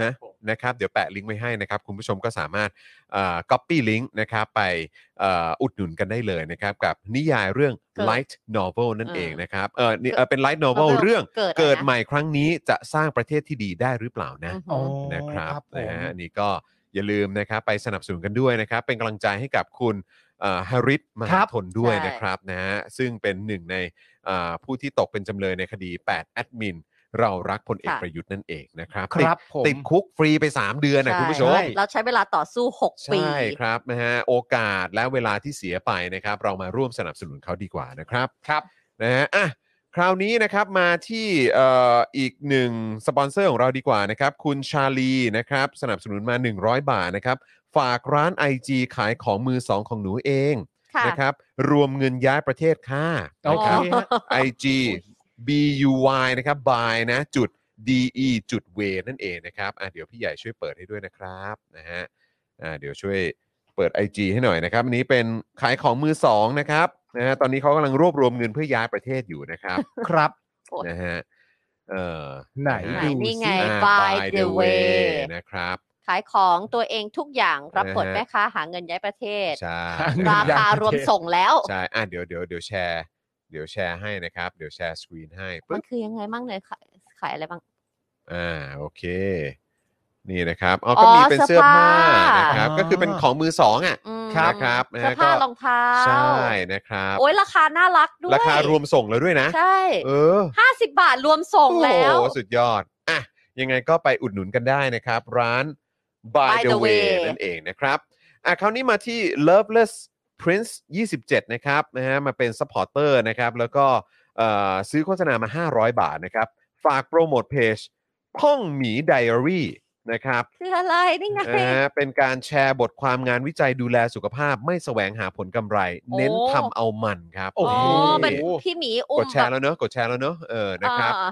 Speaker 4: ครั
Speaker 1: นะ
Speaker 4: บผม
Speaker 1: นะครับเดี๋ยวแปะลิงก์ไว้ให้นะครับ คุณผู้ชมก็สามารถเอ่อ copy ลิงก์นะครับไปเอ่ออุดหนุนกันได้เลยนะครับกับนิยายเรื่อง light novel นั่นเองนะครับเออนี่เอ่อเป็น light novel เรื่อง
Speaker 2: เกิดอะไรนะ
Speaker 1: เกิดใหม่ครั้งนี้จะสร้างประเทศที่ดีได้หรือเปล่านะ
Speaker 2: อือหือ
Speaker 1: นะครับ
Speaker 3: ผม
Speaker 1: นะฮะอันนี่ก็อย่าลืมนะครับไปสนับสนุนกันด้วยนะครับ เป็นกำลังใจให้กับคุณเอ่อฮาริสม
Speaker 3: ค
Speaker 1: หา
Speaker 3: รับ
Speaker 1: ทนด้วย
Speaker 2: ใช่
Speaker 1: นะครับนะฮะซึ่งเป็นหนึ่งในเอ่อผู้ที่ตกเป็นจำเลยในคดี 8 แอดมิน เรารักพลเอกประยุทธ์นั่นเองนะครับ
Speaker 3: ค
Speaker 1: ติด
Speaker 3: รับผม
Speaker 1: ติดคุกฟรีไป 3 เดือนนะคุณผู้ชม
Speaker 2: ใเราใช้เวลาต่อสู้ 6 ปี
Speaker 1: ใช่ครับนะฮะโอกาสและเวลาที่เสียไปนะครับ เรามาร่วมสนับสนุนเขาดีกว่านะครับ
Speaker 3: ครับ
Speaker 1: นะฮะอ่ะคราวนี้นะครับมาที่เอ่ออีกหนึ่งสปอนเซอร์ของเราดีกว่านะครับ คุณชาลีนะครับ สนับสนุนมา 100 บาทนะครับ ฝากร้าน IG ขายของมือสองของหนูเอง
Speaker 2: ค่ะ
Speaker 1: นะครับ รวมเงินย้ายประเทศค่ะ
Speaker 3: โอ
Speaker 1: นะ
Speaker 3: เค
Speaker 1: ครับ
Speaker 3: ฮะ
Speaker 1: IG buy นะครับ by นะจุด de จุด w นั่นเองนะครับอ่ะเดี๋ยวพี่ใหญ่ช่วยเปิดให้ด้วยนะครับนะฮะอ่าเดี๋ยวช่วยเปิด IG ให้หน่อยนะครับอันนี้เป็นขายของมือสองนะครับนะฮะตอนนี้เขากำลังรวบรวมเงินเพื่อย้ายประเทศอยู่
Speaker 2: (laughs)
Speaker 1: นะครับ
Speaker 3: ครับ
Speaker 1: นะฮะเออ
Speaker 3: ไหน
Speaker 1: ะฮะ
Speaker 3: ดู
Speaker 2: นี่ไง
Speaker 1: อ่า
Speaker 2: by
Speaker 1: by
Speaker 2: the
Speaker 1: the way
Speaker 2: way
Speaker 1: นะครับ
Speaker 2: ขายของตัวเองทุกอย่างรับบท
Speaker 1: นะฮะ
Speaker 2: แม่ค้าหาเงินย้ายประเทศ
Speaker 1: ใช่
Speaker 2: ราคารวมส่งแล้ว
Speaker 1: ใช่อ่ะเดี๋ยวเดี๋ยวเดี๋ยวแชร์เดี๋ยวแชร์ให้นะครับ เดี๋ยวแชร์สกรีนให้
Speaker 2: มั
Speaker 1: ปึ๊
Speaker 2: น
Speaker 1: บ
Speaker 2: คือยังไงบ้างเลยขายขายอะไรบ้าง
Speaker 1: อ่าโอเค นี่นะครับอ๋อก็มีเป็นเสื้อผ้า
Speaker 2: เสื้อผ้าน
Speaker 1: นะครับ ก็คือเป็นของมือสองอ่ะ
Speaker 2: อืม
Speaker 3: ครับ
Speaker 1: นะครับนะ
Speaker 2: เสื้อ
Speaker 1: ฮะ
Speaker 2: ผ้า
Speaker 1: ก็
Speaker 2: รองเท้า
Speaker 1: ใช่นะครับ
Speaker 2: โอ้ยราคาน่ารักด้วย
Speaker 1: ราคารวมส่งแล้วด้วยนะ
Speaker 2: ใช่
Speaker 1: เออ
Speaker 2: ห้าสิบบาทรวมส่งแล้ว
Speaker 1: โอ้โหสุดยอด อ่ะ ยังไงก็ไปอุดหนุนกันได้นะครับ ร้าน By
Speaker 2: By
Speaker 1: the
Speaker 2: the
Speaker 1: Way
Speaker 2: Way
Speaker 1: นั่นเองนะครับ อ่ะ คราวนี้มาที่ Loveless Prince 27 นะครับนะฮะมาเป็นซัพพอร์เตอร์นะครับ แล้วก็เอ่อซื้อโฆษณามา 500 บาทนะครับ ฝากโปรโมทเพจพ่องหมีไดอารี่นะครับ
Speaker 2: คืออะไรนี่ไง
Speaker 1: นะฮะ (laughs) เป็นการแชร์บทความงานวิจัยดูแลสุขภาพไม่แสวงหาผลกำไร เน้น
Speaker 2: โอ้
Speaker 1: ทำเอามันครับ
Speaker 3: โอ้
Speaker 2: อ๋อ
Speaker 3: โห
Speaker 2: เป็นพี่หมีอุ้
Speaker 1: ก
Speaker 2: ม
Speaker 1: ดแชร์แล้วเนอะกดแชร์แล้วเนอะเออนะครับ
Speaker 2: อ่า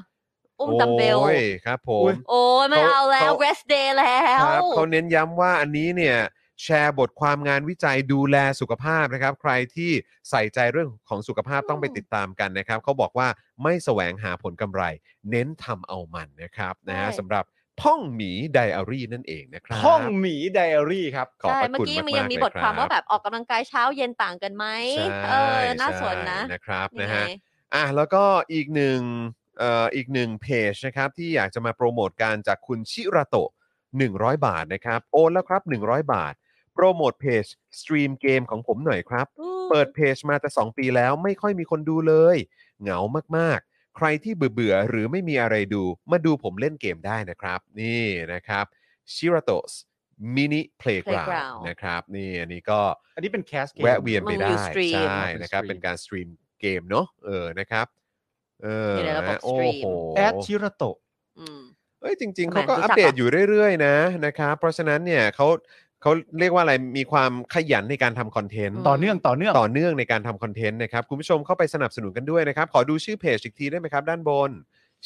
Speaker 2: อุ้มดัมเบล
Speaker 1: โอ้ยครับผ
Speaker 3: อุ๊
Speaker 1: ม
Speaker 3: ย
Speaker 2: โอ้ยไม่
Speaker 1: เขา
Speaker 2: เอาแล้ว
Speaker 1: เขา
Speaker 2: rest day แล้
Speaker 1: คว รับเขาเน้นย้ำว่าอันนี้เนี่ยแชร์บทความงานวิจัยดูแลสุขภาพนะครับ ใครที่ใส่ใจเรื่องของสุขภาพ
Speaker 2: อืม
Speaker 1: ต้องไปติดตามกันนะครับเขาบอกว่าไม่แสวงหาผลกำไร เน้นทำเอามันนะครับนะฮะสำหรับพ่องหมีไดอารี่นั่นเองนะครับ
Speaker 3: ห้องหมีไดอารี่ครับ
Speaker 1: ขอบ
Speaker 2: ใช่
Speaker 1: พระ
Speaker 2: เมื่อ
Speaker 1: คุณ
Speaker 2: กี้
Speaker 1: มาก
Speaker 2: มัน
Speaker 1: ๆ
Speaker 2: ยังมี
Speaker 1: เลย
Speaker 2: บทความ
Speaker 1: รับ
Speaker 2: ว่าแบบออกกำลังกายเช้าเย็นต่างกันไหม
Speaker 1: ใช่
Speaker 2: เออ น่าสนนะ
Speaker 1: ใช่นะครับ
Speaker 2: นี่
Speaker 1: นะ
Speaker 2: ไง
Speaker 1: ฮะอ่ะแล้วก็อีกหนึ่งเอ่ออีกหนึ่งเพจนะครับ ที่อยากจะมาโปรโมทการจากคุณชิระโตะ100 บาทนะครับ โอนแล้วครับ 100 บาท โปรโมทเพจสตรีมเกมของผมหน่อยครับ
Speaker 2: อืม
Speaker 1: เปิดเพจมาจะ 2 ปีแล้วไม่ค่อยมีคนดูเลย เหงามากๆ ใครที่เบื่อๆหรือไม่มีอะไรดู มาดูผมเล่นเกมได้นะครับ นี่นะครับชิระโตะมินิเพลย์กราวนะครับนี่อันนี้ก็
Speaker 3: อันนี้เป็นแคสเกม
Speaker 1: แวะเวียนไปได้
Speaker 2: มันอยู่สตรีม
Speaker 1: ใช่นะครับ
Speaker 3: มันเป็
Speaker 1: เป็น
Speaker 3: นสตรีม
Speaker 1: การสตรีมเกมเนาะเออนะครับเออ
Speaker 2: อยู่ในระบบ
Speaker 1: นะโอ้
Speaker 2: สตรีม
Speaker 1: โห
Speaker 3: แอดชิระโตะ
Speaker 2: อืม
Speaker 1: เอ้ยจริง ๆ
Speaker 2: ทำไม
Speaker 1: เขาก็
Speaker 2: รู้จัก
Speaker 1: อัปเดต
Speaker 2: เหรอ
Speaker 1: อ
Speaker 2: อ
Speaker 1: ยู่เรื่อยๆนะนะครับเพราะฉะนั้นเนี่ยเขาเขาเรียกว่าอะไรมีความขยันในการทำคอนเทนต์
Speaker 3: ต่อเนื่องต่อเนื่อง
Speaker 1: (laughs) ต่อเนื่องในการทำคอนเทนต์นะครับ คุณผู้ชมเข้าไปสนับสนุนกันด้วยนะครับ ขอดูชื่อเพจอีกทีได้ไหมครับ ด้านบน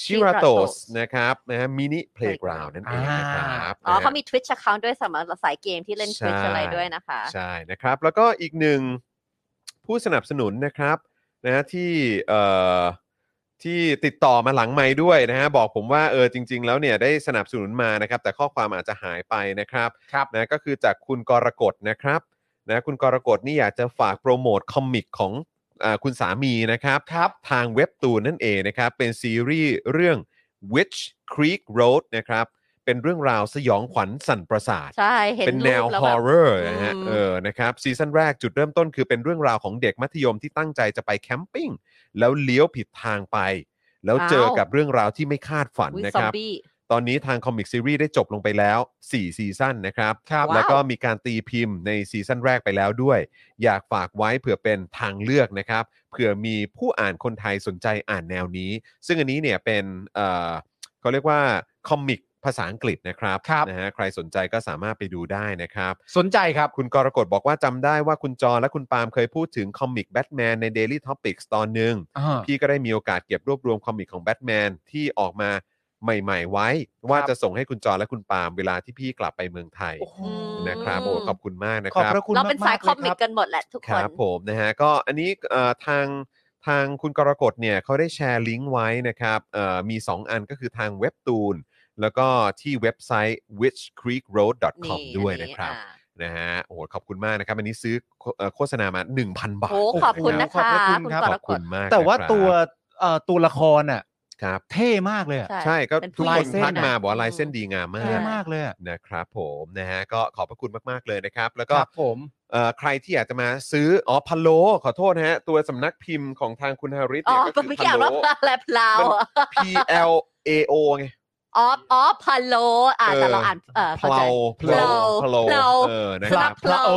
Speaker 1: ชิราโต
Speaker 2: Shiratos
Speaker 1: สนะครับนะฮะมินิเพลย์กราวนั่นเองนะครับ
Speaker 2: อ๋อ
Speaker 1: นะฮะ
Speaker 2: เขามี Twitch account ด้วยสำหรับสายเกมที่เล่น
Speaker 1: ใช่
Speaker 2: Twitch อะไรด้วยนะคะ
Speaker 1: ใช่นะครับแล้วก็อีกหนึ่งผู้สนับสนุนนะครับนะที่เอ่อที่ติดต่อมาหลังไม้ด้วยนะฮะบอกผมว่าเออจริง ๆ แล้วเนี่ยได้สนับสนุนมานะครับ แต่ข้อความอาจจะหายไปนะครับ
Speaker 3: ครับ
Speaker 1: นะก็คือจากคุณกรกฎนะครับนะคุณกรกฎนี่อยากจะฝากโปรโมทคอมิกของอาคุณสามีนะครับ
Speaker 3: ครับ
Speaker 1: ทางเว็บตูนนั่นเองนะครับ เป็นซีรีส์เรื่อง Witch Creek Road นะครับ เป็นเรื่องราวสยองขวัญสั่นประสาท
Speaker 2: ใช่เห็น
Speaker 1: เป็นแนว
Speaker 2: รูปล้วแบบ
Speaker 1: horror นะฮะ
Speaker 2: อืม
Speaker 1: เออนะครับซีซั่นแรกจุดเริ่มต้นคือเป็นเรื่องราวของเด็กมัธยมที่ตั้งใจจะไปแคมปิ้ง แล้วเลี้ยวผิดทางไป แล้วเจอกับเรื่องราวที่ไม่คาดฝัน
Speaker 2: อุ๊ย
Speaker 1: นะ
Speaker 2: ซอ
Speaker 1: ค
Speaker 2: ม
Speaker 1: รับ
Speaker 2: บี้
Speaker 1: ตอนนี้ทางคอมิกซีรีส์ได้จบลงไปแล้ว 4 ซีซั่นนะครับ
Speaker 3: ครับ
Speaker 1: แล้วก็มีการตีพิมพ์ในซีซั่นแรกไปแล้วด้วย อยากฝากไว้เผื่อเป็นทางเลือกนะครับ เผื่อมีผู้อ่านคนไทยสนใจอ่านแนวนี้ ซึ่งอันนี้เนี่ยเป็นเอ่อเขาเรียกว่าคอมิกภาษาอังกฤษนะครับ
Speaker 3: ครับ
Speaker 1: นะฮะใครสนใจก็สามารถไปดูได้นะครับ
Speaker 3: สนใจครับ
Speaker 1: คุณกรกฎบอกว่าจำได้ว่าคุณจอและคุณปาล์มเคยพูดถึงคอมิกแบทแมนใน Daily Topics ตอนหนึ่ง พี่ก็ได้มีโอกาสเก็บรวบรวมคอมิกของแบทแมนที่ออกมาใหม่ๆไว้ ว่าจะส่งให้คุณจอและคุณปาล์มเวลาที่พี่กลับไปเมืองไทย
Speaker 2: ม
Speaker 1: นะครับโอ้ขอบคุณมากนะ
Speaker 3: ข
Speaker 1: ค
Speaker 3: อบ
Speaker 1: รับ
Speaker 3: พระคุณ
Speaker 2: เราเป็นสายคอมิก
Speaker 3: กัน
Speaker 2: กันหมดแหละทุก
Speaker 1: ค
Speaker 2: คน
Speaker 1: รับผมนะฮะก็อันนี้เอ่อทางทางคุณกรกฎเนี่ยเขาได้แชร์ลิงก์ไว้นะครับเอ่อมี 2 อันก็คือทางเว็บตูน แล้วก็ที่เว็บไซต์ witchcreekroad.com
Speaker 2: นี่
Speaker 1: ด้วย
Speaker 2: อั
Speaker 1: นะครับ
Speaker 2: อ่า
Speaker 1: นะฮะโอ้ขอบคุณมากนะครับ อันนี้ซื้อโฆเอ่อโฆษณามา 1,000 บาท
Speaker 2: โอ้ขอบคุณ
Speaker 1: รั
Speaker 2: นะ
Speaker 3: ขอบ
Speaker 2: คะ
Speaker 3: พระคุณ
Speaker 2: คุณ
Speaker 3: ครับ
Speaker 2: ก
Speaker 1: ข
Speaker 2: ร
Speaker 1: อบ
Speaker 2: ก
Speaker 1: คุณ
Speaker 2: ฎ
Speaker 1: มาก
Speaker 3: แต่ว่า
Speaker 1: นะครับ
Speaker 3: ตัวเอ่อตัวละครน่ะ
Speaker 1: ครับ
Speaker 3: เท่มากเลยอะ
Speaker 1: ใช่ก็
Speaker 2: เป็น
Speaker 1: ทุก
Speaker 2: ผู้ห
Speaker 1: คน
Speaker 2: ญิง
Speaker 3: ลยเส้น
Speaker 1: ทักมา
Speaker 2: ะ
Speaker 1: บอกว่าลายเส้นดีงามมา
Speaker 3: เท่
Speaker 1: ก
Speaker 3: มากเลยอะ
Speaker 1: นะครับผมนะฮะก็ขอบพระคุณมาก ๆ เลยนะครับ แล้วก็
Speaker 3: ครับผม
Speaker 1: เอ่อใครที่อยากจะมาซื้ออ๋อพะโลขอโทษนะฮะ ตัวสำนักพิมพ์ของทางคุณฮาริส
Speaker 2: อ๋อ
Speaker 1: เนี่ยก็คือ
Speaker 2: ไม่เกี่ยว
Speaker 1: พะ
Speaker 2: หร
Speaker 1: โล
Speaker 2: อกอะไรพลาวอะ
Speaker 1: P L A O ไง
Speaker 2: อ๋ออ๋อพะโลอ่า
Speaker 1: เออ
Speaker 2: แต่เราอ่านเออ
Speaker 1: พ
Speaker 2: เข้าใจ
Speaker 1: ลาพลาพ
Speaker 2: พะโล้
Speaker 1: ลา
Speaker 2: พะโล้
Speaker 1: เออนะค
Speaker 2: สำนั
Speaker 1: รั
Speaker 2: ก
Speaker 1: บ
Speaker 2: พะโล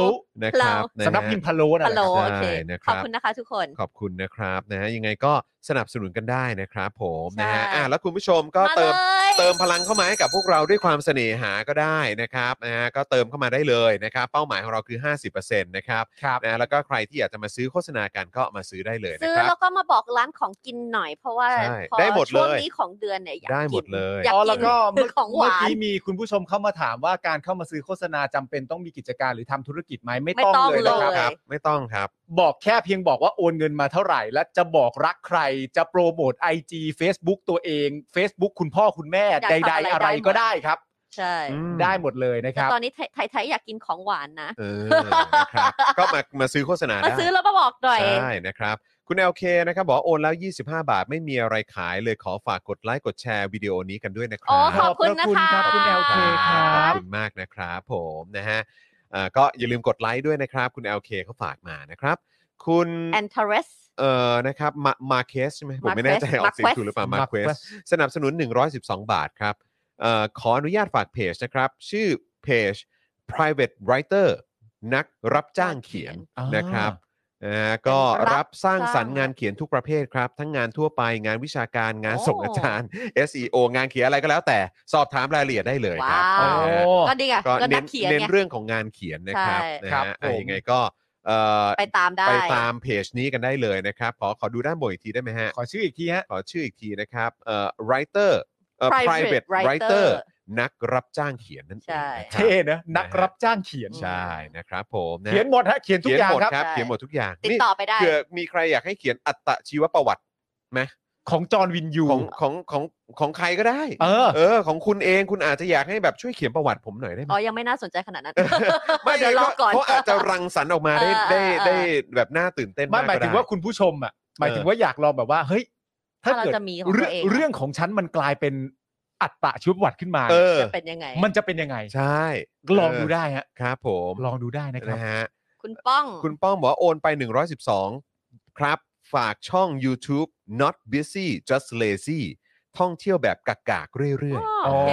Speaker 1: นะครับะฮะ
Speaker 3: สำนักพิมพ์พะโล้นะ
Speaker 2: พะโล
Speaker 1: ใช่
Speaker 2: โอเค
Speaker 1: นะครับ
Speaker 2: ขอบคุณนะคะทุกคน
Speaker 1: ขอบคุณนะครับนะฮะยังไงก็สนับสนุนกันได้นะครับผมนะฮะ
Speaker 2: ใช่
Speaker 1: อ่ะแล้วคุณผู้ชมก็
Speaker 2: มา
Speaker 1: เติ
Speaker 2: เล
Speaker 1: ม
Speaker 2: ย
Speaker 1: เติมพลังเข้ามาให้กับพวกเราด้วยความเสน่หาก็ได้นะครับนะฮะก็เติมเข้ามาได้เลยนะครับ เป้าหมายของเราคือ 50%นะครับ
Speaker 3: ครับ
Speaker 1: นะแล้วก็ใครที่อยากจะมาซื้อโฆษณากันก็มาซื้อได้เลยนะ
Speaker 2: ซื้อ
Speaker 1: ครับ
Speaker 2: แล้วก็มาบอกร้านของกินหน่อยเพราะว่า
Speaker 1: ใช่
Speaker 2: พอ
Speaker 1: ได้หมดเลย
Speaker 2: ช่วงนี้ของเดือนเนี่ยอยาก
Speaker 1: ได้หมด
Speaker 2: กิน
Speaker 1: เลย
Speaker 2: อยาก
Speaker 3: อ๋อ
Speaker 2: กิ
Speaker 3: แล้วก็
Speaker 2: คื
Speaker 3: เมื่
Speaker 2: อ
Speaker 3: อ
Speaker 2: ของหวาน
Speaker 3: เมื่อกี้มีคุณผู้ชมเข้ามาถามว่าการเข้ามาซื้อโฆษณาจำเป็นต้องมีกิจการหรือทำธุรกิจไหมไม่ต้
Speaker 2: ไม่ต้อ
Speaker 3: อง
Speaker 2: ง
Speaker 3: เลย
Speaker 2: เล
Speaker 3: นะ
Speaker 2: ย
Speaker 3: ค
Speaker 1: ค
Speaker 3: รับ
Speaker 1: รับ ไม่ต้องครับ
Speaker 3: บอกแค่เพียงบอกว่าโอนเงินมาเท่าไหร่ และจะบอกรักใครจะโปรโมท IG Facebook ตัวเอง Facebook คุณพ่อคุณแม่
Speaker 2: อยาก
Speaker 3: ใด
Speaker 2: ทำอะไร
Speaker 3: ๆ อะไร
Speaker 2: ได้หมด
Speaker 3: ก็ได้ครับ
Speaker 2: ใช่
Speaker 1: อืม
Speaker 3: ได้หมดเลยนะค
Speaker 2: แต่
Speaker 3: รับ
Speaker 2: ตอนนี้ไทยไทยๆอยากกินของหวานนะ
Speaker 1: เออ
Speaker 2: (laughs)
Speaker 1: นะครับก็มามาซื้อโฆษณา
Speaker 2: มา
Speaker 1: ได้
Speaker 2: ซื้อแล้วมาบอกหน่อย
Speaker 1: ใช่นะครับ คุณ LK นะครับบอกว่าโอนแล้ว 25 บาทไม่มีอะไรขายเลยขอฝากกดไลค์กดแชร์วิดีโอนี้กันด้วยนะครั
Speaker 2: โอ้ขอบคุณนะคะ
Speaker 3: ขอบคุณครับคุณ LK
Speaker 1: ข
Speaker 3: รั
Speaker 1: อบ บคุณมากนะครับผมนะฮะ อ่าก็อย่าลืมกดไลค์ด้วยนะครับ คุณ LK เขาฝากมานะครับ คุณ
Speaker 2: แอนเทเรส
Speaker 1: เอ่อนะครับมามาเคสใช่ไหมผมไม่แน่ใจ
Speaker 2: Marquez
Speaker 1: ออกเสียงถูกหรือเปล่ามาเควส
Speaker 3: Marquez
Speaker 1: สนับสนุน 112 บาทครับเอ่อขออนุญาตฝากเพจนะครับ ชื่อเพจ private writer นักรับจ้างเขียน
Speaker 3: อ่าน
Speaker 1: นะครับนะฮะก็รับสร้างสรรค์งานเขียนทุกประเภทครับ ทั้งงานทั่วไปงานวิชาการงานส่ง
Speaker 2: โอ้
Speaker 1: อาจารย์ SEO งานเขียนอะไรก็แล้วแต่สอบถามรายละเอียดได้เลยค
Speaker 2: ว้า
Speaker 1: รับ
Speaker 2: ว
Speaker 1: นะฮะ
Speaker 2: ก็ดีไง
Speaker 1: ก็
Speaker 2: ก็
Speaker 1: เน้
Speaker 2: นัก
Speaker 1: น
Speaker 2: เขียน
Speaker 1: เน้น
Speaker 2: ไง
Speaker 1: เรื่องของงานเขียนนะครับ
Speaker 2: ใ
Speaker 1: นะ
Speaker 3: ครั
Speaker 1: ฮะ
Speaker 3: บ
Speaker 1: อ่ะ
Speaker 3: ผม
Speaker 1: ยังไงก็เอ่อ
Speaker 2: ไปตามได้
Speaker 1: ไปตามเพจนี้กันได้เลยนะครับ ขอขอดูด้านบนอีกทีได้ไหมฮะ
Speaker 3: ขอชื่ออีกทีฮะ
Speaker 1: ขอชื่ออีกทีนะครับเอ่อ writer เอ่อ
Speaker 2: Private
Speaker 1: private
Speaker 2: writer
Speaker 1: writer นักรับจ้างเขียนนั่นเอง
Speaker 2: ใช่
Speaker 1: นะครั
Speaker 3: เท่
Speaker 1: บ
Speaker 3: นะนัก
Speaker 1: นะฮะ
Speaker 3: รับจ้างเขียน
Speaker 1: ใช่นะครับผมนะ
Speaker 3: เขียนหมดฮะเขียนทุก
Speaker 1: เขียน
Speaker 3: อย่าง
Speaker 1: หมด
Speaker 3: ครับ
Speaker 1: ครับ
Speaker 2: ใช่
Speaker 1: เขียนหมดทุกอย่าง
Speaker 2: ติด
Speaker 1: นี่
Speaker 2: ต่อไปได้
Speaker 1: เผื่อมีใครอยากให้เขียนอัตชีวประวัติไหม
Speaker 3: ของจอห์นวินยู
Speaker 1: ของของของของใครก็ได้
Speaker 3: เออ
Speaker 1: เออของคุณเองคุณอาจจะอยากให้แบบช่วยเขียนประวัติผมหน่อยได้ไหม
Speaker 2: อ๋อ ยังไม่น่าสนใจขนาดนั้น
Speaker 1: ไม่
Speaker 2: เดี๋ยวรอก่อน
Speaker 1: เขาอาจจะรังสรรค์ออกมาได้
Speaker 2: เออ
Speaker 1: ได้
Speaker 2: เออ
Speaker 1: ได้แบบน่าตื่นเต้น
Speaker 3: ไม่
Speaker 1: มาก
Speaker 3: หมาย
Speaker 1: ก็
Speaker 3: ถึง
Speaker 1: ได้
Speaker 3: ว่าคุณผู้ชมอ่ะหมายถึงว่าอยากลองแบบว่าเฮ้ยถ้า
Speaker 2: ถ้าเรา
Speaker 3: เกิด
Speaker 2: จะมีของตัวเองอะ
Speaker 3: เรื่องของฉันมันกลายเป็นอัตตะชีวประวัติขึ้นมา
Speaker 1: เออ
Speaker 2: เป็นยังไง
Speaker 3: มันจะเป็นยังไง
Speaker 1: ใช่
Speaker 3: ลองดูได้ฮะ
Speaker 1: ครับผม
Speaker 3: ลองดูได้นะครับ
Speaker 1: นะฮะ
Speaker 2: คุณป้อง
Speaker 1: คุณป้องบอกว่าโอนไป 112 ครับ ฝากช่อง YouTube not busy just lazy ท่องเที่ยวแบบกากๆเรื่อย
Speaker 2: โอ
Speaker 3: อ๋อ
Speaker 2: เค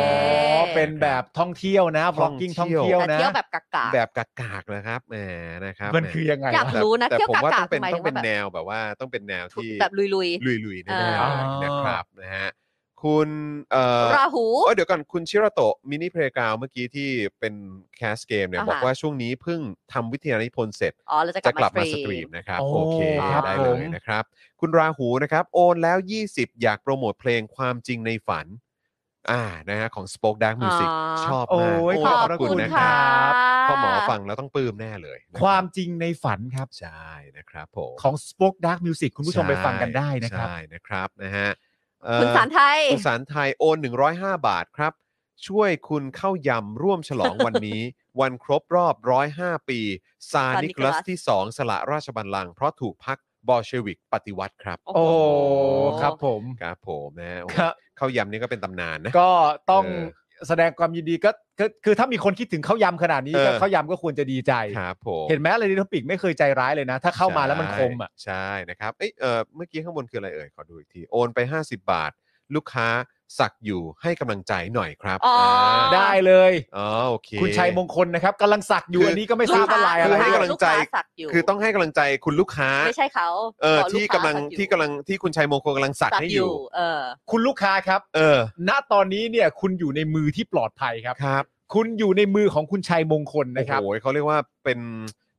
Speaker 3: เป็นแบบท่องเที่ยวนะ vlogging
Speaker 1: ท่
Speaker 3: ท่
Speaker 1: อ
Speaker 3: อง ง
Speaker 1: เที่
Speaker 3: เที่
Speaker 1: ย
Speaker 3: ยว ว
Speaker 2: แต่
Speaker 3: นะ
Speaker 2: เที่ยวแบบกาก
Speaker 1: ๆ แบบกากๆนะครับแหมนะครับ
Speaker 3: มันคือยังไง
Speaker 2: ๆอยาก
Speaker 3: วะ
Speaker 2: รู้นะ
Speaker 1: แต่
Speaker 2: เที่ยว
Speaker 1: ผม
Speaker 2: กา
Speaker 1: ว่าต้อก งเป็น
Speaker 2: ๆหมาย
Speaker 1: ต้
Speaker 2: ถึ
Speaker 1: อง
Speaker 2: ง
Speaker 1: เป็น
Speaker 2: ว่าแบ
Speaker 1: แน
Speaker 2: บ
Speaker 1: วแบบว่าต้องเป็นแนวที่
Speaker 2: แบบลุย
Speaker 1: ลุยๆแน่
Speaker 2: อ่า
Speaker 1: ๆนะครับนะฮะคุณเอ่อ
Speaker 2: ๆ ราหู
Speaker 1: โอ้ยเดี๋ยวก่อนคุณชิระโตะมินิเพลกาวเมื่อกี้ที่เป็นแคสเกมเนี่ย
Speaker 2: อ่าฮะ
Speaker 1: บอกว่าช่วงนี้เพิ่งทำวิทยานิพนธ์เสร็จ
Speaker 2: อ๋อ เราจะ
Speaker 1: จะก
Speaker 2: ก
Speaker 1: ลั
Speaker 2: ลั
Speaker 1: บบ มา
Speaker 2: มา
Speaker 1: ส
Speaker 2: ส
Speaker 1: ต
Speaker 2: ต
Speaker 1: รี
Speaker 2: รี
Speaker 1: ม
Speaker 2: ม
Speaker 1: นะครับ
Speaker 3: โอ้
Speaker 1: โอเค
Speaker 2: ครับ
Speaker 1: ได้
Speaker 2: ผ
Speaker 1: เล
Speaker 2: ม
Speaker 1: ยนะครับ คุณราหูนะครับ โอนแล้ว 20 อยากโปรโมทเพลงความจริงในฝัน อ่านะฮะของ Spoke Dark Music
Speaker 2: อ๋อ
Speaker 1: ชอบ
Speaker 3: โอ้
Speaker 1: มาก
Speaker 3: ย
Speaker 1: โ
Speaker 3: ขอบ
Speaker 2: ข
Speaker 3: พ
Speaker 2: อบ
Speaker 3: ระ
Speaker 2: คุณ
Speaker 3: คุณ
Speaker 2: ค่ะ
Speaker 3: นะครับ
Speaker 1: พ่อหมอฟังแล้วต้องปลื้มแน่เลยนะรับ
Speaker 3: ความจริงในฝันครับ
Speaker 1: ใช่นะครับผม
Speaker 3: ของ Spoke Dark Music คุณผู้ชมไปฟังกันได้นะครับ
Speaker 1: ใช่นะครับนะฮะเอ่อ
Speaker 2: คุณสารไทย
Speaker 1: คุณสารไทยโอน 105 บาทครับ ช่วยคุณเข้ายำร่วมฉลองวันนี้ (laughs) วันครบรอบ 105 ปี ซาร์นิกลัส
Speaker 2: Nicholas
Speaker 1: ที่ 2 สละราชบัลลังก์เพราะถูกพักบอลเชวิกปฏิวัติครับ
Speaker 3: โอ้
Speaker 2: โอ้
Speaker 3: ครับผม
Speaker 1: ครับผมนะฮะโอ้
Speaker 3: ครับ
Speaker 1: เข้ายำนี่ก็เป็นตำนานนะ
Speaker 3: ก็ต้อง
Speaker 1: เออ
Speaker 3: แสดงความยินดีก็ก็คือถ้ามีคนคิดถึงข้าวยำขนาดนี้
Speaker 1: เออ
Speaker 3: ก็ข้าวยำก็ควรจะดีใจ
Speaker 1: ครับผม
Speaker 3: เห็นไหมอะไรดิทอปิกไม่เคยใจร้ายเลยนะ ถ้าเข้ามาแล้วมันคมอ่ะ
Speaker 1: ใช่นะครับเอ้ยเออเมื่อกี้ข้างบนคืออะไรเอ่ย ขอดูอีกที โอนไป 50 บาท ลูกค้าสักอยู่ให้กำลังใจหน่อยครับ
Speaker 2: อ๋อ
Speaker 1: อ
Speaker 2: ได้
Speaker 3: ได้เลย
Speaker 1: อ๋อโอเค
Speaker 3: คุณชัยมงคลนะครับกำลังสักอยู่
Speaker 1: คืออั
Speaker 3: อันนี้ก็ไม่ทราบว่าลายอะไร
Speaker 1: คือให้กำลังใจ
Speaker 2: ลูค้าสักอยู่
Speaker 1: คือต้องให้กำลังใจคุณลูกค้า
Speaker 2: ไม่ใช่เขา
Speaker 1: เออ
Speaker 2: ข
Speaker 1: ที่กำลังที่กำลังที่คุณชัยมงคลกำลังสั
Speaker 2: สั
Speaker 1: ก
Speaker 2: ก
Speaker 1: ให้
Speaker 2: อ
Speaker 1: อยู่ ยู่
Speaker 2: เออ
Speaker 3: คุณลูกค้าครับ
Speaker 1: เออ
Speaker 3: ณตอนนี้เนี่ยคุณอยู่ในมือที่ปลอดภัยครับ
Speaker 1: ครับ
Speaker 3: คุณอยู่ในมือของคุณชัยมงคล
Speaker 1: โอ้
Speaker 3: นะครับ
Speaker 1: โหเขาเรียกว่าเป็น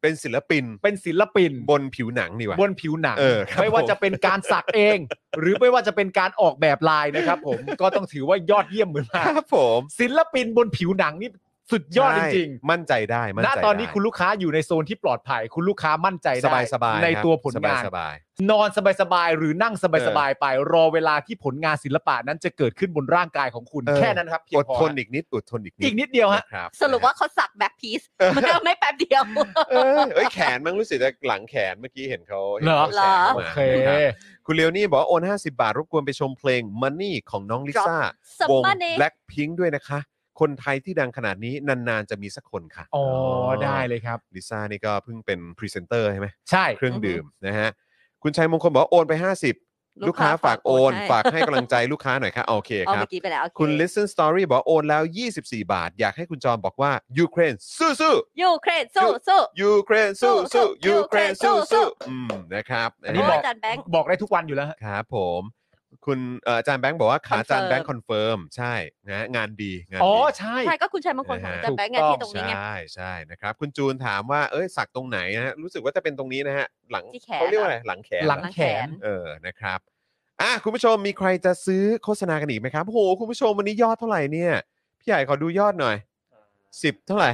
Speaker 1: เป็นศิลปิน
Speaker 3: เป็นศิลปิน
Speaker 1: บนผิวหนังนี่หว่า
Speaker 3: บนผิวหนัง
Speaker 1: เออครับ
Speaker 3: ไม่ว่า
Speaker 1: ผม
Speaker 3: จะเป็นการสักเอง หรือไม่ว่าจะเป็นการออกแบบลายนะครับ
Speaker 1: (laughs)
Speaker 3: ผม ก็ต้องถือว่ายอดเยี่ยมเหมือน
Speaker 1: ค
Speaker 3: มาก
Speaker 1: รับผม
Speaker 3: ศิลปินบนผิวหนังนี่สุดยอดจ
Speaker 1: ใช่
Speaker 3: ริง
Speaker 1: มั่นใจได้มั่น
Speaker 3: ณ
Speaker 1: ใจ
Speaker 3: ตอนนี้
Speaker 1: ได้
Speaker 3: คุณลูกค้าอยู่ในโซนที่ปลอดภัย คุณลูกค้ามั่นใจ
Speaker 1: ส
Speaker 3: ได้
Speaker 1: บายสบาย
Speaker 3: ใน
Speaker 1: ครับ
Speaker 3: ตัวผล
Speaker 1: สบาย
Speaker 3: งาน
Speaker 1: สบาย
Speaker 3: นอนสบายๆหรือนั่งสบายๆไป รอเวลาที่ผลงานศิลปะนั้นจะเกิดขึ้นบนร่างกายของคุณ
Speaker 1: เออ
Speaker 3: แค่นั้นครับเพีย
Speaker 1: อง ด
Speaker 3: พอ
Speaker 1: ทนอีกนิดอดทนอีกนิด
Speaker 3: อีกนิดเดียวฮะ
Speaker 1: นครับ
Speaker 2: สรุปว่าเขาสักแบ็คพีซมันเดิมไม่แป๊บเดียว
Speaker 1: เออเอ้ยแขนมั้งรู้สึกจะหลังแขนเมื่อกี้เห็นเขา
Speaker 3: เหรอ
Speaker 1: ห็นขา
Speaker 3: โอ
Speaker 1: แชร์ข้ามา
Speaker 3: เค
Speaker 1: นะครับคุณเลียวนี่บอกว่าโอน50 บาท รบกวนไปชมเพลง Money ของน้องลิซ่า
Speaker 2: ส
Speaker 1: วง
Speaker 2: มาเน
Speaker 1: Blackpink ด้วยนะคะ คนไทยที่ดังขนาดนี้นานๆจะมีสักคนค่ะ
Speaker 3: อ๋อได้เลยครับ
Speaker 1: ลิซ่านี่ก็เพิ่งเป็นพรีเซนเตอร์ใช่ไหม
Speaker 3: ใช่
Speaker 1: เครื่อง
Speaker 2: อือฮึ
Speaker 1: ดื่มนะฮะ คุณชัยมงคลบอกว่าโอนไป 50
Speaker 2: ลู
Speaker 1: ลูก
Speaker 2: ก
Speaker 1: ค้า
Speaker 2: ค้า
Speaker 1: ฝา
Speaker 2: ฝาก ก
Speaker 1: โอ
Speaker 2: โอน นให้
Speaker 1: ฝากให้กำลังใจลูกค้าหน่อยครับโอเค
Speaker 2: เอา
Speaker 1: ครับ
Speaker 2: เมื่อกี้ไปแล้วโอเค
Speaker 1: คุณ listen story บอกว่าโอนแล้ว 24 บาท อยากให้คุณจอมบอกว่ายูเครนสู้สู้
Speaker 2: ยูเครนสู้สู้
Speaker 1: ๆยูเครนสู้สู้
Speaker 2: สู้ๆ
Speaker 1: ยูเครนสู้
Speaker 2: สู้
Speaker 1: สู้
Speaker 2: ๆ
Speaker 1: อืมนะครับ
Speaker 3: อันนี้
Speaker 2: โอ้
Speaker 1: ะฮะ
Speaker 2: ย
Speaker 3: บก
Speaker 2: อาจารย์แบงค์
Speaker 3: บอกได้ทุกวันอยู่แล้วฮะ
Speaker 1: ครับผม คุณเอ่ออาจารย์แบงค์บอกว่าขาอาจารย์
Speaker 2: Confirm
Speaker 1: แบงค์คอนเฟิร์มใช่นะงานดีงาน
Speaker 3: อ๋อ
Speaker 1: ดี
Speaker 3: ใช่
Speaker 2: ใช่ก็คุณชัยมงคลของ
Speaker 1: นะฮะ
Speaker 2: อาจารย์แบงค์ไง
Speaker 3: ถูกต้
Speaker 2: ที่ตร
Speaker 3: อง
Speaker 2: งนี้ไง
Speaker 1: ใช่ใช่นะครับ คุณจูนถามว่าเอ้ยสักตรงไหนนะฮะรู้สึกว่าจะเป็นตรงนี้นะฮะหลัง
Speaker 2: ที่แขน
Speaker 1: เขาเรียกว่าอะไรหลังแขน
Speaker 3: หลัง
Speaker 1: เรอ
Speaker 3: แขน
Speaker 1: เออนะครับอ่ะคุณผู้ชมมีใครจะซื้อโฆษณากันอีกไหมครับโอ้โหคุณผู้ชมวันนี้ยอดเท่าไหร่เนี่ย พี่ใหญ่ขอดูยอดหน่อย 10 เท่าไหร่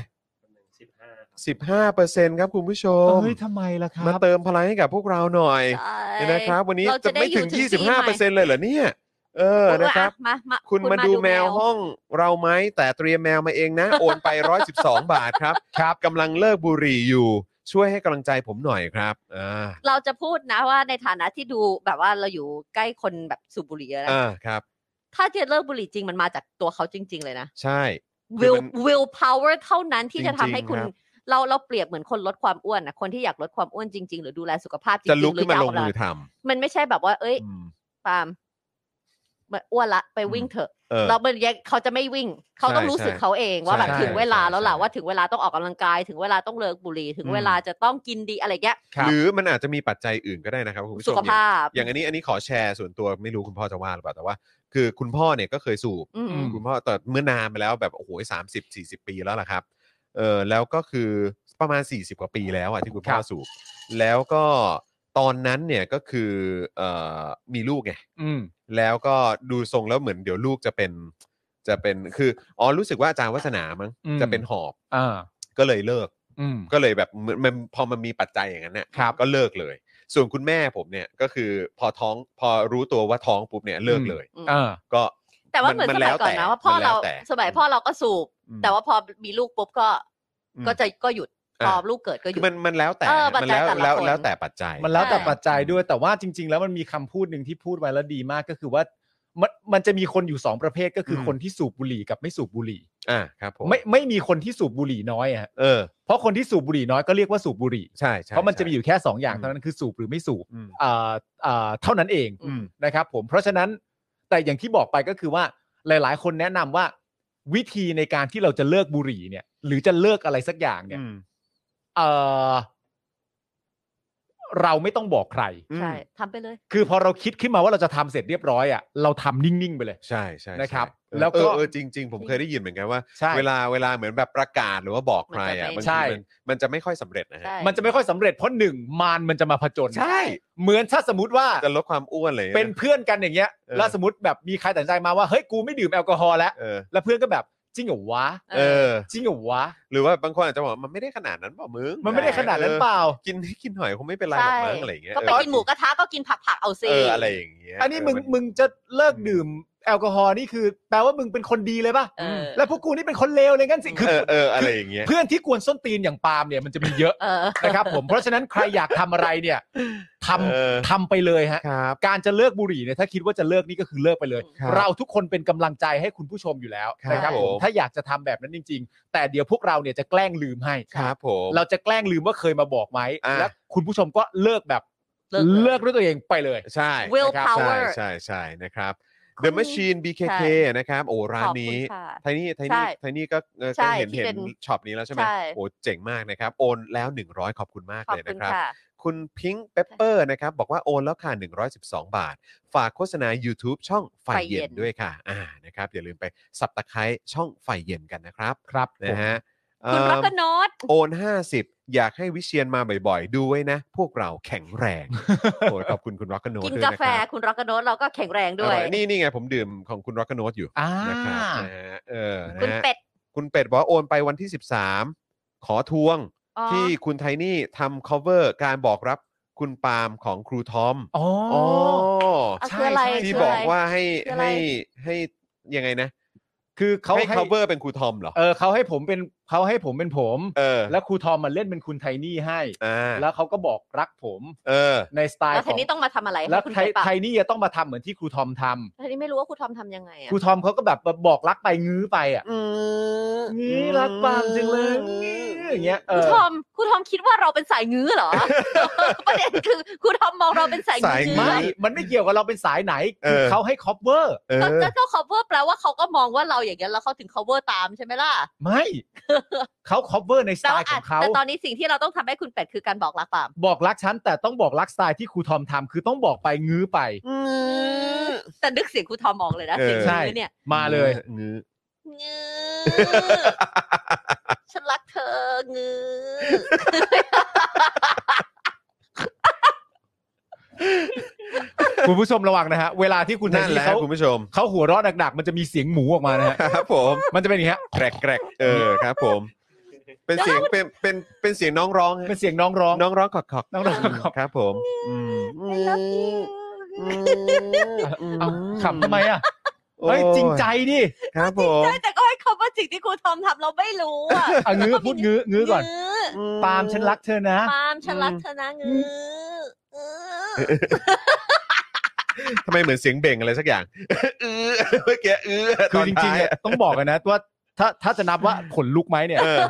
Speaker 4: สิบห้า
Speaker 1: 15เปอร์เซ็นต์ครับคุณผู้ชม
Speaker 3: เฮ้ยทำไมล่ะครั
Speaker 1: มา
Speaker 3: บ
Speaker 1: เติมพลังให้กับพวกเราหน่อย
Speaker 2: ใช่
Speaker 1: นะครับ วันนี้
Speaker 2: เรา
Speaker 1: จะไม่ถึง
Speaker 2: ด้อยู่
Speaker 1: 25เปอร์เซ็นต์เลยเหรอเนี่ย เออ
Speaker 2: ปีใหม่
Speaker 1: นะครับ
Speaker 2: มามา
Speaker 1: คุณมาดูแมวห้องเราไหมแต่เตรียมแมวมาเองนะ โอนไป 112 บาทครับครับกำลังเลิกบุหรี่อยู่ ช่วยให้กำลังใจผมหน่อยครับอ่า
Speaker 2: เราจะพูดนะว่าในฐานะที่ดูแบบว่าเราอยู่ใกล้คนแบบสูบบุหรี่เยอะนะ
Speaker 1: อ่าครับ
Speaker 2: ถ้าจะเลิกบุหรี่จริงมันมาจากตัวเขาจริง ๆ เลยนะ
Speaker 1: ใช่ คือ
Speaker 2: will
Speaker 1: มัน
Speaker 2: will power เท่านั้นที่จะทำให้คุณ
Speaker 1: จริงๆครับ
Speaker 2: เราเราเปรียบเหมือนคนลดความอ้วนนะคนที่อยากลดความอ้วนจริง ๆ หรือดูแลสุขภาพจริง
Speaker 1: จะลุก
Speaker 2: ๆหรื
Speaker 1: ขึ้
Speaker 2: อ
Speaker 1: มาก
Speaker 2: นา
Speaker 1: ล
Speaker 2: รง อ
Speaker 1: มื
Speaker 2: อกกำลัง
Speaker 1: อท
Speaker 2: มันไม่ใช่แบบว่า เอ้ย
Speaker 1: ำอืม
Speaker 2: ปาล์มมันอ้วนละไปวิ่งเถอะ
Speaker 1: เออ
Speaker 2: เราเป็นยังเขาจะไม่วิ่ง เขาต้อง
Speaker 1: ใช่
Speaker 2: รู้สึก
Speaker 1: ใช่
Speaker 2: เขาเองว่า
Speaker 1: ใช่
Speaker 2: แบบถึงเวลา
Speaker 1: ใช่
Speaker 2: แล้วล่ะ
Speaker 1: ใช่
Speaker 2: ว่าถึงเวลาต้องออกกำลังกาย ถึงเวลาต้องเลิกบุหรี่ถึงเวลาจะต้องกินดีอะไรเงี้ย
Speaker 3: ครับ
Speaker 1: หรือมันอาจจะมีปัจจัยอื่นก็ได้นะครับคุณผู้ชม
Speaker 2: สุขภาพ
Speaker 1: อย่างอย่างอันนี้อันนี้ขอแชร์ส่วนตัวไม่รู้คุณพ่อจะว่าหรือเปล่าแต่ว่า คือคุณพ่อเนี่ยก็เคยสูบ
Speaker 2: อืม
Speaker 3: อืม
Speaker 1: คุณพ่อแต่เมื่อนานมาแล้วแบบโอ้โหสามสิบสี่สิบปีแล้วล่ะครับเออแล้วก็คือประมาณ 40 กว่าปีแล้วอ่ะที่คุณพ่อ
Speaker 3: ครับ
Speaker 1: สูบแล้วก็ตอนนั้นเนี่ยก็คือเออมีลูกไง
Speaker 3: อืม
Speaker 1: แล้วก็ดูทรงแล้วเหมือนเดี๋ยวลูกจะเป็นจะเป็นคืออ๋อรู้สึกว่าอาจารย์วัฒนามั้ง
Speaker 3: อืม
Speaker 1: จะเป็นหอบ
Speaker 3: อ่า
Speaker 1: ก็เลยเลิก
Speaker 3: อืม
Speaker 1: ก็เลยแบบเหมือนมันพอมันมีปัจจัยอย่างนั้นเนี่ย
Speaker 3: ครับ
Speaker 1: ก็เลิกเลย ส่วนคุณแม่ผมเนี่ยก็คือพอท้องพอรู้ตัวว่าท้องปุ๊บเนี่ยเลิก
Speaker 3: อืม
Speaker 1: เลย
Speaker 2: อืม
Speaker 3: อ่า
Speaker 1: ก็
Speaker 2: แต่ว่าเหมือนสมัยก่อน
Speaker 1: แล้
Speaker 2: นะว่าพ่อ
Speaker 1: มันแล้
Speaker 2: เรา
Speaker 1: แต่
Speaker 2: สมัยพ่อเราก็สูบ
Speaker 1: ม
Speaker 2: แต่ว่าพอมีลูกปุ๊บก็
Speaker 1: อืม
Speaker 2: ก็จะก็หยุดพอ
Speaker 1: อ่ะ
Speaker 2: ลูกเกิดก็ห
Speaker 1: คื
Speaker 2: ยุ
Speaker 1: อ
Speaker 2: ด
Speaker 1: มันมันแล้วแต่
Speaker 2: เออปั
Speaker 1: มั
Speaker 2: จจั
Speaker 1: แล้
Speaker 2: ยว แต่ละ
Speaker 1: แล้ว
Speaker 2: คน
Speaker 1: แล้วแต่ปัจจัย
Speaker 3: มันแล้วแต่
Speaker 2: ใช่
Speaker 3: ปัจจัยด้วยแต่ว่าจริง ๆ แล้วมันมีคำพูดหนึ่งที่พูดไว้แล้วดีมากก็คือว่ามันมันจะมีคนอยู่สองประเภทก็คืออ
Speaker 1: ม
Speaker 3: คนที่สูบบุหรี่กับไม่สูบบุหรี่
Speaker 1: อ่าครับผม
Speaker 3: ไม่ไม่มีคนที่สูบบุหรี่น้อยอะฮะ
Speaker 1: เออ
Speaker 3: เพราะคนที่สูบบุหรี่น้อยก็เรียกว่าสูบบุหรี่
Speaker 1: ใช่ใช่
Speaker 3: เพราะมันจะ
Speaker 1: ใช่
Speaker 3: มีอยู่แค่สองอย่าง
Speaker 1: อืม
Speaker 3: เท่านั้นคือสูบหรือไม่สูบ
Speaker 1: อืม
Speaker 3: อ่าอ่าเท่านั้นเอง
Speaker 1: อืม
Speaker 3: นะครับผมเพราะฉะนั้นแต่อย่างที่บอกไปก็คือว่าหลาย ๆ คนแนะนำว่า วิธีในการที่เราจะเลิกบุหรี่เนี่ย หรือจะเลิกอะไรสักอย่างเนี่ย
Speaker 1: อืม
Speaker 3: เอ่อเราไม่ต้องบอกใคร
Speaker 1: อืม
Speaker 2: ใช่ทำไปเลย
Speaker 3: คือพอเราคิดขึ้นมาว่าเราจะทำเสร็จเรียบร้อยอ่ะเราทำนิ่ง ๆ ไปเลย
Speaker 1: ใช่ใช่ใช่
Speaker 3: นะครับ
Speaker 1: เออ
Speaker 3: แล้ว
Speaker 1: เอ
Speaker 3: ก็
Speaker 1: อเออจริง ๆ ผมเคยได้ยินเหมือนกันว่า
Speaker 3: ใช่
Speaker 1: เวลาเวลาเหมือนแบบประกาศหรือว่าบอกใครอ่ะ
Speaker 2: มันจะ
Speaker 1: บาง
Speaker 2: ไม่
Speaker 3: ใช่
Speaker 1: ทีมันมันจะไม่ค่อยสำเร็จนะฮะ
Speaker 2: ใช่
Speaker 3: มันจะไม่ค่อยสำเร็จเพราะหนึ่งมารมันจะมาผจญ
Speaker 1: ใช่
Speaker 3: เหมือนถ้าสมมติว่า
Speaker 1: จะลดความอ้วนเลย
Speaker 3: เป็นเพื่อนกันอย่างเงี้ย
Speaker 1: เออ
Speaker 3: แล้วสมมติแบบมีใครตัดสินใจมาว่าเฮ้ยกูไม่ดื่มแอลกอฮอล์แล้ว
Speaker 1: เออ
Speaker 3: แล้วเพื่อนก็แบบจริงเหรอวะ
Speaker 1: เออ
Speaker 3: จริงเหรอวะ
Speaker 1: หรือว่าบางคนอาจจะบอกว่ามันไม่ได้ขนาดนั้นเปล่ามึง
Speaker 3: มันไม่ได้ขนาดนั้นเปล่า
Speaker 1: เออกินให้กินหน่อยคงไม่เป็นไรหรอกมั้งอะไรอย่างเงี้ย
Speaker 2: ก็ไป
Speaker 1: เออ
Speaker 2: กินหมูกระทะก็กินผักผักๆเอาซิ
Speaker 1: เอออะไรอย่างเงี้ย
Speaker 3: อันนี้มึง
Speaker 1: เ
Speaker 3: มึงจะเลิกดื่มแอลกอฮอล์นี่คือ แปลว่ามึงเป็นคนดีเลยป่ะ
Speaker 2: เออ
Speaker 3: แล้วพวกกูนี่เป็นคนเลวเลยงั้นสิคือ
Speaker 1: เออเอออะไรอย่างเงี้ย
Speaker 3: เพื่อนที่กวนส้นตีนอย่างปาล์มเนี่ยมันจะมีเยอะ
Speaker 2: เออ
Speaker 3: นะครับผมเพราะฉะนั้นใครอยากทำอะไรเนี่ยทำ
Speaker 1: เออ
Speaker 3: ทำไปเลยฮะ
Speaker 1: ครับ
Speaker 3: การจะเลิกบุหรี่เนี่ยถ้าคิดว่าจะเลิกนี่ก็คือเลิกไปเลย
Speaker 1: ครับ
Speaker 3: เราทุกคนเป็นกำลังใจให้คุณผู้ชมอยู่แล้ว
Speaker 1: ครับ
Speaker 3: นะครับผ
Speaker 1: ผมม
Speaker 3: ถ้าอยากจะทำแบบนั้นจริง ๆ แต่เดี๋ยวพวกเราเนี่ยจะแกล้งลืมให้
Speaker 1: ครับผม
Speaker 3: เราจะแกล้งลืมว่าเคยมาบอกไหม
Speaker 1: อ่า
Speaker 3: และคุณผู้ชมก็เลิกแบบ
Speaker 2: เลิกเลย
Speaker 3: กด้วยตัวเองไปเลย
Speaker 1: ใช่
Speaker 2: will
Speaker 3: นะครับ
Speaker 2: power
Speaker 1: ใช่ใช่ใช่นะครับ
Speaker 2: คุณ
Speaker 1: The Machine BKK
Speaker 2: ใช่
Speaker 1: นะครับโอ้ร้า
Speaker 2: ข
Speaker 1: น
Speaker 2: อบคุ
Speaker 1: นี้
Speaker 2: ณค่ะ
Speaker 1: ไทนี่ไท
Speaker 2: ใช่
Speaker 1: นี่ไทนี่ก็เออ
Speaker 2: ใช่
Speaker 1: ก็เห็น
Speaker 2: ที่
Speaker 1: เห็
Speaker 2: เป็น น
Speaker 1: ช็อปนี้แล้วใช่ไหม
Speaker 2: ใช่
Speaker 1: โอ้เจ๋งมากนะครับ โอนแล้ว 100 ขอบคุณมาก
Speaker 2: ขอบ
Speaker 1: เลย
Speaker 2: คุ
Speaker 1: นะ
Speaker 2: ณ
Speaker 1: ครับ
Speaker 2: ค่ะ
Speaker 1: คุณพิงค์เปเปอร์นะครับ บอกว่าโอนแล้วค่ะ 112 บาท ฝากโฆษณา YouTube ช่องไฟ
Speaker 2: ไฟเย็
Speaker 1: เย็
Speaker 2: น
Speaker 1: นด้วยค่ะอ่านะครับอย่าลืมไปสับตะไคร้ช่องไฟเย็นกันนะครับ
Speaker 3: ครับ
Speaker 1: นะฮะ
Speaker 2: คุณ
Speaker 1: เอิ่ม
Speaker 2: รักกนด
Speaker 1: โอน 50 อยากให้วิเชียนมาบ่อยๆ ดูไว้นะ พวกเราแข็งแรง
Speaker 2: (laughs)
Speaker 1: โอ้ยขอบคุณคุณรักกน
Speaker 2: กิน
Speaker 1: ด้วย
Speaker 2: กา
Speaker 1: นะ
Speaker 2: แฟ
Speaker 1: ครับ
Speaker 2: คุณรักกนดเราก็แข็งแรงด้ว
Speaker 1: อย ร่อนี่นี่ไงผมดื่มของคุณร็อกโนตอยู่
Speaker 3: อ่า
Speaker 1: นะครับนะฮะเออ
Speaker 2: คุณ
Speaker 1: นะฮะ
Speaker 2: เป็ด
Speaker 1: คุณเป็ดบอกว่าโอนไปวันที่ 13 ขอทวง
Speaker 2: อ๋อ
Speaker 1: ที่คุณไทนี่ทำ cover การบอกรับคุณปาล์มของครูทอม
Speaker 3: อ๋อ
Speaker 2: เอา
Speaker 3: ใช่
Speaker 2: คืออะไร
Speaker 3: ใช่
Speaker 1: ที่
Speaker 2: คืะไร
Speaker 1: บอกว่าให้
Speaker 2: คืออะไร
Speaker 1: ให้ให้ยังไงนะ
Speaker 3: คือเขา
Speaker 1: ให้
Speaker 3: ให้
Speaker 1: cover เป็นครูทอมเหรอ
Speaker 3: เออเขาให้ผมเป็นเขาให้ผมเป็นผม
Speaker 1: เออ
Speaker 3: แล้วครูทอมมันเล่นเป็นคุณไทนี่ให้
Speaker 1: อ่า
Speaker 3: แล้วเขาก็บอกรักผม
Speaker 1: เออ
Speaker 3: ในสไตล์
Speaker 2: แล้ว
Speaker 3: ข
Speaker 2: ที
Speaker 3: อง
Speaker 2: นี้ต้องมาทำอะไร
Speaker 3: แล้ว
Speaker 2: ให้คุณ
Speaker 3: ไท
Speaker 2: เป็ดปะ
Speaker 3: ไทนี่จะต้องมาทำเหมือนที่ครูทอมทำ
Speaker 2: ทีนี้ไม่รู้ว่าครูทอมทำยังไงอะ
Speaker 3: ครูทอมเขาก็แบบบอกรักไปงื้อไปอ่ะ
Speaker 1: อืม
Speaker 3: งี้รักปาล์มจริงเลยงี้อย่างเงี้ยเอ
Speaker 2: ครู
Speaker 3: อ
Speaker 2: ทอมครูทอมคิดว่าเราเป็นสายงื้อเหรอ
Speaker 1: (laughs)
Speaker 2: ประเด็นคือครูทอมมองเราเป็นสายงื้อ
Speaker 3: ไม่มันไม่เกี่ยวกับเราเป็นสายไหนคือเขาให้คอปเวอร์
Speaker 1: เอ
Speaker 2: ก็
Speaker 1: อ
Speaker 2: ก็ cover แปลว่าเขาก็มองว่าเราอย่างนั้นแล้วเขาถึง cover ตามใช่ไหมล่ะ
Speaker 3: ไม่ (laughs) เขา cover ในสไตล์ข
Speaker 2: แต่ว่า
Speaker 3: อ
Speaker 2: ง
Speaker 3: เขา
Speaker 2: แต่ตอนนี้สิ่งที่เราต้องทำให้คุณเป็ดคือการบอกรักปาม
Speaker 3: บอกรักฉันแต่ต้องบอกรักสไตล์ที่ครูทอมทำคือต้องบอกไปงื้อไป
Speaker 2: แต่นึกเสียงครูทอมมองเลยนะเสียง
Speaker 3: ใช่
Speaker 2: นี้เนี่ย
Speaker 3: มาเลย
Speaker 1: งื้อ
Speaker 2: งื้อฉันรักเธองื้อ
Speaker 3: คุณผู้ชมระวังนะฮะเวลาที่คุณไท
Speaker 1: นั่นแห
Speaker 3: นี่
Speaker 1: ละ
Speaker 3: เขา
Speaker 1: คุณผู้ชม
Speaker 3: เขาหัวเราะหนักๆมันจะมีเสียงหมูออกมานะ
Speaker 1: (laughs)
Speaker 3: ฮะ
Speaker 1: ครับผม
Speaker 3: มันจะเป็นอย่างเงี้ย
Speaker 1: แกรกแกรกเออครับผม เป็นเสียงเป็นเป็นเป็นเสียงน้องร้องฮะ
Speaker 3: เป็นเสียงน้องร้อง
Speaker 1: น้องร้องขอกขอก
Speaker 3: น้องร้องขอกขอก
Speaker 1: ครับผมอืม
Speaker 3: เอ้าขำทำไมอ่ะ
Speaker 1: โอ้
Speaker 3: เฮ้ยจริงใจดิ
Speaker 1: ครับผม
Speaker 2: แต่ก็ให้ cover สิ่งที่ครูทอมทำเราไม่รู้อ่ะ
Speaker 3: เอางื้อพูดงื้องื้อก่อนปาล์มฉันรักเธอนะ
Speaker 2: ปาล์มฉันรักเธอนะงื้อเออ
Speaker 1: ทำไมเหมือนเสียงเบ่งอะไรสักอย่าง (laughs) เออเมื่อกี้เออ
Speaker 3: คื
Speaker 1: ต
Speaker 3: อ
Speaker 1: อน
Speaker 3: จริ
Speaker 1: ท้าง ย
Speaker 3: ๆอะต้องบอกกันนะว่าถ้าถ้าจะนับว่าขนลุกไหมเนี่ย
Speaker 1: เออ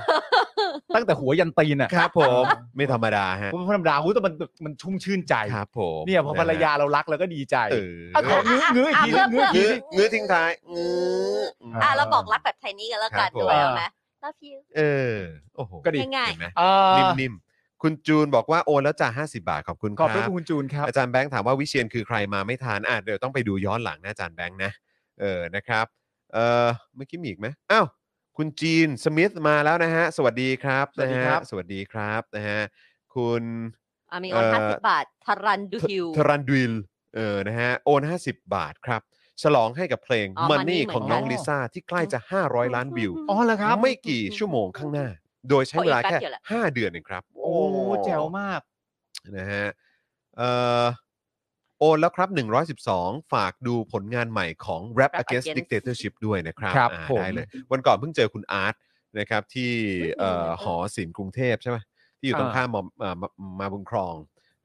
Speaker 3: ตั้งแต่หัวยันตีนอ่ะ
Speaker 1: ครับผมไม่ธรรมดาฮะ
Speaker 3: ผมธรรมดาหูแต่มันมันชุ่มชื่นใจ
Speaker 1: ครับผม
Speaker 3: เนี่ยพอภรรยาเรารักเราก็ดีใจ
Speaker 1: เออ
Speaker 3: เอาขอ
Speaker 2: ะะ
Speaker 3: งื้ออีกที
Speaker 2: ะ
Speaker 3: งื้ออีกที
Speaker 1: งื้อเงื้อทิ้งท้ายงื้อ
Speaker 2: อ่ะ
Speaker 1: อ่ะ
Speaker 2: เราบอกรักแบบไทยนี่กันแล้วกั
Speaker 1: ครั
Speaker 2: น
Speaker 1: บผม
Speaker 2: ด้วยเอาไหม love you
Speaker 1: เออโอ้โห
Speaker 3: ก็ดี
Speaker 2: ง่าย
Speaker 1: เห็นไหม
Speaker 3: เอ่อ
Speaker 1: นิ่มๆคุณจูนบอกว่าโอนแล้วจ่า50 บาทขอบคุณ
Speaker 3: ข
Speaker 1: ค
Speaker 3: อบ
Speaker 1: รับ
Speaker 3: พระคุณคุณจูนครับ
Speaker 1: อาจารย์แบงค์ถามว่าวิเชียนคือใครมาไม่ทานอ่ะเดี๋ยวต้องไปดูย้อนหลังนะอาจารย์แบงค์นะเออนะครับเออเมื่อกี้มีอีกไหมอ้าวคุณจีนสมิธมาแล้วนะฮะ สวัสดีครับ
Speaker 3: สวัสดี
Speaker 1: นะฮะ
Speaker 3: ครับ
Speaker 1: สวัสดีครับนะฮะคุณ
Speaker 2: ๆอ่ะมีโอน
Speaker 1: เอ่อ
Speaker 2: ห้าสิบบาททารันดูฮิว
Speaker 1: ทรันดวิลเออนะฮะโอน 50 บาทครับ ฉลองให้กับเพลง
Speaker 2: อ๋อ Money
Speaker 1: Money ของน้อง
Speaker 2: เหมือนกัน
Speaker 1: ลิซ่าที่ใกล้จะ 500 ล้านวิว
Speaker 3: อ๋อเหรอครับ
Speaker 1: ไม่กี่ชั่วโมงข้างหน้า โดยใช้เวลาแค่
Speaker 2: เอาอีกแป๊บเดียวแหละ
Speaker 1: 5 เดือนเองครับ
Speaker 3: โอ้แจ๋วมาก
Speaker 1: นะฮะเอ่อโอนแล้วครับ 112 ฝากดูผลงานใหม่ของ Rap
Speaker 2: Rap
Speaker 1: Against
Speaker 2: Against
Speaker 1: Dictatorship ด้วยนะครับ
Speaker 3: ครับ
Speaker 1: อ่า
Speaker 3: ผม
Speaker 1: ได้เลย วันก่อนเพิ่งเจอคุณอาร์ตนะครับที่เอ่อ
Speaker 2: ไม่เห็นเลย
Speaker 1: หอศิลป์กรุงเทพใช่ไหมที่อยู่ตรงข้ามมอมเอ่อมามาบุญครอง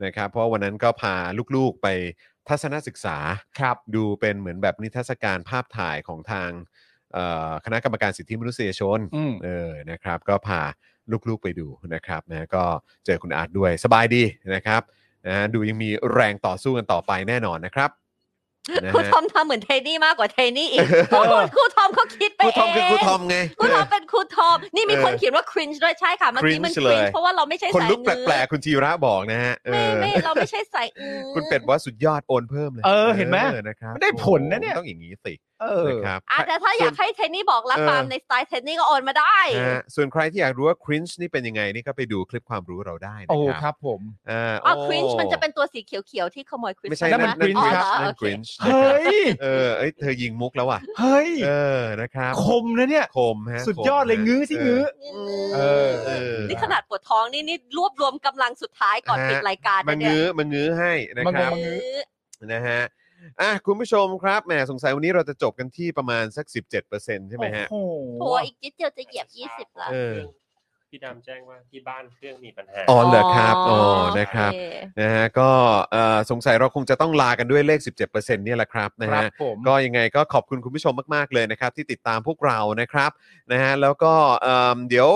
Speaker 1: นะครับ เพราะวันนั้นก็พาลูกๆไปทัศนศึกษา
Speaker 3: ครับ
Speaker 1: ดูเป็นเหมือนแบบนิทรรศการภาพถ่ายของทางเอ่อคณะกรรมการสิทธิมนุษยชน
Speaker 3: อืม
Speaker 1: เออนะครับ ก็พาลูกๆไปดูนะครับนะก็เจอคุณอาร์ตด้วยสบายดีนะครับนะฮะดูยังมีแรงต่อสู้กันต่อไปแน่นอนนะครับนะ
Speaker 2: ครู
Speaker 1: ฮะ
Speaker 2: ทอมทำเหมือนเทนนี่มากกว่าเทนนี่อีก
Speaker 3: เออ
Speaker 2: ครูทอมเขาคิดไป
Speaker 1: ครู
Speaker 2: เอ
Speaker 1: ทอม
Speaker 2: ง
Speaker 1: คือครูทอมไง
Speaker 2: ครูทอมเป็นครูทอม นี่มีคน
Speaker 1: เออ
Speaker 2: เขียนว่า cringe ด้วยใช่ค่ะเมื่อกี้มัน
Speaker 1: cringe เลย
Speaker 2: cringe เพราะว่าเราไม่ใช่
Speaker 1: คน
Speaker 2: สาย
Speaker 1: ลุกแ
Speaker 2: เนื้
Speaker 1: ปลกๆคุณธีระบอกนะฮะเอ
Speaker 2: ไม่
Speaker 1: อ
Speaker 2: ไม่เราไม่ใช่สายอื้อ
Speaker 1: คุณเป็ดว่าสุดยอดโอนเพิ่มเลย
Speaker 3: เออเห็นไหม
Speaker 1: ออนะครับ
Speaker 3: มันได้ผลนะเนี่ย
Speaker 1: ต้องอย่างนี้สิ
Speaker 3: เออ
Speaker 1: นะครับ
Speaker 2: อ่ะแต่ถ้าอยากให้เทนนี่บอกรัก
Speaker 1: เออ
Speaker 2: ปาล์มในสไตล์เทนนี่ก็โอนมาได้
Speaker 1: นะฮะส่วนใครที่อยากรู้ว่า cringe นี่เป็นยังไงนี่ก็ไปดูคลิปความรู้เราได้นะ
Speaker 3: โอ้
Speaker 1: ครับ
Speaker 3: ครับผม
Speaker 1: อ่า
Speaker 2: อ๋อ
Speaker 1: โ
Speaker 2: ครินช์มันจะเป็นตัวสีเขียวๆที่ขโมยครินช์
Speaker 1: ไม่ใช่
Speaker 3: นั่
Speaker 1: นั่น
Speaker 3: นมัน
Speaker 1: นั่นค
Speaker 2: อ๋อเห
Speaker 3: cringe
Speaker 1: รับนั่น
Speaker 2: รอโอเค
Speaker 1: กรินช์
Speaker 3: เฮ้ย
Speaker 1: เออเอ้ยเธอยิงมุกแล้วอ่ะ
Speaker 3: เฮ้ย
Speaker 1: เออนะครับ
Speaker 3: คมนะเนี่ย
Speaker 1: คมฮะ
Speaker 3: สุดยอดเลย
Speaker 1: คมฮะ
Speaker 3: งื้อสิงื้อ เออ
Speaker 1: เออ
Speaker 2: นี่ขนาดปวดท้องนี่นี่รวบรวมกำลังสุดท้ายก่อนปิดรายการ
Speaker 1: มา
Speaker 2: นะเนี่ย
Speaker 1: งื้อมางื้อให้นะค
Speaker 3: มา
Speaker 1: รับ
Speaker 3: งื้
Speaker 1: นะฮะอ่ะคุณผู้ชมครับแหมสงสัยวันนี้เราจะจบกันที่ประมาณสัก 17%ใช่ไหมฮะ
Speaker 3: โอ้
Speaker 2: โห
Speaker 3: โห
Speaker 2: อีกนิดเดียวจะเหยียบ 20ละ
Speaker 1: เออ
Speaker 4: พี่ดำแจ้งว่าที่บ้านเครื่องมีปัญหา
Speaker 1: อ๋อเหรอครับอ๋อนะครับ
Speaker 2: โอเ
Speaker 1: นะฮะก็เอ่อสงสัยเราคงจะต้องลากันด้วยเลข 17%เนี่ยแหละครับนะ
Speaker 3: ครั
Speaker 1: ฮะ
Speaker 3: บผม
Speaker 1: ก็ยังไงก็ขอบคุณคุณผู้ชมมาก ๆ เลยนะครับ ที่ติดตามพวกเรานะครับนะฮะแล้วก็เอิ่มเดี๋ยว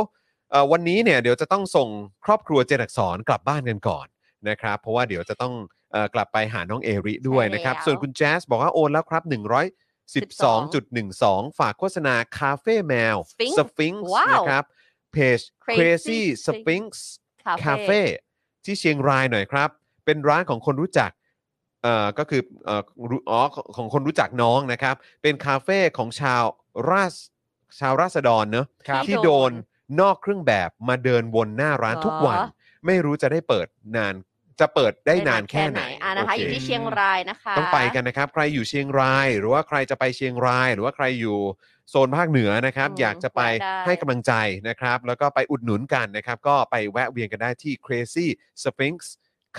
Speaker 1: เอ่อวันนี้เนี่ยเดี๋ยวจะต้องส่งครอบครัวเจนอักสอนกลับบ้านกันก่อนนะครับ เพราะว่าเดี๋ยวจะต้องเอ่อกลับไปหาน้องเอริด้วยนะครับ
Speaker 2: ใช่แล้ว
Speaker 1: ส่วนคุณแจ๊สบอกว่าโอนแล้วครับ 1 1 2 ฝากโฆษณาคาเฟ่แมว
Speaker 2: Sphinx
Speaker 1: สฟิงค์
Speaker 2: ว้าว
Speaker 1: นะครับเพจ Crazy
Speaker 2: Crazy
Speaker 1: Sphinx
Speaker 2: คา
Speaker 1: คา
Speaker 2: เฟ่
Speaker 1: เฟ่ที่เชียงรายหน่อยครับ เป็นร้านของคนรู้จักเอ่อก็คือเอ่อรู้อ๋อของคนรู้จักน้องนะครับ เป็นคาเฟ่ของชาวราษชาวราษฎรเนอะ
Speaker 3: ครับ
Speaker 1: ที่โดนนอกเครื่องแบบมาเดินวนหน้าร้านทุกวัน ไม่รู้จะได้เปิดนานจะเปิดได้นานแค่ไหน
Speaker 2: อ่ะนะคะ
Speaker 1: โอเค
Speaker 2: อยู่ที่เชียงรายนะคะ
Speaker 1: ต้องไปกันนะครับ ใครอยู่เชียงราย หรือว่าใครจะไปเชียงราย หรือว่าใครอยู่โซนภาคเหนือนะครับ อยากจะไปให้กำลังใจนะครับ แล้วก็ไปอุดหนุนกันนะครับ ก็ไปแวะเวียนกันได้ที่ Crazy Sphinx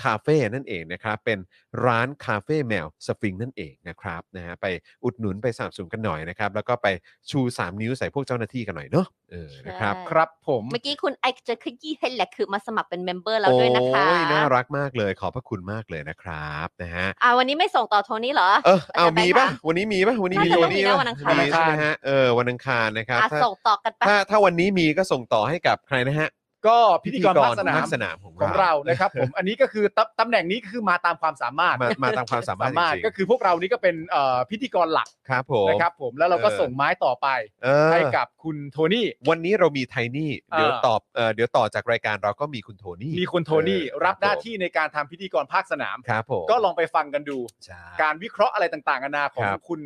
Speaker 1: Cafe นั่นเองนะครับ เป็นร้านคาเฟ่แมวสฟิงนั่นเองนะครับนะฮะไปอุดหนุนไปสนับสนุนกันหน่อยนะครับ แล้วก็ไปชู 3 นิ้วใส่พวกเจ้าหน้าที่กันหน่อยเนาะเออนะครับ
Speaker 3: ครับผม
Speaker 2: เมื่อกี้คุณไอซ์จะขยี้ให้แหละคือมาสมัครเป็นเมมเบอร์แล้วด้วยนะคะ
Speaker 1: โอ้ยน่ารักมากเลย ขอบพระคุณมากเลยนะครับนะฮะ
Speaker 2: อ่าวันนี้ไม่ส่งต่อโทนี่เหรอ
Speaker 1: เออเอา
Speaker 2: อาจารย์
Speaker 1: มีป่ะ
Speaker 2: แบงค์คะ
Speaker 1: วันนี้มีป่ะ วันนี้มี
Speaker 2: น่าจะ
Speaker 1: นี้
Speaker 2: ต้องมีนะวันอังคาร
Speaker 1: มีใช่ไหมฮะ เออ วันอังคารนะครับ
Speaker 2: อ่ะ
Speaker 1: ถ้า
Speaker 2: ส่งต่อกันไป
Speaker 1: ถ้าถ้าวันนี้มีก็ส่งต่อให้กับใครนะฮะ
Speaker 3: ก็พิธีกรภาคสนาม
Speaker 1: ภาคสนามของ
Speaker 3: ของ
Speaker 1: เรา
Speaker 3: เรานะครับผม อันนี้ก็คือตำตำแหน่งนี้ก็คือมาตามความสามารถ
Speaker 1: มามาตามความสามารถจริงๆ
Speaker 3: ก็คือพวกเรานี่ก็เป็นเอ่อพิธีกรหลัก
Speaker 1: ครับผม
Speaker 3: นะครับผมแล้วเราก็
Speaker 1: เออ
Speaker 3: ส่งไม้ต่อไป
Speaker 1: เออ
Speaker 3: ให้กับคุณโทนี่
Speaker 1: วันนี้เรามีไทนี่ เดี๋ยว
Speaker 3: เออ
Speaker 1: ตอบเออเดี๋ยวต่อจากรายการเราก็มีคุณโทนี่
Speaker 3: มีคุณโทนี่
Speaker 1: เออ
Speaker 3: รับหน้าที่ในการทำพิธีกรภาคสนาม
Speaker 1: ครับผม
Speaker 3: ก็ลองไปฟังกันดู
Speaker 1: ใช่
Speaker 3: การวิเคราะห์อะไรต่างๆนานาของ
Speaker 1: ครับ
Speaker 3: คุณ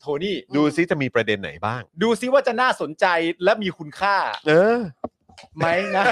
Speaker 3: โทนี่
Speaker 1: ดูซิจะมีประเด็นไหนบ้าง
Speaker 3: ดูซิว่าจะน่าสนใจและมีคุณค่า
Speaker 1: เออ
Speaker 3: (laughs) ไหม
Speaker 1: (laughs)
Speaker 3: นะ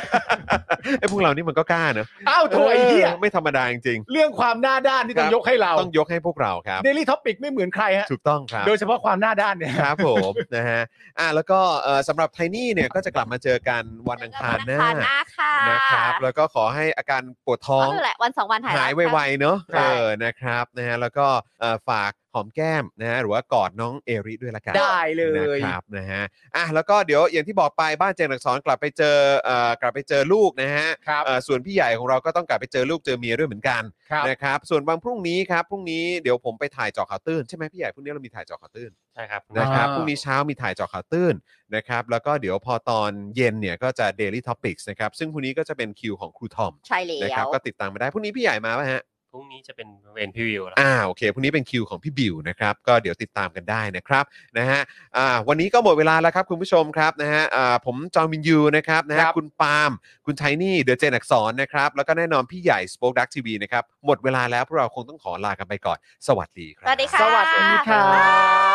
Speaker 1: ไอ้พวกเรานี่มันก็กล้าเนอะ
Speaker 3: อ้าวโถไอ้เหี้ย
Speaker 1: เออไม่ธรรมดาจริง
Speaker 3: เรื่องความหน้าด้านที่ต้อ
Speaker 1: ครั
Speaker 3: ง
Speaker 1: บ
Speaker 3: ยกให้เรา
Speaker 1: ๆต้องยกให้พวกเราครับ
Speaker 3: Daily Topic ไม่เหมือนใครฮะ
Speaker 1: ถูกต้องครับ
Speaker 3: โดยเฉพาะความหน้าด้านเนี่ย
Speaker 1: ครับผม (laughs) นะฮะอ่ะแล้วก็เอ่อสำหรับไทนี่เนี่ยก็จะกลับมาเจอกันวันอังคารหน้า
Speaker 2: วันอังคารหน้าค่ะ
Speaker 1: นะครับ แล้วก็ขอให้อาการปวดท้อง
Speaker 2: นั่นแหละวันสองวันหาย
Speaker 1: หาย
Speaker 2: แล้ว
Speaker 1: ไว
Speaker 2: ค่ะ
Speaker 1: ๆเนอะ
Speaker 2: ใช่
Speaker 1: เออนะครับนะฮะแล้วก็เอ่อฝากห อมแก้มนะฮะหรือว่ากอดน้องเอริด้วยละกัน
Speaker 3: ได้เลย
Speaker 1: นะครับนะฮะอ่ะแล้วก็เดี๋ยวอย่างที่บอกไปบ้านเจนอักษรกลับไปเจอเอ่อกลับไปเจอลูกนะฮะ
Speaker 3: ครับ
Speaker 1: เอ่อส่วนพี่ใหญ่ของเราก็ต้องกลับไปเจอลูกเจอเมียด้วยเหมือนกัน
Speaker 3: ครับ
Speaker 1: นะครับส่วนวันพรุ่งนี้ครับพรุ่งนี้เดี๋ยวผมไปถ่ายเจอข่าวตื้นใช่ไหมพี่ใหญ่พรุ่งนี้เรามีถ่ายเจอข่าวตื้น
Speaker 4: ใช่ครับ
Speaker 1: นะครับพ
Speaker 3: อ่า
Speaker 1: รุ่งนี้เช้ามีถ่ายเจอข่าวตื้นนะครับแล้วก็เดี๋ยวพอตอนเย็นเนี่ยก็จะ Daily Topics นะครับซึ่งพรุ่งนี้ก็จะเป็นคิวของครูทอม
Speaker 2: ใช่แล้
Speaker 1: นะครับ
Speaker 2: ว
Speaker 1: ก็ติดตามมาได้พรุ่งนี้พี่ใหญ่มาป่ะฮะ
Speaker 4: พรุ่งนี้จะเป็นเวนพี่วิวแล้ว
Speaker 1: อ่าโอเคพรุ่งนี้เป็นคิวของพี่บิวนะครับ ก็เดี๋ยวติดตามกันได้นะครับนะฮะอ่าวันนี้ก็หมดเวลาแล้วครับคุณผู้ชมครับนะฮะอ่าผมจอห์นวินยูนะครับนะฮะ
Speaker 3: ครับ
Speaker 1: คุณปาล์มคุณไทนี่เดอะเจนอักสอนนะครับแล้วก็แน่นอนพี่ใหญ่สป็อคดักทีวีนะครับหมดเวลาแล้วพวกเราคงต้องขอลากันไปก่อนสวัสดีครับ
Speaker 2: สวัสดีค่ะ
Speaker 3: สวัสดีครั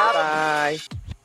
Speaker 3: บ